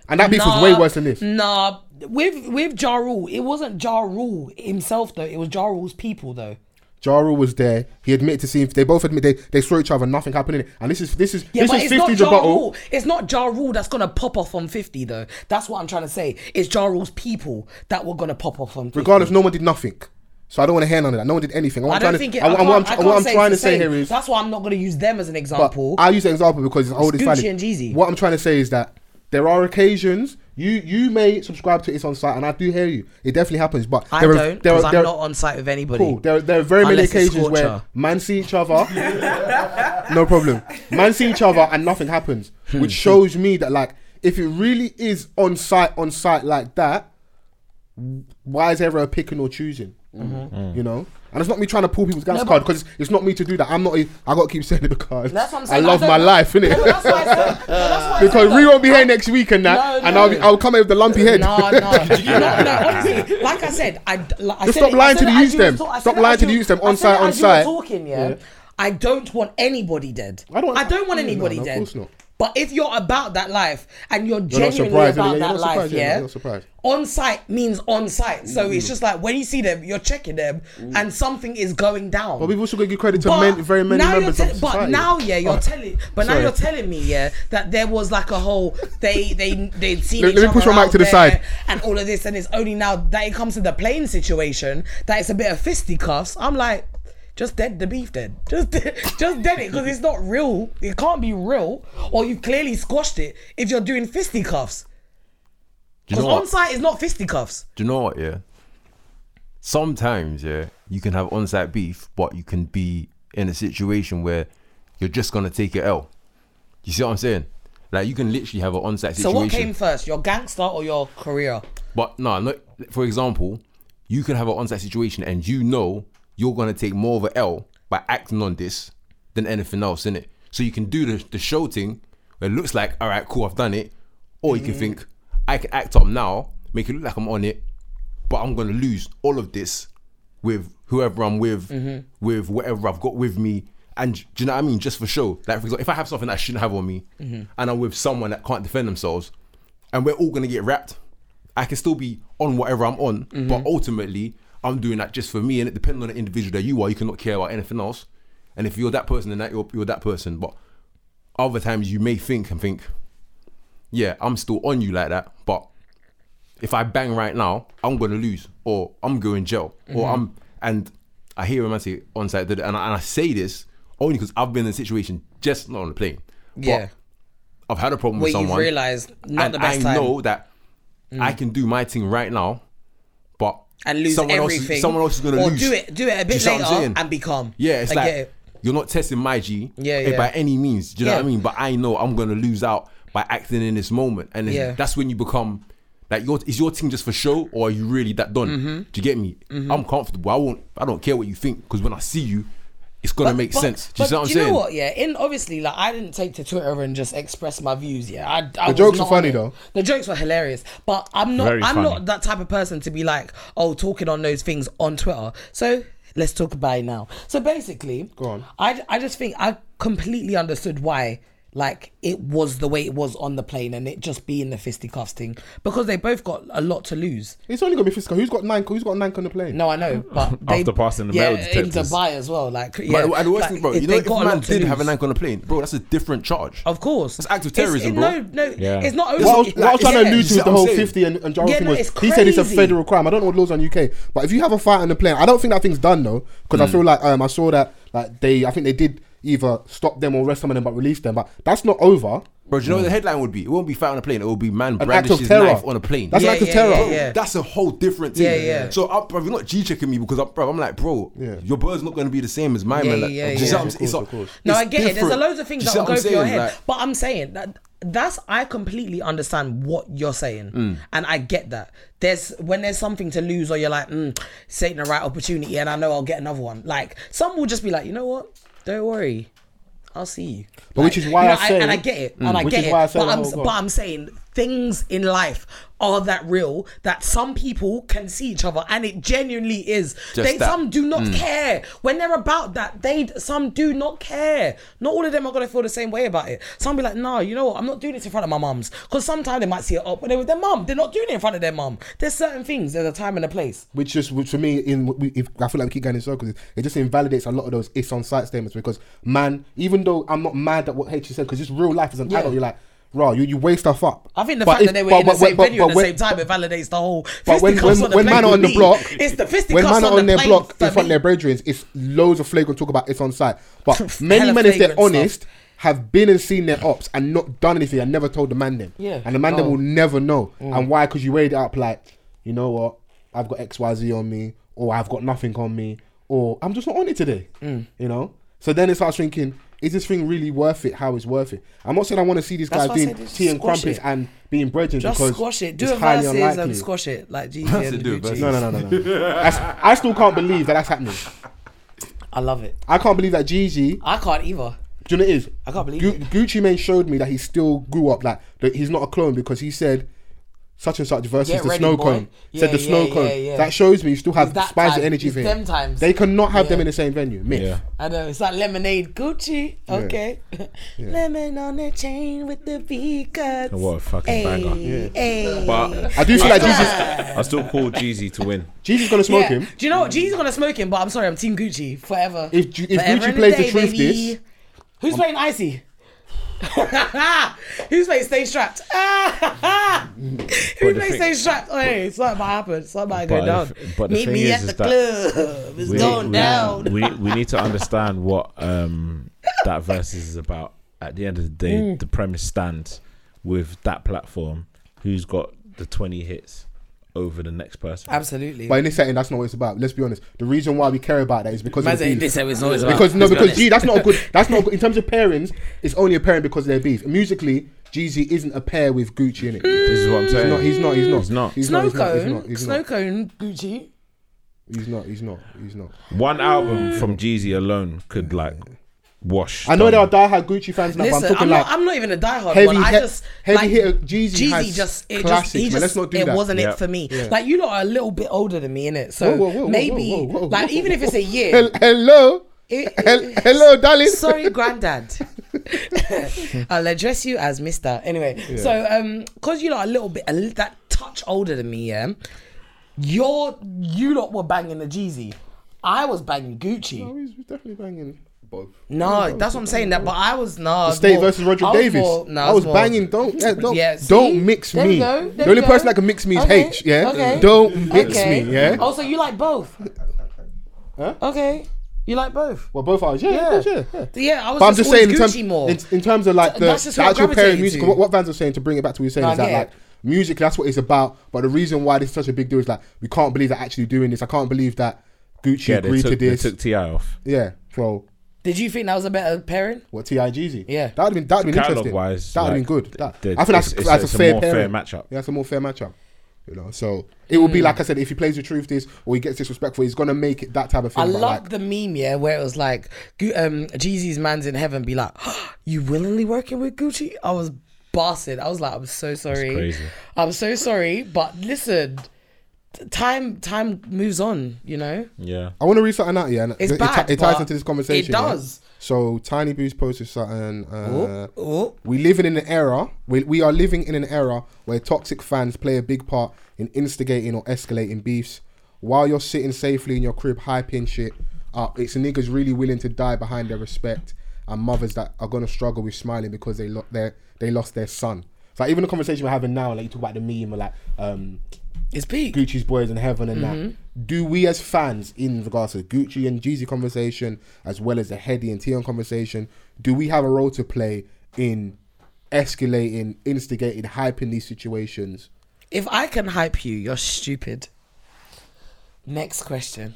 Speaker 4: And that beef was way worse than this.
Speaker 5: Nah, with with Ja Rule, it wasn't Ja Rule himself though. It was Ja Rule's people though.
Speaker 4: Jaro was there. He admitted to seeing. They both admit they, they saw each other. Nothing happened in it. And this is this is
Speaker 5: Yeah,
Speaker 4: this
Speaker 5: but
Speaker 4: is
Speaker 5: it's not
Speaker 4: 50's
Speaker 5: Ja
Speaker 4: rebuttal.
Speaker 5: Rule. It's not Ja Rule that's gonna pop off on fifty though. That's what I'm trying to say. It's Ja Rule's people that were gonna pop off on. 50.
Speaker 4: Regardless, no one did nothing. So I don't want to hear none of that. No one did anything. And
Speaker 5: I
Speaker 4: What I'm
Speaker 5: don't
Speaker 4: trying
Speaker 5: think
Speaker 4: to-
Speaker 5: it.
Speaker 4: and
Speaker 5: I
Speaker 4: what I'm-
Speaker 5: can't,
Speaker 4: what
Speaker 5: I
Speaker 4: I'm-
Speaker 5: can't
Speaker 4: what I'm trying
Speaker 5: say
Speaker 4: to
Speaker 5: it's the
Speaker 4: say
Speaker 5: same.
Speaker 4: here is
Speaker 5: that's why I'm not gonna use them as an
Speaker 4: But
Speaker 5: example.
Speaker 4: I use that example because it's the oldest
Speaker 5: Gucci
Speaker 4: valid.
Speaker 5: and Jeezy.
Speaker 4: What I'm trying to say is that there are occasions you you may subscribe to it's on site, and I do hear you. It definitely happens, but
Speaker 5: I
Speaker 4: there are-
Speaker 5: don't
Speaker 4: there are-
Speaker 5: because I'm
Speaker 4: there are-
Speaker 5: not on site with anybody.
Speaker 4: Cool. There, there are very many
Speaker 5: Unless it's
Speaker 4: occasions where
Speaker 5: torture.
Speaker 4: man see each other. no problem. Man see each other and nothing happens,
Speaker 5: Hmm.
Speaker 4: which shows me that like if it really is on site, on site like that, why is ever a picking or choosing?
Speaker 5: Mm-hmm.
Speaker 4: You know. And it's not me trying to pull people's gas
Speaker 5: No,
Speaker 4: card
Speaker 5: but-
Speaker 4: because it's, it's not me to do that. I'm not. a- I gotta keep saying it because
Speaker 5: That's what I'm
Speaker 4: I
Speaker 5: saying.
Speaker 4: love
Speaker 5: don't-
Speaker 4: my life, innit?
Speaker 5: No, but Oh, that's why I said. no, that's why I said
Speaker 4: because
Speaker 5: that.
Speaker 4: we won't be here next week and that,
Speaker 5: No,
Speaker 4: and
Speaker 5: no.
Speaker 4: I'll, be, I'll come here with a lumpy head.
Speaker 5: No, no, no, no. Honestly, like I said, I, like, I
Speaker 4: Just
Speaker 5: said
Speaker 4: stop
Speaker 5: it- I
Speaker 4: lying to
Speaker 5: said
Speaker 4: the
Speaker 5: it as
Speaker 4: youths
Speaker 5: you were
Speaker 4: them.
Speaker 5: talk- I said
Speaker 4: Stop
Speaker 5: it as
Speaker 4: lying to
Speaker 5: you-
Speaker 4: the youths them.
Speaker 5: I
Speaker 4: On
Speaker 5: said
Speaker 4: site,
Speaker 5: it
Speaker 4: on
Speaker 5: as you were
Speaker 4: site.
Speaker 5: Talking, yeah?
Speaker 4: Yeah.
Speaker 5: I don't want anybody dead.
Speaker 4: I don't-
Speaker 5: I don't want
Speaker 4: Mm, no,
Speaker 5: anybody
Speaker 4: no, of
Speaker 5: dead.
Speaker 4: course not.
Speaker 5: But if you're about that life and you're, genuinely
Speaker 4: surprised,
Speaker 5: about
Speaker 4: innit? Yeah,
Speaker 5: that
Speaker 4: you're not
Speaker 5: life,
Speaker 4: surprised, yeah,
Speaker 5: yeah,
Speaker 4: you're not surprised. Mm.
Speaker 5: on site means on site. So it's just like when you see them, you're checking them, and something is going down.
Speaker 4: But we've also got to give credit to
Speaker 5: But
Speaker 4: men, very many
Speaker 5: now you're
Speaker 4: members
Speaker 5: tell-
Speaker 4: of
Speaker 5: but
Speaker 4: society.
Speaker 5: now yeah you're
Speaker 4: Oh,
Speaker 5: telling but now
Speaker 4: sorry.
Speaker 5: you're telling me yeah that there was like a whole they they they'd seen
Speaker 4: Let-
Speaker 5: each
Speaker 4: let me
Speaker 5: other
Speaker 4: push my mic
Speaker 5: out
Speaker 4: to the
Speaker 5: there
Speaker 4: side.
Speaker 5: and all of this and it's only now that it comes to the plane situation that it's a bit of fisticuffs I'm like just dead the beef dead just just dead it because it's not real it can't be real or you've clearly squashed it if you're doing fisticuffs
Speaker 9: Do you
Speaker 5: because
Speaker 9: know what?
Speaker 5: on site is not fisticuffs
Speaker 9: Do you know what? Yeah. Sometimes, yeah, you can have on-site beef, but you can be in a situation where you're just gonna take it L. You see what I'm saying? Like you can literally have an on-site
Speaker 5: so
Speaker 9: situation.
Speaker 5: what came first your gangster or your career
Speaker 9: But no, no. For example, you can have an onside situation and you know you're gonna take more of a L by acting on this than anything else, innit? So you can do the the show thing where it looks like, all right, cool, I've done it, or you can think I can act up now, make it look like I'm on it, but I'm gonna lose all of this with whoever I'm with, with whatever I've got with me. And do you know what I mean? Just for show. Like, for example, if I have something that I shouldn't have on me and I'm with someone that can't defend themselves and we're all going to get wrapped, I can still be on whatever I'm on. But ultimately, I'm doing that just for me. And it depends on the individual that you are. You cannot care about anything else. And if you're that person, then that you're, you're that person. But other times you may think and think, yeah, I'm still on you like that. But if I bang right now, I'm gonna lose, or I'm going jail,
Speaker 5: Mm-hmm.
Speaker 9: or I'm and I hear him and say on site did it, and I, and I say this only because I've been in a situation just not on the plane.
Speaker 5: Yeah.
Speaker 9: But I've had a problem
Speaker 5: where
Speaker 9: with
Speaker 5: you
Speaker 9: someone.
Speaker 5: realize not
Speaker 9: and
Speaker 5: the best
Speaker 9: I
Speaker 5: time Mm.
Speaker 9: know that I can do my thing right now, but
Speaker 5: and lose
Speaker 9: someone
Speaker 5: everything.
Speaker 9: Else is, someone else is gonna
Speaker 5: or
Speaker 9: lose.
Speaker 5: do it, do it a
Speaker 9: Do you
Speaker 5: bit
Speaker 9: see what I'm
Speaker 5: later
Speaker 9: saying?
Speaker 5: and be calm.
Speaker 9: Yeah, it's
Speaker 5: I
Speaker 9: like
Speaker 5: get it.
Speaker 9: you're not testing my G
Speaker 5: Yeah,
Speaker 9: eh,
Speaker 5: yeah.
Speaker 9: by any means. Do you know what
Speaker 5: Yeah.
Speaker 9: I mean? But I know I'm gonna lose out by acting in this moment, and it's-
Speaker 5: Yeah.
Speaker 9: that's when you become like your is your team just for show or are you really that done?
Speaker 5: Mm-hmm.
Speaker 9: Do you get me? I'm comfortable. I won't. I don't care what you think because when I see you, it's gonna make sense. Do you
Speaker 5: but
Speaker 9: see what I'm
Speaker 5: you
Speaker 9: saying?
Speaker 5: know what? Yeah, in obviously, like I didn't take to Twitter and just express my views. Yeah, I, I was
Speaker 4: jokes
Speaker 5: not
Speaker 4: were
Speaker 5: on
Speaker 4: funny,
Speaker 5: it.
Speaker 4: though.
Speaker 5: The jokes were hilarious, but I'm not.
Speaker 3: Very
Speaker 5: I'm
Speaker 3: funny.
Speaker 5: not that type of person to be like, oh, talking on those things on Twitter. So let's talk about it now. So basically,
Speaker 4: Go on.
Speaker 5: I I just think I completely understood why like it was the way it was on the plane and it just being the fisticuffs thing because they both got a lot to lose.
Speaker 4: It's only gonna be Fisco. Who's got nine? Who's got nine on the plane?
Speaker 5: No, I know, but they,
Speaker 3: After passing the
Speaker 5: yeah,
Speaker 3: metal
Speaker 5: in
Speaker 3: detectors.
Speaker 5: Dubai as well. Like, yeah,
Speaker 9: But- and the worst
Speaker 5: like,
Speaker 9: thing, bro,
Speaker 5: it-
Speaker 9: you know,
Speaker 5: they
Speaker 9: if
Speaker 5: got a
Speaker 9: man
Speaker 5: lot to
Speaker 9: did have an
Speaker 5: lose.
Speaker 9: anchor on a plane, bro, that's a different charge.
Speaker 5: Of course,
Speaker 9: That's active
Speaker 5: It's-
Speaker 9: terrorism,
Speaker 5: it-
Speaker 9: bro.
Speaker 5: No, no,
Speaker 3: Yeah.
Speaker 5: it's not.
Speaker 4: What I was,
Speaker 5: it's
Speaker 4: what I was trying
Speaker 5: like-
Speaker 4: to
Speaker 5: yeah.
Speaker 4: allude to
Speaker 9: see
Speaker 4: is
Speaker 9: what
Speaker 4: the
Speaker 9: I'm
Speaker 4: whole
Speaker 9: saying?
Speaker 4: 50 and, and Jara
Speaker 5: Yeah,
Speaker 4: thing
Speaker 5: no,
Speaker 4: was.
Speaker 5: it's
Speaker 4: He said it's a
Speaker 5: crazy.
Speaker 4: federal crime. I don't know what laws on UK, but if you have a fight on the plane, I don't think that thing's done though,
Speaker 9: Mm.
Speaker 4: because I feel like um, I saw that like they, I think they did either stop them or arrest some of them, but release them. But that's not over.
Speaker 9: Bro, do you know what the headline would be? It won't be fight on a plane. It will be man
Speaker 4: An act
Speaker 9: brandishes
Speaker 4: of
Speaker 9: his
Speaker 4: terror
Speaker 9: knife on a plane.
Speaker 4: That's
Speaker 5: Yeah,
Speaker 4: an act of
Speaker 5: yeah,
Speaker 4: terror.
Speaker 5: yeah, yeah.
Speaker 9: That's a whole different thing.
Speaker 5: Yeah, yeah.
Speaker 9: So, I, bro, you're not G checking me because, I, bro, I'm like, bro,
Speaker 4: Yeah.
Speaker 9: your bird's not going to be the same as my
Speaker 5: Yeah,
Speaker 9: man. Like,
Speaker 5: yeah,
Speaker 9: do you see
Speaker 5: yeah.
Speaker 9: what I'm
Speaker 5: Of
Speaker 9: saying? It's
Speaker 4: course,
Speaker 9: like-
Speaker 4: of course.
Speaker 5: No,
Speaker 9: it's
Speaker 5: I get it. There's a
Speaker 9: different.
Speaker 5: loads of things
Speaker 9: Do you
Speaker 5: that
Speaker 9: see
Speaker 5: will
Speaker 9: what
Speaker 5: go
Speaker 9: I'm
Speaker 5: through your
Speaker 9: saying?
Speaker 5: head.
Speaker 9: Like-
Speaker 5: but I'm saying that that's I completely understand what you're saying,
Speaker 9: Mm.
Speaker 5: and I get that. There's when there's something to lose, or you're like, mm, this ain't the right opportunity, and I know I'll get another one. Like some will just be like, you know what? Don't worry, I'll see you.
Speaker 4: But
Speaker 5: Like,
Speaker 4: which is why
Speaker 5: you know,
Speaker 4: I say- mm.
Speaker 5: and I get it, and I
Speaker 4: Which
Speaker 5: get
Speaker 4: is
Speaker 5: it.
Speaker 4: why I say
Speaker 5: but
Speaker 4: the
Speaker 5: I'm
Speaker 4: whole
Speaker 5: but
Speaker 4: God.
Speaker 5: I'm saying things in life are that real that some people can see each other, and it genuinely is.
Speaker 9: Just
Speaker 5: they
Speaker 9: that.
Speaker 5: some do not
Speaker 4: Mm.
Speaker 5: care when they're about that. They some do not care. Not all of them are gonna feel the same way about it. Some be like, no, you know what? I'm not doing this in front of my mums because sometimes they might see it up when they're with their mum. They're not doing it in front of their mum. There's certain things. There's a time and a place.
Speaker 4: Which just, which for me, in we- if, I feel like we keep going in circles. It just invalidates a lot of those it's on site statements because, man, even though I'm not mad at what H said, because just real life as an
Speaker 5: Yeah.
Speaker 4: adult, you're like, raw, you, you weigh stuff up.
Speaker 5: I think the
Speaker 4: But
Speaker 5: fact
Speaker 4: if-
Speaker 5: that they were
Speaker 4: but-
Speaker 5: in the
Speaker 4: but-
Speaker 5: same
Speaker 4: but-
Speaker 5: venue at
Speaker 4: but
Speaker 5: the
Speaker 4: when-
Speaker 5: same time it validates the whole.
Speaker 4: But when
Speaker 5: fisticuffs
Speaker 4: when,
Speaker 5: on the
Speaker 4: when
Speaker 5: plane
Speaker 4: man
Speaker 5: for
Speaker 4: are on the
Speaker 5: me.
Speaker 4: block,
Speaker 5: it's the fisticuffs
Speaker 4: when man are
Speaker 5: on,
Speaker 4: on,
Speaker 5: the
Speaker 4: their
Speaker 5: plane
Speaker 4: block
Speaker 5: for
Speaker 4: in front of
Speaker 5: me.
Speaker 4: their brethren, it's loads of flagrant talk about it's on site. But many
Speaker 5: Hella
Speaker 4: men, if they're
Speaker 5: flagrant stuff.
Speaker 4: honest, have been and seen their ops and not done anything and never told the man them.
Speaker 5: Yeah. Oh. Mm.
Speaker 4: And the man them
Speaker 5: No.
Speaker 4: will never know. And why? Because you weighed it up like, you know what, I've got X Y Z on me, or I've got nothing on me, or I'm just not on it today.
Speaker 5: Mm.
Speaker 4: You know. So then it starts thinking. Is this thing really worth it? How it's worth it? I'm not saying I want to see these
Speaker 5: That's
Speaker 4: guys
Speaker 5: why I
Speaker 4: doing
Speaker 5: said just
Speaker 4: tea and
Speaker 5: squash
Speaker 4: crumpets
Speaker 5: it.
Speaker 4: and being brethren
Speaker 5: Just
Speaker 4: because
Speaker 5: squash it. Do
Speaker 4: it's
Speaker 5: a
Speaker 4: highly
Speaker 5: versus
Speaker 4: unlikely.
Speaker 5: and squash it like G
Speaker 9: I said
Speaker 5: and
Speaker 9: do a
Speaker 5: Gucci.
Speaker 9: versus.
Speaker 4: No, no, no, no, no. That's, I still can't believe that that's happening.
Speaker 5: I love it.
Speaker 4: I can't believe that Gigi.
Speaker 5: I can't either.
Speaker 4: Do you know what it is?
Speaker 5: I can't believe
Speaker 4: Gu-
Speaker 5: it.
Speaker 4: Gucci Mane showed me that he still grew up. Like that he's not a clone because he said such and such versus
Speaker 5: Get
Speaker 4: the
Speaker 5: ready,
Speaker 4: snow
Speaker 5: boy.
Speaker 4: cone.
Speaker 5: Yeah,
Speaker 4: said the
Speaker 5: yeah,
Speaker 4: snow
Speaker 5: yeah,
Speaker 4: cone.
Speaker 5: yeah.
Speaker 4: That shows me you still have
Speaker 5: It's that
Speaker 4: spies
Speaker 5: time.
Speaker 4: and energy
Speaker 5: It's
Speaker 4: thing.
Speaker 5: them times.
Speaker 4: They cannot have them
Speaker 5: Yeah.
Speaker 4: in the same venue. Myth.
Speaker 3: Yeah.
Speaker 5: I know it's like lemonade Gucci. Okay, lemon on the chain with the V cuts.
Speaker 3: What a fucking banger.
Speaker 5: Ay.
Speaker 3: But
Speaker 4: I do feel like Jeezy's,
Speaker 3: I still call Jeezy to win.
Speaker 4: Jeezy's gonna smoke
Speaker 5: Yeah.
Speaker 4: him.
Speaker 5: Do you know what? G's gonna smoke him, but I'm sorry, I'm Team Gucci forever.
Speaker 4: If Ju- if
Speaker 5: Forever
Speaker 4: Gucci
Speaker 5: and a
Speaker 4: plays the
Speaker 5: day,
Speaker 4: truth
Speaker 5: baby.
Speaker 4: this-
Speaker 5: who's playing icy? Who's playing Stay Strapped? Who's
Speaker 3: the
Speaker 5: playing
Speaker 3: thing-
Speaker 5: Stay Strapped? Hey, something might happen. Something might go
Speaker 3: But
Speaker 5: down.
Speaker 3: the f- but the
Speaker 5: Meet
Speaker 3: thing
Speaker 5: me
Speaker 3: is,
Speaker 5: at
Speaker 3: is
Speaker 5: the
Speaker 3: that
Speaker 5: club. It's going down.
Speaker 3: We, we need to understand what um, that versus is about. At the end of the day,
Speaker 4: Mm.
Speaker 3: the premise stands with that platform. Who's got the twenty hits over the next person?
Speaker 5: Absolutely.
Speaker 4: But in this setting, that's not what it's about. Let's be honest. The reason why we care about that is because of
Speaker 5: Man's
Speaker 4: the
Speaker 5: like,
Speaker 4: beef.
Speaker 5: this is always about-
Speaker 4: Because no,
Speaker 5: let's be
Speaker 4: because
Speaker 5: honest.
Speaker 4: G, that's not a good. That's not a good, in terms of pairings. It's only a pairing because of their beef. Musically, Jeezy isn't a pair with Gucci in it.
Speaker 3: This is what I'm saying.
Speaker 4: He's not. He's not. He's
Speaker 3: He's not.
Speaker 4: not. He's
Speaker 5: Snow
Speaker 4: not. He's not. He's
Speaker 5: cone,
Speaker 4: not. He's
Speaker 5: snow
Speaker 4: not.
Speaker 5: cone, Gucci.
Speaker 4: He's not. He's not. He's not.
Speaker 3: One album from Jeezy alone could like wash.
Speaker 4: I know there are
Speaker 3: down-
Speaker 4: diehard Gucci fans now, but I'm
Speaker 5: Listen,
Speaker 4: talking
Speaker 5: I'm,
Speaker 4: like
Speaker 5: not, I'm not even a diehard
Speaker 4: heavy
Speaker 5: one. I
Speaker 4: hit-
Speaker 5: just
Speaker 4: heavy
Speaker 5: like,
Speaker 4: hitter Jeezy has
Speaker 5: just it
Speaker 4: classics,
Speaker 5: just he
Speaker 4: man.
Speaker 5: just
Speaker 4: Let's not do
Speaker 5: it
Speaker 4: that.
Speaker 5: wasn't
Speaker 3: Yeah.
Speaker 5: it for me.
Speaker 4: Yeah.
Speaker 5: Like you lot are a little bit older than me in it, so
Speaker 4: Whoa, whoa, whoa, whoa,
Speaker 5: maybe
Speaker 4: whoa, whoa, whoa,
Speaker 5: like
Speaker 4: whoa,
Speaker 5: even if it's a year.
Speaker 4: "Hel- hello,
Speaker 5: it-
Speaker 4: Hel-
Speaker 5: it-
Speaker 4: hello, darling.
Speaker 5: Sorry, granddad. I'll address you as Mister. Anyway, so um, cause you lot are a little bit a, li- that touch older than me, yeah. Your you lot were banging the Jeezy. I was banging Gucci.
Speaker 4: Oh, he's definitely banging.
Speaker 7: Both.
Speaker 5: No, that's what I'm saying. That, but I was no
Speaker 4: State versus Roger Davis. I was banging. Don't yeah, don't, don't mix
Speaker 5: There
Speaker 4: me.
Speaker 5: you go, there
Speaker 4: the only
Speaker 5: you
Speaker 4: person
Speaker 5: go.
Speaker 4: that can mix me is
Speaker 5: Okay,
Speaker 4: H. Yeah.
Speaker 5: okay.
Speaker 4: Don't mix me. Yeah.
Speaker 5: Oh, so you like both?
Speaker 4: Huh?
Speaker 5: Okay, you like both.
Speaker 4: Well, both ours. Yeah. Yeah.
Speaker 5: Yeah.
Speaker 4: of course, yeah, yeah.
Speaker 5: Yeah, I was.
Speaker 4: But I'm just saying, in
Speaker 5: Gucci
Speaker 4: terms,
Speaker 5: more.
Speaker 4: in, in terms of like the,
Speaker 5: That's just
Speaker 4: the
Speaker 5: what I
Speaker 4: actual pairing
Speaker 5: gravitated
Speaker 4: music,
Speaker 5: to.
Speaker 4: what, what Vans are saying to bring it back to what you're saying
Speaker 5: No, I
Speaker 4: is that
Speaker 5: get
Speaker 4: like
Speaker 5: it.
Speaker 4: music, that's what it's about. But the reason why this is such a big deal is like we can't believe they're actually doing this. I can't believe that Gucci
Speaker 3: Yeah, they
Speaker 4: agreed to
Speaker 3: took, they
Speaker 4: this.
Speaker 3: took Ti off.
Speaker 4: yeah, bro.
Speaker 5: Did you think that was a better pairing?
Speaker 4: What Ti Jeezy?
Speaker 5: Yeah.
Speaker 4: that would have been that would been
Speaker 3: Catalog
Speaker 4: interesting.
Speaker 3: wise,
Speaker 4: that would have
Speaker 3: like,
Speaker 4: been good. That-
Speaker 3: the-
Speaker 4: I think that's,
Speaker 3: it's- it's-
Speaker 4: that's
Speaker 3: it's
Speaker 4: a
Speaker 3: a
Speaker 4: fair
Speaker 3: more fair
Speaker 4: pairing.
Speaker 3: matchup.
Speaker 4: Yeah, that's a more fair matchup. You know, so it would be
Speaker 5: Hmm.
Speaker 4: like I said, if he plays the truth this or he gets disrespectful, he's gonna make it that type of thing.
Speaker 5: I
Speaker 4: but,
Speaker 5: love
Speaker 4: like,
Speaker 5: the meme, yeah, where it was like, Gu- um, Jeezy's man's in heaven be like, you willingly working with Gucci? I was busted. I was like, I'm so sorry.
Speaker 3: crazy.
Speaker 5: I'm so sorry, but listen, time time moves on, you know.
Speaker 3: Yeah.
Speaker 4: I want to read something out here. And
Speaker 5: It's
Speaker 4: it,
Speaker 5: bad,
Speaker 4: it, it ties
Speaker 5: but
Speaker 4: into this conversation.
Speaker 5: it
Speaker 4: yeah?
Speaker 5: does.
Speaker 4: So Tiny Boo's posted something. Uh,
Speaker 5: Oh,
Speaker 4: We live in an era. We, we are living in an era where toxic fans play a big part in instigating or escalating beefs. While you're sitting safely in your crib, hyping shit up, it's niggas really willing to die behind their respect and mothers that are gonna struggle with smiling because they lo- their they lost their son. So like, even the conversation we're having now, like you talk about the meme, or like um,
Speaker 5: it's peak.
Speaker 4: Gucci's boys in heaven and
Speaker 5: Mm-hmm.
Speaker 4: that. Do we as fans, in regards to the Gucci and Jeezy conversation, as well as the Heady and Tion conversation, do we have a role to play in escalating, instigating, hyping these situations?
Speaker 5: If I can hype you, you're stupid. Next question.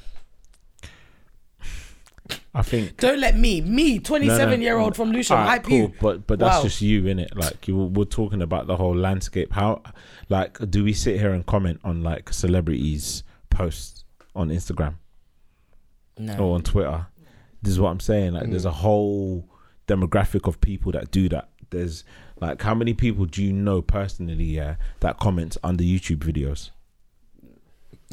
Speaker 3: I think.
Speaker 5: Don't let me, me,
Speaker 3: No, no,
Speaker 5: 27 year old from Lucian,
Speaker 3: Alright,
Speaker 5: hype you.
Speaker 3: But but that's
Speaker 5: Wow.
Speaker 3: just you in it. Like you, we're talking about the whole landscape. How, like, do we sit here and comment on like celebrities' posts on Instagram
Speaker 5: No.
Speaker 3: or on Twitter? This is what I'm saying. Like, there's a
Speaker 5: Mm.
Speaker 3: whole demographic of people that do that. There's like, how many people do you know personally? Yeah, that comments under YouTube videos.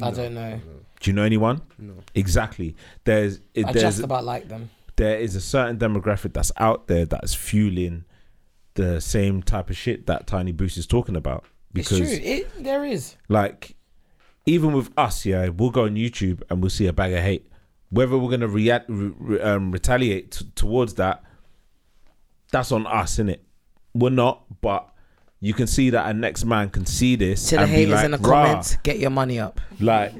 Speaker 3: oh,
Speaker 5: I don't know.
Speaker 3: Do you know anyone? No. Exactly. There's it,
Speaker 5: I
Speaker 3: there's
Speaker 5: just about like them.
Speaker 3: there is a certain demographic that's out there that's fueling the same type of shit that Tiny Boost is talking about. Because
Speaker 5: it's true. It, there is.
Speaker 3: like even with us, yeah, we'll go on YouTube and we'll see a bag of hate. Whether we're gonna react, re- re- um, retaliate t- towards that, that's on us, innit? We're not, but you can see that a next man can see this
Speaker 5: To the
Speaker 3: and be
Speaker 5: haters
Speaker 3: like,
Speaker 5: in the
Speaker 3: "Rah."
Speaker 5: comments, get your money up.
Speaker 3: Like,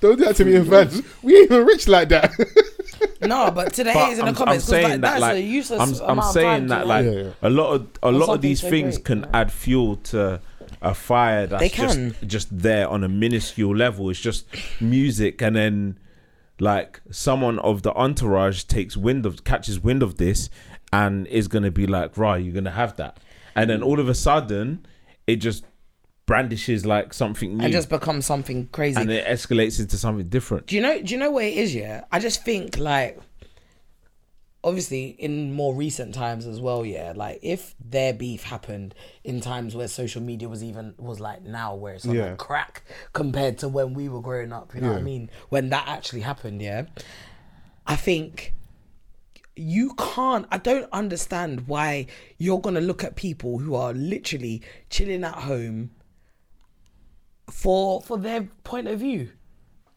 Speaker 4: Don't do that to me, fans. We ain't even rich like that.
Speaker 5: No, but to the haters in the comments, 'cause like, that's a useless.
Speaker 3: I'm, I'm
Speaker 5: amount of
Speaker 3: saying
Speaker 5: time, do you
Speaker 3: that
Speaker 5: know?
Speaker 3: like
Speaker 4: Yeah, yeah.
Speaker 3: a lot of a lot of
Speaker 5: something
Speaker 3: these
Speaker 5: so
Speaker 3: things
Speaker 5: great,
Speaker 3: can
Speaker 5: you know?
Speaker 3: add fuel to a fire that's
Speaker 5: They can.
Speaker 3: just just there on a minuscule level. It's just music, and then like someone of the entourage takes wind of catches wind of this, and is gonna be like, "Right, you're gonna have that," and then all of a sudden, it just brandishes like something new,
Speaker 5: and just become something crazy.
Speaker 3: and it escalates into something different.
Speaker 5: do you know? Do you know what it is? Yeah, I just think like, obviously, in more recent times as well. Yeah, like if their beef happened in times where social media was even was like now, where it's on
Speaker 4: Yeah.
Speaker 5: like crack compared to when we were growing up. You know what I
Speaker 4: Yeah.
Speaker 5: mean? When that actually happened, yeah. I think you can't i don't understand why you're gonna look at people who are literally chilling at home for for their point of view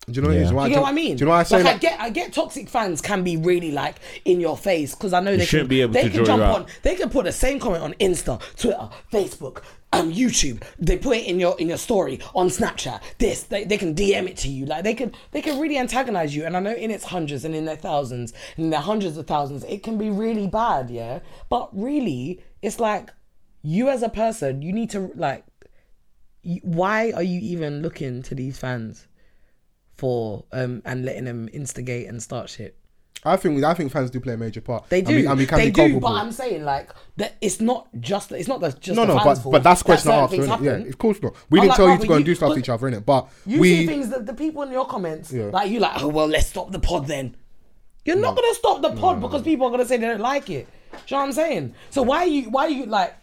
Speaker 4: do you know what it is? Why-
Speaker 5: do you
Speaker 4: do-
Speaker 5: get what I mean?
Speaker 4: Do you know what I say?
Speaker 5: Like, I
Speaker 4: Like-
Speaker 5: get, I get toxic fans can be really like in your face because I know they
Speaker 3: shouldn't
Speaker 5: can,
Speaker 3: be able
Speaker 5: they
Speaker 3: to
Speaker 5: can
Speaker 3: draw
Speaker 5: jump
Speaker 3: you out.
Speaker 5: on, they can put the same comment on Insta, Twitter, Facebook, um, YouTube. They put it in your in your story on Snapchat. This they, they can DM it to you. Like they can they can really antagonize you. And I know in its hundreds and in their thousands and in their hundreds of thousands, it can be really bad. Yeah, but really, it's like you as a person, you need to like. y- Why are you even looking to these fans? for um and letting them instigate and start shit.
Speaker 4: I think I think fans do play a major part.
Speaker 5: They
Speaker 4: And
Speaker 5: do.
Speaker 4: we- and we can
Speaker 5: they
Speaker 4: be
Speaker 5: do,
Speaker 4: culpable.
Speaker 5: but I'm saying like that it's not just it's not the, just
Speaker 4: no,
Speaker 5: the
Speaker 4: no,
Speaker 5: fans'
Speaker 4: but
Speaker 5: fault
Speaker 4: but that's question
Speaker 5: that
Speaker 4: I asked,
Speaker 5: certain
Speaker 4: innit?
Speaker 5: things
Speaker 4: Yeah,
Speaker 5: happen.
Speaker 4: of course not. We
Speaker 5: I'm
Speaker 4: didn't
Speaker 5: like,
Speaker 4: tell you
Speaker 5: bruh,
Speaker 4: to go and do
Speaker 5: you-
Speaker 4: stuff to
Speaker 5: but-
Speaker 4: each other, innit? But
Speaker 5: You
Speaker 4: we
Speaker 5: see things that the people in your comments
Speaker 4: Yeah.
Speaker 5: like you like oh well let's stop the pod then. You're not gonna stop the pod because people are gonna say they don't like it. Do you know what I'm saying? So why are you why are you like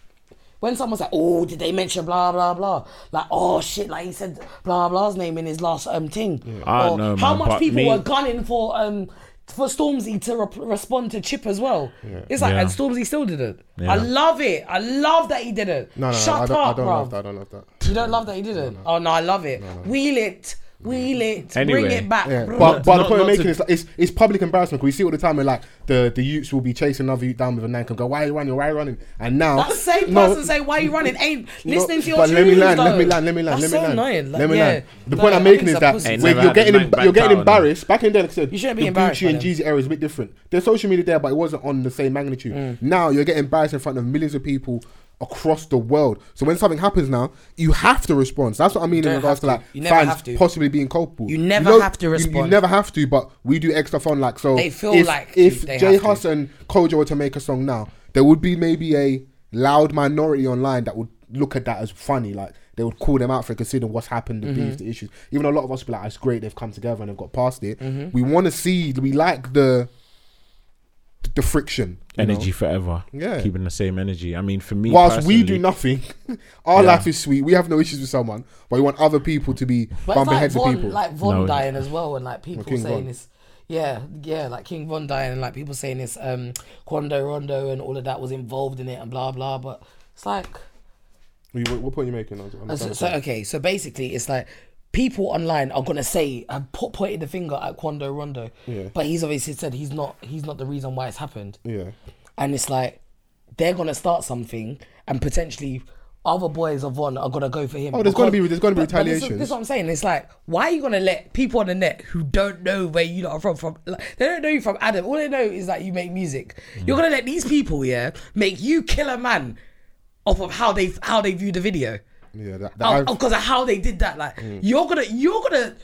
Speaker 5: when someone's like, oh, did they mention blah blah blah? Like, oh shit, like he said blah blah's name in his last um thing.
Speaker 3: I
Speaker 5: Or
Speaker 3: know,
Speaker 5: how
Speaker 3: man,
Speaker 5: much
Speaker 3: but
Speaker 5: people
Speaker 3: me-
Speaker 5: were gunning for um for Stormzy to rep- respond to Chip as well. It's like
Speaker 3: Yeah.
Speaker 5: and Stormzy still didn't.
Speaker 3: Yeah.
Speaker 5: I love it. I love that he didn't.
Speaker 4: no, no, no,
Speaker 5: Shut
Speaker 4: I don't,
Speaker 5: up,
Speaker 4: I don't
Speaker 5: bruv.
Speaker 4: love that. I don't love that.
Speaker 5: You don't love that he didn't? Oh no, I love it. Wheel it, wheel it, bring
Speaker 3: Anyway.
Speaker 5: it back.
Speaker 4: Yeah,
Speaker 5: Bring
Speaker 4: but,
Speaker 5: it-
Speaker 4: but
Speaker 3: not-
Speaker 4: the point
Speaker 3: not
Speaker 4: I'm making
Speaker 3: to-
Speaker 4: is like, it's, it's public embarrassment. 'cause we see all the time where like the, the youths will be chasing another youth down with a knife and go, "Why are you running? Why are you running?" And now
Speaker 5: that same
Speaker 4: No,
Speaker 5: person saying why you running ain't
Speaker 4: no,
Speaker 5: listening to your
Speaker 4: But
Speaker 5: tunes,
Speaker 4: let me land. Let
Speaker 5: though.
Speaker 4: me land. Let me land.
Speaker 5: That's
Speaker 4: let
Speaker 5: so
Speaker 4: me land.
Speaker 5: annoying. Like,
Speaker 4: let me
Speaker 5: yeah.
Speaker 4: land. The
Speaker 5: No,
Speaker 4: point I'm
Speaker 5: I
Speaker 4: making
Speaker 5: think
Speaker 4: is
Speaker 5: it's a
Speaker 4: that
Speaker 5: pussy.
Speaker 3: Ain't
Speaker 4: when
Speaker 3: never
Speaker 4: you're
Speaker 3: had a
Speaker 4: getting
Speaker 3: man
Speaker 4: em-
Speaker 3: back
Speaker 4: you're getting
Speaker 3: down, no.
Speaker 4: embarrassed. Back in the day, like I said,
Speaker 5: You shouldn't be
Speaker 4: the
Speaker 5: embarrassed
Speaker 4: Gucci
Speaker 5: by
Speaker 4: and
Speaker 5: them.
Speaker 4: Jeezy era is a bit different. Their social media there, but it wasn't on the same magnitude.
Speaker 5: Mm.
Speaker 4: Now you're getting embarrassed in front of millions of people. Across the world, so when something happens now, you have to respond. So that's what I mean in
Speaker 5: don't
Speaker 4: regards
Speaker 5: have
Speaker 4: to like
Speaker 5: to. You never have
Speaker 4: fans
Speaker 5: to.
Speaker 4: possibly being culpable.
Speaker 5: You never
Speaker 4: don't-
Speaker 5: have to
Speaker 4: you- You
Speaker 5: respond.
Speaker 4: never have to, but we do extra fun. Like so,
Speaker 5: They feel
Speaker 4: if,
Speaker 5: like
Speaker 4: if
Speaker 5: they
Speaker 4: Jay
Speaker 5: have to.
Speaker 4: Huss and Kojo were to make a song now, there would be maybe a loud minority online that would look at that as funny. Like they would call them out for considering what's happened, the
Speaker 5: Mm-hmm.
Speaker 4: beef, the issues. Even though a lot of us be like, "It's
Speaker 5: Mm-hmm.
Speaker 4: great they've come together and they've got past it." We want to see. We like the the friction. you know?
Speaker 3: energy forever.
Speaker 4: Yeah.
Speaker 3: keeping the same energy. I mean, for me,
Speaker 4: Whilst we do
Speaker 3: personally-
Speaker 4: nothing, our life is sweet. We have no issues with someone, but we want other people to be
Speaker 5: But it's
Speaker 4: bumping
Speaker 5: like
Speaker 4: heads with
Speaker 5: Von,
Speaker 4: people.
Speaker 5: like Von
Speaker 3: No.
Speaker 5: dying as well, and like people
Speaker 4: King
Speaker 5: saying
Speaker 4: Von.
Speaker 5: this. Yeah, yeah, like King Von dying, and like people saying this. Um, Quando Rondo and all of that was involved in it, and blah blah. But it's like,
Speaker 4: What, what point are you making? I was- I'm
Speaker 5: so,
Speaker 4: trying to
Speaker 5: so
Speaker 4: say.
Speaker 5: okay, so basically, it's like people online are gonna say I po- pointed the finger at Quando Rondo,
Speaker 4: Yeah.
Speaker 5: but he's obviously said he's not. He's not the reason why it's happened.
Speaker 4: yeah,
Speaker 5: and it's like they're gonna start something, and potentially other boys of one are gonna go for him.
Speaker 4: Oh, there's gonna
Speaker 5: Because-
Speaker 4: be- there's gonna be
Speaker 5: but- but this is-
Speaker 4: retaliations.
Speaker 5: This is what I'm saying. It's like, why are you gonna let people on the net who don't know where you lot are from from like, they don't know you from Adam. All they know is that you make music.
Speaker 4: Mm.
Speaker 5: You're gonna let these people, yeah, make you kill a man off of how they how they view the video
Speaker 4: yeah. That, that I've-
Speaker 5: because Oh, of how they did that. Like,
Speaker 4: Mm.
Speaker 5: you're gonna you're gonna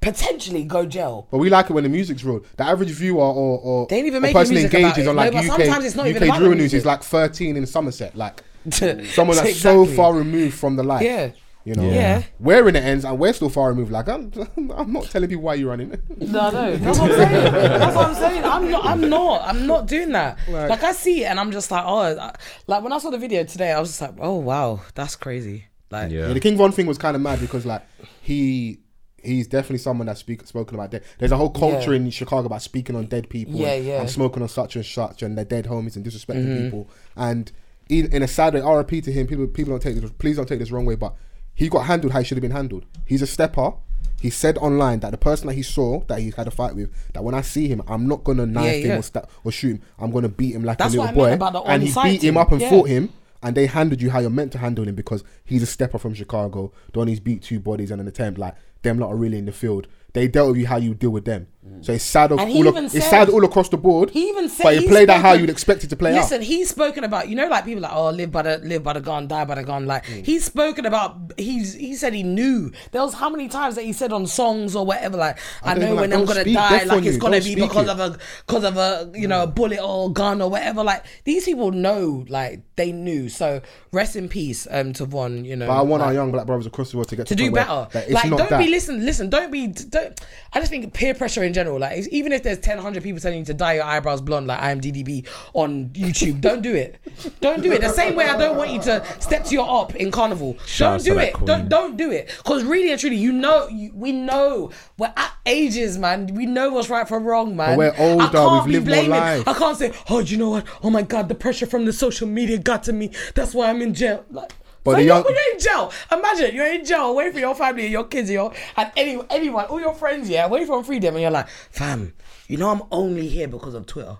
Speaker 5: potentially go jail.
Speaker 4: But we like it when the music's real. The average viewer or, or
Speaker 5: They ain't even
Speaker 4: or
Speaker 5: making
Speaker 4: person
Speaker 5: music
Speaker 4: engages
Speaker 5: about it.
Speaker 4: on like
Speaker 5: No, but
Speaker 4: UK,
Speaker 5: sometimes it's not
Speaker 4: UK
Speaker 5: even about
Speaker 4: drill
Speaker 5: the
Speaker 4: news is
Speaker 5: music.
Speaker 4: like 13 in Somerset. Like someone that's so
Speaker 5: Exactly.
Speaker 4: far removed from the life.
Speaker 5: Yeah.
Speaker 4: You know,
Speaker 5: Yeah.
Speaker 4: we're in the ends and we're still far removed. Like I'm, I'm not telling people why you're running.
Speaker 5: No, no. That's what I'm saying. That's what I'm saying. I'm not. I'm not. I'm not doing that.
Speaker 4: Like-
Speaker 5: Like, I see it, and I'm just like, oh, I- like when I saw the video today, I was just like, oh wow, that's crazy. Like,
Speaker 4: Yeah,
Speaker 3: Yeah,
Speaker 4: the King Von thing was kind of mad because like he he's definitely someone that's speak, spoken about dead. There's a whole culture
Speaker 5: Yeah.
Speaker 4: in Chicago about speaking on dead people.
Speaker 5: Yeah,
Speaker 4: and,
Speaker 5: yeah.
Speaker 4: And smoking on such and such and their dead homies and disrespecting people. And in, in a sad way, RIP to him. People people don't take this. Please don't take this wrong way, but he got handled how he should have been handled. He's a stepper. He said online that the person that he saw that he had a fight with, that when I see him, I'm not gonna knife
Speaker 5: yeah.
Speaker 4: him or, stab or shoot him. I'm gonna beat him like
Speaker 5: That's
Speaker 4: a
Speaker 5: what
Speaker 4: little
Speaker 5: I
Speaker 4: boy.
Speaker 5: meant about the
Speaker 4: and he beat
Speaker 5: on-site
Speaker 4: him up and
Speaker 5: thing.
Speaker 4: fought
Speaker 5: Yeah.
Speaker 4: him him, and they handled you how you're meant to handle him because he's a stepper from Chicago. Donnie's beat two bodies and an attempt. Like them lot are really in the field. They dealt with you how you deal with them. So it's sad of
Speaker 5: And he
Speaker 4: all. ac-
Speaker 5: even
Speaker 4: it's
Speaker 5: said-
Speaker 4: sad all across the board.
Speaker 5: He even said,
Speaker 4: but you
Speaker 5: he's
Speaker 4: played out how
Speaker 5: spoken-
Speaker 4: you'd expect it to play
Speaker 5: Listen,
Speaker 4: out.
Speaker 5: he's spoken about you know like people like oh live by the live by the gun, die by the gun. Like
Speaker 4: Mm.
Speaker 5: he's spoken about. He's he said he knew. There was how many times that he said on songs or whatever. Like I,
Speaker 4: don't
Speaker 5: know
Speaker 4: even like-
Speaker 5: when I'm
Speaker 4: don't
Speaker 5: gonna
Speaker 4: speak
Speaker 5: die.
Speaker 4: death
Speaker 5: Like
Speaker 4: on
Speaker 5: it's
Speaker 4: you,
Speaker 5: gonna
Speaker 4: don't
Speaker 5: be
Speaker 4: speak
Speaker 5: because
Speaker 4: it. Mm.
Speaker 5: of a because of a you know a bullet or gun or whatever. Like these people know. Like they knew. So rest in peace um to Von. You know.
Speaker 4: But I want
Speaker 5: like,
Speaker 4: our young black brothers across the world to get
Speaker 5: to
Speaker 4: to, the
Speaker 5: do
Speaker 4: point where,
Speaker 5: better.
Speaker 4: like, it's
Speaker 5: like,
Speaker 4: not
Speaker 5: don't
Speaker 4: that.
Speaker 5: be listen, listen. Don't be don't. I just think peer pressure in general. Like, it's- even if there's 10, 100 people telling you to dye your eyebrows blonde, like I am DDB on YouTube, don't do it. Don't do it. The same way I don't want you to step to your op in carnival.
Speaker 3: Shout out
Speaker 5: don't do
Speaker 3: to that
Speaker 5: it.
Speaker 3: queen.
Speaker 5: Don't don't do it. Cause really and truly, you know, you, we know we're at ages, man. We know what's right from wrong, man.
Speaker 4: we're older,
Speaker 5: I can't
Speaker 4: we've
Speaker 5: be
Speaker 4: lived more
Speaker 5: blaming.
Speaker 4: lives.
Speaker 5: I can't say, oh, do you know what? Oh my God, the pressure from the social media got to me. That's why I'm in jail. Like.
Speaker 4: But
Speaker 5: But
Speaker 4: the
Speaker 5: the
Speaker 4: young-
Speaker 5: you're in jail. Imagine you're in jail, away from your family, and your kids, and your and any anyone, all your friends, yeah, away from freedom, and you're like, fam, you know I'm only here because of Twitter.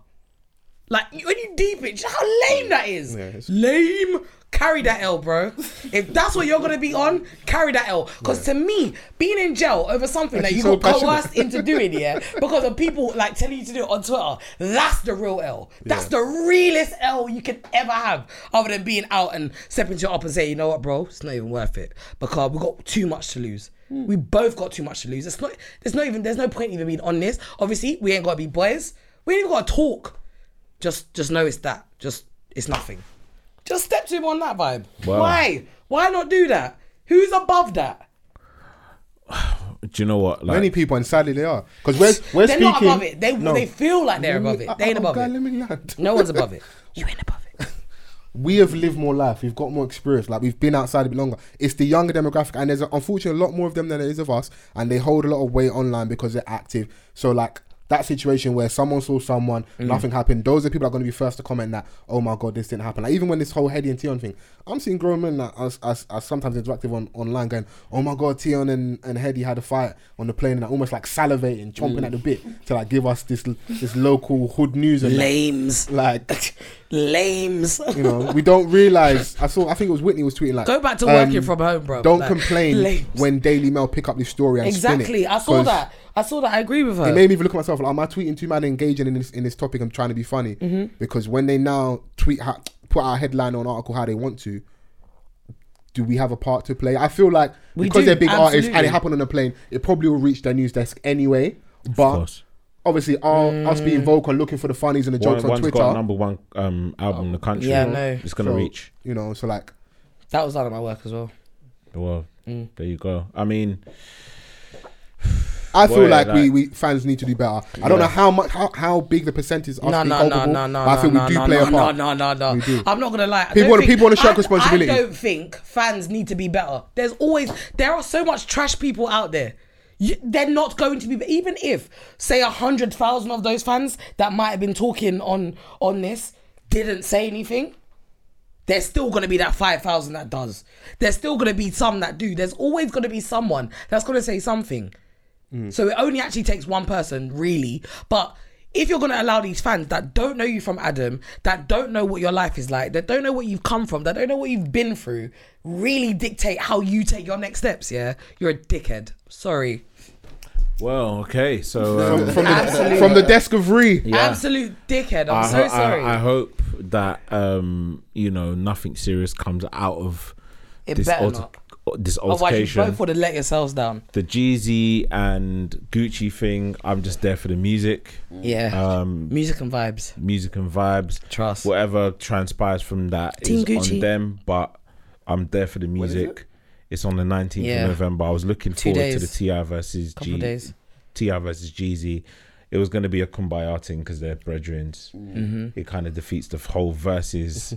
Speaker 5: Like you- when you deep it, just how lame that is.
Speaker 4: it's-
Speaker 5: lame. Carry that L, bro. if that's what you're gonna be on, carry that L. Because to me, being in jail over something that
Speaker 4: she's
Speaker 5: you
Speaker 4: so
Speaker 5: got
Speaker 4: passionate.
Speaker 5: coerced into doing, yeah, because of people like telling you to do it on Twitter, that's the real L. That's
Speaker 4: Yeah.
Speaker 5: the realest L you can ever have, other than being out and stepping to your up and saying, you know what, bro, it's not even worth it because we got too much to lose. We both got too much to lose. It's not. There's not even. There's no point even being on this. Obviously, we ain't gotta be boys. We ain't even gotta talk just just know it's that. Just it's nothing. Just step to him on that vibe.
Speaker 3: Wow.
Speaker 5: Why? Why not do that? Who's above that?
Speaker 3: do you know what? Like,
Speaker 4: Many people, and sadly they are, because we're we're
Speaker 5: they're
Speaker 4: speaking.
Speaker 5: not above it. They
Speaker 4: No.
Speaker 5: they feel like they're above it. They ain't
Speaker 4: Oh,
Speaker 5: above
Speaker 4: God,
Speaker 5: it.
Speaker 4: let me land.
Speaker 5: No one's above it. You ain't above it.
Speaker 4: we have lived more life. We've got more experience. Like we've been outside a bit longer. It's the younger demographic, and there's unfortunately a lot more of them than there is of us. And they hold a lot of weight online because they're active. So like that situation where someone saw someone, nothing happened. Those are people that are going to be first to comment that, oh my god, this didn't happen. Like even when this whole Heady and Tion thing, I'm seeing grown men that are, are, are sometimes interactive on online going, oh my god, Tion and and Heady had a fight on the plane, and they're almost like salivating, chomping at the bit to like give us this this local hood news and that.
Speaker 5: Lames.
Speaker 4: like
Speaker 5: Lames.
Speaker 4: you know, we don't realize. I saw. I think it was Whitney was tweeting like,
Speaker 5: Go back to
Speaker 4: um,
Speaker 5: working from home, bro.
Speaker 4: Don't
Speaker 5: Like,
Speaker 4: complain
Speaker 5: lames.
Speaker 4: when Daily Mail pick up this story and spin it,
Speaker 5: Exactly. I saw
Speaker 4: 'cause
Speaker 5: that. I saw that. I agree with
Speaker 4: It
Speaker 5: her.
Speaker 4: made me look at myself. Like, am I tweeting too mad, engaging in this in this topic? I'm trying to be funny
Speaker 5: Mm-hmm.
Speaker 4: because when they now tweet, ha- put out a headline or an article how they want to. Do we have a part to play? I feel like
Speaker 5: We
Speaker 4: because
Speaker 5: do,
Speaker 4: they're big artists and
Speaker 5: absolutely.
Speaker 4: it happened on a plane, it probably will reach their news desk anyway. But
Speaker 3: course.
Speaker 4: obviously, our, us
Speaker 5: Mm.
Speaker 4: being vocal and looking for the funnies and the
Speaker 3: one,
Speaker 4: jokes on
Speaker 3: one's
Speaker 4: Twitter,
Speaker 3: got number one um, album in the country.
Speaker 5: Yeah, I know.
Speaker 3: It's gonna
Speaker 4: so,
Speaker 3: reach
Speaker 4: You know, so like
Speaker 5: That was out of my work as well.
Speaker 3: the world. There you go. I mean,
Speaker 4: I feel
Speaker 3: Boy,
Speaker 4: like, we,
Speaker 3: like-
Speaker 4: we fans need to do better. I don't know how much how, how big the percentage is us
Speaker 5: No,
Speaker 4: being
Speaker 5: no, no,
Speaker 4: culpable,
Speaker 5: no, no.
Speaker 4: but I think
Speaker 5: no,
Speaker 4: we do
Speaker 5: no,
Speaker 4: play
Speaker 5: no,
Speaker 4: a part.
Speaker 5: No, no, no, no.
Speaker 4: We do.
Speaker 5: I'm not gonna lie. I
Speaker 4: People
Speaker 5: don't
Speaker 4: wanna-
Speaker 5: think-
Speaker 4: people wanna shirk
Speaker 5: I-
Speaker 4: responsibility.
Speaker 5: I don't think fans need to be better. There's always there are so much trash people out there. You, they're not going to be even if say a hundred thousand of those fans that might have been talking on on this didn't say anything. There's still gonna be that five thousand that does. There's still gonna be some that do. There's always gonna be someone that's gonna say something.
Speaker 3: Mm.
Speaker 5: So it only actually takes one person, really. But if you're going to allow these fans that don't know you from Adam, that don't know what your life is like, that don't know what you've come from, that don't know what you've been through, really dictate how you take your next steps, yeah? You're a dickhead. Sorry.
Speaker 3: Well, okay, so um,
Speaker 4: From, from, the,
Speaker 5: Absolutely.
Speaker 4: from the desk of Re.
Speaker 5: Absolute dickhead. I'm
Speaker 3: I
Speaker 5: so
Speaker 3: ho- I-
Speaker 5: sorry.
Speaker 3: I, hope that um, you know nothing serious comes out of
Speaker 5: it
Speaker 3: this
Speaker 5: better
Speaker 3: alter-
Speaker 5: not.
Speaker 3: this
Speaker 5: Otherwise, you
Speaker 3: altercation.
Speaker 5: both would have let yourselves down.
Speaker 3: the Jeezy and Gucci thing. I'm just there for the music,
Speaker 5: Yeah.
Speaker 3: um,
Speaker 5: Music and vibes.
Speaker 3: music and vibes.
Speaker 5: Trust.
Speaker 3: Whatever transpires from that is
Speaker 5: Team Gucci.
Speaker 3: on them, but I'm there for the music. It's on the 19th
Speaker 5: Yeah.
Speaker 3: of November. I was looking
Speaker 5: Two
Speaker 3: forward to the
Speaker 5: days.
Speaker 3: Ti versus
Speaker 5: Couple
Speaker 3: G-
Speaker 5: days.
Speaker 3: Ti versus Jeezy. It was going to be a kumbaya thing because they're brethren.
Speaker 5: Mm-hmm.
Speaker 3: It kind of defeats the whole versus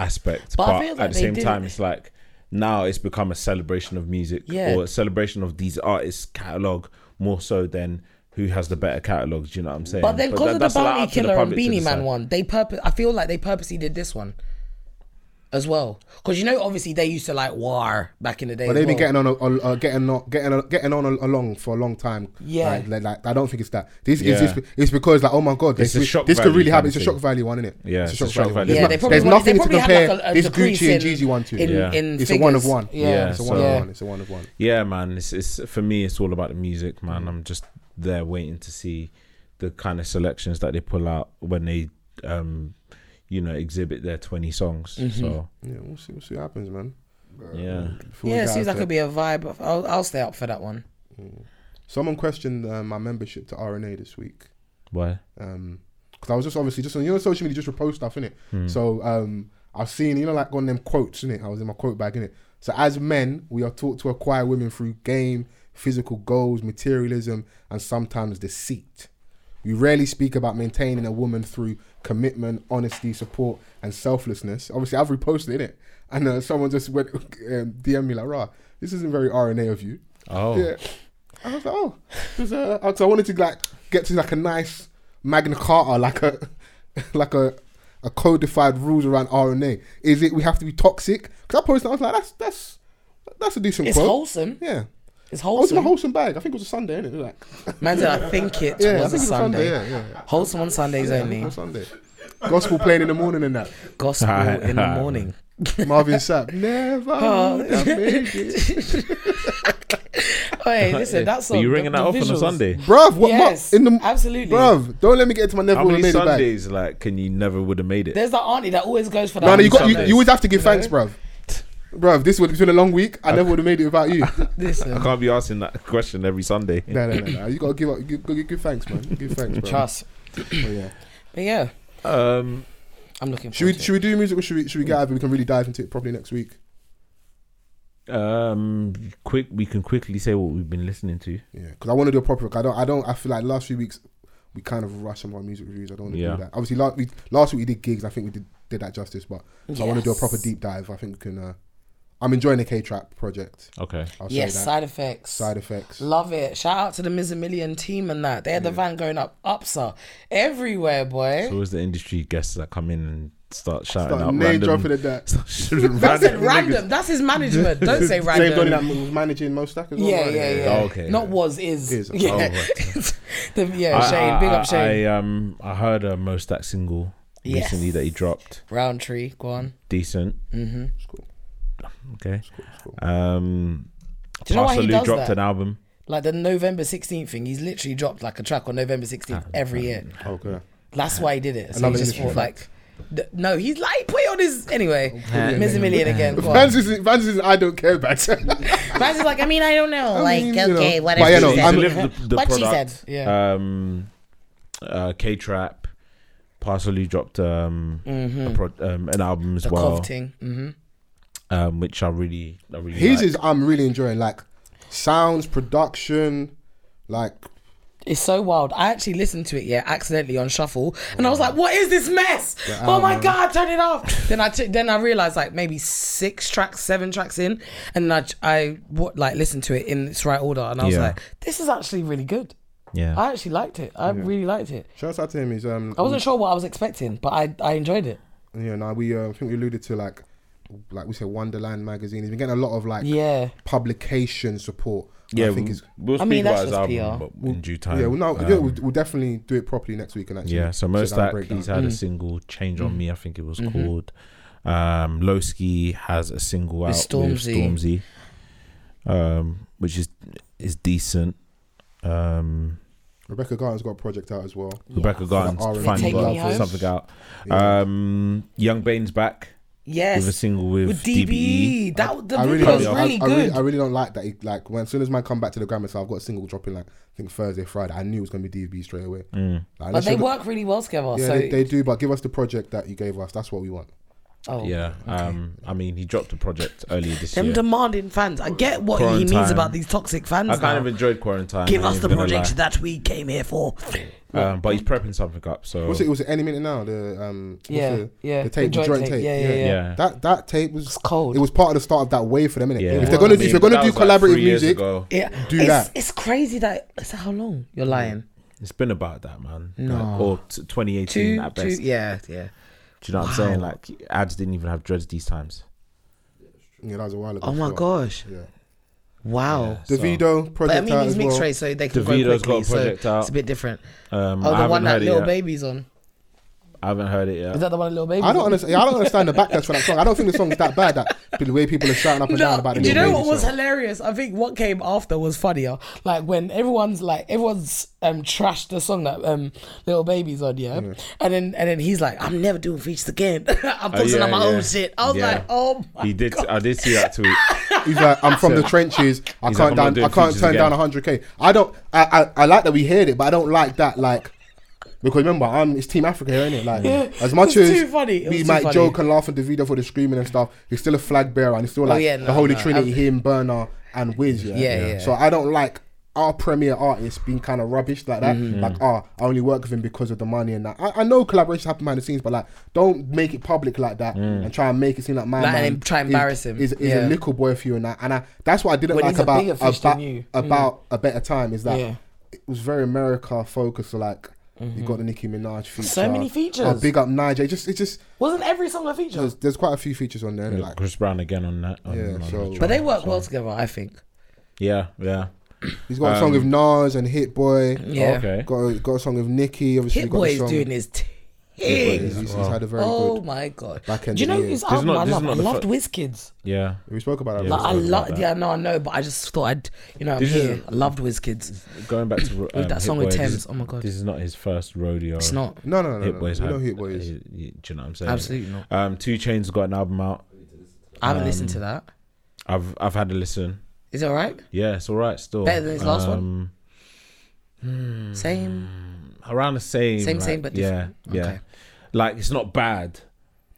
Speaker 3: aspect.
Speaker 5: But
Speaker 3: But,
Speaker 5: I feel like
Speaker 3: at the
Speaker 5: they
Speaker 3: same
Speaker 5: didn't-
Speaker 3: time, it's like now it's become a celebration of music
Speaker 5: Yeah.
Speaker 3: or a celebration of these artists' catalog more so than who has the better catalogs. Do you know what I'm saying?
Speaker 5: But then
Speaker 3: that-
Speaker 5: because of
Speaker 3: that's
Speaker 5: the
Speaker 3: allowed
Speaker 5: bounty
Speaker 3: to the
Speaker 5: killer and
Speaker 3: public to
Speaker 5: Beanie Man
Speaker 3: decide.
Speaker 5: one, they purpose. I feel like they purposely did this one as well. Because you know, obviously they used to like war back in the day.
Speaker 4: But
Speaker 5: as
Speaker 4: they've been
Speaker 5: well.
Speaker 4: getting on, a, on uh, getting on, getting on, getting on a- along for a long time.
Speaker 5: Yeah.
Speaker 4: like, like, like, I don't think it's that. This
Speaker 3: Yeah.
Speaker 4: is it's, it's because like, oh my god,
Speaker 3: It's
Speaker 4: this,
Speaker 3: a shock
Speaker 4: this could
Speaker 3: value
Speaker 4: really
Speaker 3: kind
Speaker 4: happen.
Speaker 3: of
Speaker 4: It's a
Speaker 3: thing.
Speaker 4: shock value one, isn't it?
Speaker 3: Yeah,
Speaker 4: it's a shock value.
Speaker 3: Yeah,
Speaker 4: There's,
Speaker 3: they
Speaker 4: no-
Speaker 5: probably
Speaker 4: there's
Speaker 5: wanted-
Speaker 4: nothing
Speaker 5: they
Speaker 4: to
Speaker 5: probably had,
Speaker 4: compare
Speaker 5: like, a- a
Speaker 4: this
Speaker 5: decrease
Speaker 4: Gucci and
Speaker 5: in-
Speaker 4: Jeezy one to.
Speaker 5: in-
Speaker 3: Yeah.
Speaker 5: in
Speaker 4: It's a one of
Speaker 5: figures.
Speaker 4: one.
Speaker 5: Yeah.
Speaker 4: it's a one
Speaker 5: Yeah.
Speaker 4: of one. It's a one of one.
Speaker 3: Yeah, man. It's, it's for me. It's all about the music,
Speaker 4: Mm.
Speaker 3: man. I'm just there waiting to see the kind of selections that they pull out when they, um, you know, exhibit their 20 songs. So
Speaker 4: Yeah, we'll see. We'll see what happens, man. Mm-hmm.
Speaker 3: yeah,
Speaker 4: Before we
Speaker 5: Yeah, it
Speaker 4: get out of
Speaker 5: seems like
Speaker 4: here.
Speaker 5: it'd be a vibe. of- I'll, I'll stay up for that one.
Speaker 4: Someone questioned uh, my membership to RNA this week.
Speaker 3: why?
Speaker 4: Um 'cause because I was just obviously just on you know social media just repost stuff in it. So um, I've seen you know like on them quotes in it. I was in my quote bag in it. So as men, we are taught to acquire women through game, physical goals, materialism, and sometimes deceit. We rarely speak about maintaining a woman through commitment, honesty, support, and selflessness. Obviously, I've reposted it, and uh, someone just went um, DM me like, "Rah, this isn't very RNA of you."
Speaker 3: Oh,
Speaker 4: Yeah. I was like, oh, There's a- I- so I wanted to like get to like a nice Magna Carta, like a like a a codified rules around RNA. Is it we have to be toxic? Because I posted, I was like, that's that's that's a decent
Speaker 5: It's
Speaker 4: quote.
Speaker 5: wholesome.
Speaker 4: Yeah.
Speaker 5: It's
Speaker 4: I was in
Speaker 5: wholesome.
Speaker 4: a Oh, wholesome bag. I think it was a Sunday, innit? It was Like,
Speaker 5: Man said, I think it
Speaker 4: yeah, I think
Speaker 5: was
Speaker 4: it
Speaker 5: a
Speaker 4: was
Speaker 5: Sunday.
Speaker 4: Sunday. Yeah, yeah, yeah.
Speaker 5: Wholesome on Sundays
Speaker 4: I think it
Speaker 5: only.
Speaker 4: was Sunday. Gospel playing in the morning and that.
Speaker 5: Gospel
Speaker 3: Alright,
Speaker 5: in the
Speaker 3: alright.
Speaker 5: morning.
Speaker 4: Marvin Sapp. Never.
Speaker 5: Oh.
Speaker 4: would I made it.
Speaker 5: Hey, listen, that's
Speaker 3: eh, Are you ringing that off on a Sunday?
Speaker 4: Bruv, what?
Speaker 5: Yes,
Speaker 4: Yes, in the
Speaker 5: absolutely.
Speaker 4: Bruv, don't let me get to my never
Speaker 3: How
Speaker 4: would I
Speaker 3: many
Speaker 4: made it bag.
Speaker 3: Sundays like can you never would have made it?
Speaker 5: There's that auntie that always goes for that.
Speaker 4: No, no, you got you,
Speaker 3: Sundays.
Speaker 4: you always have to give thanks, bruv. Bruv, this would have been a long week.
Speaker 3: Uh,
Speaker 4: I never would have made it without you.
Speaker 5: Listen,
Speaker 3: I can't be asking that question every Sunday.
Speaker 4: no, no, no, no. You gotta give up. Give, give, give thanks, man. Give thanks, bro.
Speaker 5: trust.
Speaker 4: yeah.
Speaker 5: But yeah,
Speaker 3: Um,
Speaker 5: I'm looking
Speaker 4: Should we
Speaker 5: forward to
Speaker 4: should we do music or should we should we get out of it? We can really dive into it properly next week.
Speaker 3: um, quick. We can quickly say what we've been listening to.
Speaker 4: Yeah, because I want to do a proper. I don't. I don't. I feel like last few weeks we kind of rushed some of our music reviews. I don't want to
Speaker 3: Yeah.
Speaker 4: do that. Obviously, last we last week we did gigs. I think we did did that justice, but so I want to do a proper
Speaker 5: Yes.
Speaker 4: deep dive. I think we can. Uh, I'm enjoying the K Trap project.
Speaker 3: Okay.
Speaker 4: I'll
Speaker 5: it. Yes,
Speaker 4: say that.
Speaker 5: side effects.
Speaker 4: Side effects.
Speaker 5: Love it. Shout out to the Miz a Million team and that. They had the van going up Upsa everywhere, boy.
Speaker 3: So, what's the industry guests that come in and start shouting
Speaker 4: Start
Speaker 3: out
Speaker 4: name
Speaker 3: random?
Speaker 4: dropping at that.
Speaker 5: I said
Speaker 3: random.
Speaker 5: random. That's his management. Don't say
Speaker 4: Same Donny that
Speaker 5: random.
Speaker 4: was managing Most Stack as well.
Speaker 5: Yeah,
Speaker 4: right?
Speaker 5: yeah, yeah.
Speaker 3: Oh, okay.
Speaker 5: Not was is.
Speaker 4: Is.
Speaker 5: Yeah.
Speaker 3: Oh, right.
Speaker 5: the, yeah, Shane. Big up Shane.
Speaker 3: I, um, I heard a Mostak single
Speaker 5: Yes.
Speaker 3: recently that he dropped.
Speaker 5: Roundtree. Go on.
Speaker 3: Decent.
Speaker 5: Mm-hmm.
Speaker 4: It's cool.
Speaker 3: Okay.
Speaker 4: It's cool.
Speaker 3: Um,
Speaker 5: Do you know why he
Speaker 3: Parsaloo
Speaker 5: does
Speaker 3: dropped
Speaker 5: that?
Speaker 3: an album.
Speaker 5: Like the November 16th thing, he's literally dropped like a track on November 16th every year.
Speaker 4: Okay.
Speaker 5: That's why he did it. So he
Speaker 4: Another
Speaker 5: just
Speaker 4: industry
Speaker 5: thought like, th- no, he's like, put it on his, anyway, Miz a Million again. Go on.
Speaker 4: Vans is, Vans is I don't care about.
Speaker 5: Vance is like, I mean, I don't know. like,
Speaker 4: mean, you
Speaker 5: okay,
Speaker 4: know. But,
Speaker 5: whatever.
Speaker 4: you
Speaker 5: she
Speaker 4: know,
Speaker 5: said.
Speaker 4: I mean-
Speaker 3: Delivered the- the
Speaker 5: what she
Speaker 3: product.
Speaker 5: said. Yeah.
Speaker 3: Um, uh, K Trap. Parsaloo dropped um,
Speaker 5: Mm-hmm.
Speaker 3: a pro- um, an album as
Speaker 5: the
Speaker 3: well,
Speaker 5: Cov thing.
Speaker 4: Mm-hmm.
Speaker 5: hmm
Speaker 3: um, which I really, I really.
Speaker 4: His
Speaker 3: like.
Speaker 4: is I'm really enjoying like sounds, production, Like,
Speaker 5: It's so wild. I actually listened to it, yeah, accidentally on shuffle, and I was like, "What is this mess? oh my god, turn it off!" then I took, then I realized like maybe six tracks, seven tracks in, and I I what like listened to it in its right order, and I was
Speaker 3: Yeah.
Speaker 5: like, "This is actually really good."
Speaker 3: Yeah.
Speaker 5: I actually liked it. I really liked it.
Speaker 4: shout out to him. He's um.
Speaker 5: I wasn't sure what I was expecting, but I I enjoyed it.
Speaker 4: Yeah, now we uh, I think we alluded to like, like we said, Wonderland magazine. He's been getting a lot of like
Speaker 5: Yeah.
Speaker 4: publication support.
Speaker 3: yeah,
Speaker 4: I think
Speaker 3: we-
Speaker 4: it's
Speaker 3: we'll speak
Speaker 5: I mean,
Speaker 3: about
Speaker 5: that's
Speaker 3: his
Speaker 5: just
Speaker 3: album
Speaker 5: PR.
Speaker 3: but in due time.
Speaker 4: yeah. Well, no, yeah,
Speaker 3: Um,
Speaker 4: we'll, we'll definitely do it properly next week and actually.
Speaker 3: Yeah, so
Speaker 4: sit
Speaker 3: most
Speaker 4: down and
Speaker 3: like
Speaker 4: break down.
Speaker 3: he's
Speaker 5: Mm.
Speaker 3: had a single change on me. I think it was
Speaker 5: Mm-hmm.
Speaker 3: called. Um, Lowski has a single out
Speaker 5: With
Speaker 3: with
Speaker 5: Stormzy.
Speaker 3: Stormzy, um, which is is decent. Um,
Speaker 4: Rebecca Garden's got a project out as well.
Speaker 3: Rebecca Garden's
Speaker 4: R&B.
Speaker 3: finally
Speaker 5: Take Me
Speaker 3: got
Speaker 5: Home.
Speaker 3: something out.
Speaker 4: Yeah.
Speaker 3: Um, Young Bane's back with a
Speaker 5: Yes.
Speaker 3: single with, E.
Speaker 5: With
Speaker 3: DBE.
Speaker 5: DBE, that the
Speaker 4: E? I really
Speaker 5: video
Speaker 4: don't.
Speaker 5: was
Speaker 4: I,
Speaker 5: really
Speaker 4: I really,
Speaker 5: good.
Speaker 4: I really don't like that. He, like when as soon as man come back to the grammar, so I've got a single dropping like I think Thursday, Friday. I knew it was gonna be DVB straight away.
Speaker 3: Mm.
Speaker 4: Like,
Speaker 5: But
Speaker 4: unless
Speaker 5: they
Speaker 4: you're-
Speaker 5: work really well together.
Speaker 4: Yeah,
Speaker 5: so
Speaker 4: they, they do. But give us the project that you gave us. That's what we want.
Speaker 5: oh.
Speaker 3: Yeah, um, I mean, he dropped a project earlier this
Speaker 5: Them
Speaker 3: year.
Speaker 5: demanding fans. I get what he means
Speaker 3: Quarantine.
Speaker 5: about these toxic fans.
Speaker 3: I kind
Speaker 5: now.
Speaker 3: of enjoyed quarantine.
Speaker 5: Give
Speaker 3: I
Speaker 5: us
Speaker 3: ain't
Speaker 5: the
Speaker 3: gonna
Speaker 5: project
Speaker 3: lie.
Speaker 5: that we came here for.
Speaker 3: Um, but he's prepping something up. So
Speaker 4: Was it? Was it any minute now? The um. what's
Speaker 5: Yeah,
Speaker 4: the,
Speaker 5: yeah,
Speaker 4: The tape, the joint, tape.
Speaker 5: Yeah, yeah, yeah.
Speaker 3: yeah.
Speaker 4: That that tape was
Speaker 5: cold.
Speaker 4: It was part of the start of that wave for them, innit?
Speaker 3: Yeah.
Speaker 4: If they're gonna do, if
Speaker 3: I mean,
Speaker 4: you're gonna
Speaker 3: that
Speaker 4: do
Speaker 3: was like
Speaker 4: collaborative
Speaker 3: three years
Speaker 4: music,
Speaker 3: ago.
Speaker 5: Yeah.
Speaker 4: Do
Speaker 5: it's,
Speaker 4: that.
Speaker 5: It's crazy that. Is that how long? You're lying.
Speaker 3: It's been about that, man. Like, or t- 2018
Speaker 5: Two,
Speaker 3: at
Speaker 5: two.
Speaker 3: best.
Speaker 5: Yeah, yeah.
Speaker 3: Do you know what I'm saying? Like ads didn't even have dreads these times.
Speaker 4: yeah, that was a while ago.
Speaker 5: Oh my
Speaker 4: sure.
Speaker 5: gosh.
Speaker 4: Yeah.
Speaker 5: Wow.
Speaker 4: Davido
Speaker 5: But I
Speaker 4: project
Speaker 5: mean,
Speaker 4: out
Speaker 5: he's
Speaker 4: as
Speaker 5: mixed
Speaker 4: well.
Speaker 5: race, so they can go
Speaker 3: Davido's
Speaker 5: quickly.
Speaker 3: got a
Speaker 5: so
Speaker 3: project out.
Speaker 5: it's a bit different.
Speaker 3: Um,
Speaker 5: Oh,
Speaker 3: I
Speaker 5: the
Speaker 3: haven't
Speaker 5: one that
Speaker 3: heard it
Speaker 5: little
Speaker 3: yet.
Speaker 5: baby's on.
Speaker 3: I haven't heard it yet.
Speaker 5: Is that the one that little baby?
Speaker 4: I don't understand. I don't understand the backlash for that song. I don't think the song's that bad. That the way people are shouting up and down about the
Speaker 5: do you know
Speaker 4: Lil
Speaker 5: what
Speaker 4: Baby
Speaker 5: was
Speaker 4: song.
Speaker 5: hilarious? I think what came after was funnier. Like when everyone's like everyone's um trashed the song that um little baby's on, yeah. And then and then he's like, I'm never doing features again. I'm
Speaker 3: Mm. Oh,
Speaker 5: focusing
Speaker 3: yeah,
Speaker 5: on my
Speaker 3: yeah.
Speaker 5: own shit. I was
Speaker 3: Yeah.
Speaker 5: like, oh my
Speaker 3: He did. I did see that tweet.
Speaker 4: He's like, I'm from the trenches. I
Speaker 3: He's like,
Speaker 4: can't
Speaker 3: I'm not
Speaker 4: down.
Speaker 3: doing
Speaker 4: I can't
Speaker 3: features
Speaker 4: turn
Speaker 3: again.
Speaker 4: down 100k. I don't. I, I I like that we heard it, but I don't like that like. Because remember, I'm it's Team Africa here, innit? Like, as much
Speaker 5: It was
Speaker 4: as
Speaker 5: too funny. It was
Speaker 4: we
Speaker 5: too
Speaker 4: might
Speaker 5: funny.
Speaker 4: joke and laugh at Davido for the screaming and stuff, he's still a flag bearer and he's still like
Speaker 5: Oh, yeah,
Speaker 4: the
Speaker 5: no,
Speaker 4: Holy
Speaker 5: no,
Speaker 4: Trinity,
Speaker 5: I'm-
Speaker 4: him, Burner, and Wiz. Yeah?
Speaker 5: Yeah, yeah.
Speaker 4: So I don't like our premier artists being kind of rubbish like that.
Speaker 3: Mm-hmm.
Speaker 4: Like, ah, I only work with him because of the money and that. I, I know collaborations happen behind the scenes, but like, don't make it public like that
Speaker 3: Mm.
Speaker 4: and try and make it seem like my
Speaker 5: Like,
Speaker 4: man
Speaker 5: and try and
Speaker 4: is-
Speaker 5: embarrass him.
Speaker 4: Is, is a
Speaker 5: Yeah.
Speaker 4: little boy for you and that, and I, that's what I didn't
Speaker 5: Well,
Speaker 4: like
Speaker 5: he's a
Speaker 4: about
Speaker 5: bigger fish than
Speaker 4: about,
Speaker 5: you. Mm.
Speaker 4: about a better time is that
Speaker 5: Yeah.
Speaker 4: it was very America focused. So like you got the Nicki Minaj feature,
Speaker 5: Mm-hmm. many features.
Speaker 4: Uh, big up Niger. It just it just
Speaker 5: Wasn't every song a feature?
Speaker 4: there's, there's quite a few features on there. innit? Like
Speaker 3: Chris Brown again on that. on-
Speaker 4: Yeah,
Speaker 3: on that
Speaker 4: so-
Speaker 3: joint.
Speaker 5: But they work well together, I think.
Speaker 3: Yeah, yeah.
Speaker 4: he's got a song with Nas and Hit Boy.
Speaker 3: Um,
Speaker 5: Yeah.
Speaker 3: Oh, Okay.
Speaker 4: Got a, got a song with Nicki. Obviously
Speaker 5: Hit
Speaker 4: got
Speaker 5: Boy
Speaker 4: a
Speaker 5: is
Speaker 4: song.
Speaker 5: doing his
Speaker 4: He's,
Speaker 5: thing.
Speaker 4: he's had a very
Speaker 5: Oh
Speaker 4: good.
Speaker 5: my god!
Speaker 4: Back
Speaker 5: Do
Speaker 4: end
Speaker 5: you
Speaker 4: of the
Speaker 5: know
Speaker 4: year.
Speaker 5: his
Speaker 4: This
Speaker 3: is
Speaker 5: album?
Speaker 3: not-
Speaker 5: I
Speaker 3: this is
Speaker 5: love. I
Speaker 3: not the
Speaker 5: loved
Speaker 3: fir-
Speaker 5: WizKids.
Speaker 3: Yeah.
Speaker 4: We spoke about that.
Speaker 3: Yeah.
Speaker 5: Like, I
Speaker 3: Sorry about
Speaker 5: loved.
Speaker 3: that.
Speaker 5: Yeah, no, I know, but I just thought I'd, you know, I'm
Speaker 3: This is-
Speaker 5: here. I loved WizKids.
Speaker 3: Going back to um,
Speaker 5: that
Speaker 3: Hit
Speaker 5: song with
Speaker 3: Boy, this
Speaker 5: Thames,
Speaker 3: is-
Speaker 5: oh my God.
Speaker 3: This is not his first rodeo.
Speaker 5: It's not.
Speaker 4: No, no, no, no.
Speaker 3: Hit
Speaker 4: no.
Speaker 3: Boys.
Speaker 4: You know
Speaker 3: have-
Speaker 4: Hit Boy is.
Speaker 3: uh, Do you know what I'm saying?
Speaker 5: Absolutely not.
Speaker 3: Um, Two Chains got an album out.
Speaker 5: I haven't listened
Speaker 3: Um,
Speaker 5: to that.
Speaker 3: I've I've had a listen.
Speaker 5: Is it alright?
Speaker 3: Yeah, it's all right still.
Speaker 5: Better than his last one?
Speaker 3: Um, Mm.
Speaker 5: Same.
Speaker 3: Around the same.
Speaker 5: Same,
Speaker 3: like,
Speaker 5: same, but
Speaker 3: yeah,
Speaker 5: different.
Speaker 3: yeah.
Speaker 5: Okay.
Speaker 3: Like it's not bad,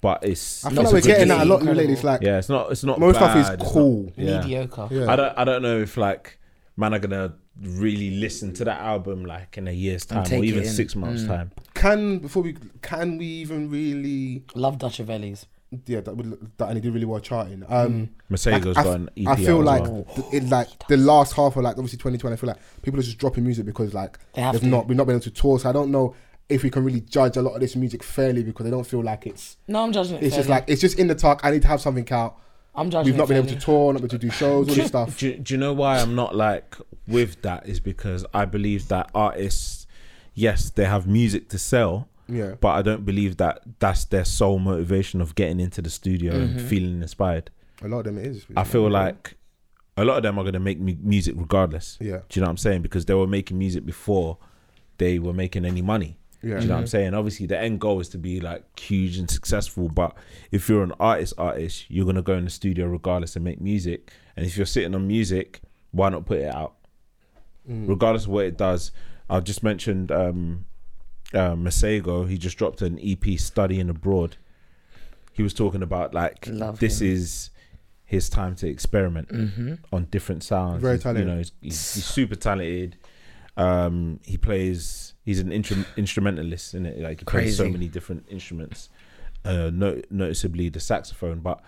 Speaker 3: but it's.
Speaker 4: I
Speaker 3: it's
Speaker 4: feel like
Speaker 3: a
Speaker 4: we're
Speaker 3: good
Speaker 4: getting that a
Speaker 3: listen.
Speaker 4: lot
Speaker 5: Incredible.
Speaker 4: lately. It's like
Speaker 3: Yeah, it's not. It's not.
Speaker 4: most stuff
Speaker 3: bad,
Speaker 4: is
Speaker 3: it's not-
Speaker 4: cool.
Speaker 3: yeah.
Speaker 5: Mediocre.
Speaker 4: Yeah.
Speaker 3: I don't. I don't know if like man are gonna really listen to that album like in a year's time
Speaker 5: take
Speaker 3: or
Speaker 5: it
Speaker 3: even
Speaker 5: in. Mm.
Speaker 3: six months time.
Speaker 4: Can before we can we even really
Speaker 5: Love Dutchavellis.
Speaker 4: yeah, that would that and he did really well charting. Um,
Speaker 3: Masego's
Speaker 4: I,
Speaker 3: got an EP
Speaker 4: I feel
Speaker 3: out
Speaker 4: like
Speaker 3: E as well.
Speaker 4: th- it like the last half of like obviously 2020. I feel like people are just dropping music because like
Speaker 5: They have
Speaker 4: there's
Speaker 5: to.
Speaker 4: not we've not been able to tour. So I don't know if we can really judge a lot of this music fairly because I don't feel like it's
Speaker 5: No, I'm judging it.
Speaker 4: it's just
Speaker 5: fairly.
Speaker 4: like it's just in the talk. I need to have something out.
Speaker 5: I'm judging.
Speaker 4: We've
Speaker 5: it
Speaker 4: not been able
Speaker 5: fairly.
Speaker 4: to tour, not been able to do shows, all this stuff.
Speaker 3: Do, do you know why I'm not like with that? Is because I believe that artists, yes, they have music to sell.
Speaker 4: Yeah.
Speaker 3: But I don't believe that that's their sole motivation of getting into the studio and feeling inspired.
Speaker 4: A lot of them it is.
Speaker 3: I feel like a lot of them are going to make mu- music regardless.
Speaker 4: Yeah.
Speaker 3: Do you know what I'm saying? Because they were making music before they were making any money.
Speaker 4: Yeah.
Speaker 3: Do you know what I'm saying? Obviously, the end goal is to be like huge and successful. But if you're an artist, artist, you're gonna go in the studio regardless and make music. And if you're sitting on music, why not put it out? Regardless of what it does, I just mentioned um, uh, Masego. He just dropped an EP, studying abroad. He was talking about like
Speaker 5: Love
Speaker 3: this is his time to experiment on different sounds.
Speaker 4: Very
Speaker 3: He's- You
Speaker 4: talented.
Speaker 3: know, he's, he's, he's super talented. Um, he plays. He's an intrum- instrumentalist in it. Like he plays so
Speaker 5: Crazy.
Speaker 3: many different instruments, uh, no- noticeably the saxophone. But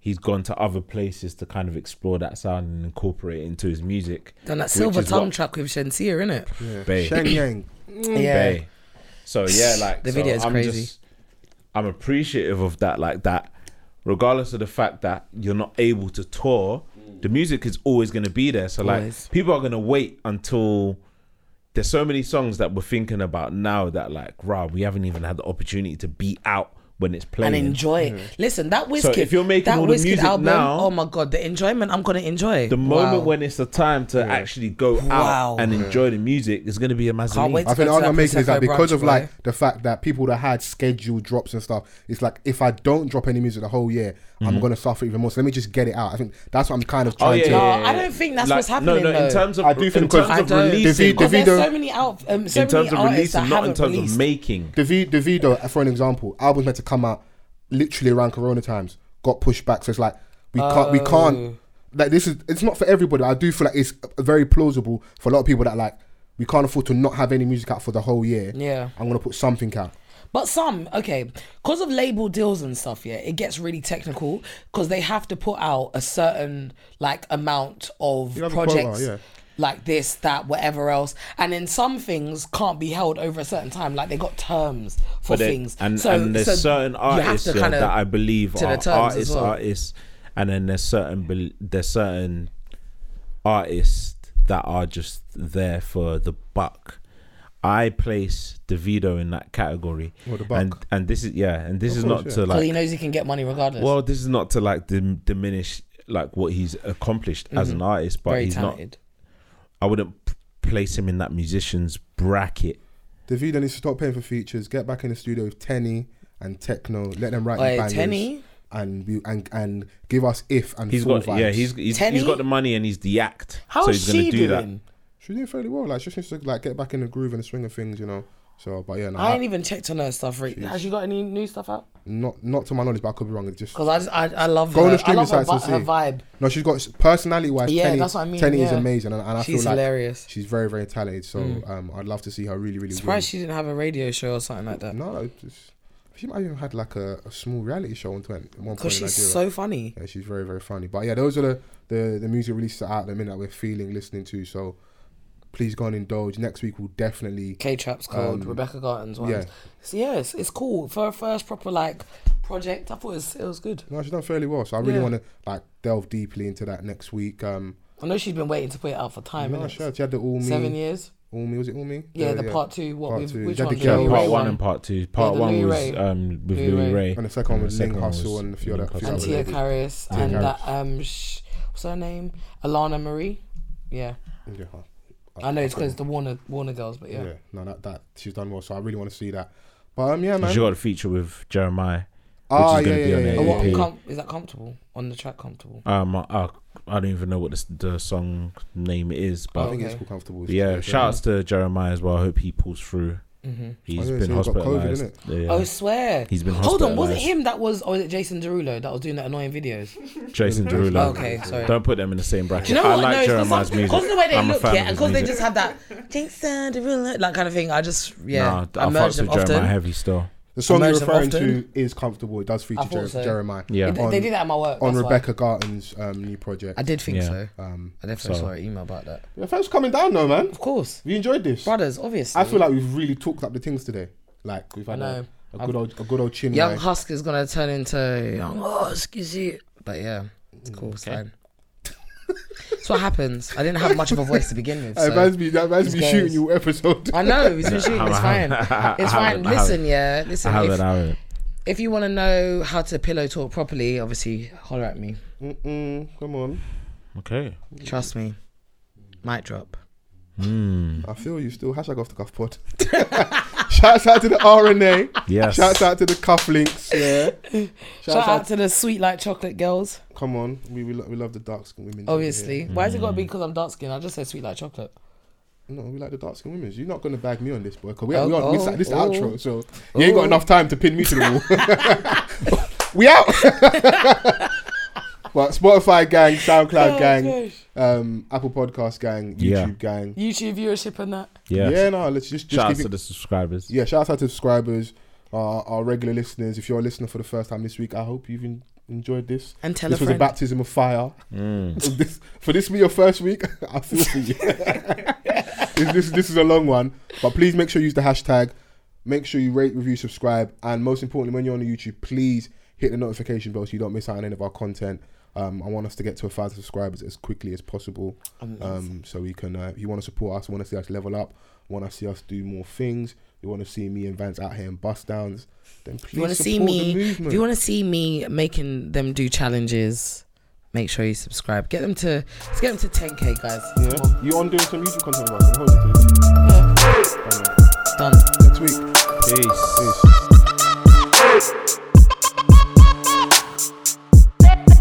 Speaker 3: he's gone to other places to kind of explore that sound and incorporate it into his music.
Speaker 5: Done that
Speaker 3: which
Speaker 5: silver
Speaker 3: is
Speaker 5: tongue
Speaker 3: what-
Speaker 5: track with Shensia, innit?
Speaker 3: Bae.
Speaker 4: Sheng Yang.
Speaker 5: Yeah.
Speaker 3: Mm. Bay. So yeah, like
Speaker 5: The
Speaker 3: so
Speaker 5: video is
Speaker 3: I'm
Speaker 5: crazy.
Speaker 3: Just, I'm appreciative of that, like that. Regardless of the fact that you're not able to tour, the music is always going to be there. So like,
Speaker 5: Always.
Speaker 3: people are going to wait until there's so many songs that we're thinking about now that like, rah, we haven't even had the opportunity to be out when it's playing.
Speaker 5: And enjoy it. Listen, that Wizkid,
Speaker 3: Mm-hmm. if you're making
Speaker 5: that
Speaker 3: all the
Speaker 5: Wizkid
Speaker 3: music
Speaker 5: album,
Speaker 3: now-
Speaker 5: oh my god, the enjoyment I'm gonna enjoy.
Speaker 3: the moment
Speaker 5: Wow.
Speaker 3: when it's the time to actually go out
Speaker 5: Wow.
Speaker 3: and enjoy the music is going to be a massive.
Speaker 5: Can't wait
Speaker 4: I
Speaker 5: to
Speaker 4: think
Speaker 5: go
Speaker 4: the
Speaker 5: to
Speaker 4: argument I'm making is
Speaker 5: Prosecco
Speaker 4: that because
Speaker 5: brunch,
Speaker 4: of
Speaker 5: bro.
Speaker 4: like the fact that people that had scheduled drops and stuff, it's like if I don't drop any music the whole year, I'm gonna suffer even more. So let me just get it out. I think that's what I'm kind of
Speaker 3: Oh
Speaker 4: trying
Speaker 3: yeah,
Speaker 4: to.
Speaker 3: yeah,
Speaker 5: No,
Speaker 3: yeah,
Speaker 5: I
Speaker 3: yeah.
Speaker 5: don't think that's
Speaker 3: Like,
Speaker 5: what's
Speaker 3: No, no.
Speaker 5: happening,
Speaker 3: In
Speaker 5: though.
Speaker 3: terms of,
Speaker 4: I do
Speaker 3: in
Speaker 4: think
Speaker 3: terms
Speaker 4: because-
Speaker 5: I
Speaker 3: of
Speaker 5: don't.
Speaker 3: releasing,
Speaker 5: Because there's
Speaker 4: Davido-
Speaker 5: so many out, um, so
Speaker 3: in terms
Speaker 5: many
Speaker 3: of
Speaker 5: artists
Speaker 3: releasing,
Speaker 5: that
Speaker 3: not in
Speaker 5: haven't
Speaker 3: terms
Speaker 5: released.
Speaker 3: of making.
Speaker 4: Davi- Davido, for an example, albums meant to come out literally around Corona times, got pushed back. So it's like we can't, we can't. Like this is, it's not for everybody. I do feel like it's very plausible for a lot of people that like we can't afford to not have any music out for the whole year.
Speaker 5: Yeah.
Speaker 4: I'm gonna put something out.
Speaker 5: But some, okay, because of label deals and stuff, yeah, it gets really technical because they have to put out a certain like amount of
Speaker 4: You have a quota,
Speaker 5: projects.
Speaker 4: yeah.
Speaker 5: Like this, that, whatever else, and then some things can't be held over a certain time. Like they got terms for
Speaker 3: But they-
Speaker 5: things,
Speaker 3: And,
Speaker 5: so,
Speaker 3: and there's
Speaker 5: so
Speaker 3: certain
Speaker 5: you have
Speaker 3: artists
Speaker 5: to
Speaker 3: yeah,
Speaker 5: kinda-
Speaker 3: that I believe
Speaker 5: to the
Speaker 3: are
Speaker 5: terms as
Speaker 3: artists,
Speaker 5: well.
Speaker 3: artists, and then there's certain bel- there's certain artists that are just there for the buck. I place Davido in that category,
Speaker 4: Or the
Speaker 3: and
Speaker 4: buck.
Speaker 3: and this is yeah, and this is
Speaker 4: course,
Speaker 3: not
Speaker 4: yeah.
Speaker 3: to
Speaker 5: so he
Speaker 3: like
Speaker 5: knows he can get money regardless.
Speaker 3: well, this is not to like dim- diminish like what he's accomplished as an artist, but
Speaker 5: Mm-hmm. very
Speaker 3: he's
Speaker 5: talented.
Speaker 3: not. I wouldn't p- place him in that musician's bracket.
Speaker 4: Davido needs to stop paying for features. Get back in the studio with Tenny and Techno. Let them write
Speaker 5: Oi,
Speaker 4: the bangers.
Speaker 5: Tenny?
Speaker 4: And, we, and and give us if and
Speaker 3: He's
Speaker 4: Fool
Speaker 3: got
Speaker 4: vibes.
Speaker 3: yeah, he's he's,
Speaker 5: Tenny?
Speaker 3: he's got the money and he's the act.
Speaker 5: E? How
Speaker 3: so
Speaker 5: is
Speaker 3: he's gonna
Speaker 5: she
Speaker 3: do that.
Speaker 5: doing?
Speaker 4: she's doing fairly well. Like she just needs to like get back in the groove and the swing of things, you know. So, but yeah, no,
Speaker 5: I
Speaker 4: I-
Speaker 5: ain't even checked on her stuff. Right? Has she got any new stuff out?
Speaker 4: not not to my knowledge, but I could be wrong. It's just
Speaker 5: Because I, just- I I love
Speaker 4: Go on
Speaker 5: her.
Speaker 4: the
Speaker 5: I love her,
Speaker 4: streaming sites
Speaker 5: vi- her
Speaker 4: and
Speaker 5: vibe.
Speaker 4: No, she's got personality wise.
Speaker 5: Yeah,
Speaker 4: Tenny,
Speaker 5: that's what I mean,
Speaker 4: Tenny is
Speaker 5: yeah.
Speaker 4: amazing, and, and I
Speaker 5: She's
Speaker 4: feel like
Speaker 5: hilarious. Mm.
Speaker 4: she's very very talented. So um, I'd love to see her really really.
Speaker 5: Surprised she didn't have a radio show or something like that.
Speaker 4: win. No, like, just, she might even had like a, a small reality show on twen- at one point.
Speaker 5: Because
Speaker 4: in
Speaker 5: she's
Speaker 4: Nigeria.
Speaker 5: so funny.
Speaker 4: Yeah, she's very very funny. But yeah, those are the the, the music releases out at the minute that we're feeling listening to. So please go and indulge. Next week we'll definitely.
Speaker 5: K Trap's called Rebecca Garten's one.
Speaker 4: yeah.
Speaker 5: So yeah, it's, it's cool for her first proper like project. I thought it was, it was good.
Speaker 4: No, she's done fairly well. So I really
Speaker 5: Yeah.
Speaker 4: want to like delve deeply into that next week. Um,
Speaker 5: I know she's been waiting to put it out for time.
Speaker 4: no,
Speaker 5: innit?
Speaker 4: she had, she had the all me,
Speaker 5: Seven years.
Speaker 4: all me. Was it all me?
Speaker 5: Yeah, the part two. What
Speaker 4: Part
Speaker 5: we've
Speaker 4: two.
Speaker 5: which
Speaker 4: She had
Speaker 5: one?
Speaker 4: the
Speaker 5: The
Speaker 4: girl.
Speaker 5: Louis
Speaker 3: Yeah,
Speaker 4: Louis
Speaker 3: part
Speaker 5: Ray
Speaker 3: one and part two. Part
Speaker 5: the
Speaker 3: one
Speaker 5: Louis
Speaker 3: was
Speaker 5: Ray.
Speaker 3: um, with
Speaker 5: Louis
Speaker 3: Louis Ray.
Speaker 5: Ray.
Speaker 4: And the second one was Ling Hustle
Speaker 3: was
Speaker 4: and a few other-
Speaker 3: Ling
Speaker 4: few
Speaker 3: Hustle.
Speaker 5: and
Speaker 4: other
Speaker 5: Tia
Speaker 4: ladies.
Speaker 5: Carris and
Speaker 4: Karras.
Speaker 5: that um sh- what's her name? Alana Marie. Yeah,
Speaker 4: Yeah, huh.
Speaker 5: I know it's because the Warner Warner girls, but yeah.
Speaker 4: Uh, yeah, no, that that she's done well. So I really want to see that. But um, yeah,
Speaker 3: And
Speaker 4: man.
Speaker 3: She got a feature with Jeremiah.
Speaker 4: Ah,
Speaker 3: which is
Speaker 4: yeah,
Speaker 3: gonna be
Speaker 4: yeah,
Speaker 3: on
Speaker 4: yeah,
Speaker 3: it.
Speaker 5: Oh, what,
Speaker 3: Yeah.
Speaker 5: com- is that comfortable on the track? Comfortable.
Speaker 3: Um, I, I don't even know what the, the song name is,
Speaker 4: I
Speaker 3: but
Speaker 4: think it's
Speaker 5: Okay.
Speaker 4: called comfortable.
Speaker 3: but yeah, shout outs to Jeremiah as well. I hope he pulls through.
Speaker 5: Mhm.
Speaker 3: He's
Speaker 4: Oh, yeah, so he's
Speaker 3: been
Speaker 4: got
Speaker 3: hospitalized.
Speaker 4: COVID,
Speaker 3: yeah.
Speaker 5: Oh, swear.
Speaker 3: He's been
Speaker 5: Hold on, was it
Speaker 3: hospitalised.
Speaker 5: him that was, or was it Jason Derulo that was doing the annoying videos?
Speaker 3: Jason Derulo.
Speaker 5: Okay, sorry.
Speaker 3: Don't put them in the same bracket.
Speaker 5: Do you know
Speaker 3: I
Speaker 5: what?
Speaker 3: like
Speaker 5: no,
Speaker 3: Jeremiah's music.
Speaker 5: Because the way they
Speaker 3: I'm a
Speaker 5: look,
Speaker 3: fan
Speaker 5: yeah,
Speaker 3: of his
Speaker 5: and because they
Speaker 3: music.
Speaker 5: just have that Jason Derulo, that kind of thing. I just,
Speaker 3: Nah,
Speaker 5: yeah,
Speaker 3: I,
Speaker 5: I merge
Speaker 3: fucks
Speaker 5: them
Speaker 3: with Jeremiah
Speaker 5: often.
Speaker 3: heavy still.
Speaker 4: The song you're
Speaker 5: Immersive
Speaker 4: referring to
Speaker 5: often.
Speaker 4: is comfortable. It does feature
Speaker 5: I thought
Speaker 4: Jer-
Speaker 5: so.
Speaker 4: Jeremiah.
Speaker 3: Yeah.
Speaker 5: They- they do that at my work.
Speaker 4: on
Speaker 5: that's why.
Speaker 4: Rebecca Garten's um, new project.
Speaker 5: I did think
Speaker 3: Yeah.
Speaker 5: so.
Speaker 4: Um,
Speaker 5: I definitely
Speaker 3: so-
Speaker 5: saw an email about that.
Speaker 4: yeah, thanks for coming down, though, man.
Speaker 5: Of course,
Speaker 4: We enjoyed this.
Speaker 5: brothers, obviously.
Speaker 4: I feel like we've really talked up the things today. Like we've had
Speaker 5: I
Speaker 4: a,
Speaker 5: know.
Speaker 4: a good old, a good old chin.
Speaker 5: Young
Speaker 4: wag.
Speaker 5: Husk is gonna turn into Young Husk, is it? But yeah, it's cool. It's fine. That's what happens. I didn't have much of a voice to begin with.
Speaker 4: Hey,
Speaker 5: so-
Speaker 4: man's be, that man's
Speaker 5: These
Speaker 4: be
Speaker 5: guys.
Speaker 4: shooting you episode.
Speaker 5: I know he's been shooting. It's fine. It's fine.
Speaker 3: haven't, I
Speaker 5: Listen, yeah, listen.
Speaker 3: I
Speaker 5: if-
Speaker 3: haven't, I haven't.
Speaker 5: if you want to know how to pillow talk properly, obviously holler at me.
Speaker 4: Mm-mm, come on,
Speaker 3: Okay.
Speaker 5: Trust me. Might drop.
Speaker 4: I feel you still. Hashtag off the cuff pod. Shouts out to the RNA.
Speaker 3: Yes.
Speaker 4: Shouts out to the cufflinks. Yeah. Shouts
Speaker 5: Shout,
Speaker 4: out,
Speaker 5: out to the sweet like chocolate girls.
Speaker 4: Come on, we we, lo- we love the dark skinned women.
Speaker 5: Obviously, why is it gotta be because I'm dark skinned? I just said sweet like chocolate.
Speaker 4: No, we like the dark skinned women. You're not gonna bag me on this, boy. Because we,
Speaker 5: Oh,
Speaker 4: we, on, we
Speaker 5: oh,
Speaker 4: sat- this is the
Speaker 5: oh.
Speaker 4: outro, so you ain't got enough time to pin me to the wall. we out. But Spotify gang, SoundCloud
Speaker 5: Oh,
Speaker 4: gang,
Speaker 5: gosh.
Speaker 4: um, Apple Podcast gang, YouTube
Speaker 3: Yeah.
Speaker 4: gang.
Speaker 5: YouTube viewership and that.
Speaker 3: Yeah.
Speaker 4: Yeah, no, let's just, just
Speaker 3: Shout out
Speaker 4: keep
Speaker 3: to
Speaker 4: it.
Speaker 3: the subscribers.
Speaker 4: Yeah, shout out to subscribers, our, our regular listeners. If you're a listener for the first time this week, I hope you've en- enjoyed this.
Speaker 5: And tell
Speaker 4: this
Speaker 5: a
Speaker 4: was a
Speaker 5: friend.
Speaker 4: baptism of fire. This- for this to be your first week, I feel for you. this, this, this is a long one, but please make sure you use the hashtag. Make sure you rate, review, subscribe, and most importantly, when you're on the YouTube, please hit the notification bell so you don't miss out on any of our content. Um, I want us to get to a thousand subscribers as quickly as possible, um, so we can. Uh, if you want to support us, want to see us level up, want to see us do more things, you want to see me and Vance out here in bus downs, then please
Speaker 5: If you want to see
Speaker 4: support
Speaker 5: me,
Speaker 4: the
Speaker 5: if
Speaker 4: movement.
Speaker 5: you want to see me making them do challenges, make sure you subscribe. Get them to let's get them to 10k, guys.
Speaker 4: yeah? you on doing some YouTube content with us? I'm hoping to. Alright,
Speaker 5: Done.
Speaker 4: Next week.
Speaker 3: Peace.
Speaker 4: Peace.